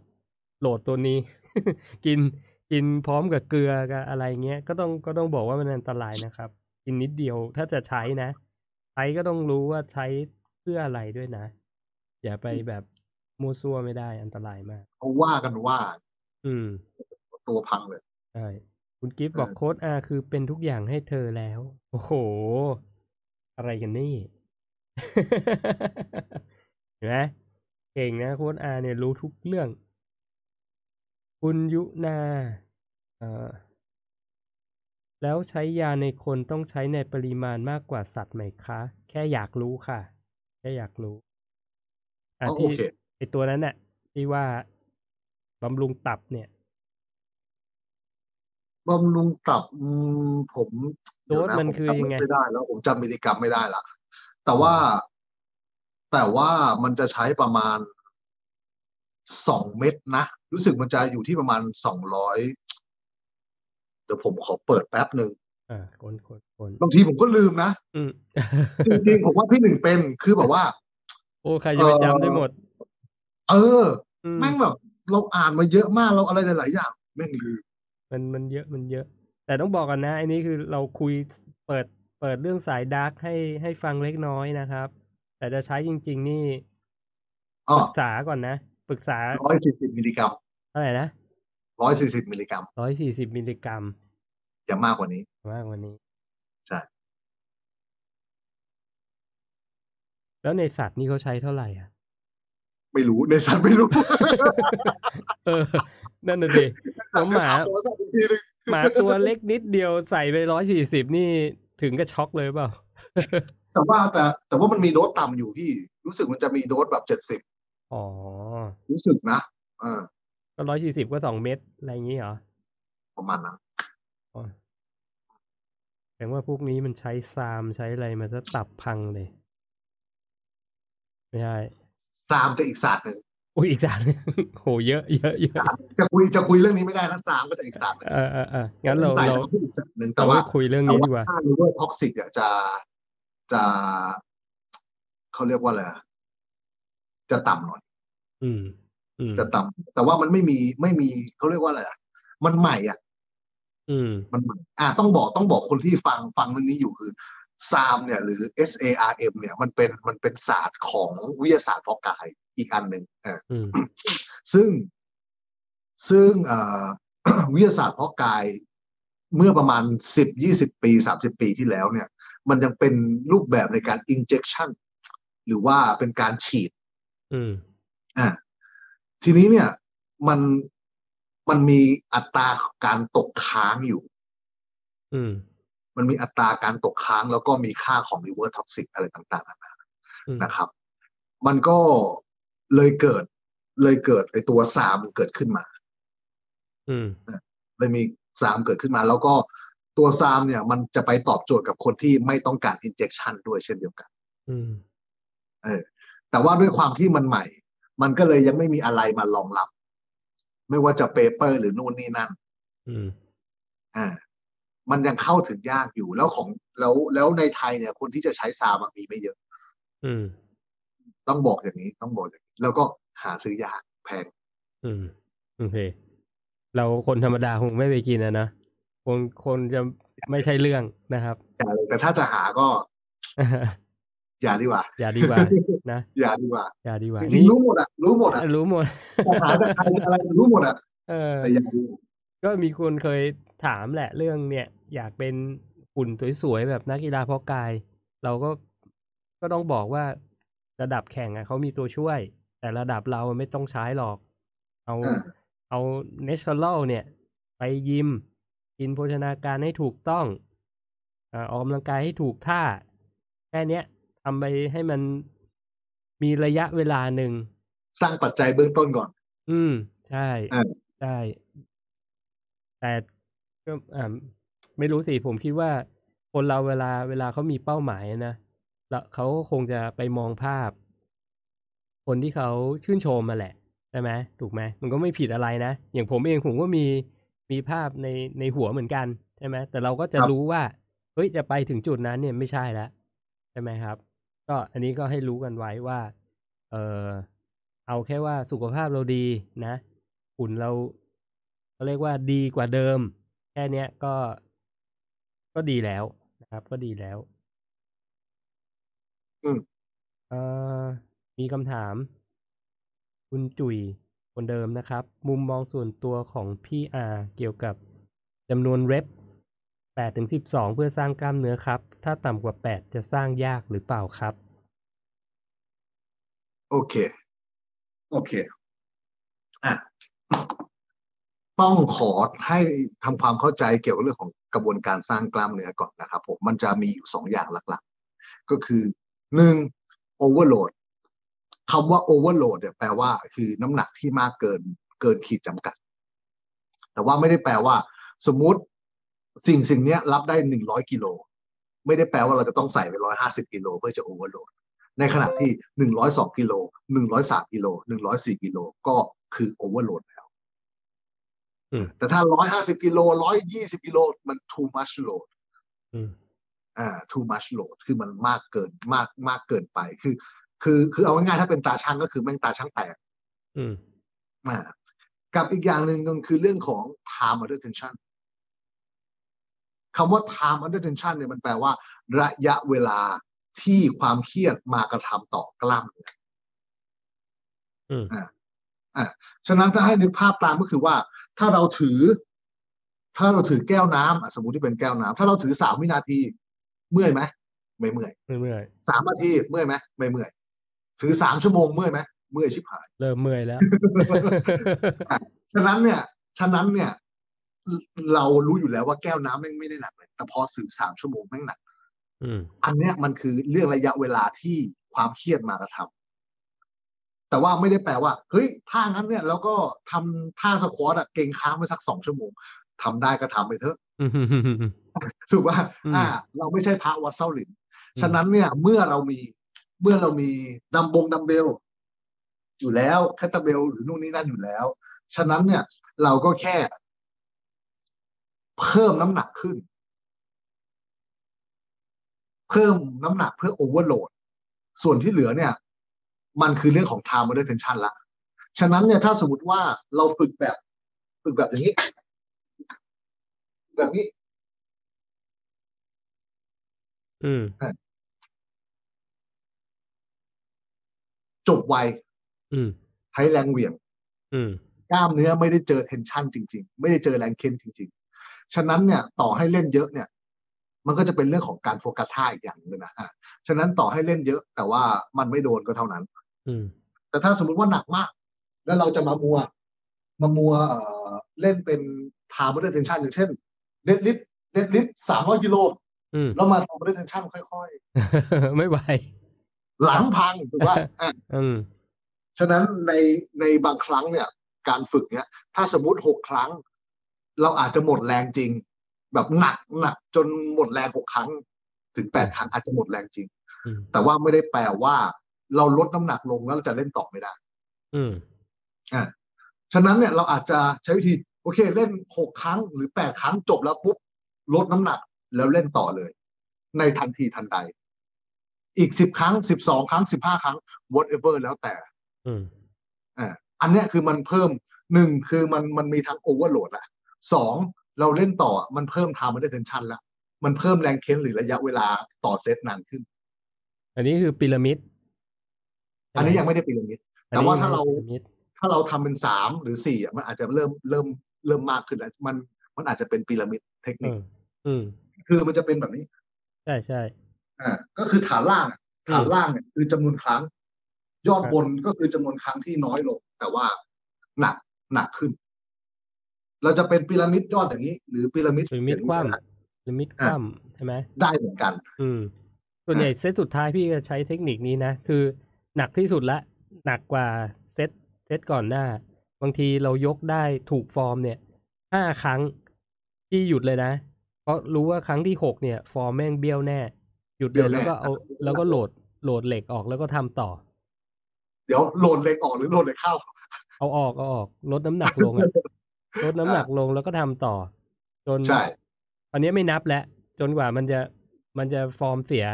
Speaker 1: โหลดตัวนี้ กินกินพร้อมกับเกลือกับอะไรเงี้ยก็ต้องก็ต้องบอกว่ามันอันตรายนะครับ กินนิดเดียวถ้าจะใช้นะ ใช้ก็ต้องรู้ว่าใช้เพื่ออะไรด้วยนะ อย่าไปแบบมัวซั่วไม่ได้อันตรายมาก
Speaker 2: เขาว่ากันว่า
Speaker 1: อืม
Speaker 2: ตัวพังเลย
Speaker 1: ใช่คุณกิฟต์
Speaker 2: เออ
Speaker 1: บอกโค้ดอาคือเป็นทุกอย่างให้เธอแล้ว โอ้โห อะไรกันนี่ เห็นไหมเก่งนะโค้ดอาเนี่ยรู้ทุกเรื่อง คุณยุนาเอ่อแล้วใช้ยาในคนต้องใช้ในปริมาณมากกว่าสัตว์ไหมคะ แค่อยากรู้ค่ะ แค่อยากรู้อ่ะ
Speaker 2: อ๋อโอ
Speaker 1: ที่
Speaker 2: เค
Speaker 1: ไอตัวนั้นน่ะ ที่ว่าบำรุงตับเนี่ย
Speaker 2: บำรุงตับอืมผม
Speaker 1: โดสมัน
Speaker 2: เดี๋ยวะ
Speaker 1: คือ
Speaker 2: ผจำ
Speaker 1: ยังไง
Speaker 2: ไม่ได้แล้ว ผมจำมิลลิกรัมไม่ได้ละแต่ว่าแต่ว่ามันจะใช้ประมาณสองเม็ดนะ รู้สึกมันจะอยู่ที่ประมาณสองร้อยเดี๋ยวผมขอเปิดแป๊บหนึ่ง
Speaker 1: อ่าคนคนคน
Speaker 2: บางทีผมก็ลืมนะ
Speaker 1: อืม
Speaker 2: จริงๆ ผมว่าพี่หนึ่งเป็นคือแบบว่า
Speaker 1: โอ้ใครจะไปจำได้หมด
Speaker 2: เออ
Speaker 1: อื
Speaker 2: อ
Speaker 1: ม
Speaker 2: แม่งแบบ เราอ่านมาเยอะมากเราอะไรหลายๆอย่างแม่งลืม
Speaker 1: มันมันเยอะมันเยอะ แต่ต้องบอกกันนะอันนี้คือเราคุยเปิดเปิดเรื่องสายดาร์กให้ให้ฟังเล็กน้อยนะครับ แต่จะใช้จริง ๆ นี่
Speaker 2: อ๋อ
Speaker 1: ปรึกษาก่อนนะปรึกษา
Speaker 2: ร้อยสี่สิบมิลลิกรัม
Speaker 1: อะไรนะ
Speaker 2: ร้อยสี่สิบมิลลิกรัม
Speaker 1: ร้อยสี่สิบมิลลิกรัม
Speaker 2: อย่ามากกว่านี้
Speaker 1: มากกว่านี้
Speaker 2: ใช่
Speaker 1: แล้วในสัตว์นี่เขาใช้เท่าไหร่อ่ะ
Speaker 2: ไม่รู้ในสัตว์ไม่รู้
Speaker 1: เออ นั่น น่ะดิแล้ว หมา
Speaker 2: ถตัวสัตว์อีกทีหนึ่ง
Speaker 1: หมาตัวเล็กนิดเดียวใส่ไปร้อยสี่สิบนี่ถึงกับช็อกเลยเปล่า
Speaker 2: แต่ว่าแต่แต่ว่ามันมีโดสต่ำอยู่พี่ รู้สึกมันจะมีโดสแบบเจ็ดสิบ
Speaker 1: อ๋อ
Speaker 2: 70 รู้สึกนะเออ
Speaker 1: ก็ร้อยสี่สิบก็สองเม็ดอะไรอย่างนี้เหรอ
Speaker 2: ประมาณนั้น
Speaker 1: อ๋อแสดงว่าพวกนี้มันใช้ซามใช้อะไรมาซะตับพังเลย ไม่ใช่
Speaker 2: ซามจะอีกศาสตร์หนึ่ง
Speaker 1: อุ้ยอีกสาร โหเยอะเยอะเยอะ
Speaker 2: จะคุยจะคุยเรื่องนี้ไม่ได้นะซามก็จะอีกศาสตร์หนึ่ง
Speaker 1: เออเออเอองั้นเรา
Speaker 2: ใส่
Speaker 1: เรา
Speaker 2: แล้วก็พูดอีกศาสตร์หนึ่งแต่
Speaker 1: เรา
Speaker 2: ว่า
Speaker 1: ไม่คุยเรื่องนี้ดีกว่า
Speaker 2: ถ้ารู้ว่าท็อกซิกอ่ะจะจะเขาเรียกว่าอะไรอะจะต่ำหน่อย
Speaker 1: อืม อืม
Speaker 2: จะต่ำแต่ว่ามันไม่มีไม่มีเขาเรียกว่าอะไรอะมันใหม่อ่ะ
Speaker 1: อืม
Speaker 2: มันใหม่อ่ะต้องบอกต้องบอกคนที่ฟังฟังเรื่องนี้อยู่คือซามเนี่ย หรือ S A R M เนี่ย มันเป็นมันเป็นศาสตร์ของวิทยาศาสตร์เพาะกายอีกอันหนึ่งเออ
Speaker 1: อืม
Speaker 2: ซึ่งซึ่งเอ่อ วิทยาศาสตร์เพาะกายเมื่อประมาณสิบยี่สิบปีสามสิบปีที่แล้วเนี่ย มันยังเป็นรูปแบบในการ injection หรือว่าเป็นการฉีด
Speaker 1: อืม
Speaker 2: อ่าทีนี้เนี่ยมันมันมีอัตราการตกค้างอยู่
Speaker 1: อืม
Speaker 2: มันมีอัตราการตกค้างแล้วก็มีค่าของ reverse toxic อะไรต่างๆนานา
Speaker 1: อืม
Speaker 2: นะครับ มันก็เลยเกิดเลยเกิดไอตัวสามเกิดขึ้นมา
Speaker 1: อืม
Speaker 2: เลยมีซามเกิดขึ้นมา แล้วก็ตัวซามเนี่ย มันจะไปตอบโจทย์กับคนที่ไม่ต้องการอินเจ t ชันด้วยเช่นเดียวกัน
Speaker 1: อืม
Speaker 2: แต่ว่าด้วยความที่มันใหม่ มันก็เลยยังไม่มีอะไรมารองรับ ไม่ว่าจะเปเปอร์หรือนู่นนี่นั่น
Speaker 1: อืม
Speaker 2: อ่ามันยังเข้าถึงยากอยู่แล้วของแล้วแล้วในไทยเนี่ย คนที่จะใช้ซามอะมีไม่เยอะ
Speaker 1: อืม
Speaker 2: ต้องบอกอย่างนี้ต้องบอกอย่างนี้ แล้วก็หาซื้อยากแพง
Speaker 1: อืม โอเค เราคนธรรมดาคงไม่ไปกินนะนะคงคนจะไม่ใช่เรื่องนะครับ
Speaker 2: แต่ถ้าจะหาก็อย่าดีกว่า
Speaker 1: อย่าดีกว่า นะ
Speaker 2: อย่าดีกว่า
Speaker 1: อย่าดีกว่า
Speaker 2: จริงๆรู้หมดอะรู้หมด อะ
Speaker 1: รู้หมด
Speaker 2: จะหาจากใครอะไรรู้หมดอะ
Speaker 1: เออ
Speaker 2: แต่อย่าดู
Speaker 1: ก็มีคนเคยถามแหละเรื่องเนี่ย อยากเป็นหุ่นสวยๆแบบนักกีฬาเพาะกาย เราก็ก็ต้องบอกว่าระดับแข่งอะเขามีตัวช่วย แต่ระดับเราไม่ต้องใช้หรอก เอา
Speaker 2: อ่า
Speaker 1: เอาเนเชอรัลเนี่ย ไปยิม กินโภชนาการให้ถูกต้องอ่าออกกำลังกายให้ถูกท่า แค่เนี้ยทำไปให้มันมีระยะเวลาหนึ่ง
Speaker 2: สร้างปัจจัยเบื้องต้นก่อน
Speaker 1: อืม ใช่
Speaker 2: อ่า
Speaker 1: ใช่แต่ก็อ่าไม่รู้สิผมคิดว่า คนเราเวลาเวลาเขามีเป้าหมายนะแล้วเขาก็คงจะไปมองภาพ คนที่เขาชื่นชมมาแหละใช่ไหมถูกไหมมันก็ไม่ผิดอะไรนะอย่างผมเองผมก็มีมีภาพในในหัวเหมือนกันใช่ไหมแต่เราก็จะ
Speaker 2: ครับ
Speaker 1: รู้ว่าเฮ้ยจะไปถึงจุดนั้นเนี่ยไม่ใช่แล้วใช่ไหมครับ ก็อันนี้ก็ให้รู้กันไว้ว่า เออเอาแค่ว่าสุขภาพเราดีนะหุ่นเราเขาเรียกว่าดีกว่าเดิม แค่เนี้ยก็ก็ดีแล้วนะครับ ก็ดีแล้ว
Speaker 2: อืม
Speaker 1: เออมีคำถาม คุณจุ๋ยคนเดิมนะครับ มุมมองส่วนตัวของพี่อาเกี่ยวกับจำนวนเรปแปดถึงสิบสองเพื่อสร้างกล้ามเนื้อครับ ถ้าต่ำกว่าแปดจะสร้างยากหรือเปล่าครับ
Speaker 2: โอเค โอเค อ่ะ ต้องขอให้ทำความเข้าใจเกี่ยวกับเรื่องของกระบวนการสร้างกล้ามเนื้อก่อนนะครับผมมันจะมีอยู่สองอย่างหลักๆ ก็คือหนึ่งโอเวอร์โหลดคำว่าโอเวอร์โหลดเนี่ยแปลว่าคือน้ำหนักที่มากเกินเกินขีดจำกัด แต่ว่าไม่ได้แปลว่า สมมติสิ่งสิ่งเนี้ยรับได้หนึ่งร้อยกิโลไม่ได้แปลว่าเราจะต้องใส่ไปร้อยห้าสิบกิโลเพื่อจะโอเวอร์โหลด ในขณะที่ 102 กิโล 103 กิโล 104 กิโล ก็คือโอเวอร์โหลดแล้ว
Speaker 1: อืม
Speaker 2: แต่ถ้า 150 กิโล 120 กิโล มัน too much load
Speaker 1: อืม
Speaker 2: อ่า too much load คือมันมากเกิน มาก มากเกินไป คือ คือ คือเอาง่ายๆ ถ้าเป็นตาช่างก็คือแม่งตาช่างแตก
Speaker 1: อืม
Speaker 2: อ่ากับอีกอย่างหนึ่งก็คือเรื่องของ time under tension คำว่า time under tension เนี่ยมันแปลว่า ระยะเวลาที่ความเครียดมากระทำต่อกล้ามเนื้อ
Speaker 1: อืม
Speaker 2: ฉะนั้นถ้าให้นึกภาพตามก็คือว่า ถ้าเราถือ ถ้าเราถือแก้วน้ำอ่ะสมมติที่เป็นแก้วน้ำถ้าเราถือสามวินาที เมื่อยไหมไม่เมื่อย
Speaker 1: เมื่อย
Speaker 2: สามนาทีเมื่อยไหมไม่เมื่อย ถือสามชั่วโมงเมื่อยไหมเมื่อยชิบหาย
Speaker 1: ๆเริ่มเมื่อยแล้ว
Speaker 2: ฉะนั้นเนี่ย ฉะนั้นเนี่ย เรารู้อยู่แล้วว่าแก้วน้ำแม่งไม่ได้หนักเลย แต่พอสื่อสามชั่วโมงแม่งหนัก
Speaker 1: อืม
Speaker 2: อันเนี้ยมันคือเรื่องระยะเวลาที่ความเครียดมากระทำแต่ว่าไม่ได้แปลว่า เฮ้ยถ้างั้นเนี่ยเราก็ทำท่าสควอตอะเก่งค้างไปสักสองชั่วโมงทำได้ก็ทำไปเถอะถู กว่า
Speaker 1: อืม
Speaker 2: อ่า เราไม่ใช่พระวัดเส้าหลิน ฉะนั้นเนี่ยเมื่อเรามีเมื่อเรามีดัมบงดัมเบล อยู่แล้วแคตเตอร์เบลหรือนู่นนี่นั่นอยู่แล้ว ฉะนั้นเนี่ย เราก็แค่ เพิ่มน้ำหนักขึ้น เพิ่มน้ำหนักเพื่อโอเวอร์โหลด ส่วนที่เหลือเนี่ย มันคือเรื่องของ time under tension ละ ฉะนั้นเนี่ยถ้าสมมติว่าเราฝึกแบบ ฝึกแบบอย่างนี้ แบบนี้
Speaker 1: อืม
Speaker 2: จบไว
Speaker 1: อืม
Speaker 2: ใช้แรงเหวี่ยง
Speaker 1: อืม
Speaker 2: กล้ามเนื้อไม่ได้เจอเทนชันจริง ๆ ไม่ได้เจอแรงเค้นจริง ๆ ฉะนั้นเนี่ยต่อให้เล่นเยอะเนี่ย มันก็จะเป็นเรื่องของการโฟกัสท่าอีกอย่างหนึงนะฮะฉะนั้นต่อให้เล่นเยอะ แต่ว่ามันไม่โดนก็เท่านั้น
Speaker 1: อืม
Speaker 2: แต่ถ้าสมมติว่าหนักมาก แล้วเราจะมามัว มามัวเอ่อเล่นเป็นทาร์บอนเทนชันอย่างเช่นเดดลิฟเดดลิฟสามร้อยกิโล
Speaker 1: อืม
Speaker 2: แล้วมาทาร์บอนเทนชันค่อย
Speaker 1: ไม่ไหว
Speaker 2: ๆ หลังพังถือว่าอ่ะ
Speaker 1: อืม
Speaker 2: ฉะนั้นในในบางครั้งเนี่ย การฝึกเนี่ย ถ้าสมมติหกครั้ง เราอาจจะหมดแรงจริง แบบหนักหนักจนหมดแรงหกครั้ง ถึงแปดครั้งอาจจะหมดแรงจริง
Speaker 1: อืม
Speaker 2: แต่ว่าไม่ได้แปลว่า เราลดน้ำหนักลงแล้วเราจะเล่นต่อไม่ได้
Speaker 1: อืม
Speaker 2: ฉะนั้นเนี่ยเราอาจจะใช้วิธีโอเค เล่นหกครั้งหรือแปดครั้งจบแล้วปุ๊บลดน้ำหนักแล้วเล่นต่อเลย ในทันทีทันใด อีกสิบครั้งสิบสองครั้งสิบห้าครั้ง whatever แล้วแต่
Speaker 1: อืม
Speaker 2: อันเนี้ยคือมันเพิ่มหนึ่งคือมันมันมีทั้งโอเวอร์โหลดละสองเราเล่นต่อมันเพิ่มทามันได้เทนชันละมันเพิ่มแรงเค้นหรือระยะเวลาต่อเซตนานขึ้น
Speaker 1: อันนี้คือพีระมิด
Speaker 2: อันนี้ยังไม่ได้พีระมิด
Speaker 1: อันนี้
Speaker 2: แต่ว่าถ้าเรา
Speaker 1: พีระมิด
Speaker 2: ถ้าเราทำเป็นสามหรือสี่อะมันอาจจะเริ่มเริ่มเริ่มมากขึ้นแล้วมันมันอาจจะเป็นพีระมิดเทค
Speaker 1: อื
Speaker 2: นิค
Speaker 1: มอืม
Speaker 2: คือมันจะเป็นแบบนี้
Speaker 1: ใช่ใช่
Speaker 2: อ่าก็คือฐานล่างอะฐานล่างเนี่ยคือจำนวนครั้ง ยอด
Speaker 1: ครับ
Speaker 2: บนก็คือจำนวนครั้งที่น้อยลง แต่ว่าหนักหนักขึ้น เราจะเป็นพีระมิดยอดอย่างนี้ หรือพีระมิด
Speaker 1: พีระมิด
Speaker 2: อย่างนี้
Speaker 1: คว่ำ
Speaker 2: ก็ได้
Speaker 1: พีระมิดคว่ำใช่ไหม
Speaker 2: ได้เหมือนกัน
Speaker 1: อืม ส่วนใหญ่เซตสุดท้ายพี่จะใช้เทคนิคนี้นะ คือหนักที่สุดละ หนักกว่าเซตเซตก่อนหน้า บางทีเรายกได้ถูกฟอร์มเนี่ยห้าครั้งที่หยุดเลยนะ เพราะรู้ว่าครั้งที่หกเนี่ย ฟอร์มแม่งเบี้ยวแน่ หยุดเลย
Speaker 2: เบี้ยวแน่
Speaker 1: แล้วก็เอาแล้วก็โหลดโหลดเหล็กออกแล้วก็ทำต่อ
Speaker 2: เดี๋ยวโหลดเหล็กออกหรือโหลดเหล็กเข้า
Speaker 1: เอาออกเอาออกลดน้ำหนักลงอะ ลดน้ำหนักลงแล้วก็ทำต่อ จน
Speaker 2: ใช่
Speaker 1: อันนี้ไม่นับแล้วจนกว่ามันจะมันจะฟอร์มเสีย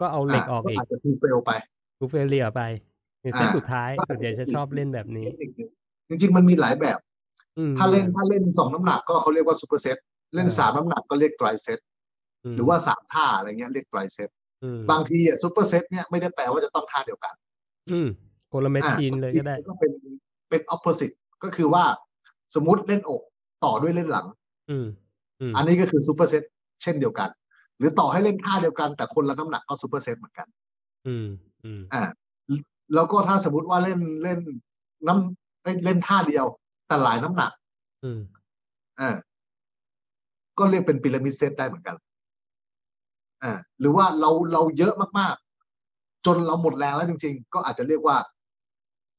Speaker 1: ก็เอาเหล็กออกอีก
Speaker 2: าจจะคูเฟลไป
Speaker 1: ทูเฟลเลียไปในเซต
Speaker 2: อ่า
Speaker 1: สุดท้าย
Speaker 2: ก็อาจจะ
Speaker 1: ส่วนใหญ่จะชอบเล่นแบบนี้
Speaker 2: จริงๆ มันมีหลายแบบ
Speaker 1: อืม
Speaker 2: ถ้าเล่นถ้าเล่นสองน้ำหนักก็เขาเรียกว่าซูเปอร์เซต เล่นสามน้ำหนักก็เรียกไตรเซต
Speaker 1: ม
Speaker 2: หรือว่าสามท่าอะไรเงี้ยเรียกไตรเซต
Speaker 1: อืม
Speaker 2: บางทีอะซูเปอร์เซตเนี่ยไม่ได้แปลว่าจะต้องท่าเดียวกัน
Speaker 1: อืมโกลเมชีน
Speaker 2: อ่ะ
Speaker 1: เลยก็ได้
Speaker 2: ก็เป็นเป็นออปโพสิตก็คือว่าสมมติเล่นอกต่อด้วยเล่นหลัง
Speaker 1: อืม อืม
Speaker 2: อันนี้ก็คือซูเปอร์เซตเช่นเดียวกัน หรือต่อให้เล่นท่าเดียวกัน แต่คนละน้ำหนักก็ซูเปอร์เซตเหมือนกัน
Speaker 1: อืมอืม
Speaker 2: อ่าแล้วก็ถ้าสมมติว่าเล่นเล่นน้ำเอ้ยเล่นท่าเดียว แต่หลายน้ำหนัก
Speaker 1: อืม
Speaker 2: อ่าก็เรียกเป็นพีระมิดเซตได้เหมือนกันอ่าหรือว่าเราเราเยอะมากๆ จนเราหมดแรงแล้วจริง ๆ ก็อาจจะเรียกว่า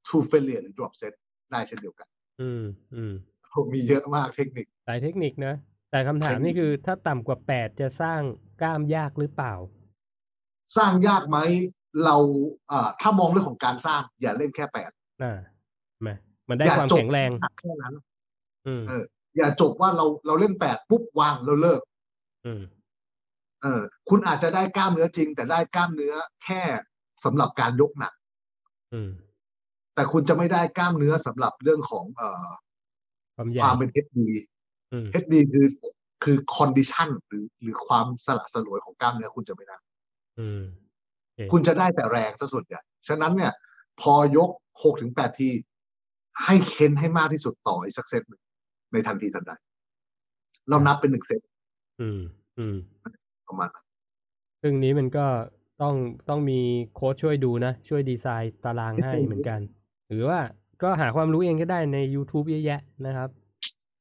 Speaker 2: two failure หรือ drop set ได้เช่นเดียวกัน
Speaker 1: อืมอืม
Speaker 2: โอ้มีเยอะมากเทคนิค
Speaker 1: หลายเทคนิคนะ แต่คำถาม
Speaker 2: เทคนิค
Speaker 1: นี่คือถ้าต่ำกว่าแปดจะสร้างกล้ามยากหรือเปล่า
Speaker 2: สร้างยากไหมเราเอ่อถ้ามองเรื่องของการสร้าง อย่าเล่นแค่แปด
Speaker 1: อ่าเห็นไหมมันได้
Speaker 2: อย่า
Speaker 1: ความ
Speaker 2: จบ
Speaker 1: แข็งแรง
Speaker 2: น้ำหนักแค่นั้น
Speaker 1: อืม
Speaker 2: เอย่าจบว่าเราเราเล่นแปดปุ๊บวางแล้วเลิก
Speaker 1: อืม
Speaker 2: เออคุณอาจจะได้กล้ามเนื้อจริง แต่ได้กล้ามเนื้อแค่สำหรับการยกหนัก
Speaker 1: อืม
Speaker 2: แต่คุณจะไม่ได้กล้ามเนื้อสำหรับเรื่องของเอ่อ
Speaker 1: ความยา
Speaker 2: ควาก มเป็น HD
Speaker 1: อืม
Speaker 2: HD คือคือคอนดิชันหรือหรือความสละสลวยของกล้ามเนื้อคุณจะไม่ได้
Speaker 1: อืม
Speaker 2: คุณจะได้แต่แรงซะส่วนใหญ่ฉะนั้นเนี่ย พอยกหกถึงแปดที ให้เค้นให้มากที่สุดต่ออีกสักเซตหนึ่ง ในทันทีทันใด เรานับเป็นหนึ่งเซต
Speaker 1: อืม อืม
Speaker 2: ประมาณนั้น
Speaker 1: ซึ่งนี้มันก็ต้องต้องมีโค้ชช่วยดูนะ ช่วยดีไซน์ตารางให้เหมือนกัน หรือว่าก็หาความรู้เองก็ได้ใน YouTube เยอะแยะนะครับ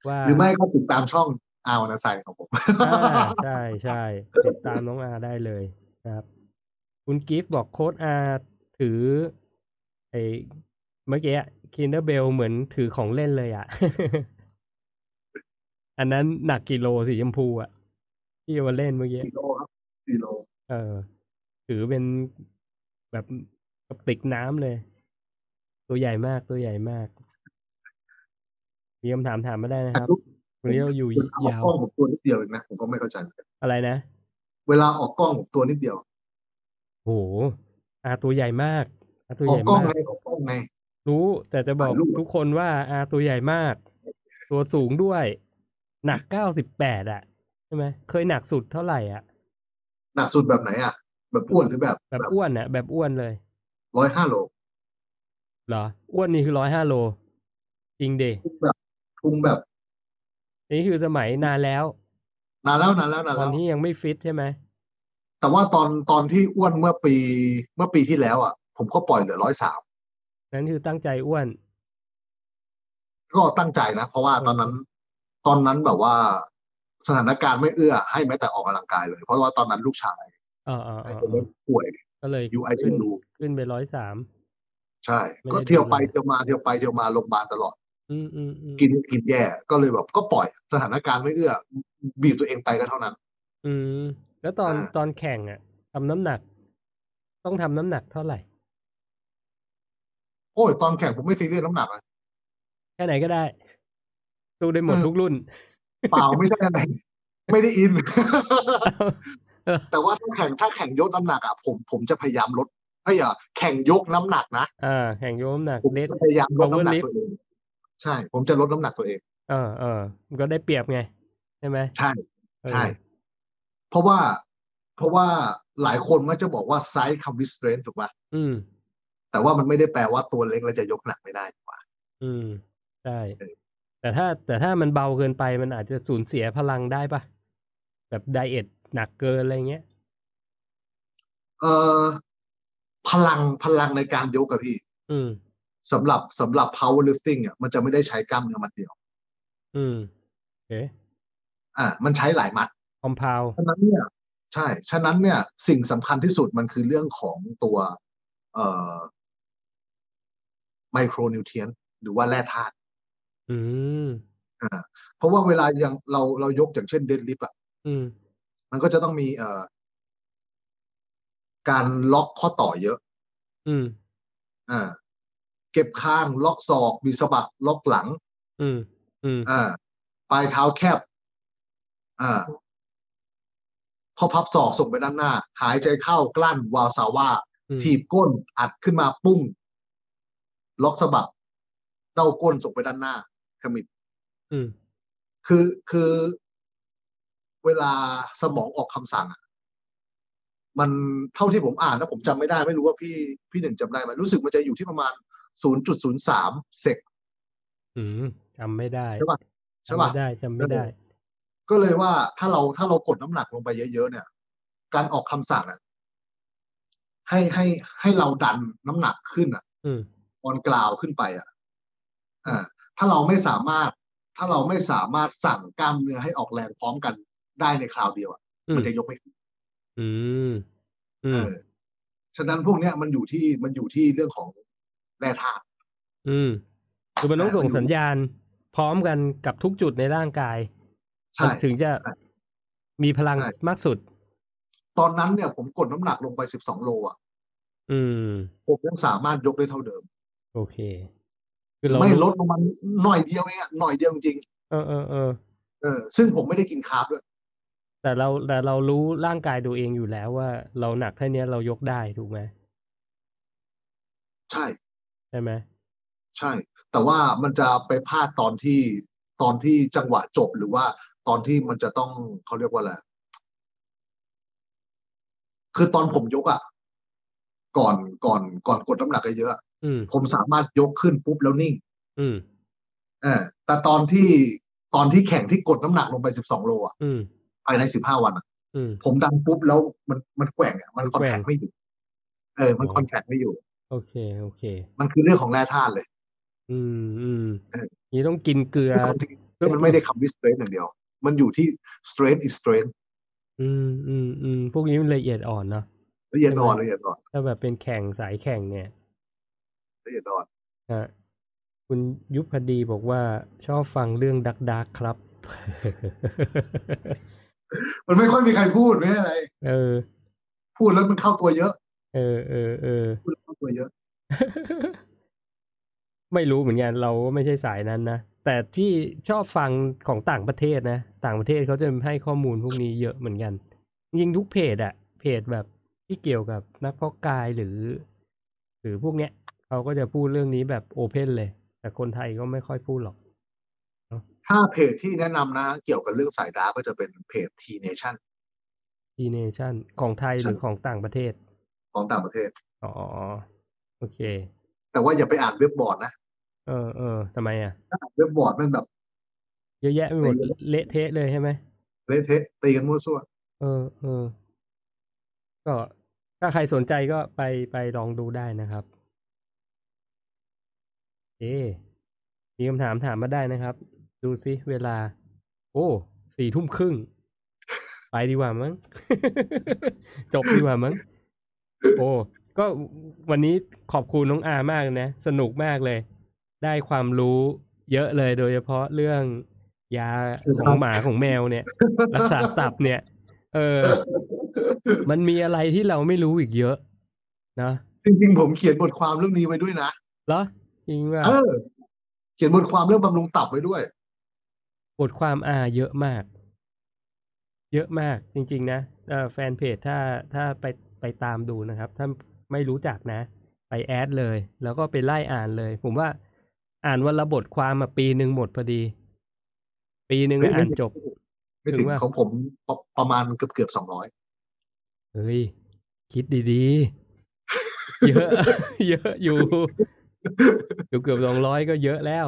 Speaker 1: ว่า
Speaker 2: หรือไม่ก็ติดตามช่องอาวนาไซของผม
Speaker 1: อ่าใช่ใช่ติดตามน้องอาได้เลยนะครับ คุณกิฟต์บอกโค้ดอาถือไอเมื่อกี้คินเดอร์เบลเหมือนถือของเล่นเลยอ่ะ อันนั้นหนักกิโลสีชมพูอ่ะ ที่เอามาเล่นเมื่อกี้
Speaker 2: สี่โลครับสี่โล
Speaker 1: เออถือเป็นแบบกระติกน้ำเลย ตัวใหญ่มากตัวใหญ่มาก มีคำถามถามมาได้นะครับ วันนี้เราอยู่
Speaker 2: เวลาออก
Speaker 1: ยาว
Speaker 2: กล้องผมตัวนิดเดียวเองนะผมก็ไม่เข้าใจเหมือนกัน
Speaker 1: อะไรนะ
Speaker 2: เวลาออกกล้องผมตัวนิดเดียว
Speaker 1: โหอาตัวใหญ่มากอาตัว
Speaker 2: อ
Speaker 1: ให
Speaker 2: อก
Speaker 1: ญ่
Speaker 2: กล้อง
Speaker 1: มาก
Speaker 2: ไงออกกล้องไง
Speaker 1: รู้ แต่จะบอก
Speaker 2: ถ่ายรูป
Speaker 1: ทุกคนว่าอาตัวใหญ่มาก ตัวสูงด้วย หนักเก้าสิบแปดอ่ะใช่ไหมเคยหนักสุดเท่าไหร่อ่ะ
Speaker 2: หนักสุดแบบไหนอ่ะ แบบอ้วนหรือแบบ
Speaker 1: แบบ
Speaker 2: แบบ
Speaker 1: อ้วนอ่ะ แบบอ้วนเลย
Speaker 2: ร้อยห้าโล
Speaker 1: เหรอ อ้วนนี่คือร้อยห้าโล จริงเด
Speaker 2: พุงแบบพุงแบบ
Speaker 1: นี่คือสมัยนานแล้ว
Speaker 2: นานแล้วนานแล้วนา
Speaker 1: ต
Speaker 2: น
Speaker 1: อ
Speaker 2: แล้
Speaker 1: น
Speaker 2: ว
Speaker 1: ที่ยังไม่ฟิตใช่ไหม
Speaker 2: แต่ว่าตอนตอนที่อ้วนเมื่อปีเมื่อปีที่แล้วอ่ะ ผมก็ปล่อยเหลือร้อยสาม
Speaker 1: นั่นคือตั้งใจอ้วน
Speaker 2: ก็ตั้งใจนะ เพราะว่าตอนนั้น ตอนนั้นแบบว่าสถานการณ์ไม่เอื้อ ให้แม้แต่ออกกำลังกายเลย เพราะว่าตอนนั้นลูกชาย
Speaker 1: เออเออเอ
Speaker 2: ไอ้
Speaker 1: อ
Speaker 2: คน
Speaker 1: เอ
Speaker 2: เล็
Speaker 1: อก
Speaker 2: ป่วย
Speaker 1: ก็เลย
Speaker 2: อยู่ไอซี
Speaker 1: ขึ้น
Speaker 2: ยู
Speaker 1: ขึ้นไปร้อยสาม
Speaker 2: ใช่
Speaker 1: ไม่ได้
Speaker 2: ก็เที่ยวไป
Speaker 1: ดูแล
Speaker 2: เที่ยวมาเที่ยวไปเที่ยวมาโรงพยาบาลตลอด
Speaker 1: อืมอืมอืม
Speaker 2: กินกินแย่ก็เลยแบบก็ปล่อยสถานการณ์ไม่เอื้อ บีบตัวเองไปก็เท่านั้น
Speaker 1: อืม แล้วตอน
Speaker 2: อ่า
Speaker 1: ตอนแข่งอ่ะทำน้ำหนัก ต้องทำน้ำหนักเท่าไหร่
Speaker 2: โอ้ยตอนแข่งผมไม่ซีเรียสน้ำหนักนะ
Speaker 1: แค่ไหนก็ได้สู้ได้หมด
Speaker 2: เออ
Speaker 1: ทุกรุ่น
Speaker 2: เปล่าไม่ใช่อะไร ไม่ได้อิน
Speaker 1: เออ
Speaker 2: แต่ว่าถ้าแข่งถ้าแข่งยกน้ำหนักอ่ะผมผมจะพยายามลดเอ้ยอ่ะแข่งยกน้ำหนักนะ
Speaker 1: อ่า แข่งโยกน้ำหนัก
Speaker 2: ผม
Speaker 1: เลส
Speaker 2: จะพยายามลดน้ำหนัก
Speaker 1: power lift
Speaker 2: ตัวเองใช่ ผมจะลดน้ำหนักตัวเอง
Speaker 1: เออเออมันก็ได้เปรียบไง ใช่ไหม
Speaker 2: ใช่
Speaker 1: เออ
Speaker 2: ใช่ เพราะว่าเพราะว่าหลายคนมักจะบอกว่าไซส์คำวิสเทรนถูกป่ะ
Speaker 1: อืม
Speaker 2: แต่ว่ามันไม่ได้แปลว่าตัวเล็กแล้วจะยกหนักไม่ได้ถูกป่ะ
Speaker 1: อืมใช่
Speaker 2: เออ
Speaker 1: แต่ถ้าแต่ถ้ามันเบาเกินไปมันอาจจะสูญเสียพลังได้ปะแบบไดเอทหนักเกินอะไรเงี้ย
Speaker 2: เออพลังพลังในการยกอะพี่
Speaker 1: อืม
Speaker 2: สำหรับสำหรับ powerlifting อ่ะมันจะไม่ได้ใช้กล้ามเนื้อมัดเดียว
Speaker 1: อืมโอเค
Speaker 2: อ่า มันใช้หลายมัด
Speaker 1: คอมพาว
Speaker 2: ฉะนั้นเนี่ยใช่ ฉะนั้นเนี่ย สิ่งสำคัญที่สุดมันคือเรื่องของตัวเอ่อไมโครนิวเทียนหรือว่าแร่ธาตุ
Speaker 1: อืม
Speaker 2: อ่าเพราะว่าเวลาอย่างเราเรายกอย่างเช่นเดดลิฟต์อ่ะ
Speaker 1: อืม
Speaker 2: มันก็จะต้องมีเอ่อการล็อกข้อต่อเยอะ
Speaker 1: อืม
Speaker 2: อ่าเก็บข้างล็อกศอกมีสะบักล็อกหลัง
Speaker 1: อืม อืม
Speaker 2: อ่าปลายเท้าแคบอ่าข้อพับศอกส่งไปด้านหน้า หายใจเข้ากลั้นวาวสาว่า
Speaker 1: อืม
Speaker 2: ถีบก้นอัดขึ้นมาปุ้ง ล็อกสะบักเต้าก้นส่งไปด้านหน้าขมิบ
Speaker 1: อืม
Speaker 2: คือคือเวลาสมองออกคำสั่งอะมันเท่าที่ผมอ่านนะผมจำไม่ได้ไม่รู้ว่าพี่พี่หนึ่งจำได้ไหมรู้สึกมันจะอยู่ที่ประมาณ 0.03 เซก
Speaker 1: อืมจำไม่ได้
Speaker 2: ใช่ปะ ใช่
Speaker 1: จำไม่
Speaker 2: ป่ะ
Speaker 1: ได้จำไม่ได้
Speaker 2: ก็เลยว่าถ้าเราถ้าเรากดน้ำหนักลงไปเยอะๆเนี่ย การออกคำสั่งอะให้ให้ให้เราดันน้ำหนักขึ้นอะ
Speaker 1: อืม
Speaker 2: บอลกล่าวขึ้นไปอ่ะอ่าถ้าเราไม่สามารถ ถ้าเราไม่สามารถสั่งกล้ามเนื้อให้ออกแรงพร้อมกันได้ในคราวเดียวอ่ะ
Speaker 1: อืม
Speaker 2: มันจะยกไม่ขึ้น
Speaker 1: อืม อื
Speaker 2: เอ
Speaker 1: ม
Speaker 2: อ ฉะนั้นพวกเนี้ยมันอยู่ที่มันอยู่ที่เรื่องของแร่ธาตุ
Speaker 1: อืมคือมันต้องส่งสัญญาณ พร้อมกันกับทุกจุดในร่างกาย
Speaker 2: ใช่
Speaker 1: มันถึงจะมีพลัง
Speaker 2: ใช่
Speaker 1: มากสุด
Speaker 2: ตอนนั้นเนี่ยผมกดน้ำหนักลงไปสิบสองโลอ่ะ
Speaker 1: อืม
Speaker 2: ผมยังสามารถยกได้เท่าเดิม
Speaker 1: โอเค คือเรา
Speaker 2: ไม่ลดลงมาหน่อยเดียวเองอ่ะหน่อยเดียวจริง
Speaker 1: เออเออเออ
Speaker 2: ๆเออ ซึ่งผมไม่ได้กินคาร์บด้วย
Speaker 1: แต่เราแต่เรารู้ร่างกายตัวเองอยู่แล้วว่าเราหนักเท่านี้เรายกได้ถูกไหม
Speaker 2: ใช่
Speaker 1: ใช่ไหม
Speaker 2: ใช่ แต่ว่ามันจะไปพลาดตอนที่ตอนที่จังหวะจบหรือว่าตอนที่มันจะต้องเขาเรียกว่าอะไร คือตอนผมยกอะ่ะ ก่อนก่อนก่อนกดน้ำหนักเยอะๆอะ
Speaker 1: อืม
Speaker 2: ผมสามารถยกขึ้นปุ๊บแล้วนิ่ง
Speaker 1: อืม
Speaker 2: เออแต่ตอนที่ ตอนที่แข่งที่กดน้ำหนักลงไปสิบสองโลอ่ะ
Speaker 1: อืม
Speaker 2: ภายในสิบห้าวันอะ
Speaker 1: อืม
Speaker 2: ผมดันปุ๊บแล้วมันมันแกว่งอ่ะมันคอนแท
Speaker 1: แก
Speaker 2: ค
Speaker 1: ว่ง
Speaker 2: ไม่อยู่ เออ มันคอนแทคไม่อยู่
Speaker 1: โอเค โอเค
Speaker 2: มันคือเรื่องของแร่ธาตุเลย
Speaker 1: อืมอืม
Speaker 2: เออ
Speaker 1: นี่ต้องกินเกลือ
Speaker 2: ความจริงมันไม่ได้คำวิสเตรนอย่างเดียว มันอยู่ที่ strength is strength
Speaker 1: อืมอืมอืมพวกนี้มันละเอียดอ่อนเนาะ
Speaker 2: ละเอียดอ่อนละเอียดอ่อน
Speaker 1: ถ้าแบบเป็นแข่งสายแข่งเนี่ย
Speaker 2: ละเอียดอ่อน
Speaker 1: ฮะคุณยุพดีบอกว่าชอบฟังเรื่องดักดักครับ
Speaker 2: มันไม่ค่อยมีใครพูดไม่อะไร
Speaker 1: เออ
Speaker 2: พูดแล้วมันเข้าตัวเยอะ
Speaker 1: เออเออเออ
Speaker 2: พูดแล้วเข้าตัวเยอะ
Speaker 1: ไม่รู้เหมือนกันเราก็ไม่ใช่สายนั้นนะ แต่ที่ชอบฟังของต่างประเทศนะ ต่างประเทศเขาจะให้ข้อมูลพวกนี้เยอะเหมือนกัน จริงๆทุกเพจอะเพจแบบที่เกี่ยวกับนักเพาะกายหรือ หรือพวกเนี้ยเขาก็จะพูดเรื่องนี้แบบโอเพนเลย แต่คนไทยก็ไม่ค่อยพูดหรอก
Speaker 2: ถ้าเพจที่แนะนำนะ เกี่ยวกับเรื่องสายดาร์กก็จะเป็นเพจ T Nation
Speaker 1: t ีเนชั่นของไทยหรือของต่างประเทศ
Speaker 2: ของต่างประเทศ
Speaker 1: อ๋อ โอเค
Speaker 2: แต่ว่าอย่าไปอ่านเว็บบอร์ดนะ
Speaker 1: เออเออทำไมอะ
Speaker 2: ถ้าอ่านเว็บบอร์ดมันแบบ
Speaker 1: เยอะแยะไปหมดเละเทะเลยใช่ไหม
Speaker 2: เละเทะตีกันมั่วซั่ว
Speaker 1: เออเออ ก็ถ้าใครสนใจก็ไปไปลองดูได้นะครับ เอมีคำถามถามมาได้นะครับ ดูซิเวลา โอ้สี่ทุ่มครึ่ง ไปดีกว่ามั้ง จบดีกว่ามั้ง โอ้ก็วันนี้ขอบคุณน้องอามากนะ สนุกมากเลย ได้ความรู้เยอะเลยโดยเฉพาะเรื่องยา
Speaker 2: สุดยอด
Speaker 1: ของหมาของแมวเนี่ย รักษาตับเนี่ย เออ มันมีอะไรที่เราไม่รู้อีกเยอะ นะ
Speaker 2: จริงๆ ผมเขียนบทความเรื่องนี้ไว้ด้วยนะ
Speaker 1: เหรอจริงว่า
Speaker 2: เออ เขียนบทความเรื่องบำรุงตับไว้ด้วย
Speaker 1: บทความอ่าเยอะมาก เยอะมาก จริง ๆ นะเอ่อแฟนเพจถ้าถ้าไปไปตามดูนะครับ ถ้าไม่รู้จักนะ ไปแอดเลย แล้วก็ไปไล่อ่านเลย ผมว่า อ่านวันละบทความมาปีหนึ่งหมดพอดี ปีหนึ่ง
Speaker 2: เฮ้ยไม่
Speaker 1: อ่าน
Speaker 2: ถึง
Speaker 1: จบ
Speaker 2: ไม่
Speaker 1: ถึ
Speaker 2: ถึง
Speaker 1: งว่า
Speaker 2: ของผมประประมาณเกือบเกือบสองร้อย
Speaker 1: เฮ้ย คิดดีๆ เยอะ เยอะอยู่ เกือบเกือบสองร้อยก็เยอะแล้ว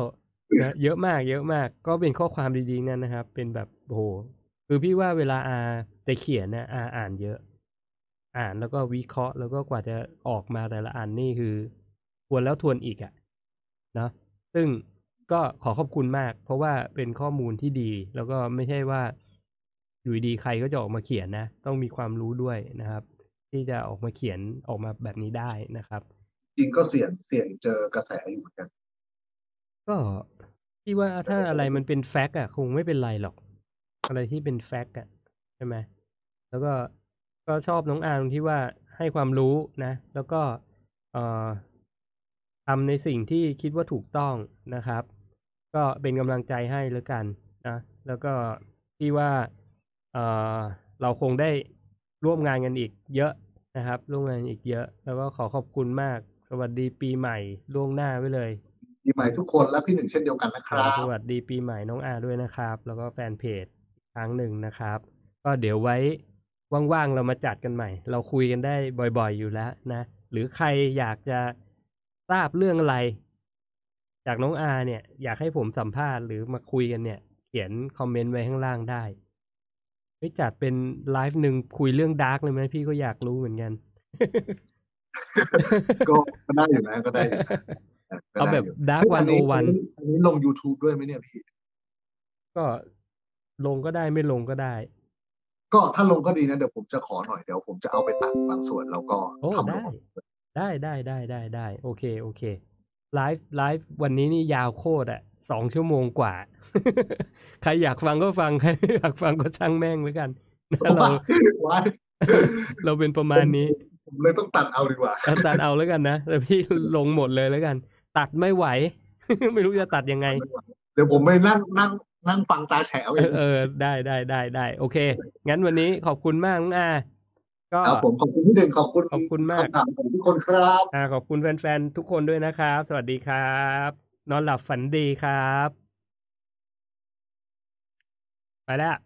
Speaker 1: นะเยอะมากเยอะมาก ก็เป็นข้อความดีๆนั่นนะครับ เป็นแบบโอ้โหคือพี่ว่าเวลาอาจะเขียนนะอาอ่านเยอะ อ่านแล้วก็วิเคราะห์แล้วก็กว่าจะออกมาแต่ละอันนี่คือทวนแล้วทวนอีกอะ่ะนะซึ่งก็ขอขอบคุณมาก เพราะว่าเป็นข้อมูลที่ดี แล้วก็ไม่ใช่ว่า อยู่ดีๆใครก็จะออกมาเขียนนะ ต้องมีความรู้ด้วยนะครับ ที่จะออกมาเขียนออกมาแบบนี้ได้นะครับ
Speaker 2: จริงก็เสี่ยงเสี่ยงเจอกระแสอยู่เหมือนกัน
Speaker 1: ก็พี่ว่าถ้าอะไรมันเป็นแฟกต์อ่ะ คงไม่เป็นไรหรอก อะไรที่เป็นแฟกต์อ่ะใช่ไหมแล้วก็ก็ชอบน้องอาร์มที่ว่าให้ความรู้นะ แล้วก็เอ่อทำในสิ่งที่คิดว่าถูกต้องนะครับ ก็เป็นกำลังใจให้แล้วกันนะแล้วก็พี่ว่าเอ่อเราคงได้ร่วมงานกันอีกเยอะนะครับ ร่วมงานอีกเยอะ แล้วก็ขอขอบคุณมาก สวัสดีปีใหม่ล่วงหน้าไว้เลย
Speaker 2: ปีใหม่ทุกคนและพี่หนึ่งเช่นเดียวกันนะค
Speaker 1: ครั
Speaker 2: รั
Speaker 1: บบ สวัสดีปีใหม่น้องอาด้วยนะครับ แล้วก็แฟนเพจอีกครั้งหนึ่งนะครับ ก็เดี๋ยวไว้ว่างๆเรามาจัดกันใหม่ เราคุยกันได้บ่อยๆอยู่แล้วนะ หรือใครอยากจะทราบเรื่องอะไร จากน้องอาเนี่ย อยากให้ผมสัมภาษณ์หรือมาคุยกันเนี่ย เขียนคอมเมนต์ไว้ข้างล่างได้ไว้ยจัดเป็นไลฟ์หนึ่งคุยเรื่องดาร์กเลยไหมพี่ก็อยากรู้เหมือนกัน
Speaker 2: ก็ก็ได้อยู่นะก็ได้อยู่ก็
Speaker 1: เอาแบบ
Speaker 2: ได้ยู่
Speaker 1: ดาร์กวันโอวัน
Speaker 2: อันนี้ลง YouTube ด้วยไหมเนี่ยพี่
Speaker 1: ก็ลงก็ได้ไม่ลงก็ได้
Speaker 2: ก็ถ้าลงก็ดีนะ เดี๋ยวผมจะขอหน่อยเดี๋ยวผมจะเอาไปตัดบางส่วนแล้วก็
Speaker 1: โอ้
Speaker 2: ทำล
Speaker 1: ได้
Speaker 2: ง
Speaker 1: ได้ได้ได้ได้ได้โอเค โอเคไลฟ์ไลฟ์วันนี้นี่ยาวโคตรอ่ะสองชั่วโมงกว่า ใครอยากฟังก็ฟัง ใครไม่อยากฟังก็ช่างแม่งไว้กัน นะ
Speaker 2: เพราะ
Speaker 1: เรา
Speaker 2: ว่าไว้
Speaker 1: เราเป็นประมาณนี้
Speaker 2: ผมเลยต้องตัดเอาดีกว่า
Speaker 1: เอาตัดเอาแล้วกันนะแต่พี่ลงหมดเลยแล้วกัน ตัดไม่ไหว ไม่รู้จะตัดยังไง
Speaker 2: เดี๋ยวผมไปนั่งนั่งนั่งฟังตาแฉะเอาเอ
Speaker 1: เอง อเออได้ได้ได้ได้โอเค งั้นวันนี้ขอบคุณมากน้องอาก็
Speaker 2: ครับผมขอบคุณพี่หนึ่งขอบคุณ
Speaker 1: ขอบคุณมาก
Speaker 2: คำถามของทุกคนครับ
Speaker 1: อ่าขอบคุณแฟนๆทุกคนด้วยนะครับ สวัสดีครับ นอนหลับฝันดีครับ ไปแล้ว